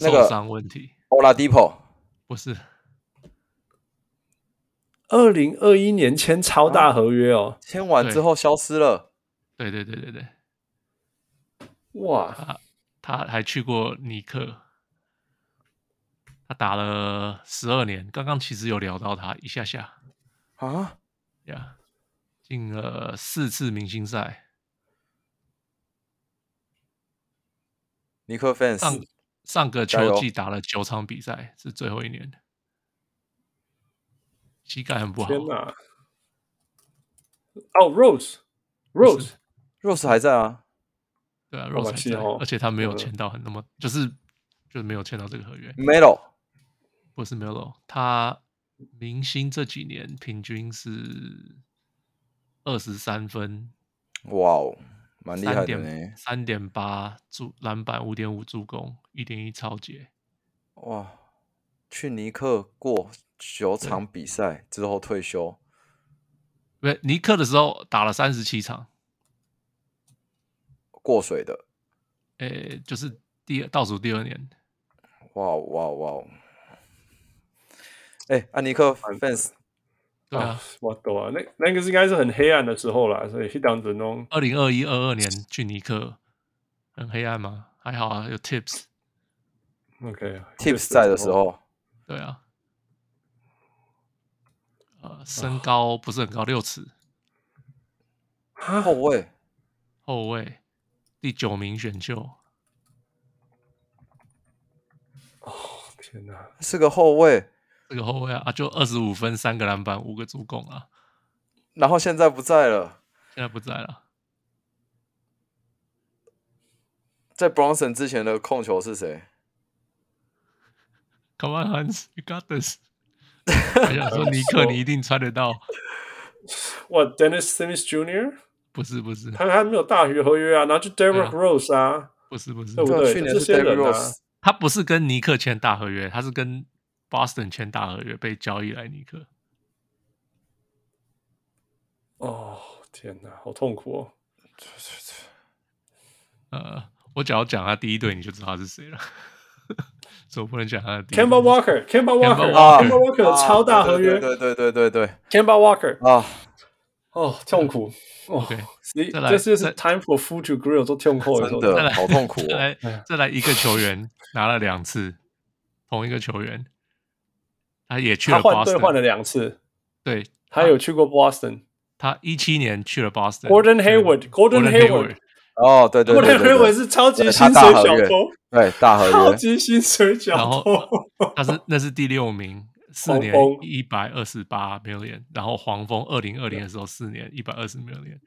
Speaker 5: 那个
Speaker 2: 受伤问题
Speaker 5: Ola Depot
Speaker 2: 不是
Speaker 1: 二零二一年签超大合约哦，
Speaker 5: 签完之后消失了，
Speaker 2: 对对对对对，
Speaker 1: 哇，
Speaker 2: 他还去过尼克，他打了十二年。刚刚其实有聊到他一下下
Speaker 5: 啊，
Speaker 2: 呀进了四次明星赛，
Speaker 5: 尼克
Speaker 2: 上
Speaker 5: fans
Speaker 2: 上个
Speaker 5: 加
Speaker 2: 球
Speaker 5: 油
Speaker 2: 季打了九场比赛，是最后一年，膝盖很不好。
Speaker 1: 天哪！哦，Rose，Rose，
Speaker 5: Rose 还在啊，
Speaker 2: 对啊
Speaker 1: 好
Speaker 2: ，Rose
Speaker 1: 可
Speaker 2: 还
Speaker 1: 惜
Speaker 2: 在
Speaker 1: 哦，
Speaker 2: 而且他没有
Speaker 1: 嗯
Speaker 2: 签到很那么，就是就是没有签到这个合约。
Speaker 5: Melo
Speaker 2: 不是 Melo，他明星这几年平均是二十三分，
Speaker 5: 哇哦，蛮厉害
Speaker 2: 三
Speaker 5: 的
Speaker 2: 点
Speaker 5: 呢。
Speaker 2: 三点八助篮板，五点五助攻，一点一超截。
Speaker 5: 哇，去尼克过九场比赛之后退休，
Speaker 2: 不是，尼克的时候打了三十七场，
Speaker 5: 过水的，
Speaker 2: 诶，就是第二倒数第二年，
Speaker 5: 哇哦哇哦哇哦！哎、安尼克 fans
Speaker 2: 对
Speaker 5: 哦
Speaker 2: 啊，
Speaker 1: 我懂啊，那那个是应该是很黑暗的时候啦，所以一档子弄
Speaker 2: 二零二一二二年去尼克，很黑暗吗？还好啊，有 Tips，
Speaker 1: OK
Speaker 5: tips 在的时，候，
Speaker 2: 对啊，呃，身高不是很高，六尺，
Speaker 5: 后卫
Speaker 2: 后卫，第九名选秀，
Speaker 1: 天哪，
Speaker 5: 是个后卫，
Speaker 2: 这个后卫啊，啊就二十五分，三个篮板，五个助攻啊，
Speaker 5: 然后现在不在了，
Speaker 2: 现在不在了。
Speaker 5: 在 Bronson 之前的控球是谁？
Speaker 2: Come on, Hans, you got this 。 我想说，尼克你一定穿得到，
Speaker 1: 哇，Dennis Simmons Jr.
Speaker 2: 不是不是
Speaker 1: 他他没有大学合约啊，然后就 Derrick
Speaker 2: 啊
Speaker 1: Rose 啊，
Speaker 2: 不是不是
Speaker 1: 对，不对？
Speaker 5: 去年
Speaker 1: 这
Speaker 5: 是
Speaker 1: 些
Speaker 5: Derrick
Speaker 1: 人啊，
Speaker 5: Rose，
Speaker 2: 他不是跟尼克签大合约，他是跟 Boston 签大合约，被交易来尼克。
Speaker 1: 哦，天哪，好痛苦哦。
Speaker 2: 呃，我只要讲他第一队，你就知道他是谁了， 所以我不能讲他的第一队。
Speaker 1: Kemba Walker，Kemba Walker，Kemba
Speaker 5: Walker
Speaker 1: 啊 Walker 的超大合约
Speaker 5: 啊对对对对对对
Speaker 1: ，Kemba Walker，
Speaker 5: 啊！
Speaker 1: 哦，痛苦，哦
Speaker 2: OK，，
Speaker 1: 你
Speaker 2: 嗯再来
Speaker 1: 这就是
Speaker 2: 再
Speaker 1: time for food to grill 都痛苦的时候，
Speaker 5: 真
Speaker 2: 再
Speaker 5: 的
Speaker 2: 来
Speaker 5: 好痛苦、
Speaker 2: 再
Speaker 5: 哦，
Speaker 2: 来
Speaker 1: 哎
Speaker 2: 再来一个球员拿了两次，同一个球员，他也去
Speaker 1: 他
Speaker 2: 了
Speaker 1: 换队换了
Speaker 2: Boston，啊
Speaker 1: 两次，
Speaker 2: 对
Speaker 1: 他有去过 Boston。
Speaker 2: 他一七年去了 Boston。
Speaker 1: Gordon Hayward，Gordon Hayward。
Speaker 5: 哦，对对
Speaker 1: 我
Speaker 5: 对
Speaker 1: 认
Speaker 5: 对
Speaker 1: 为
Speaker 5: 对，
Speaker 1: 是超级
Speaker 5: 对
Speaker 1: 薪
Speaker 5: 他
Speaker 1: 水
Speaker 5: 大合
Speaker 1: 小
Speaker 5: 约
Speaker 1: 偷，
Speaker 5: 对大合
Speaker 1: 超
Speaker 5: 约，
Speaker 1: 级薪水小
Speaker 2: 然后
Speaker 1: 偷。
Speaker 2: 他是那是第六名，四
Speaker 1: 黄
Speaker 2: 年
Speaker 1: 蜂
Speaker 2: 一百二十八 million，然后黄蜂二零二零的时候四年一百二十 million。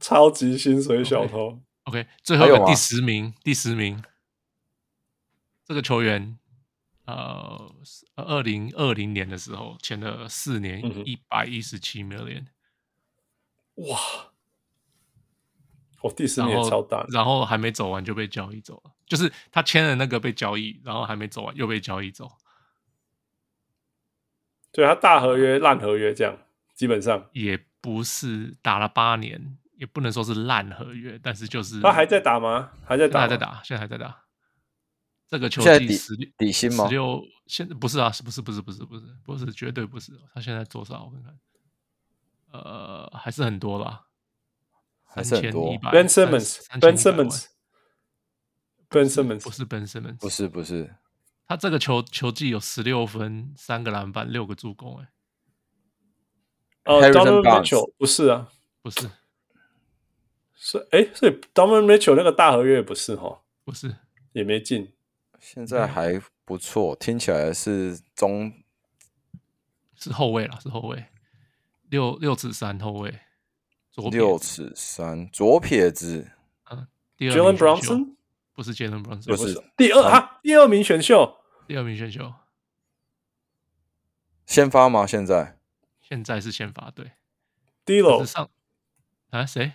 Speaker 1: 超级薪水小偷。
Speaker 2: OK，最后一
Speaker 5: 还有
Speaker 2: 个
Speaker 5: 吗
Speaker 2: 第十名，第十名，这个球员，呃，二零二零年的时候签了四年
Speaker 1: 嗯哼
Speaker 2: 一百一十七 million，
Speaker 1: 哇！我第十
Speaker 2: 然
Speaker 1: 名也
Speaker 2: 后
Speaker 1: 超大，
Speaker 2: 然后还没走完就被交易走了，就是他签了那个被交易，然后还没走完又被交易走，
Speaker 1: 对他大合约、烂合约这样，基本上
Speaker 2: 也不是打了八年，也不能说是烂合约，但是就是
Speaker 1: 他还在打吗？还在
Speaker 2: 现在
Speaker 1: 打，
Speaker 2: 嗯还在。打，现在还在打。这个球
Speaker 5: 现在
Speaker 2: 季
Speaker 5: 底
Speaker 2: 十六
Speaker 5: 底薪
Speaker 2: 十
Speaker 5: 吗？
Speaker 2: 六，现在不是啊，是不是不是不是不是不是，绝对不是。他现在多少？我看看，呃，还是很多啦，
Speaker 5: 还是很多
Speaker 1: Ben Simmons，Ben Simmons，Ben Simmons，
Speaker 2: 不是 Ben Simmons，
Speaker 5: 不是不是，
Speaker 2: 他这个球球季有十六分、三个篮板、六个助攻、欸，哎，
Speaker 1: 哦
Speaker 5: Harrison
Speaker 1: ，Donovan
Speaker 5: Barnes
Speaker 1: Mitchell 不是啊，
Speaker 2: 不是
Speaker 1: 是哎，所以 Donovan Mitchell 那个大合约也不是哈，
Speaker 2: 不是，
Speaker 1: 也没进。
Speaker 5: 现
Speaker 2: 嗯
Speaker 5: 在还不错，听起来是中
Speaker 2: 是后卫啦，是后卫，六六指三后卫，左撇
Speaker 5: 六
Speaker 2: 子
Speaker 5: 尺三左撇子，
Speaker 2: 第二
Speaker 1: Jalen
Speaker 2: 名选秀
Speaker 1: Brunson
Speaker 2: 不是 Jalen Brunson，
Speaker 5: 不是
Speaker 1: 第二哈，第二名选秀，
Speaker 2: 第二名选秀，
Speaker 5: 先发吗？现在
Speaker 2: 现在是先发队。
Speaker 1: 哦 d i l
Speaker 2: 就
Speaker 1: o
Speaker 2: 是上啊谁？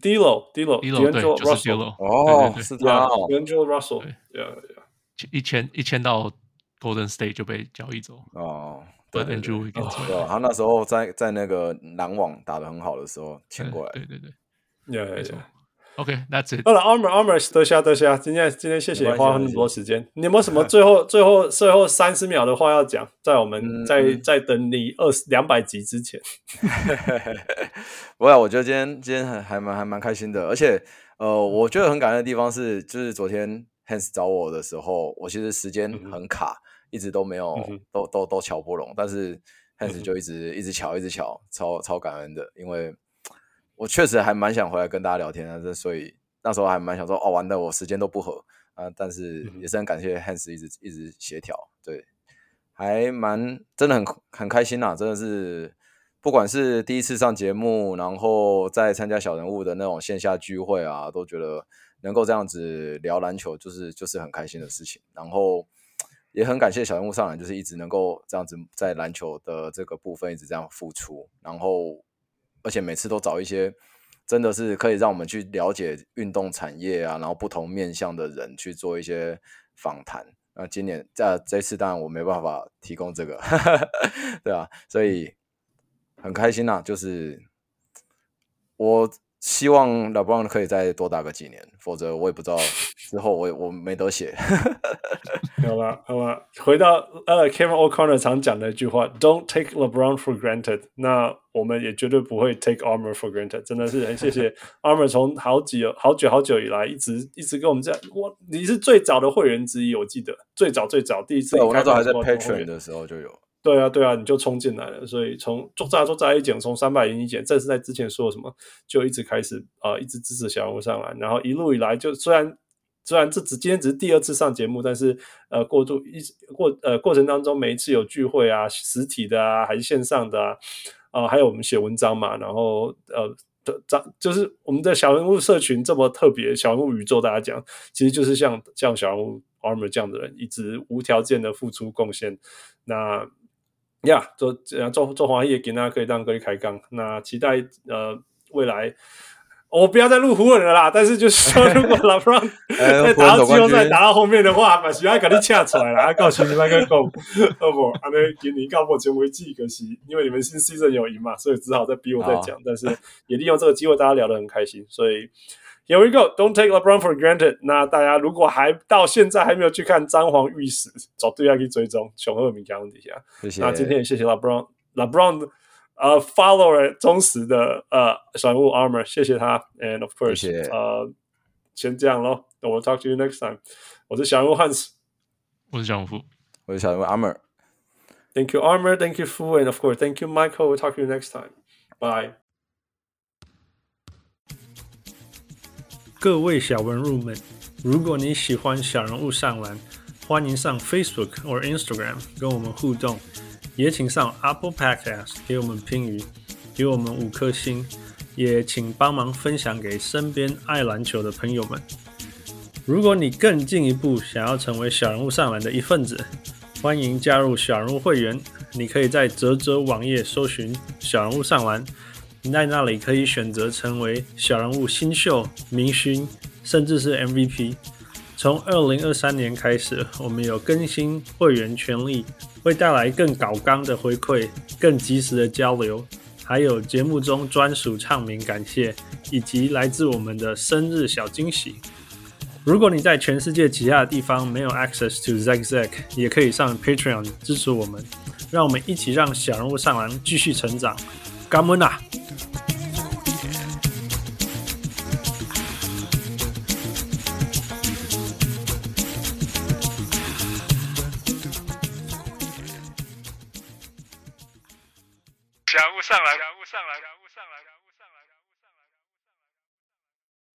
Speaker 1: d i l o d i l o d i
Speaker 2: d i
Speaker 1: l
Speaker 2: l
Speaker 1: o
Speaker 2: o 对，就是 d i l o
Speaker 5: 哦，
Speaker 2: 对对
Speaker 5: 是
Speaker 1: 对
Speaker 5: 他哦，
Speaker 1: d a n g e l Russell，
Speaker 2: 对
Speaker 1: 对啊，对啊
Speaker 2: 对，一签一签到 Golden State 就被交易走
Speaker 5: 哦，
Speaker 2: ，But
Speaker 1: 对
Speaker 2: Andrew w
Speaker 5: 对啊，他那时候在在那个篮网打得很好的时候签过来，
Speaker 2: 对对对，
Speaker 1: yeah,
Speaker 2: 没
Speaker 1: yeah,
Speaker 2: 错
Speaker 1: yeah.。
Speaker 2: OK，That's it。
Speaker 1: 好了，Armor Armor 得下得下，今天今啊天谢谢
Speaker 5: 没
Speaker 1: 你
Speaker 5: 关系
Speaker 1: 花那么多时间，你有没有什么最后最后最后三十秒的话要讲？在我们
Speaker 5: 嗯
Speaker 1: 在在等你二十两百集之前，
Speaker 5: 不会啊，我觉得今天今天还还蛮还蛮开心的，而且呃，我觉得很感恩的地方是，就是昨天 Hans 找我的时候，我其实时间
Speaker 1: 嗯哼
Speaker 5: 很卡，一直都没有、
Speaker 1: 嗯哼嗯
Speaker 5: 都都都瞧不拢，但是 Hans
Speaker 1: 哼
Speaker 5: 就一直、一直瞧一直瞧，超超感恩的，因为我确实还蛮想回来跟大家聊天的，但是所以那时候还蛮想说，哦，完了，我时间都不合啊、但是
Speaker 1: 嗯哼
Speaker 5: 也是很感谢 Hans 一直一直协调，对，还蛮真的很很开心啦，真的是，不管是第一次上节目，然后再参加小人物的那种线下聚会啊，都觉得能够这样子聊篮球，就是就是很开心的事情。然后也很感谢小人物上来，就是一直能够这样子在篮球的这个部分一直这样付出，然后而且每次都找一些。真的是可以让我们去了解运动产业啊，然后不同面向的人去做一些访谈。那呃今年这这次当然我没办法提供这个， 对啊，
Speaker 1: 嗯
Speaker 5: 所以很开心呐、就是我希望 LeBron 可以再多打个几年，否则我也不知道之后我也我没得写。
Speaker 1: 好吧，好吧，回到呃 Kevin O'Connor 常讲的一句话，Don't take LeBron for granted。那我们也绝对不会 take Armor for granted。真的是很谢 谢 Armor 从好久好久好久以来一直一直跟我们这样，我你是最早的会员之一，我记得最早最早第一次
Speaker 5: 对， 我那时候还在
Speaker 1: 你开放做会
Speaker 5: Patreon
Speaker 1: 员
Speaker 5: 的时候就有，
Speaker 1: 对啊，对啊，你就冲进来了，所以从做炸做炸一减，从三百零一减，正是在之前说的什么，就一直开始啊、呃一直支持小人物上来，然后一路以来就虽然虽然这只今天只是第二次上节目，但是呃过渡一直过呃过程当中每一次有聚会啊，实体的啊还是线上的啊，啊、还有我们写文章嘛，然后呃。这这就是我们的小人物社群这么特别，小人物宇宙，大家讲，其实就是像像小人物 Armor 这样的人，一直无条件的付出贡献，那呀，做呃做做华裔给大家可以让各位开杠。那期待呃未来，我不要再录湖人了啦。但是就是 说，如果老布朗再
Speaker 5: 哎湖人
Speaker 1: 打到
Speaker 5: 夺
Speaker 1: 季
Speaker 5: 冠
Speaker 1: 后赛
Speaker 5: 军
Speaker 1: 打到后面的话，把徐爱给你掐出来了，啊，告诉你那个狗， 好不好？安尼啊给你告我成为记可惜，因为你们新 season 有赢嘛，所以只好再逼我再
Speaker 5: 好
Speaker 1: 讲。但是也利用这个机会，大家聊得很开心，所以。Here we go. Don't take LeBron for granted. 那大家如果还到现在还没有去看《张皇御史》，找对要去追踪熊二明刚底下。
Speaker 5: 谢谢。
Speaker 1: 啊那今天也谢谢 LeBron LeBron 呃 follower 忠实的呃小人物 Armor，谢谢他，and of course
Speaker 5: 谢谢
Speaker 1: 呃先这样咯，我 will talk to you next time。我是小人物 Hans，Thank
Speaker 2: 我是小夫，
Speaker 5: 我是小人物 Armor，
Speaker 1: you Armor，Thank you Fu，and of course Thank you Michael，we'll talk to you next time。Bye。
Speaker 6: 各位小文入们，如果你喜欢小人物上篮，欢迎上 Facebook 或 Instagram 跟我们互动，也请上 Apple Podcast 给我们评语，给我们五颗星，也请帮忙分享给身边爱篮球的朋友们。如果你更进一步想要成为小人物上篮的一份子，欢迎加入小人物会员。你可以在泽泽网页搜寻“小人物上篮”，你在那里可以选择成为小人物新秀、明星，甚至是 MVP。从二零二三年开始，我们有更新会员权利，会带来更搞纲的回馈、更及时的交流，还有节目中专属唱名感谢，以及来自我们的生日小惊喜。如果你在全世界其他的地方没有 access to Zack Zack，也可以上 Patreon 支持我们，让我们一起让小人物上篮继续成长。干们啊！
Speaker 3: 小屋上来，小屋上来，小屋上来，小屋上来。